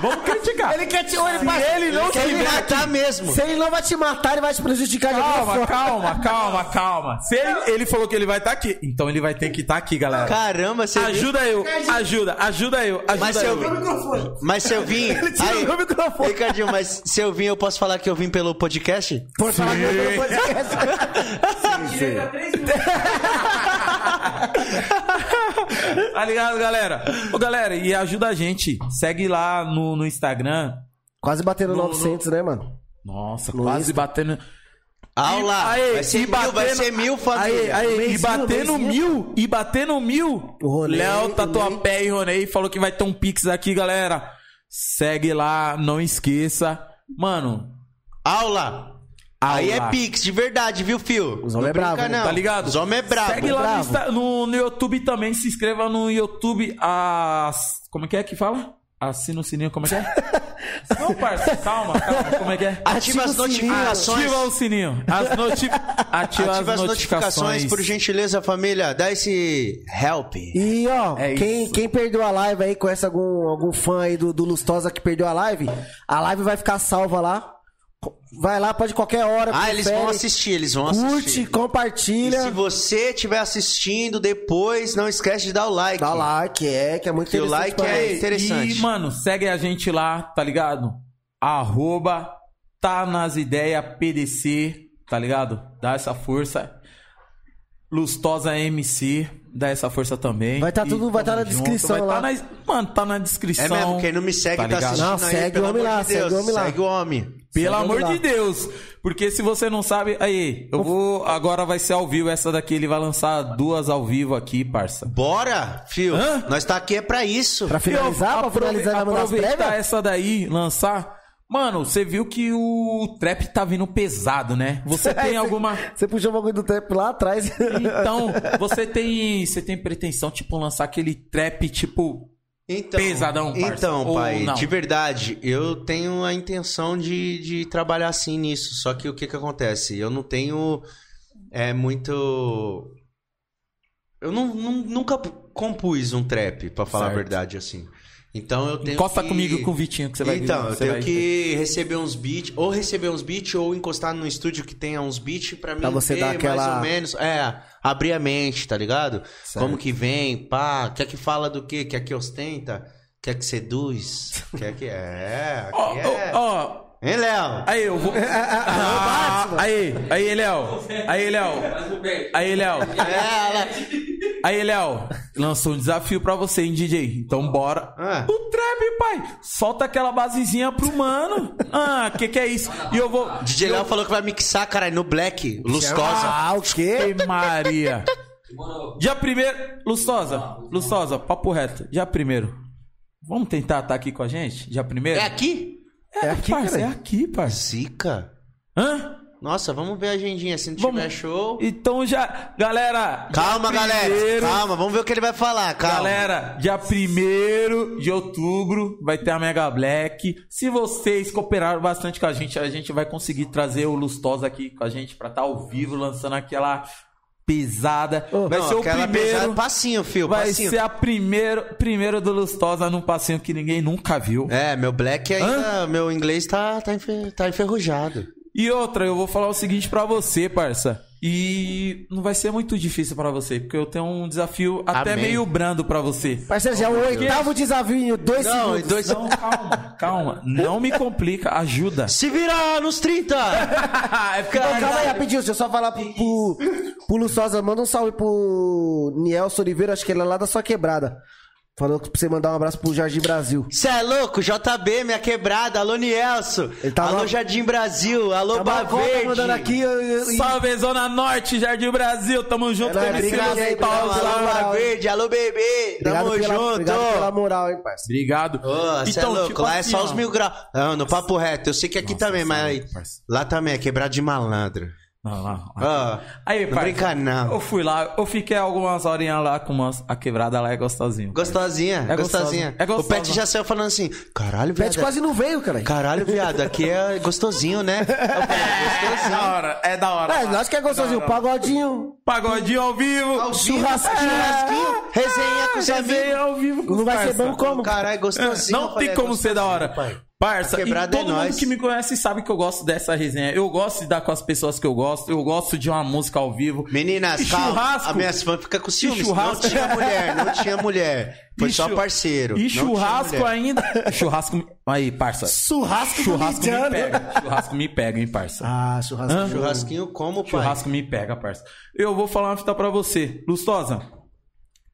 [SPEAKER 1] Vamos criticar.
[SPEAKER 2] Ele quer te. ou Ele vai-
[SPEAKER 1] ele não
[SPEAKER 2] quer
[SPEAKER 1] se
[SPEAKER 2] te
[SPEAKER 1] liber-
[SPEAKER 2] matar.
[SPEAKER 3] matar mesmo.
[SPEAKER 2] Se ele não vai te matar, ele vai te prejudicar de alguma
[SPEAKER 1] Calma,
[SPEAKER 2] forma.
[SPEAKER 1] calma, calma, calma. Se ele, ele falou que ele vai estar aqui, então ele vai ter que estar aqui, galera.
[SPEAKER 3] Caramba, você viu?
[SPEAKER 1] Ajuda eu, ajuda, ajuda eu, ajuda
[SPEAKER 3] Mas se eu,
[SPEAKER 1] eu.
[SPEAKER 3] mas se eu vim.
[SPEAKER 2] Tirou o
[SPEAKER 3] Aí,
[SPEAKER 2] microfone.
[SPEAKER 3] Ricardinho, mas se eu vim, eu posso falar que eu vim pelo podcast?
[SPEAKER 2] Por falar que eu tô no podcast.
[SPEAKER 4] Chega três minutos.
[SPEAKER 1] Tá ligado, galera? Ô, galera, e ajuda a gente. Segue lá no, no Instagram.
[SPEAKER 2] Quase batendo 900, né, mano?
[SPEAKER 1] Nossa,
[SPEAKER 2] No
[SPEAKER 1] quase
[SPEAKER 2] Insta.
[SPEAKER 1] batendo.
[SPEAKER 3] Aula!
[SPEAKER 1] Aí,
[SPEAKER 3] vai, ser
[SPEAKER 1] e
[SPEAKER 3] mil,
[SPEAKER 1] batendo-
[SPEAKER 3] vai ser mil
[SPEAKER 1] Aí,
[SPEAKER 3] família.
[SPEAKER 1] aí, e
[SPEAKER 2] Mêsinho,
[SPEAKER 1] batendo
[SPEAKER 2] mêsinho.
[SPEAKER 1] mil, e batendo mil.
[SPEAKER 2] O Ronei,
[SPEAKER 1] Léo Tatuapé e Ronei falou que vai ter um pix aqui, galera. Segue lá, não esqueça. Mano,
[SPEAKER 3] Aula! Aí é
[SPEAKER 1] aula.
[SPEAKER 3] Pix, de verdade, viu, fio?
[SPEAKER 2] Os homens é bravo, né?
[SPEAKER 1] Tá ligado?
[SPEAKER 3] Os homens é brabo.
[SPEAKER 1] Segue lá no,
[SPEAKER 2] bravo.
[SPEAKER 1] Insta- no, no YouTube também, se inscreva no YouTube. As... Como é que é que fala? Assina o sininho, como é que é? Não, parça, calma, calma, como é que é?
[SPEAKER 3] Ativa
[SPEAKER 2] Ativa o
[SPEAKER 3] as
[SPEAKER 2] sininho.
[SPEAKER 3] notificações.
[SPEAKER 1] Ativa o sininho. As noti... Ativa,
[SPEAKER 3] Ativa as notificações, por gentileza, família. Dá esse help.
[SPEAKER 2] E ó,
[SPEAKER 1] É
[SPEAKER 2] quem,
[SPEAKER 1] isso.
[SPEAKER 2] quem perdeu a live aí, conhece algum, algum fã aí do, do Lustosa que perdeu a live, a live vai ficar salva lá. Co- Vai lá, pode qualquer hora.
[SPEAKER 3] Ah, eles vão
[SPEAKER 2] confere,
[SPEAKER 3] assistir, eles vão
[SPEAKER 2] Curte,
[SPEAKER 3] assistir. E
[SPEAKER 2] compartilha.
[SPEAKER 3] se você estiver assistindo depois, não esquece de dar o like.
[SPEAKER 2] Dá like, é, que é muito
[SPEAKER 3] Que o
[SPEAKER 2] interessante.
[SPEAKER 3] like
[SPEAKER 2] pra
[SPEAKER 3] é
[SPEAKER 2] nós.
[SPEAKER 3] interessante.
[SPEAKER 1] E, mano, segue a gente lá, tá ligado? Arroba tá nas ideias PDC, tá ligado? Dá essa força. Lustosa MC, dá essa força também.
[SPEAKER 2] Vai tá tudo- vai tá
[SPEAKER 1] tamo
[SPEAKER 2] na descrição
[SPEAKER 1] vai tá
[SPEAKER 2] lá.
[SPEAKER 1] na- mano, tá na descrição.
[SPEAKER 3] É mesmo, quem não me segue tá,
[SPEAKER 1] tá ligado?
[SPEAKER 3] assistindo
[SPEAKER 2] Não,
[SPEAKER 3] aí,
[SPEAKER 2] segue
[SPEAKER 3] pelo
[SPEAKER 2] o homem
[SPEAKER 3] amor
[SPEAKER 2] lá,
[SPEAKER 3] de
[SPEAKER 2] segue
[SPEAKER 3] Deus,
[SPEAKER 2] o homem lá.
[SPEAKER 3] Segue o homem.
[SPEAKER 1] Pelo
[SPEAKER 2] Segue
[SPEAKER 1] amor
[SPEAKER 2] lá.
[SPEAKER 1] de Deus. Porque se você não sabe. Aí, eu vou. Agora vai ser ao vivo. Essa daqui ele vai lançar duas ao vivo aqui, parça.
[SPEAKER 3] Bora, fio.
[SPEAKER 1] Hã?
[SPEAKER 3] Nós tá aqui é pra isso.
[SPEAKER 2] Pra finalizar, pra finalizar na mão das
[SPEAKER 1] aproveitar
[SPEAKER 2] prévias?
[SPEAKER 1] essa daí, lançar. Mano, você viu que o trap tá vindo pesado, né? Você tem alguma.
[SPEAKER 2] Você puxou o bagulho do tempo lá atrás.
[SPEAKER 1] Então, você tem. Você tem pretensão, tipo, lançar aquele trap, tipo.
[SPEAKER 3] Então,
[SPEAKER 1] Pesadão, parça.
[SPEAKER 3] Então,
[SPEAKER 1] Ou
[SPEAKER 3] pai,
[SPEAKER 1] não?
[SPEAKER 3] de verdade, eu tenho a intenção de, de trabalhar assim nisso. Só que o que que acontece? Eu não tenho é muito... Eu não, não- nunca compus um trap, pra falar
[SPEAKER 1] Certo.
[SPEAKER 3] a verdade, assim. Então eu tenho
[SPEAKER 1] Encosta
[SPEAKER 3] que-
[SPEAKER 1] comigo com o Vitinho que você vai
[SPEAKER 3] então,
[SPEAKER 1] ver,
[SPEAKER 3] eu
[SPEAKER 1] você
[SPEAKER 3] tenho
[SPEAKER 1] vai-
[SPEAKER 3] que receber uns beats, ou receber uns beats, ou encostar num estúdio que tenha uns beats pra mim
[SPEAKER 2] Pra você
[SPEAKER 3] ter
[SPEAKER 2] dar
[SPEAKER 3] mais
[SPEAKER 2] aquela-
[SPEAKER 3] ou menos. É, abrir a mente, tá ligado?
[SPEAKER 1] Certo.
[SPEAKER 3] Como que vem, pá, quer que fala do quê? Quer que ostenta? Quer que seduz? quer que. É,
[SPEAKER 1] Ó,
[SPEAKER 3] aqui é.
[SPEAKER 1] ó, ó.
[SPEAKER 3] Hein, Léo?
[SPEAKER 1] Aí, eu vou.
[SPEAKER 2] ah,
[SPEAKER 1] Ah, aí, aí, Léo. Aí, Léo.
[SPEAKER 4] Mas o bem.
[SPEAKER 1] Aí, Léo.
[SPEAKER 3] Ela.
[SPEAKER 1] Aí, Léo. Lançou um desafio pra você, hein, DJ? Então, bora.
[SPEAKER 3] Ah.
[SPEAKER 1] O trap, pai. Solta aquela basezinha pro mano. Ah, que que é isso? E eu vou.
[SPEAKER 3] DJ Léo falou que vai mixar, caralho, no Black,
[SPEAKER 1] é
[SPEAKER 3] Lustosa.
[SPEAKER 2] Ah, o quê?
[SPEAKER 1] Ei, Maria.
[SPEAKER 4] Demorou.
[SPEAKER 1] Dia primeiro. Lustosa. Lustosa, papo reto. Dia primeiro. Vamos tentar estar aqui com a gente? Dia primeiro?
[SPEAKER 3] É aqui?
[SPEAKER 1] É aqui, parça.
[SPEAKER 2] cara.
[SPEAKER 1] É aqui, parça.
[SPEAKER 3] Zica.
[SPEAKER 1] Hã?
[SPEAKER 3] Nossa, vamos ver a agendinha. Se não
[SPEAKER 1] Vamos.
[SPEAKER 3] tiver show.
[SPEAKER 1] Então já. Galera.
[SPEAKER 3] Calma,
[SPEAKER 1] dia
[SPEAKER 3] galera.
[SPEAKER 1] primeiro-
[SPEAKER 3] Calma, vamos ver o que ele vai falar. Calma.
[SPEAKER 1] Galera, dia 1 de outubro vai ter a Mega Black. Se vocês cooperaram bastante com a gente, a gente vai conseguir trazer o Lustosa aqui com a gente pra estar ao vivo lançando aquela pesada. vai
[SPEAKER 3] Não,
[SPEAKER 1] ser o
[SPEAKER 3] aquela é pesada-
[SPEAKER 1] primeiro.
[SPEAKER 3] passinho, fio,
[SPEAKER 1] Vai
[SPEAKER 3] passinho.
[SPEAKER 1] ser a primeiro, primeiro do Lustosa num passeio que ninguém nunca viu.
[SPEAKER 3] É, meu black ainda, meu inglês tá, tá, enfe- tá enferrujado.
[SPEAKER 1] E outra, eu vou falar o seguinte pra você, parça. E não vai ser muito difícil pra você, porque eu tenho um desafio até
[SPEAKER 3] Amém.
[SPEAKER 1] meio brando pra você.
[SPEAKER 2] Parceiro, já é o oitavo desafio, dois
[SPEAKER 3] Não, então, e
[SPEAKER 2] segundos.
[SPEAKER 3] dois...
[SPEAKER 1] Não, calma, calma. Não me complica, ajuda.
[SPEAKER 3] Se virar nos 30!
[SPEAKER 1] é porque
[SPEAKER 2] Não, calma aí, rapidinho, deixa eu só falar pro, pro, pro Lu Sosa. Manda um salve pro Nielson Oliveira, acho que ele é lá da sua quebrada. Falou que pra você mandar um abraço pro Jardim Brasil.
[SPEAKER 3] Cê é louco, JB, minha quebrada, alô Nielso,
[SPEAKER 2] Ele tá
[SPEAKER 3] alô
[SPEAKER 2] lá-
[SPEAKER 3] Jardim Brasil, alô Bá
[SPEAKER 2] Tá bom, tá
[SPEAKER 3] Verde.
[SPEAKER 2] mandando aqui, eu- eu- e-
[SPEAKER 1] Salve, Zona Norte, Jardim Brasil. Tamo
[SPEAKER 2] É
[SPEAKER 1] junto
[SPEAKER 2] nóis,
[SPEAKER 1] com o MC
[SPEAKER 2] obrigado aí,
[SPEAKER 1] Nostal,
[SPEAKER 3] Alô,
[SPEAKER 2] obrigado,
[SPEAKER 1] salve.
[SPEAKER 3] alô Bá
[SPEAKER 2] moral, hein?
[SPEAKER 3] Verde, alô bebê,
[SPEAKER 2] Obrigado
[SPEAKER 3] tamo
[SPEAKER 2] pela,
[SPEAKER 3] junto.
[SPEAKER 2] Obrigado pela moral, hein, parceiro.
[SPEAKER 1] Obrigado.
[SPEAKER 3] Ô, cê é louco,
[SPEAKER 1] tipo
[SPEAKER 3] lá
[SPEAKER 1] assim,
[SPEAKER 3] é só
[SPEAKER 1] ó,
[SPEAKER 3] os mil graus. Ah, no papo reto, eu sei que aqui também,
[SPEAKER 1] cê é
[SPEAKER 3] mas
[SPEAKER 1] louco, parceiro.
[SPEAKER 3] lá também é quebrado de malandro.
[SPEAKER 1] Não, não.
[SPEAKER 3] Ah,
[SPEAKER 1] Aí,
[SPEAKER 3] não
[SPEAKER 1] parça,
[SPEAKER 3] brinca não.
[SPEAKER 1] Eu fui lá, eu fiquei algumas horinhas lá com umas- a quebrada lá é gostosinho.
[SPEAKER 3] Gostosinha,
[SPEAKER 1] É
[SPEAKER 3] gostosinha.
[SPEAKER 1] gostosa, é
[SPEAKER 3] o Pet
[SPEAKER 1] gostosa.
[SPEAKER 3] já saiu falando assim, caralho,
[SPEAKER 2] O Pet
[SPEAKER 3] velho.
[SPEAKER 2] quase não veio, cara.
[SPEAKER 3] Caralho, viado, aqui é gostosinho, né? Eu falei,
[SPEAKER 1] É da hora, é da hora.
[SPEAKER 2] É, lógico que é gostosinho. Pagodinho,
[SPEAKER 1] Pagodinho ao vivo.
[SPEAKER 3] gostosinho.
[SPEAKER 2] Churrasquinho.
[SPEAKER 3] churrasquinho, resenha com os
[SPEAKER 1] Resenha
[SPEAKER 3] amigos.
[SPEAKER 1] ao vivo. com
[SPEAKER 2] não vai
[SPEAKER 1] os
[SPEAKER 2] ser
[SPEAKER 1] parça.
[SPEAKER 2] bom como?
[SPEAKER 3] Caralho, gostosinho.
[SPEAKER 1] É, Não
[SPEAKER 3] assim, Eu
[SPEAKER 1] tem
[SPEAKER 3] falei,
[SPEAKER 1] como ser da hora.
[SPEAKER 3] pai.
[SPEAKER 1] Parça,
[SPEAKER 3] A
[SPEAKER 1] e
[SPEAKER 3] quebrada
[SPEAKER 1] todo
[SPEAKER 3] é
[SPEAKER 1] mundo
[SPEAKER 3] nós.
[SPEAKER 1] que me conhece sabe que eu gosto dessa resenha. Eu gosto de dar com as pessoas que eu gosto. Eu gosto de uma música ao vivo. E
[SPEAKER 3] Meninas, calma.
[SPEAKER 1] churrasco?
[SPEAKER 3] A minha fã fica com ciúmes. Não
[SPEAKER 1] churrasco?
[SPEAKER 3] tinha mulher, não tinha mulher. Foi
[SPEAKER 1] E
[SPEAKER 3] só
[SPEAKER 1] chu-
[SPEAKER 3] parceiro.
[SPEAKER 1] E
[SPEAKER 3] não tinha
[SPEAKER 1] churrasco
[SPEAKER 3] mulher.
[SPEAKER 1] ainda. churrasco. Aí, parça.
[SPEAKER 2] Churrasco,
[SPEAKER 1] Churrasco me
[SPEAKER 2] corintiano.
[SPEAKER 1] pega. Churrasco me pega, hein, parça.
[SPEAKER 2] Ah, churrasco.
[SPEAKER 3] Churrasquinho como, pai?
[SPEAKER 1] Churrasco me pega, parça. Eu vou falar uma fita pra você. Lustosa.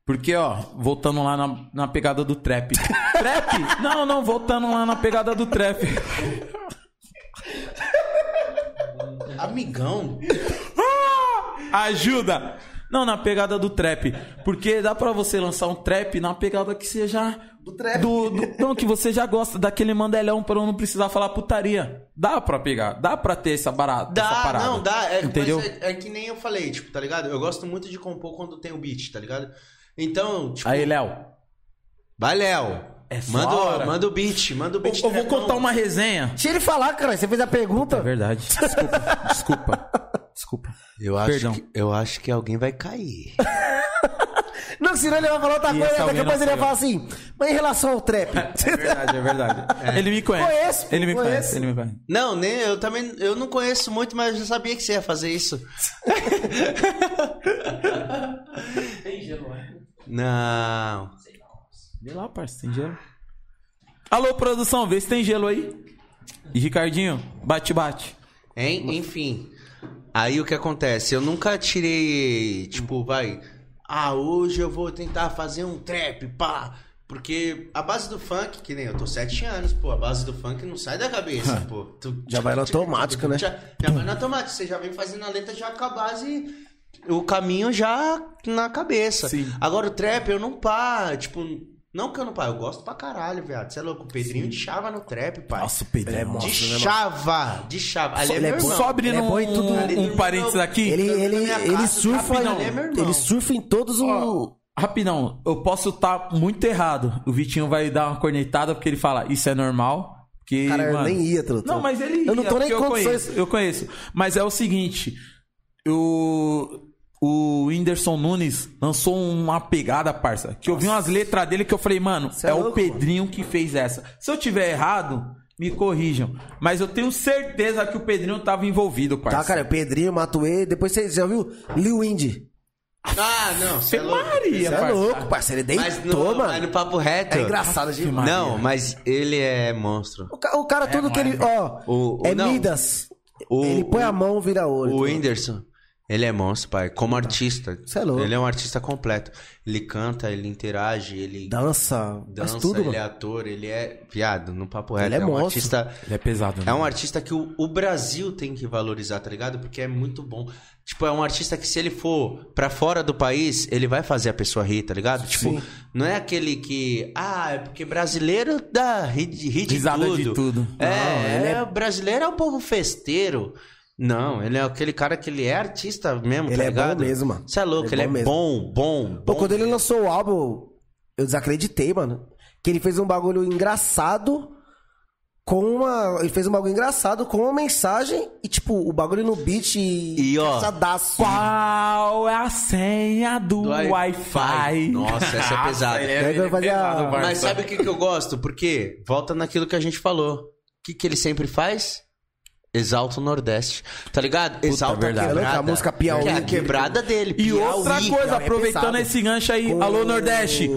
[SPEAKER 1] Porque, ó, voltando lá na, na pegada do trap. trap? Não, não, voltando lá na pegada do trap.
[SPEAKER 3] Amigão.
[SPEAKER 1] Ajuda! Não, na pegada do trap. Porque dá pra você lançar um trap na pegada que você já. Do
[SPEAKER 3] é
[SPEAKER 1] trap. não, que você já gosta daquele mandelão pra eu não precisar falar putaria. Dá pra pegar, dá pra ter essa barata. essa
[SPEAKER 3] Dá,
[SPEAKER 1] parada.
[SPEAKER 3] não, dá. É,
[SPEAKER 1] Entendeu?
[SPEAKER 3] mas é- é que nem eu falei, tipo, tá ligado? Eu gosto muito de compor quando tem o beat, tá ligado? Então, tipo,
[SPEAKER 1] Aí, Léo.
[SPEAKER 3] vai, Léo.
[SPEAKER 1] É só
[SPEAKER 3] manda,
[SPEAKER 1] a
[SPEAKER 3] o-
[SPEAKER 1] hora.
[SPEAKER 3] manda o beat, manda o
[SPEAKER 1] Eu,
[SPEAKER 3] beat.
[SPEAKER 1] eu vou
[SPEAKER 3] trepão.
[SPEAKER 1] contar um- uma resenha.
[SPEAKER 2] Deixa ele falar, cara. Você fez a pergunta.
[SPEAKER 1] Tá
[SPEAKER 6] É verdade. Desculpa. Desculpa. Desculpa.
[SPEAKER 3] Eu acho,
[SPEAKER 1] Perdão.
[SPEAKER 3] Que, eu acho que alguém vai cair.
[SPEAKER 2] Não, senão ele vai falar outra
[SPEAKER 6] E
[SPEAKER 2] coisa,
[SPEAKER 6] essa
[SPEAKER 2] daqui
[SPEAKER 6] alguém
[SPEAKER 2] depois
[SPEAKER 6] não
[SPEAKER 2] ele
[SPEAKER 6] sou
[SPEAKER 2] vai falar assim, mas em relação ao trap.
[SPEAKER 6] É verdade, é verdade.
[SPEAKER 1] Ele me conhece.
[SPEAKER 2] Conheço, pô,
[SPEAKER 1] ele me
[SPEAKER 2] conheço.
[SPEAKER 1] conhece. ele me conhece.
[SPEAKER 3] Não, nem eu também. Eu não conheço muito, mas eu já sabia que você ia fazer isso.
[SPEAKER 4] Tem gelo, né?
[SPEAKER 3] Não.
[SPEAKER 4] Sei não.
[SPEAKER 6] Vê lá, parceiro, tem
[SPEAKER 1] Alô, produção, vê se tem gelo aí. E Ricardinho, bate, bate.
[SPEAKER 3] Hein? Enfim. Aí o que acontece? Eu nunca tirei, tipo, vai. Ah, hoje eu vou tentar fazer um trap, pá. Porque a base do funk, que nem eu tô sete anos, pô, a base do funk não sai da cabeça, pô. Tu-
[SPEAKER 2] Já vai no automático, né?
[SPEAKER 3] Já, já vai no automático, você já vem fazendo a letra já com a base, o caminho já na cabeça.
[SPEAKER 1] Sim.
[SPEAKER 3] Agora o trap eu não pá, tipo, não que eu não pá, eu gosto pra caralho, viado. Você é louco, o Pedrinho de chava no trap, pai.
[SPEAKER 6] Nossa, o Pedro.
[SPEAKER 2] É, mano.
[SPEAKER 3] De
[SPEAKER 2] Nossa, né,
[SPEAKER 3] chava, de chava. Ali é
[SPEAKER 2] ele é
[SPEAKER 3] meu irmão.
[SPEAKER 1] Só abrindo
[SPEAKER 2] Ele é bom em tudo.
[SPEAKER 1] um,
[SPEAKER 3] Ali
[SPEAKER 1] um
[SPEAKER 3] no
[SPEAKER 1] parênteses
[SPEAKER 3] meu-
[SPEAKER 1] aqui.
[SPEAKER 2] Ele,
[SPEAKER 3] Eu tô
[SPEAKER 2] ele,
[SPEAKER 3] na minha
[SPEAKER 2] ele
[SPEAKER 3] casa,
[SPEAKER 2] surfa,
[SPEAKER 3] rapidão, né, meu irmão?
[SPEAKER 2] ele surfa em todos os...
[SPEAKER 1] Rapidão, eu posso estar muito errado. O Vitinho vai dar uma cornetada porque ele fala, isso é normal. Que,
[SPEAKER 2] Cara, eu
[SPEAKER 1] mano,
[SPEAKER 2] nem ia, truta.
[SPEAKER 1] Não, mas ele.
[SPEAKER 2] Tá. Eu não tô
[SPEAKER 1] ia,
[SPEAKER 2] nem
[SPEAKER 1] porque eu
[SPEAKER 2] condições.
[SPEAKER 1] conheço, eu conheço. Mas é o seguinte: o. O Whindersson Nunes lançou uma pegada, parça. Que eu vi umas letras dele que eu falei, mano,
[SPEAKER 2] Cê
[SPEAKER 1] é,
[SPEAKER 2] é
[SPEAKER 1] o
[SPEAKER 2] louco,
[SPEAKER 1] Pedrinho que fez essa. Se eu tiver errado, me corrijam. Mas eu tenho certeza que o Pedrinho tava envolvido, parça.
[SPEAKER 2] Tá, cara, Pedrinho, Matuê, depois você já viu? Lil Windy.
[SPEAKER 3] Ah, não, você é
[SPEAKER 1] Ave
[SPEAKER 3] louco.
[SPEAKER 1] Maria,
[SPEAKER 2] Você é
[SPEAKER 1] parça.
[SPEAKER 2] louco, parceiro, ele
[SPEAKER 3] Mas
[SPEAKER 2] deitou,
[SPEAKER 3] no, mas
[SPEAKER 2] mano.
[SPEAKER 3] no papo reto.
[SPEAKER 2] É engraçado demais.
[SPEAKER 3] Não, mas ele é monstro.
[SPEAKER 2] O, ca- o cara,
[SPEAKER 1] É,
[SPEAKER 2] tudo que
[SPEAKER 1] né?
[SPEAKER 2] ele. Ó,
[SPEAKER 3] O- o-
[SPEAKER 2] é
[SPEAKER 3] não.
[SPEAKER 2] Midas.
[SPEAKER 3] O-
[SPEAKER 2] ele põe a mão, vira olho.
[SPEAKER 3] O Whindersson, ele é monstro, pai. Como artista.
[SPEAKER 2] Cê é louco.
[SPEAKER 3] Ele é um artista completo. Ele canta, ele interage, ele
[SPEAKER 2] Dança,
[SPEAKER 3] dança,
[SPEAKER 2] faz tudo,
[SPEAKER 3] ele
[SPEAKER 2] mano.
[SPEAKER 3] é ator, ele é. Viado, no papo reto.
[SPEAKER 2] Ele é
[SPEAKER 3] um
[SPEAKER 2] monstro.
[SPEAKER 3] artista.
[SPEAKER 1] Ele é pesado, né?
[SPEAKER 3] É um artista que o, o Brasil tem que valorizar, tá ligado? Porque é muito bom. Tipo, é um artista que se ele for pra fora do país, ele vai fazer a pessoa rir, tá ligado? Tipo, não é aquele que. Ah, é porque brasileiro dá ri, de- ri de
[SPEAKER 1] Risada
[SPEAKER 3] tudo.
[SPEAKER 1] de tudo.
[SPEAKER 3] É,
[SPEAKER 2] ele
[SPEAKER 3] é, brasileiro é um povo festeiro. Não, ele é aquele cara que ele é artista mesmo,
[SPEAKER 2] Ele
[SPEAKER 3] tá
[SPEAKER 2] é bom
[SPEAKER 3] ligado?
[SPEAKER 2] mesmo, mano.
[SPEAKER 3] Você é louco,
[SPEAKER 2] Ele
[SPEAKER 3] ele
[SPEAKER 2] é
[SPEAKER 3] é,
[SPEAKER 2] bom mesmo.
[SPEAKER 3] bom, bom,
[SPEAKER 2] Pô,
[SPEAKER 3] bom.
[SPEAKER 2] quando ele lançou o álbum, eu desacreditei, mano. Que ele fez um bagulho engraçado com uma. Ele fez um bagulho engraçado com uma mensagem e, tipo, o bagulho no beat e.
[SPEAKER 3] E, ó,
[SPEAKER 2] Caçadaço.
[SPEAKER 1] Qual é a senha do,
[SPEAKER 3] Do
[SPEAKER 1] Wi-Fi?
[SPEAKER 3] Nossa, essa é pesada.
[SPEAKER 1] ele
[SPEAKER 2] Daí
[SPEAKER 1] ele
[SPEAKER 2] eu fazia-
[SPEAKER 1] pesado, parça.
[SPEAKER 3] Mas sabe o que, que eu gosto? Porque volta naquilo que a gente falou. O que, que ele sempre faz? Exalta o Nordeste. Tá ligado? Exalta
[SPEAKER 2] verdade.
[SPEAKER 3] a quebrada.
[SPEAKER 2] A música Piauí.
[SPEAKER 3] Que é a quebrada dele.
[SPEAKER 1] E
[SPEAKER 3] Piauí.
[SPEAKER 1] outra coisa,
[SPEAKER 2] é
[SPEAKER 1] aproveitando
[SPEAKER 2] pesado.
[SPEAKER 1] esse gancho aí,
[SPEAKER 2] Com-
[SPEAKER 1] alô Nordeste,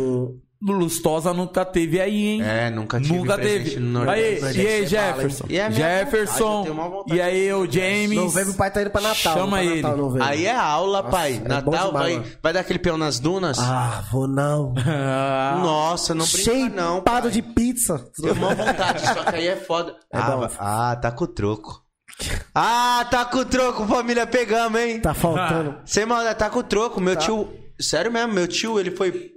[SPEAKER 1] Lustosa nunca teve aí, hein?
[SPEAKER 3] É, nunca tive
[SPEAKER 1] Nunca
[SPEAKER 3] presente
[SPEAKER 1] teve.
[SPEAKER 3] no Nordeste.
[SPEAKER 1] Aí, e aí,
[SPEAKER 2] Nordeste é bala, hein?
[SPEAKER 1] Jefferson?
[SPEAKER 3] E é a minha vontade, eu
[SPEAKER 1] Jefferson.
[SPEAKER 3] tenho maior vontade
[SPEAKER 1] E aí, o James.
[SPEAKER 2] Novembro o pai tá indo pra Natal.
[SPEAKER 1] Chama
[SPEAKER 2] pra
[SPEAKER 1] ele.
[SPEAKER 2] Natal, novembro.
[SPEAKER 3] Aí é aula,
[SPEAKER 2] Nossa,
[SPEAKER 3] pai.
[SPEAKER 2] é bom
[SPEAKER 3] Natal
[SPEAKER 2] demais,
[SPEAKER 3] vai,
[SPEAKER 2] mano.
[SPEAKER 3] vai dar aquele peão nas dunas.
[SPEAKER 2] Ah, vou não.
[SPEAKER 1] Ah,
[SPEAKER 3] Nossa, não brinca
[SPEAKER 2] Cheio
[SPEAKER 3] não.
[SPEAKER 2] pado de pizza.
[SPEAKER 3] Tenho maior vontade, só que aí é foda. ah,
[SPEAKER 2] bom.
[SPEAKER 3] vai- ah, tá com o troco. Ah, tá com o troco, família, pegamos, hein?
[SPEAKER 2] Tá faltando.
[SPEAKER 3] Sem maldade, tá com o troco. Meu tio. Sério mesmo, meu tio, ele foi.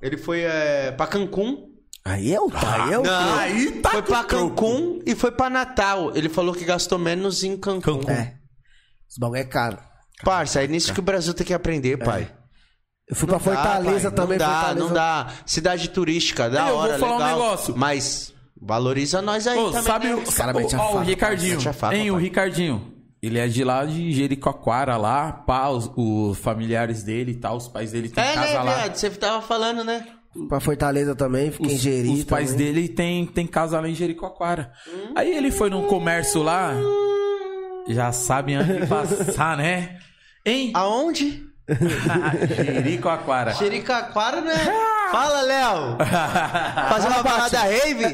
[SPEAKER 3] Ele foi é, pra Cancún.
[SPEAKER 2] Aí eu, aí é eu.
[SPEAKER 3] Não,
[SPEAKER 1] aí tá
[SPEAKER 3] foi
[SPEAKER 1] com
[SPEAKER 3] pra
[SPEAKER 1] o troco.
[SPEAKER 3] Cancún e foi pra Natal. Ele falou que gastou menos em Cancún.
[SPEAKER 2] É. Esse bagulho é caro.
[SPEAKER 3] Parça, é nisso que o Brasil tem que aprender,
[SPEAKER 1] É.
[SPEAKER 3] pai.
[SPEAKER 2] Eu fui pra
[SPEAKER 3] Dá,
[SPEAKER 2] Fortaleza
[SPEAKER 3] pai,
[SPEAKER 2] também.
[SPEAKER 3] Não dá,
[SPEAKER 2] Fortaleza.
[SPEAKER 3] não dá. Cidade turística, da
[SPEAKER 1] Eu vou
[SPEAKER 3] hora,
[SPEAKER 1] falar um
[SPEAKER 3] legal.
[SPEAKER 1] negócio.
[SPEAKER 3] Mas valoriza nós aí
[SPEAKER 1] Ô,
[SPEAKER 3] também.
[SPEAKER 1] sabe
[SPEAKER 3] né?
[SPEAKER 1] o,
[SPEAKER 2] Os cara mete a
[SPEAKER 1] ó, o
[SPEAKER 2] faca,
[SPEAKER 1] Ricardinho,
[SPEAKER 3] mete a faca,
[SPEAKER 1] hein, o
[SPEAKER 3] pai.
[SPEAKER 1] Ricardinho. Ele é de lá de Jericoacoara lá, pá, os, os familiares dele e tal, os pais dele têm
[SPEAKER 3] É,
[SPEAKER 1] casa
[SPEAKER 3] né,
[SPEAKER 1] lá.
[SPEAKER 3] viado? Você tava falando, né?
[SPEAKER 2] Pra Fortaleza também, fiquei em
[SPEAKER 1] Os,
[SPEAKER 2] Jeri.
[SPEAKER 1] os pais
[SPEAKER 2] também.
[SPEAKER 1] dele tem, tem casa lá em Jericoacoara. Aí ele foi num comércio lá. Já sabem antes de passar, né? Em
[SPEAKER 2] Ah.
[SPEAKER 3] Aonde?
[SPEAKER 1] Jericoacoara.
[SPEAKER 3] Xericaquara, né? Fala, Léo! Fazer uma balada rave?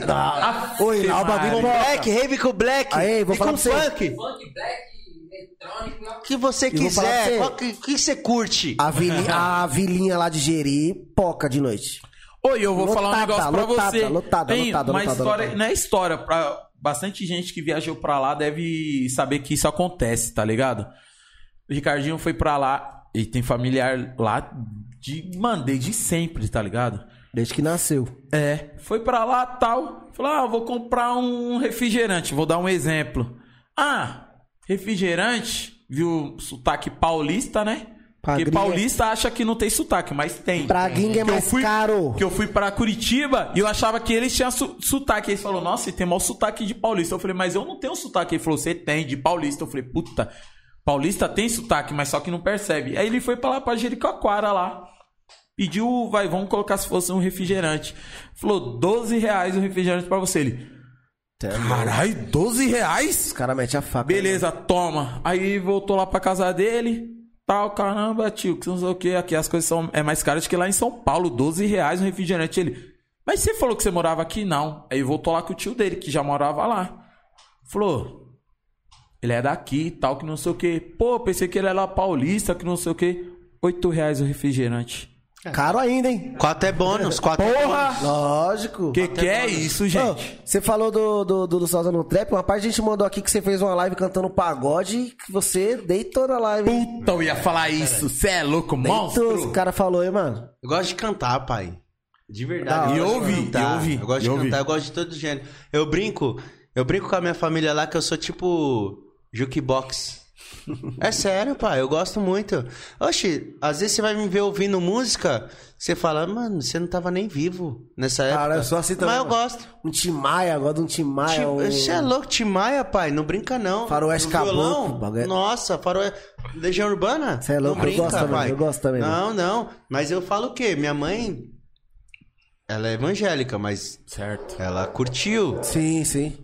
[SPEAKER 2] Oi, lá o bagulho
[SPEAKER 1] Maria.
[SPEAKER 3] Com black, rave com black.
[SPEAKER 2] Aí, Tá. vou
[SPEAKER 3] e
[SPEAKER 2] falar
[SPEAKER 3] com
[SPEAKER 2] pra você.
[SPEAKER 3] funk. O
[SPEAKER 4] Funk, black, eletrônico né? e
[SPEAKER 3] que você
[SPEAKER 2] vou falar pra
[SPEAKER 3] quiser.
[SPEAKER 2] você.
[SPEAKER 3] O que, que você curte?
[SPEAKER 2] A, vili- a vilinha lá de Jeri, poca de noite.
[SPEAKER 1] Oi, eu vou
[SPEAKER 2] Lotada,
[SPEAKER 1] falar um negócio pra
[SPEAKER 2] lotada,
[SPEAKER 1] você.
[SPEAKER 2] lotada,
[SPEAKER 1] Hein,
[SPEAKER 2] lotada,
[SPEAKER 1] uma
[SPEAKER 2] lotada,
[SPEAKER 1] história,
[SPEAKER 2] lotada.
[SPEAKER 1] não é história, pra bastante gente que viajou pra lá deve saber que isso acontece, tá ligado? O Ricardinho foi pra lá, E tem familiar lá de, mano, desde sempre, tá ligado?
[SPEAKER 2] Desde que nasceu.
[SPEAKER 1] É, foi pra lá tal. Falou, ah, vou comprar um refrigerante. Vou dar um exemplo. Ah, refrigerante, viu? Sotaque paulista, né? Porque
[SPEAKER 2] Pagrinha.
[SPEAKER 1] paulista acha que não tem sotaque, mas tem.
[SPEAKER 2] Praguinha é
[SPEAKER 1] Que eu
[SPEAKER 2] mais
[SPEAKER 1] fui-
[SPEAKER 2] caro.
[SPEAKER 1] Que eu fui pra Curitiba e eu achava que eles tinham su- sotaque. Eles falaram, nossa, e tem mau sotaque de paulista. Eu falei, mas eu não tenho sotaque. Ele falou, você tem, de paulista. Eu falei, puta, paulista tem sotaque, mas só que não percebe. Aí ele foi pra lá, pra Jericoacoara lá. Pediu, vai, vamos colocar se fosse um refrigerante. Falou, 12 reais o refrigerante pra você. Ele, caralho, 12 reais?
[SPEAKER 2] Os caras metem a faca.
[SPEAKER 1] Beleza, toma. Aí voltou lá pra casa dele. Tal, caramba, tio, que não sei o que. Aqui as coisas são é mais caras que lá em São Paulo. 12 reais um refrigerante. Ele, mas você falou que você morava aqui? Não. Aí voltou lá com o tio dele, que já morava lá. Falou, ele é daqui e tal, que não sei o que. Pô, pensei que ele era paulista, que não sei o que. 8 reais o refrigerante.
[SPEAKER 2] Caro ainda, hein?
[SPEAKER 3] Quatro é bônus, quatro é bônus.
[SPEAKER 2] Lógico.
[SPEAKER 1] Que que é isso, gente?
[SPEAKER 2] Ô, Você falou do, do, do, do Salsa no Trap, uma parte a gente mandou aqui que você fez uma live cantando pagode e que você deitou na live. hein?
[SPEAKER 1] Puta, Então eu ia falar isso. Cê é louco,
[SPEAKER 2] Deitou,
[SPEAKER 1] monstro.
[SPEAKER 2] o cara falou, hein, mano?
[SPEAKER 3] Eu gosto de cantar, pai. De
[SPEAKER 2] Da
[SPEAKER 1] hora. E
[SPEAKER 3] verdade. gosto de
[SPEAKER 1] eu ouvi,
[SPEAKER 3] cantar.
[SPEAKER 1] eu ouvi,
[SPEAKER 3] Eu gosto de
[SPEAKER 1] eu ouvi.
[SPEAKER 3] cantar, eu gosto de todo gênero. Eu brinco, eu brinco com a minha família lá que eu sou tipo jukebox. É sério, pai, eu gosto muito. Oxi, às vezes você vai me ver ouvindo música, você fala, mano, você não tava nem vivo nessa época.
[SPEAKER 2] Cara, eu sou assim também,
[SPEAKER 3] Mas eu
[SPEAKER 2] mano.
[SPEAKER 3] gosto.
[SPEAKER 2] Um Tim Maia, agora de um Tim Maia.
[SPEAKER 3] Ti-
[SPEAKER 2] um-
[SPEAKER 3] Você é louco, Timaya, pai, não brinca não.
[SPEAKER 2] Faroeste
[SPEAKER 3] No violão,
[SPEAKER 2] caboclo, bagulho.
[SPEAKER 3] Nossa, faroeste... Legião Urbana?
[SPEAKER 2] Você é louco,
[SPEAKER 3] não
[SPEAKER 2] eu
[SPEAKER 3] brinca,
[SPEAKER 2] gosto também,
[SPEAKER 3] pai.
[SPEAKER 2] eu gosto também, né?
[SPEAKER 3] Não, não, mas eu falo o quê? Minha mãe, ela é evangélica, mas
[SPEAKER 1] Certo.
[SPEAKER 3] ela curtiu
[SPEAKER 2] Sim, sim.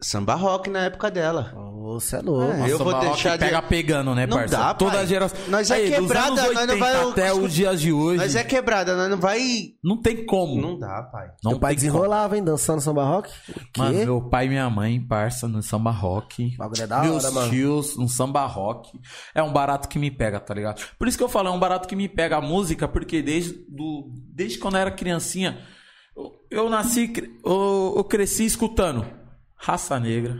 [SPEAKER 3] samba rock na época dela.
[SPEAKER 2] Você é louco.
[SPEAKER 3] É, eu
[SPEAKER 1] Nossa,
[SPEAKER 3] vou
[SPEAKER 1] Barroca
[SPEAKER 3] deixar de-
[SPEAKER 1] pega pegando, né,
[SPEAKER 3] Não
[SPEAKER 1] parça?
[SPEAKER 3] dá,
[SPEAKER 1] Toda
[SPEAKER 3] pai.
[SPEAKER 1] geração.
[SPEAKER 3] Nós é
[SPEAKER 1] Aí, dos
[SPEAKER 3] quebrada,
[SPEAKER 1] anos
[SPEAKER 3] nós não
[SPEAKER 1] 80
[SPEAKER 3] vai-
[SPEAKER 1] até os dias de hoje.
[SPEAKER 3] Nós é quebrada, nós não vai...
[SPEAKER 1] Não tem
[SPEAKER 2] Hum.
[SPEAKER 1] como.
[SPEAKER 3] Não dá, pai.
[SPEAKER 1] Não
[SPEAKER 2] Meu pai
[SPEAKER 1] tem
[SPEAKER 2] desenrolava, hein? Dançando samba rock.
[SPEAKER 1] como. Mano,
[SPEAKER 2] Que?
[SPEAKER 1] meu pai e minha mãe, parça, no samba rock.
[SPEAKER 2] Bagulho é da
[SPEAKER 1] Meus
[SPEAKER 2] hora, mano.
[SPEAKER 1] tios, um samba rock. É um barato que me pega, tá ligado? Por isso que eu falo, é um barato que me pega a música, porque desde, do, desde quando eu era criancinha, eu, eu nasci, cre- eu, eu cresci escutando Raça Negra,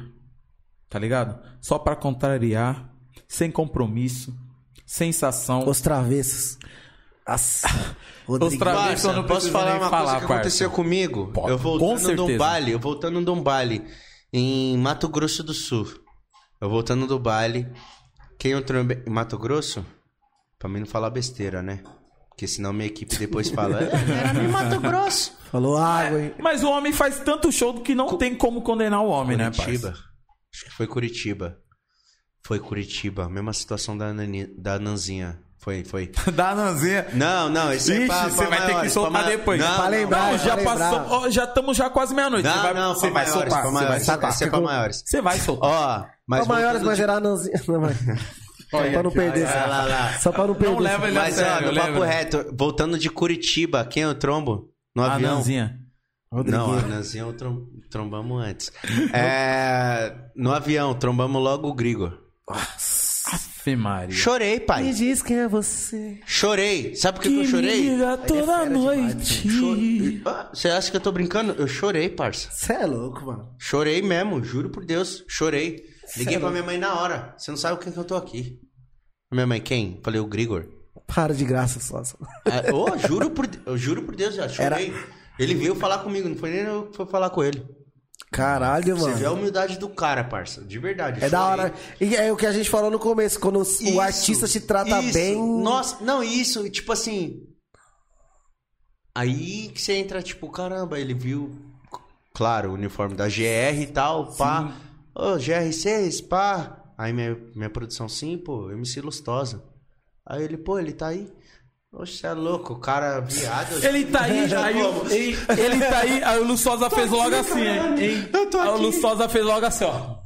[SPEAKER 1] tá ligado? Só pra contrariar, sem compromisso, sensação.
[SPEAKER 2] Os travessos. Nossa. Rodrigo.
[SPEAKER 1] Os Travessos.
[SPEAKER 3] Parça,
[SPEAKER 1] eu não
[SPEAKER 3] posso
[SPEAKER 1] preciso
[SPEAKER 3] falar
[SPEAKER 1] nem
[SPEAKER 3] uma
[SPEAKER 1] falar,
[SPEAKER 3] coisa que
[SPEAKER 1] parça.
[SPEAKER 3] aconteceu comigo?
[SPEAKER 1] Pode,
[SPEAKER 3] eu
[SPEAKER 1] com
[SPEAKER 3] voltando de um
[SPEAKER 1] certeza.
[SPEAKER 3] baile, eu voltando de um baile em Mato Grosso do Sul. Eu voltando do baile, quem eu trombei em Mato Grosso? Pra mim não falar besteira, né? Porque senão minha equipe depois fala, "É, era em Mato Grosso.
[SPEAKER 2] Falou água, hein?
[SPEAKER 1] Mas o homem faz tanto show que não tem como condenar o homem, né,
[SPEAKER 3] Curitiba.
[SPEAKER 1] parça?
[SPEAKER 3] Acho que foi Curitiba. Foi Curitiba, mesma situação da, Nani- da Nanzinha. Foi, foi.
[SPEAKER 1] da Nanzinha.
[SPEAKER 3] Não, não, isso é
[SPEAKER 1] Ixi,
[SPEAKER 3] pra,
[SPEAKER 1] você
[SPEAKER 3] pra
[SPEAKER 1] vai ter que
[SPEAKER 3] maiores, pra
[SPEAKER 1] soltar
[SPEAKER 3] maior-
[SPEAKER 1] depois.
[SPEAKER 3] Não,
[SPEAKER 2] Pra
[SPEAKER 3] não,
[SPEAKER 2] lembrar,
[SPEAKER 1] Não,
[SPEAKER 2] vai
[SPEAKER 1] já
[SPEAKER 2] lembrar.
[SPEAKER 1] passou, ó, já estamos já quase meia-noite.
[SPEAKER 3] Não,
[SPEAKER 1] Você vai,
[SPEAKER 3] não,
[SPEAKER 1] você
[SPEAKER 3] pra
[SPEAKER 1] vai
[SPEAKER 3] maiores,
[SPEAKER 1] soltar,
[SPEAKER 3] pra
[SPEAKER 1] você vai
[SPEAKER 3] maiores,
[SPEAKER 1] soltar.
[SPEAKER 3] essa é pra maiores.
[SPEAKER 1] Você vai soltar.
[SPEAKER 3] Ó, mas
[SPEAKER 2] Os maiores
[SPEAKER 3] voltando
[SPEAKER 2] vai
[SPEAKER 3] de-
[SPEAKER 2] gerar anãozinho. Não, mas- Só pra não perder.
[SPEAKER 3] Vai lá, lá.
[SPEAKER 2] Só pra não perder.
[SPEAKER 1] leva ele a
[SPEAKER 3] Mas, ó,
[SPEAKER 1] sério,
[SPEAKER 3] no papo
[SPEAKER 1] lembra?
[SPEAKER 3] reto, voltando de Curitiba, quem eu trombo? No
[SPEAKER 1] A
[SPEAKER 3] avião?
[SPEAKER 1] Nanzinha.
[SPEAKER 3] Não, a
[SPEAKER 2] Rodriguinho.
[SPEAKER 3] Nanzinha eu trom- trombamos antes. É, no avião, trombamos logo o Grigor.
[SPEAKER 1] Afe Maria.
[SPEAKER 3] Chorei,
[SPEAKER 2] Me
[SPEAKER 3] pai.
[SPEAKER 2] diz quem é você.
[SPEAKER 3] Chorei. Sabe por que, que eu
[SPEAKER 1] me
[SPEAKER 3] chorei?
[SPEAKER 1] liga toda noite.
[SPEAKER 3] Chorei. Ah, Você acha que eu tô brincando? Eu chorei, parça.
[SPEAKER 2] Você é louco, mano.
[SPEAKER 3] Chorei mesmo, juro por Deus. Chorei. Liguei pra minha mãe na hora. Você não sabe o que que eu tô aqui. Minha mãe, quem? Falei, o Grigor.
[SPEAKER 2] Para de graça, só. só.
[SPEAKER 3] Ah, ô, juro por, eu juro por Deus, já chorei. Ele veio falar comigo, não foi nem eu que fui falar com ele.
[SPEAKER 2] Caralho,
[SPEAKER 3] Você vê a
[SPEAKER 2] mano.
[SPEAKER 3] humildade do cara, parça. De verdade. eu
[SPEAKER 2] É da
[SPEAKER 3] chorei.
[SPEAKER 2] hora. E é o que a gente falou no começo. Quando o
[SPEAKER 3] Isso,
[SPEAKER 2] artista se trata
[SPEAKER 3] isso.
[SPEAKER 2] bem.
[SPEAKER 3] Nossa, não, isso, e tipo assim. Aí que você entra, tipo, caramba, ele viu. Claro, o uniforme da GR e tal, pá. Ô, GR6, pá. Aí minha, minha produção, sim, pô, MC Lustosa. Aí ele, pô, ele tá aí. Oxe, você é louco, o cara viado.
[SPEAKER 1] Ele tá aí, aí o- ele, ele tá aí, aí o Lustosa fez logo assim, hein? hein? Aí o Lustosa fez logo assim, ó.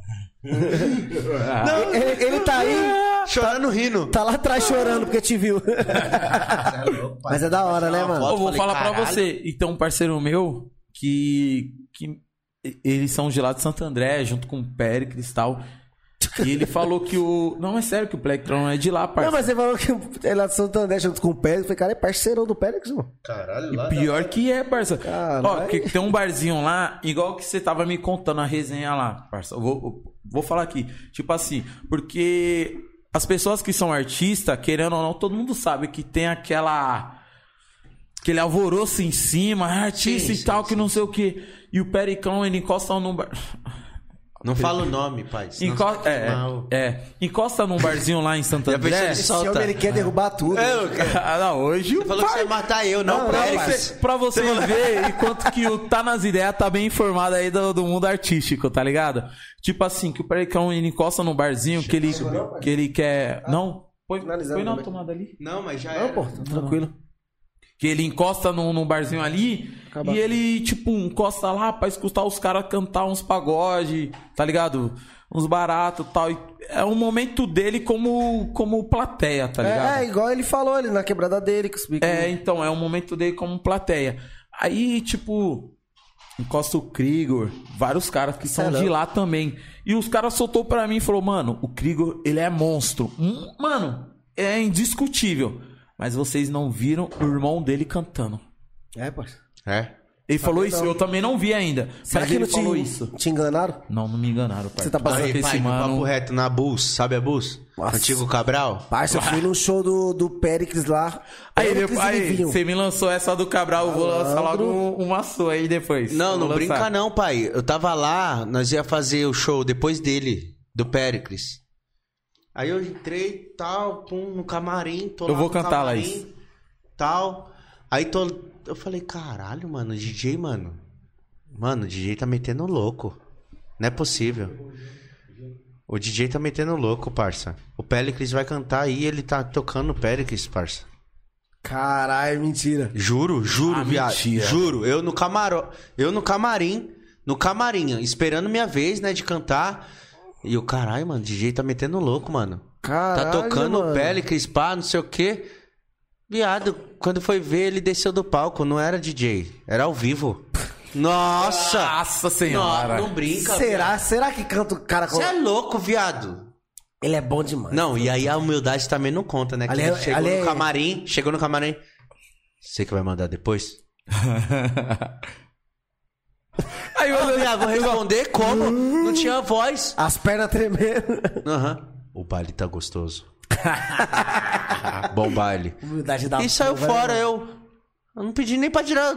[SPEAKER 2] Ele, ele tá aí,
[SPEAKER 3] Chorando rindo.
[SPEAKER 2] tá lá atrás chorando porque te viu. Mas é da hora, né, mano?
[SPEAKER 1] Eu vou
[SPEAKER 3] Falei,
[SPEAKER 1] falar pra
[SPEAKER 3] "Caralho."
[SPEAKER 1] você. Então, um parceiro meu, que, que eles são de lá de Santo André, junto com o Pere Cristal. E ele falou que o. Não, é sério que o Plectron é de lá,
[SPEAKER 2] Não,
[SPEAKER 1] parceiro.
[SPEAKER 2] mas você falou que ele é de Santo André junto com o Pérez. Eu falei, cara, é parceirão do Pérez, mano.
[SPEAKER 3] Caralho, lá.
[SPEAKER 1] Pior que é, parça.
[SPEAKER 2] Caralho.
[SPEAKER 1] Ó, que tem um barzinho lá, igual que você tava me contando a resenha lá, parça. Eu vou, eu vou falar aqui. Tipo assim, porque As pessoas que são artistas, querendo ou não, todo mundo sabe que tem aquela. Aquele alvoroço em cima, ah, artista
[SPEAKER 3] Sim,
[SPEAKER 1] e
[SPEAKER 3] sim,
[SPEAKER 1] tal, que
[SPEAKER 3] sim.
[SPEAKER 1] não sei o quê. E o Pericão, ele encosta num bar.
[SPEAKER 3] Não fala o nome, pai. senão
[SPEAKER 1] Encosta,
[SPEAKER 3] você
[SPEAKER 1] é,
[SPEAKER 3] fica mal.
[SPEAKER 1] é. encosta num barzinho lá em Santo
[SPEAKER 3] Já pensou
[SPEAKER 1] André.
[SPEAKER 3] nisso?
[SPEAKER 2] Esse
[SPEAKER 3] solta.
[SPEAKER 2] homem, ele quer derrubar tudo.
[SPEAKER 3] É, eu quero-
[SPEAKER 1] Ah, não, hoje
[SPEAKER 3] Você falou que você ia matar eu, não, é
[SPEAKER 2] Não,
[SPEAKER 3] o
[SPEAKER 2] não,
[SPEAKER 3] Pérez.
[SPEAKER 2] mas-
[SPEAKER 1] Cê- Pra você ver, enquanto que o Tá Nas Ideias tá bem informado aí do, do mundo artístico, tá ligado? Tipo assim, que o Pericão ele encosta no barzinho que ele, que ele quer. Não? Põe,
[SPEAKER 2] Tá Finalizando
[SPEAKER 1] põe na
[SPEAKER 2] também.
[SPEAKER 1] tomada ali.
[SPEAKER 3] Não, mas já
[SPEAKER 2] Não,
[SPEAKER 3] era.
[SPEAKER 2] pô, tá tranquilo.
[SPEAKER 1] Que ele encosta num, num barzinho ali
[SPEAKER 2] Acabar.
[SPEAKER 1] e ele, tipo, encosta lá pra escutar os caras cantar uns pagode, tá ligado? Uns baratos tal. e É um momento dele como, como plateia, tá ligado?
[SPEAKER 2] É, é, igual ele falou ali na quebrada dele, que os bicos.
[SPEAKER 1] É, então, é um momento dele como plateia. Aí, tipo, encosta o Krigor, vários caras que são
[SPEAKER 2] Sei lá.
[SPEAKER 1] de lá também. E os caras soltou pra mim e falou, mano, o Krigor, ele é monstro. Hum, Mano, é indiscutível. Mas vocês não viram o irmão dele cantando.
[SPEAKER 2] É, pô.
[SPEAKER 3] É.
[SPEAKER 1] Ele falou isso,
[SPEAKER 2] não.
[SPEAKER 1] eu também não vi ainda.
[SPEAKER 2] Será
[SPEAKER 1] mas
[SPEAKER 2] que
[SPEAKER 1] ele
[SPEAKER 2] não te,
[SPEAKER 1] falou isso.
[SPEAKER 2] te enganaram?
[SPEAKER 1] Não, não me enganaram, pai.
[SPEAKER 2] Você tá passando-
[SPEAKER 1] Porque
[SPEAKER 3] Aí,
[SPEAKER 1] esse
[SPEAKER 3] pai,
[SPEAKER 1] mano...
[SPEAKER 3] papo reto na Bus, sabe a Bus?
[SPEAKER 2] Nossa.
[SPEAKER 3] Antigo Cabral?
[SPEAKER 2] Parça, eu fui no show do, do Péricles lá.
[SPEAKER 1] Aí,
[SPEAKER 2] Péricles
[SPEAKER 1] depois,
[SPEAKER 2] e
[SPEAKER 1] aí,
[SPEAKER 2] Livinho.
[SPEAKER 1] você me lançou essa do Cabral, eu vou lançar logo um- uma sua aí depois.
[SPEAKER 3] Não, não
[SPEAKER 1] Vou lançar.
[SPEAKER 3] brinca não, pai. Eu tava lá, nós ia fazer o show depois dele, do Péricles. Aí eu entrei, tal, pum, no camarim, tô
[SPEAKER 1] Eu
[SPEAKER 3] lá
[SPEAKER 1] vou
[SPEAKER 3] no
[SPEAKER 1] cantar,
[SPEAKER 3] camarim,
[SPEAKER 1] Laís.
[SPEAKER 3] Tal. Aí tô, eu falei, caralho, mano, o DJ, mano. Mano, o DJ tá metendo louco. Não é possível. O DJ tá metendo louco, parça. O Péricles vai cantar aí, ele tá tocando o Péricles, parça.
[SPEAKER 2] Caralho, mentira.
[SPEAKER 3] Juro, juro,
[SPEAKER 1] Ah,
[SPEAKER 3] viado.
[SPEAKER 1] mentira.
[SPEAKER 3] Juro. Eu no camaro... eu no camarim, no camarim, esperando minha vez, né, de cantar. E o caralho, mano, o DJ tá metendo louco, mano.
[SPEAKER 2] Caralho,
[SPEAKER 3] tá tocando
[SPEAKER 2] mano.
[SPEAKER 3] o pele, crispar, não sei o quê. Viado, quando foi ver, ele desceu do palco, não era DJ, era ao vivo. Nossa!
[SPEAKER 1] Nossa
[SPEAKER 3] não,
[SPEAKER 1] senhora.
[SPEAKER 3] não brinca.
[SPEAKER 2] Será? Será que canta o cara com...
[SPEAKER 3] Você é louco, viado.
[SPEAKER 2] Ele é bom demais.
[SPEAKER 3] Não, e aí a humildade também não conta, né? Que
[SPEAKER 2] Ali é-
[SPEAKER 3] ele chegou
[SPEAKER 2] ali é-
[SPEAKER 3] no camarim, chegou no camarim. Você que vai mandar depois?
[SPEAKER 1] Aí eu
[SPEAKER 3] Eu ia- vou responder como? Não tinha voz.
[SPEAKER 2] As pernas tremendo.
[SPEAKER 3] Aham. O baile tá gostoso. Bom baile.
[SPEAKER 2] Humildade da
[SPEAKER 3] e saiu
[SPEAKER 2] porra,
[SPEAKER 3] fora,
[SPEAKER 2] né,
[SPEAKER 3] eu. Eu não pedi nem pra tirar.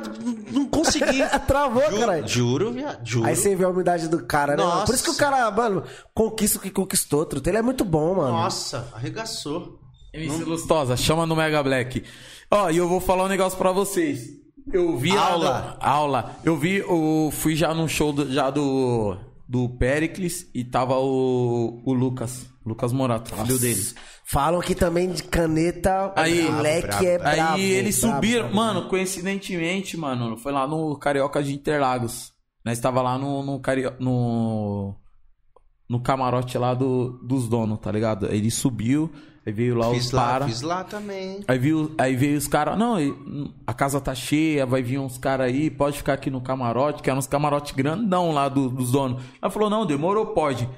[SPEAKER 3] Não consegui.
[SPEAKER 2] mano? Travou, caralho.
[SPEAKER 3] Juro, juro, viado. Juro.
[SPEAKER 2] Aí você vê a humildade do cara, né? mano?
[SPEAKER 3] Nossa.
[SPEAKER 2] Por isso que o cara, mano, conquista o que conquistou, truta. Ele é muito bom, mano.
[SPEAKER 3] Nossa, arregaçou.
[SPEAKER 1] MC Lustosa, chama no Mega Black. Ó, e eu vou falar um negócio pra vocês. Eu vi
[SPEAKER 3] Aula.
[SPEAKER 1] a- aula. Eu vi o fui já num show do, já do do Pericles e tava o, o Lucas, Lucas Morato, filho dele.
[SPEAKER 2] Falam que também de caneta,
[SPEAKER 1] Aí-
[SPEAKER 2] o moleque
[SPEAKER 3] Brabo,
[SPEAKER 2] é
[SPEAKER 3] brabo.
[SPEAKER 2] brabo.
[SPEAKER 1] Aí eles
[SPEAKER 2] brabo,
[SPEAKER 1] subiram,
[SPEAKER 2] brabo.
[SPEAKER 1] mano, coincidentemente, mano, foi lá no Carioca de Interlagos. Nós tava lá no no, Cario- no no camarote lá do, dos donos, tá ligado? Ele subiu, aí veio lá os
[SPEAKER 3] Fiz
[SPEAKER 1] para.
[SPEAKER 3] lá, fiz lá também.
[SPEAKER 1] Aí, viu, aí veio os caras, não, e- a casa tá cheia, vai vir uns caras aí, pode ficar aqui no camarote, que era uns camarote grandão lá do- dos donos. Ela falou, não, demorou, pode.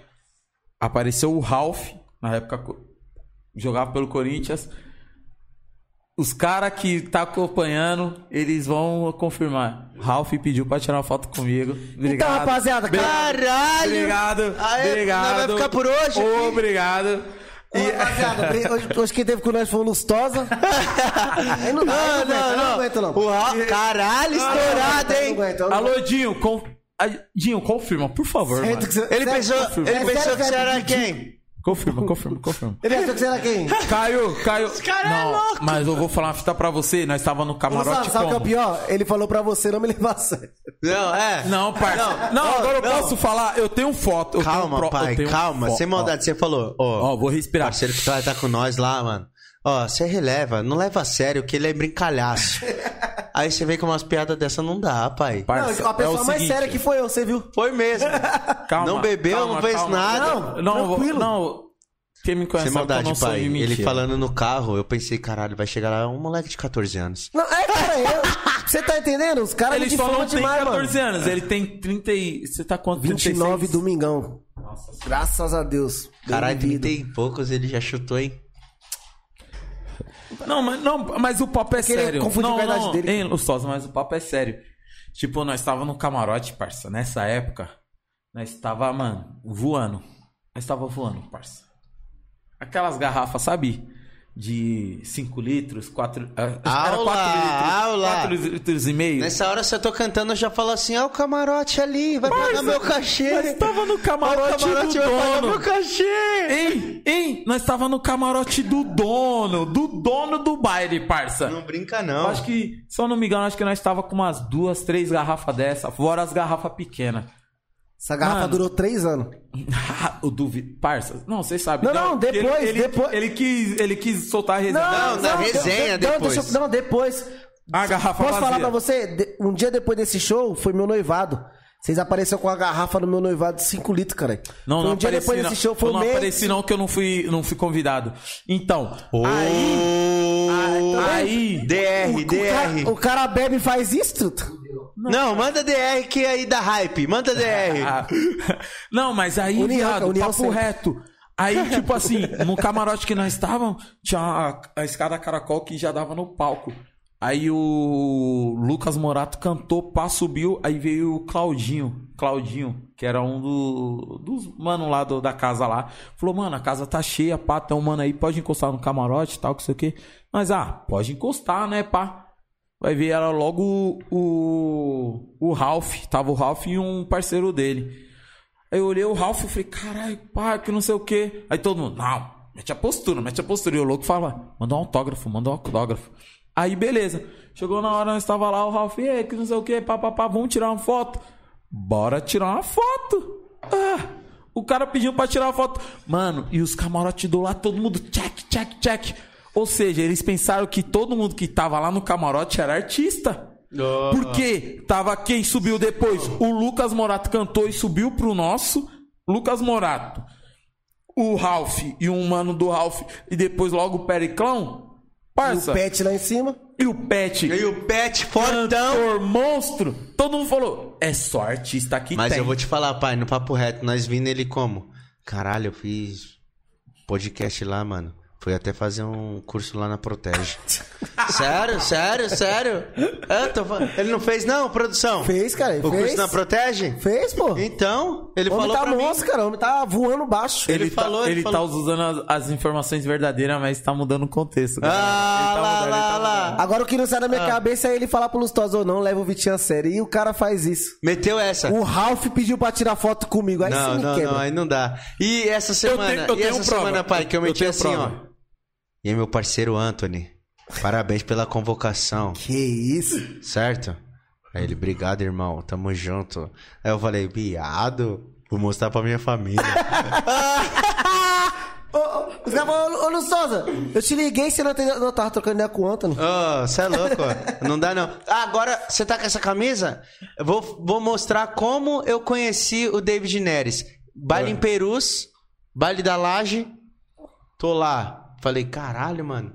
[SPEAKER 1] Apareceu o Ralph, na época co- jogava pelo Corinthians. Os caras que tá acompanhando, eles vão confirmar. Ralph pediu pra tirar uma foto comigo. Obrigado.
[SPEAKER 2] Então, rapaziada, cara,
[SPEAKER 3] Caralho!
[SPEAKER 1] Obrigado.
[SPEAKER 3] Aê,
[SPEAKER 1] obrigado.
[SPEAKER 3] nós vai ficar por hoje aqui?
[SPEAKER 1] Obrigado.
[SPEAKER 2] Ô, rapaziada, bem, hoje, hoje quem teve com nós foi o Lustosa. Aí não dá,
[SPEAKER 3] Não,
[SPEAKER 2] eu não, aguento,
[SPEAKER 3] não,
[SPEAKER 2] eu
[SPEAKER 3] não.
[SPEAKER 2] não aguento, não. Ah,
[SPEAKER 3] O Ra- Caralho, estourado,
[SPEAKER 2] Eu
[SPEAKER 3] hein?
[SPEAKER 2] não aguento, eu não aguento.
[SPEAKER 1] Alô, Dinho, con- Ai, Dinho, confirma, por favor.
[SPEAKER 2] Ele
[SPEAKER 1] mano.
[SPEAKER 3] Ele pensou,
[SPEAKER 2] É sério,
[SPEAKER 3] ele pensou que você
[SPEAKER 2] sério,
[SPEAKER 3] era
[SPEAKER 2] pediu.
[SPEAKER 3] quem?
[SPEAKER 1] Confirma, confirma, confirma.
[SPEAKER 2] Ele pensou que você era quem?
[SPEAKER 1] Caio, Caio.
[SPEAKER 3] cara é
[SPEAKER 1] Não, mas eu vou falar uma fita pra você. Nós tava no
[SPEAKER 2] Sabe,
[SPEAKER 1] camarote
[SPEAKER 2] sabe o que é o
[SPEAKER 1] como?
[SPEAKER 2] pior? Ele falou pra você não me levar a sério.
[SPEAKER 3] Não, é.
[SPEAKER 1] Não, parça. Não, agora eu posso falar. Eu tenho foto. eu tenho um
[SPEAKER 3] Calma,
[SPEAKER 1] pro- eu
[SPEAKER 3] pai,
[SPEAKER 1] tenho
[SPEAKER 3] calma.
[SPEAKER 1] foto,
[SPEAKER 3] Sem maldade, você falou.
[SPEAKER 1] Ó,
[SPEAKER 3] Ó,
[SPEAKER 1] Ó, vou respirar.
[SPEAKER 3] parceiro que tá, tá com nós lá, mano. Ó, você releva, não leva a sério que ele é brincalhaço. Aí você vê que umas piadas dessa não dá, pai.
[SPEAKER 1] Parça,
[SPEAKER 2] Não,
[SPEAKER 1] é
[SPEAKER 2] a pessoa
[SPEAKER 1] o
[SPEAKER 2] mais
[SPEAKER 1] seguinte,
[SPEAKER 2] séria que foi eu, você viu?
[SPEAKER 3] Foi mesmo.
[SPEAKER 1] calma,
[SPEAKER 3] não bebeu,
[SPEAKER 1] calma,
[SPEAKER 3] não fez
[SPEAKER 1] calma.
[SPEAKER 3] nada.
[SPEAKER 1] Não, não, vou-
[SPEAKER 2] tranquilo.
[SPEAKER 1] não. Quem me conhece
[SPEAKER 3] Sem
[SPEAKER 1] sabe que eu não
[SPEAKER 3] maldade,
[SPEAKER 1] sou
[SPEAKER 3] pai.
[SPEAKER 1] de mentira.
[SPEAKER 3] Ele falando no carro, eu pensei, caralho, vai chegar lá um moleque de 14 anos.
[SPEAKER 2] Não, é, cara, eu. Você tá entendendo? Os caras me
[SPEAKER 1] Ele só
[SPEAKER 2] difamam
[SPEAKER 1] não tem
[SPEAKER 2] demais, mano.
[SPEAKER 1] 14 anos, ele tem 30 e... Você tá quanto?
[SPEAKER 2] 29
[SPEAKER 1] 36?
[SPEAKER 2] domingão. Graças a Deus.
[SPEAKER 3] Caralho,
[SPEAKER 2] Bem-vindo.
[SPEAKER 3] 30 e poucos ele já chutou, hein?
[SPEAKER 1] Não, mas, não, mas o papo é
[SPEAKER 2] Queria
[SPEAKER 1] sério.
[SPEAKER 2] confundir
[SPEAKER 1] não,
[SPEAKER 2] com a idade
[SPEAKER 1] não,
[SPEAKER 2] dele.
[SPEAKER 1] Hein, Lustosa, mas o papo é sério. Tipo, nós tava no camarote, parça. Nessa época, nós tava, mano, voando. Nós tava voando, parça. Aquelas garrafas, sabe? De 5 litros, ah, 4.
[SPEAKER 3] Aula, aula.
[SPEAKER 1] 4 litros e meio.
[SPEAKER 3] Nessa hora, se eu tô cantando, eu já falo assim: ó, o camarote ali, vai pagar meu cachê.
[SPEAKER 1] Nós tava tá no camarote,
[SPEAKER 3] Ó, o camarote
[SPEAKER 1] do
[SPEAKER 3] vai pagar
[SPEAKER 1] dono.
[SPEAKER 3] meu cachê.
[SPEAKER 1] Hein? Hein? Nós tava no camarote do dono, do dono do baile, parça.
[SPEAKER 3] Não brinca,
[SPEAKER 1] Eu
[SPEAKER 3] não.
[SPEAKER 1] Acho que, se eu não me engano, acho que nós tava com umas duas, três garrafas dessa, fora as garrafas pequenas.
[SPEAKER 2] Essa garrafa
[SPEAKER 1] Mano.
[SPEAKER 2] durou três anos.
[SPEAKER 1] eu duvido. Parça, não, vocês sabem.
[SPEAKER 2] Não, não,
[SPEAKER 1] porque
[SPEAKER 2] depois,
[SPEAKER 1] ele, ele-
[SPEAKER 2] depois.
[SPEAKER 1] Ele quis, ele quis soltar a resenha. Ah,
[SPEAKER 3] Não, na resenha
[SPEAKER 2] de- de-
[SPEAKER 3] depois.
[SPEAKER 2] deixa eu- não, depois.
[SPEAKER 1] A garrafa
[SPEAKER 2] Posso
[SPEAKER 1] vazia.
[SPEAKER 2] falar pra você? De- um dia depois desse show, foi meu noivado. Vocês apareceram com a garrafa no meu noivado de 5 litros, cara.
[SPEAKER 1] Não,
[SPEAKER 2] foi
[SPEAKER 1] não
[SPEAKER 2] um dia
[SPEAKER 1] apareci,
[SPEAKER 2] depois
[SPEAKER 1] não.
[SPEAKER 2] desse show, foi
[SPEAKER 1] Eu
[SPEAKER 2] um
[SPEAKER 1] não
[SPEAKER 2] mês.
[SPEAKER 1] apareci não, que eu não fui, não fui convidado. Então,
[SPEAKER 3] Ô,
[SPEAKER 1] aí... tá
[SPEAKER 3] DR,
[SPEAKER 2] O cara,
[SPEAKER 3] DR.
[SPEAKER 2] o cara bebe e faz isso, truta?
[SPEAKER 3] Não, manda DR que é aí dá hype. Manda
[SPEAKER 1] Ah.
[SPEAKER 3] DR.
[SPEAKER 1] Não, mas aí,
[SPEAKER 2] União, é
[SPEAKER 1] viado,
[SPEAKER 2] União
[SPEAKER 1] papo
[SPEAKER 2] sempre.
[SPEAKER 1] reto. Aí, tipo assim, no camarote que nós estávamos, tinha a, a escada caracol que já dava no palco. Aí o Lucas Morato cantou, pá, subiu, aí veio o Claudinho, Claudinho, que era um do- dos mano lá do- da casa lá. Falou, mano, a casa tá cheia, pá, tem um mano aí, pode encostar no camarote e tal, que sei o quê. Mas, ah, pode encostar, né, pá. Vai ver, era logo o, o Ralph. Tava o Ralph e um parceiro dele. Aí eu olhei o Ralph e falei, caralho, pá, que não sei o quê. Aí todo mundo, não, mete a postura, mete a postura. E o louco fala, manda um autógrafo, manda um autógrafo. Aí beleza. Chegou na hora, nós tava lá, o Ralph, e aí, que não sei o quê, pá, pá, pá, vamos tirar uma foto. Bora tirar uma foto. Ah, o cara pediu pra tirar uma foto. Mano, e os camarote do lá, todo mundo, check, check, check. Ou seja, eles pensaram que todo mundo que tava lá no camarote era artista. Porque tava quem subiu depois? O Lucas Morato cantou e subiu pro nosso. Lucas Morato, o Ralph e um mano do Ralph, e depois logo o Periclão.
[SPEAKER 2] E
[SPEAKER 1] Parça,
[SPEAKER 2] o pet lá em cima.
[SPEAKER 1] e o Pet,
[SPEAKER 3] E o pet fortão.
[SPEAKER 1] cantor monstro. Todo mundo falou, é só artista aqui
[SPEAKER 3] Mas
[SPEAKER 1] tem.
[SPEAKER 3] eu vou te falar, pai, no papo reto, nós vindo ele como? Caralho, eu fiz podcast lá, mano. Fui até fazer um curso lá na Protege. sério, sério, sério. Eu tô falando- Ele não fez, não, produção?
[SPEAKER 2] Fez, cara,
[SPEAKER 3] O curso
[SPEAKER 2] fez.
[SPEAKER 3] na Protege?
[SPEAKER 2] Fez, pô. O
[SPEAKER 3] Então, ele
[SPEAKER 2] homem
[SPEAKER 3] falou
[SPEAKER 2] tá
[SPEAKER 3] pra mim.
[SPEAKER 2] monstro, cara. O homem tá voando baixo.
[SPEAKER 1] Ele,
[SPEAKER 3] Ele
[SPEAKER 1] tá-
[SPEAKER 3] falou, ele
[SPEAKER 1] ele tá
[SPEAKER 3] falou.
[SPEAKER 1] usando as, as informações verdadeiras, mas tá mudando o contexto. galera.
[SPEAKER 3] Ah,
[SPEAKER 1] Ele tá
[SPEAKER 3] lá,
[SPEAKER 1] mudando, ele
[SPEAKER 3] lá,
[SPEAKER 1] tá
[SPEAKER 3] lá.
[SPEAKER 2] Agora o que não sai da minha cabeça é ele falar pro Lustosa ou não, leva o Vitinho a sério. E o cara faz isso.
[SPEAKER 3] Meteu essa.
[SPEAKER 2] O Ralph pediu pra tirar foto comigo. Aí
[SPEAKER 3] É. não,
[SPEAKER 2] sim me
[SPEAKER 3] não,
[SPEAKER 2] quebra.
[SPEAKER 3] não, aí não dá. E essa semana,
[SPEAKER 1] tenho- eu
[SPEAKER 3] e
[SPEAKER 1] tenho
[SPEAKER 3] essa
[SPEAKER 1] prova.
[SPEAKER 3] semana, pai, que eu
[SPEAKER 1] Eu
[SPEAKER 3] meti
[SPEAKER 1] tenho
[SPEAKER 3] assim,
[SPEAKER 1] prova.
[SPEAKER 3] ó. E aí, meu parceiro Anthony, parabéns pela convocação,
[SPEAKER 2] Que isso?
[SPEAKER 3] certo? Aí ele, obrigado, irmão, tamo junto. Aí eu falei, viado, vou mostrar pra minha família.
[SPEAKER 2] Ô, ô, Os caras falaram, ô, ô Lustosa, eu te liguei, você não atendeu. Não, eu tava trocando ideia com o Antônio.
[SPEAKER 3] Ô, cê é louco, não dá não. Ah, agora, você tá com essa camisa? Eu vou, vou mostrar como eu conheci o David Neres. Baile
[SPEAKER 1] Ah.
[SPEAKER 3] em Perus, baile da Laje, tô lá. Falei, caralho, mano.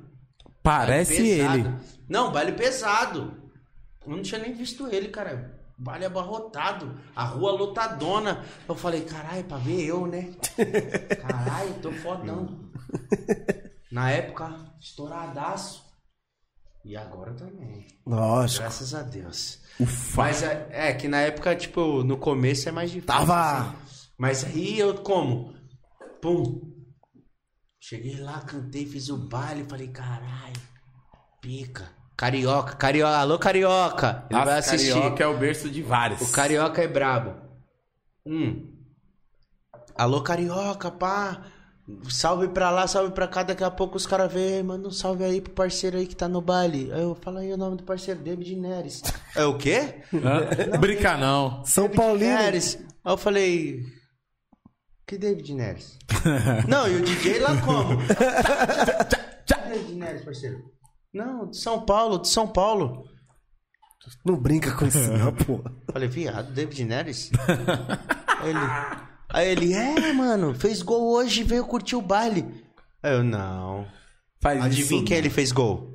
[SPEAKER 1] Parece
[SPEAKER 3] é Pesado.
[SPEAKER 1] ele.
[SPEAKER 3] Não, baile pesado. Eu não tinha nem visto ele, cara. Baile abarrotado. A rua lotadona. Eu falei, caralho, pra ver eu, né? Caralho, tô fodão. Na época, estouradaço. E agora também.
[SPEAKER 2] Lógico.
[SPEAKER 3] Graças a Deus.
[SPEAKER 1] Ufa.
[SPEAKER 3] Mas é, é que na época, tipo, no começo é mais difícil.
[SPEAKER 2] Tava.
[SPEAKER 3] assim. Mas aí eu como? Pum. Cheguei lá, cantei, fiz o baile, falei, caralho, pica. Carioca, carioca, alô carioca. Ele vai assistir.
[SPEAKER 1] Carioca é o berço de vários.
[SPEAKER 3] O carioca é brabo. Hum. Alô carioca, pá. Salve pra lá, salve pra cá. Daqui a pouco os caras vêm, "Ei, manda um salve aí pro parceiro aí que tá no baile. Aí eu falo aí o nome do parceiro, David Neres. É o quê?
[SPEAKER 1] Hã? Brinca não.
[SPEAKER 2] São Paulino.
[SPEAKER 3] Neres. Aí eu falei. Que David Neres? não, e o DJ lá como? Que David Neres, parceiro? Não, de São Paulo, de São Paulo.
[SPEAKER 2] Não brinca com isso, não, pô.
[SPEAKER 3] Falei, viado, David Neres? Aí ele, aí ele, é, mano, fez gol hoje e veio curtir o baile. Aí eu, não.
[SPEAKER 1] Faz
[SPEAKER 3] Adivinha
[SPEAKER 1] isso.
[SPEAKER 3] quem é ele fez gol?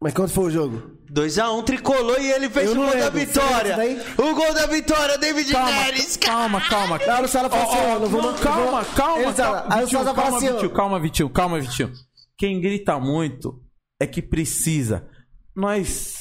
[SPEAKER 2] Mas quanto foi o jogo?
[SPEAKER 3] 2x1, tricolou e ele fez
[SPEAKER 2] Eu
[SPEAKER 3] o
[SPEAKER 2] não
[SPEAKER 3] gol da
[SPEAKER 2] lembro. Você
[SPEAKER 3] vitória.
[SPEAKER 2] lembra disso
[SPEAKER 3] O gol da vitória, David Neres, cara.
[SPEAKER 1] Calma, calma.
[SPEAKER 2] Não, o Lustosa falou assim, ó, não vou
[SPEAKER 1] Não, calma, calma,
[SPEAKER 2] Eles,
[SPEAKER 1] calma.
[SPEAKER 2] Aí o
[SPEAKER 1] Vitinho,
[SPEAKER 2] Lustosa falou
[SPEAKER 1] calma,
[SPEAKER 2] assim, ó,
[SPEAKER 1] Vitinho, calma, Vitinho, calma, Vitinho. Quem grita muito é que precisa. Nós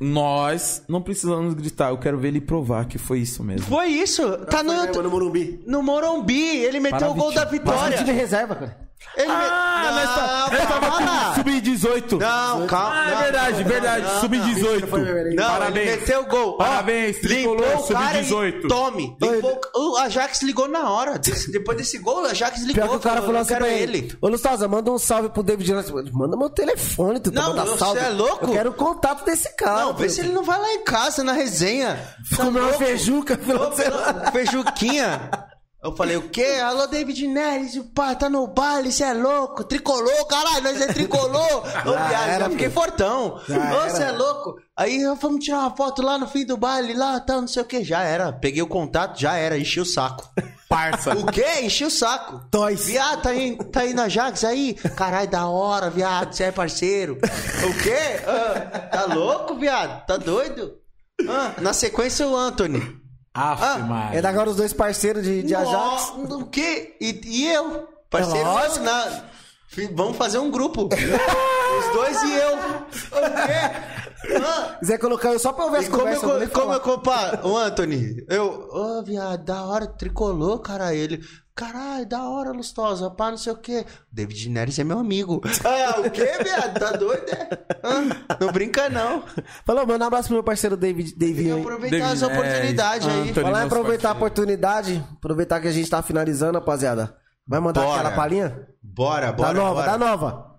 [SPEAKER 5] Nós não precisamos gritar. Eu quero ver ele provar que foi isso mesmo.
[SPEAKER 3] Foi isso. Tá no,
[SPEAKER 7] Foi, né, mano, Morumbi.
[SPEAKER 3] no Morumbi. Ele meteu o gol da
[SPEAKER 2] Mas o
[SPEAKER 3] vitória.
[SPEAKER 2] time reserva, cara.
[SPEAKER 3] Ele
[SPEAKER 5] Ah,
[SPEAKER 3] me-
[SPEAKER 5] nós tá- nós tava
[SPEAKER 3] calma.
[SPEAKER 5] com sub-18.
[SPEAKER 3] Não, calma.
[SPEAKER 5] Ah,
[SPEAKER 3] não,
[SPEAKER 5] é verdade,
[SPEAKER 3] não,
[SPEAKER 5] verdade.
[SPEAKER 3] não,
[SPEAKER 5] Sub-18.
[SPEAKER 3] Não,
[SPEAKER 5] Parabéns.
[SPEAKER 3] ele meteu o gol. Ó,
[SPEAKER 5] Parabéns,
[SPEAKER 3] limpou
[SPEAKER 5] tricolor,
[SPEAKER 3] o cara e
[SPEAKER 5] sub-18.
[SPEAKER 3] Tome. Limpou, o Ajax ligou na hora. Des- Depois desse gol, o Ajax ligou.
[SPEAKER 2] Pior que o cara
[SPEAKER 3] falou,
[SPEAKER 2] falou
[SPEAKER 3] eu
[SPEAKER 2] assim
[SPEAKER 3] quero
[SPEAKER 2] pra
[SPEAKER 3] ele.
[SPEAKER 2] ele. Ô, Lustosa, manda um salve pro David Jones. Manda meu telefone, tu tá
[SPEAKER 3] Não,
[SPEAKER 2] mandando
[SPEAKER 3] você
[SPEAKER 2] salve.
[SPEAKER 3] é louco?
[SPEAKER 2] Eu quero o contato desse cara.
[SPEAKER 3] Não, vê se ele não vai lá em casa na resenha. Tá
[SPEAKER 2] Comeu uma
[SPEAKER 3] louco?
[SPEAKER 2] feijuca.
[SPEAKER 3] Ô, pelo- Feijuquinha. Eu falei, o quê? Alô, David Neres, o pá, tá no baile, cê é louco. Tricolor, caralho, nós é tricolor. Ô,
[SPEAKER 7] Já
[SPEAKER 3] viado,
[SPEAKER 7] era,
[SPEAKER 3] já fiquei fortão. Ô,
[SPEAKER 7] era.
[SPEAKER 3] cê é louco. Aí eu fomos tirar uma foto lá no fim do baile, lá, tal, não sei o que. Já era. Peguei o contato, já era, enchi o saco.
[SPEAKER 5] Parça.
[SPEAKER 3] O quê? Enchi o saco.
[SPEAKER 7] Dois.
[SPEAKER 3] Viado, tá aí, tá aí na Jax aí? Caralho, da hora, viado, você é parceiro. O quê? Ah, tá louco, viado? Tá doido? Ah, na sequência, o Anthony.
[SPEAKER 5] Aff,
[SPEAKER 3] Ah,
[SPEAKER 5] Maria.
[SPEAKER 2] É da agora os dois parceiros de, de Ajax.
[SPEAKER 3] No- O quê? E, e eu? Parceiro,
[SPEAKER 2] lógico.
[SPEAKER 3] não, na- fi- vamos fazer um grupo. Os dois e eu. O quê? Ah,
[SPEAKER 2] Quiser colocar eu só pra ouvir
[SPEAKER 3] e
[SPEAKER 2] as
[SPEAKER 3] como
[SPEAKER 2] conversas.
[SPEAKER 3] eu, co-
[SPEAKER 2] Como,
[SPEAKER 3] como eu compa o Anthony? Eu, ô, viado, da hora, tricolor, cara, ele. Caralho, da hora, Lustosa, pá, não sei o quê. David Neres é meu amigo. Ah, o quê, viado? Tá doido, é? Ah, não brinca, não.
[SPEAKER 2] Falou, manda um abraço pro meu parceiro David,
[SPEAKER 3] Tem um
[SPEAKER 2] Davinho.
[SPEAKER 3] que
[SPEAKER 2] hein?
[SPEAKER 3] aproveitar
[SPEAKER 5] David
[SPEAKER 3] essa oportunidade
[SPEAKER 5] Neres,
[SPEAKER 3] aí.
[SPEAKER 5] Anthony.
[SPEAKER 2] Falar e
[SPEAKER 5] nosso
[SPEAKER 2] aproveitar a
[SPEAKER 5] parceiro.
[SPEAKER 2] oportunidade. Aproveitar que a gente tá finalizando, rapaziada. Vai mandar
[SPEAKER 3] Bora.
[SPEAKER 2] aquela palhinha?
[SPEAKER 3] Bora,
[SPEAKER 2] Da
[SPEAKER 3] bora.
[SPEAKER 2] nova,
[SPEAKER 3] bora.
[SPEAKER 2] da nova.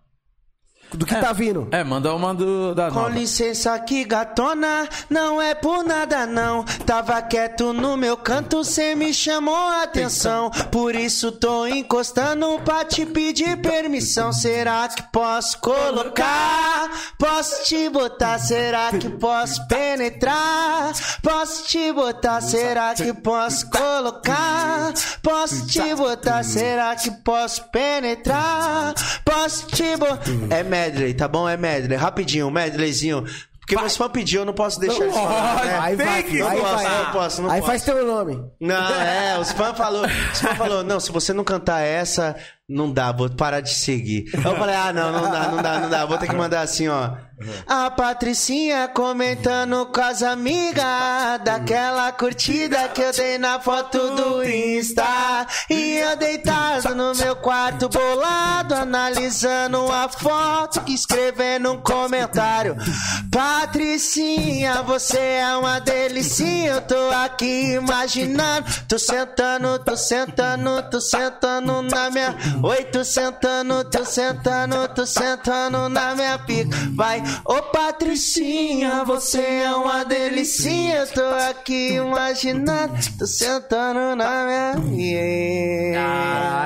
[SPEAKER 2] Do que tá vindo?
[SPEAKER 5] É, manda uma do, da
[SPEAKER 3] Com
[SPEAKER 5] nova.
[SPEAKER 3] licença que gatona, não é por nada não. Tava quieto no meu canto, cê me chamou a atenção. Por isso tô encostando pra te pedir permissão. Será que posso colocar? Posso te botar? Será que posso penetrar? Posso te botar? Será que posso colocar? Posso te botar? Será que posso penetrar? Posso te botar? É medley, tá bom? É medley. Rapidinho, medleyzinho. Porque meus fãs pediu, eu não posso deixar eles falar, né?
[SPEAKER 2] Aí vai,
[SPEAKER 3] Não
[SPEAKER 2] aí
[SPEAKER 3] posso,
[SPEAKER 2] vai.
[SPEAKER 3] não posso, não
[SPEAKER 2] aí
[SPEAKER 3] posso.
[SPEAKER 2] faz teu nome.
[SPEAKER 3] Não, é, os fãs falou, os fãs falou, não, se você não cantar essa, não dá, vou parar de seguir. Eu falei, ah, não, não dá, não dá, não dá, vou ter que mandar assim, ó. A Patricinha comentando com as amigas daquela curtida que eu dei na foto do Insta. E eu deitado no meu quarto bolado, analisando a foto e escrevendo um comentário. Patricinha, você é uma delicinha, eu tô aqui imaginando. Tô sentando, tô sentando, tô sentando na minha. Oi, tô sentando, tô sentando, tô sentando na minha pica. Vai, ô Patricinha, você é uma delicinha, eu tô aqui imaginando. Tô sentando na minha.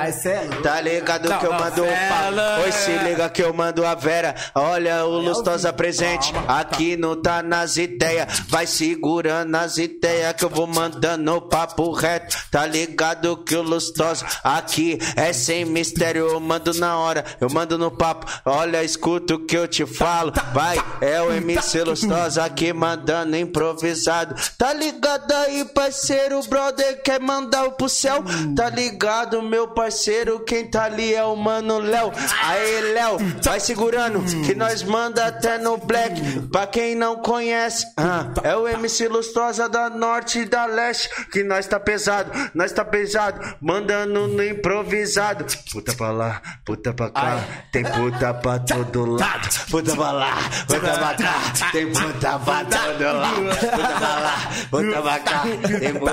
[SPEAKER 2] Ah, sério.
[SPEAKER 3] Tá ligado que eu mando o papo. Oi, se liga que eu mando a Vera. Olha é o Lustosa presente. Aqui não tá nas ideias. Vai segurando as ideias que eu vou mandando o papo reto. Tá ligado que o Lustosa aqui é sem mistério. Eu mando na hora, eu mando no papo. Olha, escuta o que eu te falo. Vai, é o MC Lustosa aqui mandando improvisado. Tá ligado aí, parceiro? Brother quer mandar o pro céu. Tá ligado, meu parceiro? Quem tá ali é o mano Léo. Aê, Léo, vai segurando que nós manda até no black. Pra quem não conhece, ah, é o MC Lustosa da Norte e da Leste. Que nós tá pesado, nós tá pesado. Mandando no improvisado. Puta pra lá, puta pra cá. Tem puta pra todo lado. Puta pra lá, puta pra cá. Tem puta pra todo lado. Puta pra lá, puta pra cá. Tem puta.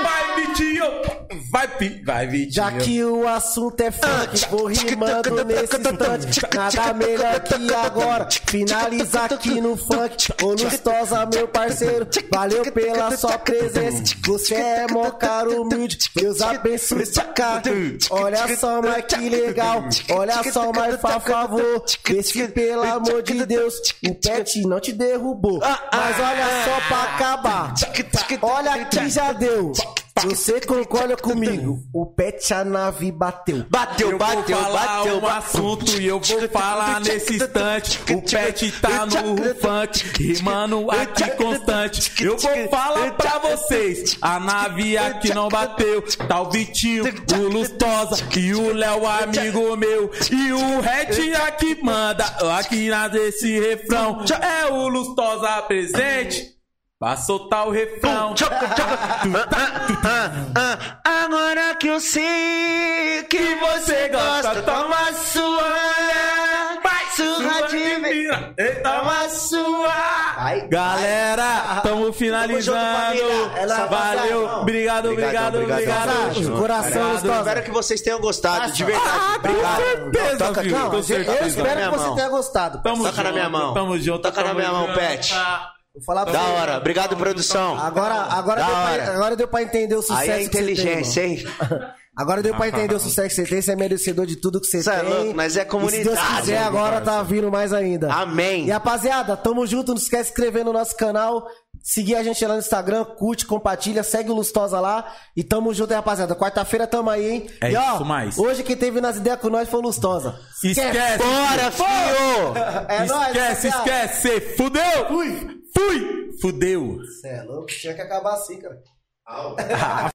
[SPEAKER 5] Vai, Vitinho! Vai, pi... Vai, Vitinho.
[SPEAKER 2] Já que o assunto é funk, vou rimando nesse instante. Nada melhor que agora. Finaliza aqui no funk. Ô Lustosa, meu parceiro, valeu pela sua presença. Você é mó caro, humilde, Deus abençoe te cara. Olha só, mas que legal. Olha só, mas faz favor. Vê se, pelo amor de Deus, o pet não te derrubou. Mas olha só pra acabar. Olha que já deu. Você concorda comigo? O pet a nave bateu.
[SPEAKER 3] Bateu,
[SPEAKER 1] Eu
[SPEAKER 3] bateu,
[SPEAKER 1] vou falar
[SPEAKER 3] bateu,
[SPEAKER 1] um
[SPEAKER 3] bateu.
[SPEAKER 1] assunto e eu vou falar nesse instante. O pet tá no funk, rimando aqui constante. Eu vou falar pra vocês, a nave aqui não bateu. Tá o Vitinho, o Lustosa e o Léo, amigo meu. E o Red aqui manda, aqui na desse refrão. É o Lustosa presente. Pra soltar o refrão.
[SPEAKER 3] Ah, Agora que eu sei que você gosta, toma sua. Surra de mim. Toma sua. Ai,
[SPEAKER 1] Galera, tamo finalizando.
[SPEAKER 3] família. É lá,
[SPEAKER 1] Valeu, obrigado,
[SPEAKER 3] Gonçalo. Obrigado,
[SPEAKER 1] obrigado,
[SPEAKER 3] obrigado.
[SPEAKER 1] obrigado.
[SPEAKER 2] Gonçalo, coração,
[SPEAKER 1] Obrigado.
[SPEAKER 2] Gonçalo.
[SPEAKER 3] Espero que vocês tenham gostado, de verdade.
[SPEAKER 1] Ah,
[SPEAKER 3] Obrigado.
[SPEAKER 1] Com certeza,
[SPEAKER 3] Toca aqui,
[SPEAKER 1] filho,
[SPEAKER 3] ó.
[SPEAKER 1] com certeza.
[SPEAKER 2] Eu espero
[SPEAKER 3] minha
[SPEAKER 2] que você
[SPEAKER 3] mão. Então,
[SPEAKER 2] tenha gostado.
[SPEAKER 1] Tamo
[SPEAKER 3] Toca na
[SPEAKER 1] junto,
[SPEAKER 3] minha mão.
[SPEAKER 1] Tamo junto,
[SPEAKER 3] Toca na
[SPEAKER 1] tamo
[SPEAKER 3] minha mão,
[SPEAKER 1] junto.
[SPEAKER 4] É
[SPEAKER 3] Pet.
[SPEAKER 2] Vou falar pra
[SPEAKER 3] Da
[SPEAKER 2] você.
[SPEAKER 3] hora. Obrigado, produção.
[SPEAKER 2] Agora, agora,
[SPEAKER 3] Da
[SPEAKER 2] deu
[SPEAKER 3] hora.
[SPEAKER 2] pra, agora deu pra entender o sucesso
[SPEAKER 3] Aí é
[SPEAKER 2] que você tem,
[SPEAKER 3] inteligência, hein?
[SPEAKER 2] irmão. Agora deu pra entender o sucesso que você tem, você é merecedor de tudo que você
[SPEAKER 3] Cê é
[SPEAKER 2] tem.
[SPEAKER 3] louco, nós é
[SPEAKER 2] E
[SPEAKER 3] comunidade,
[SPEAKER 2] Se Deus quiser,
[SPEAKER 3] né,
[SPEAKER 2] agora tá vindo mais ainda.
[SPEAKER 3] Amém.
[SPEAKER 2] E rapaziada, tamo junto, não esquece de inscrever no nosso canal, seguir a gente lá no Instagram, curte, compartilha, segue o Lustosa lá e tamo junto, hein, rapaziada. Quarta-feira tamo aí, hein?
[SPEAKER 1] É
[SPEAKER 2] e ó,
[SPEAKER 1] isso mais.
[SPEAKER 2] hoje quem teve nas ideias com nós foi o Lustosa.
[SPEAKER 1] Esquece.
[SPEAKER 3] Bora, filho!
[SPEAKER 2] É nóis,
[SPEAKER 1] Esquece,
[SPEAKER 2] rapaziada.
[SPEAKER 1] esquece. Fudeu. Fui. Fui. Fudeu.
[SPEAKER 2] Cê é louco, tinha que acabar assim, cara.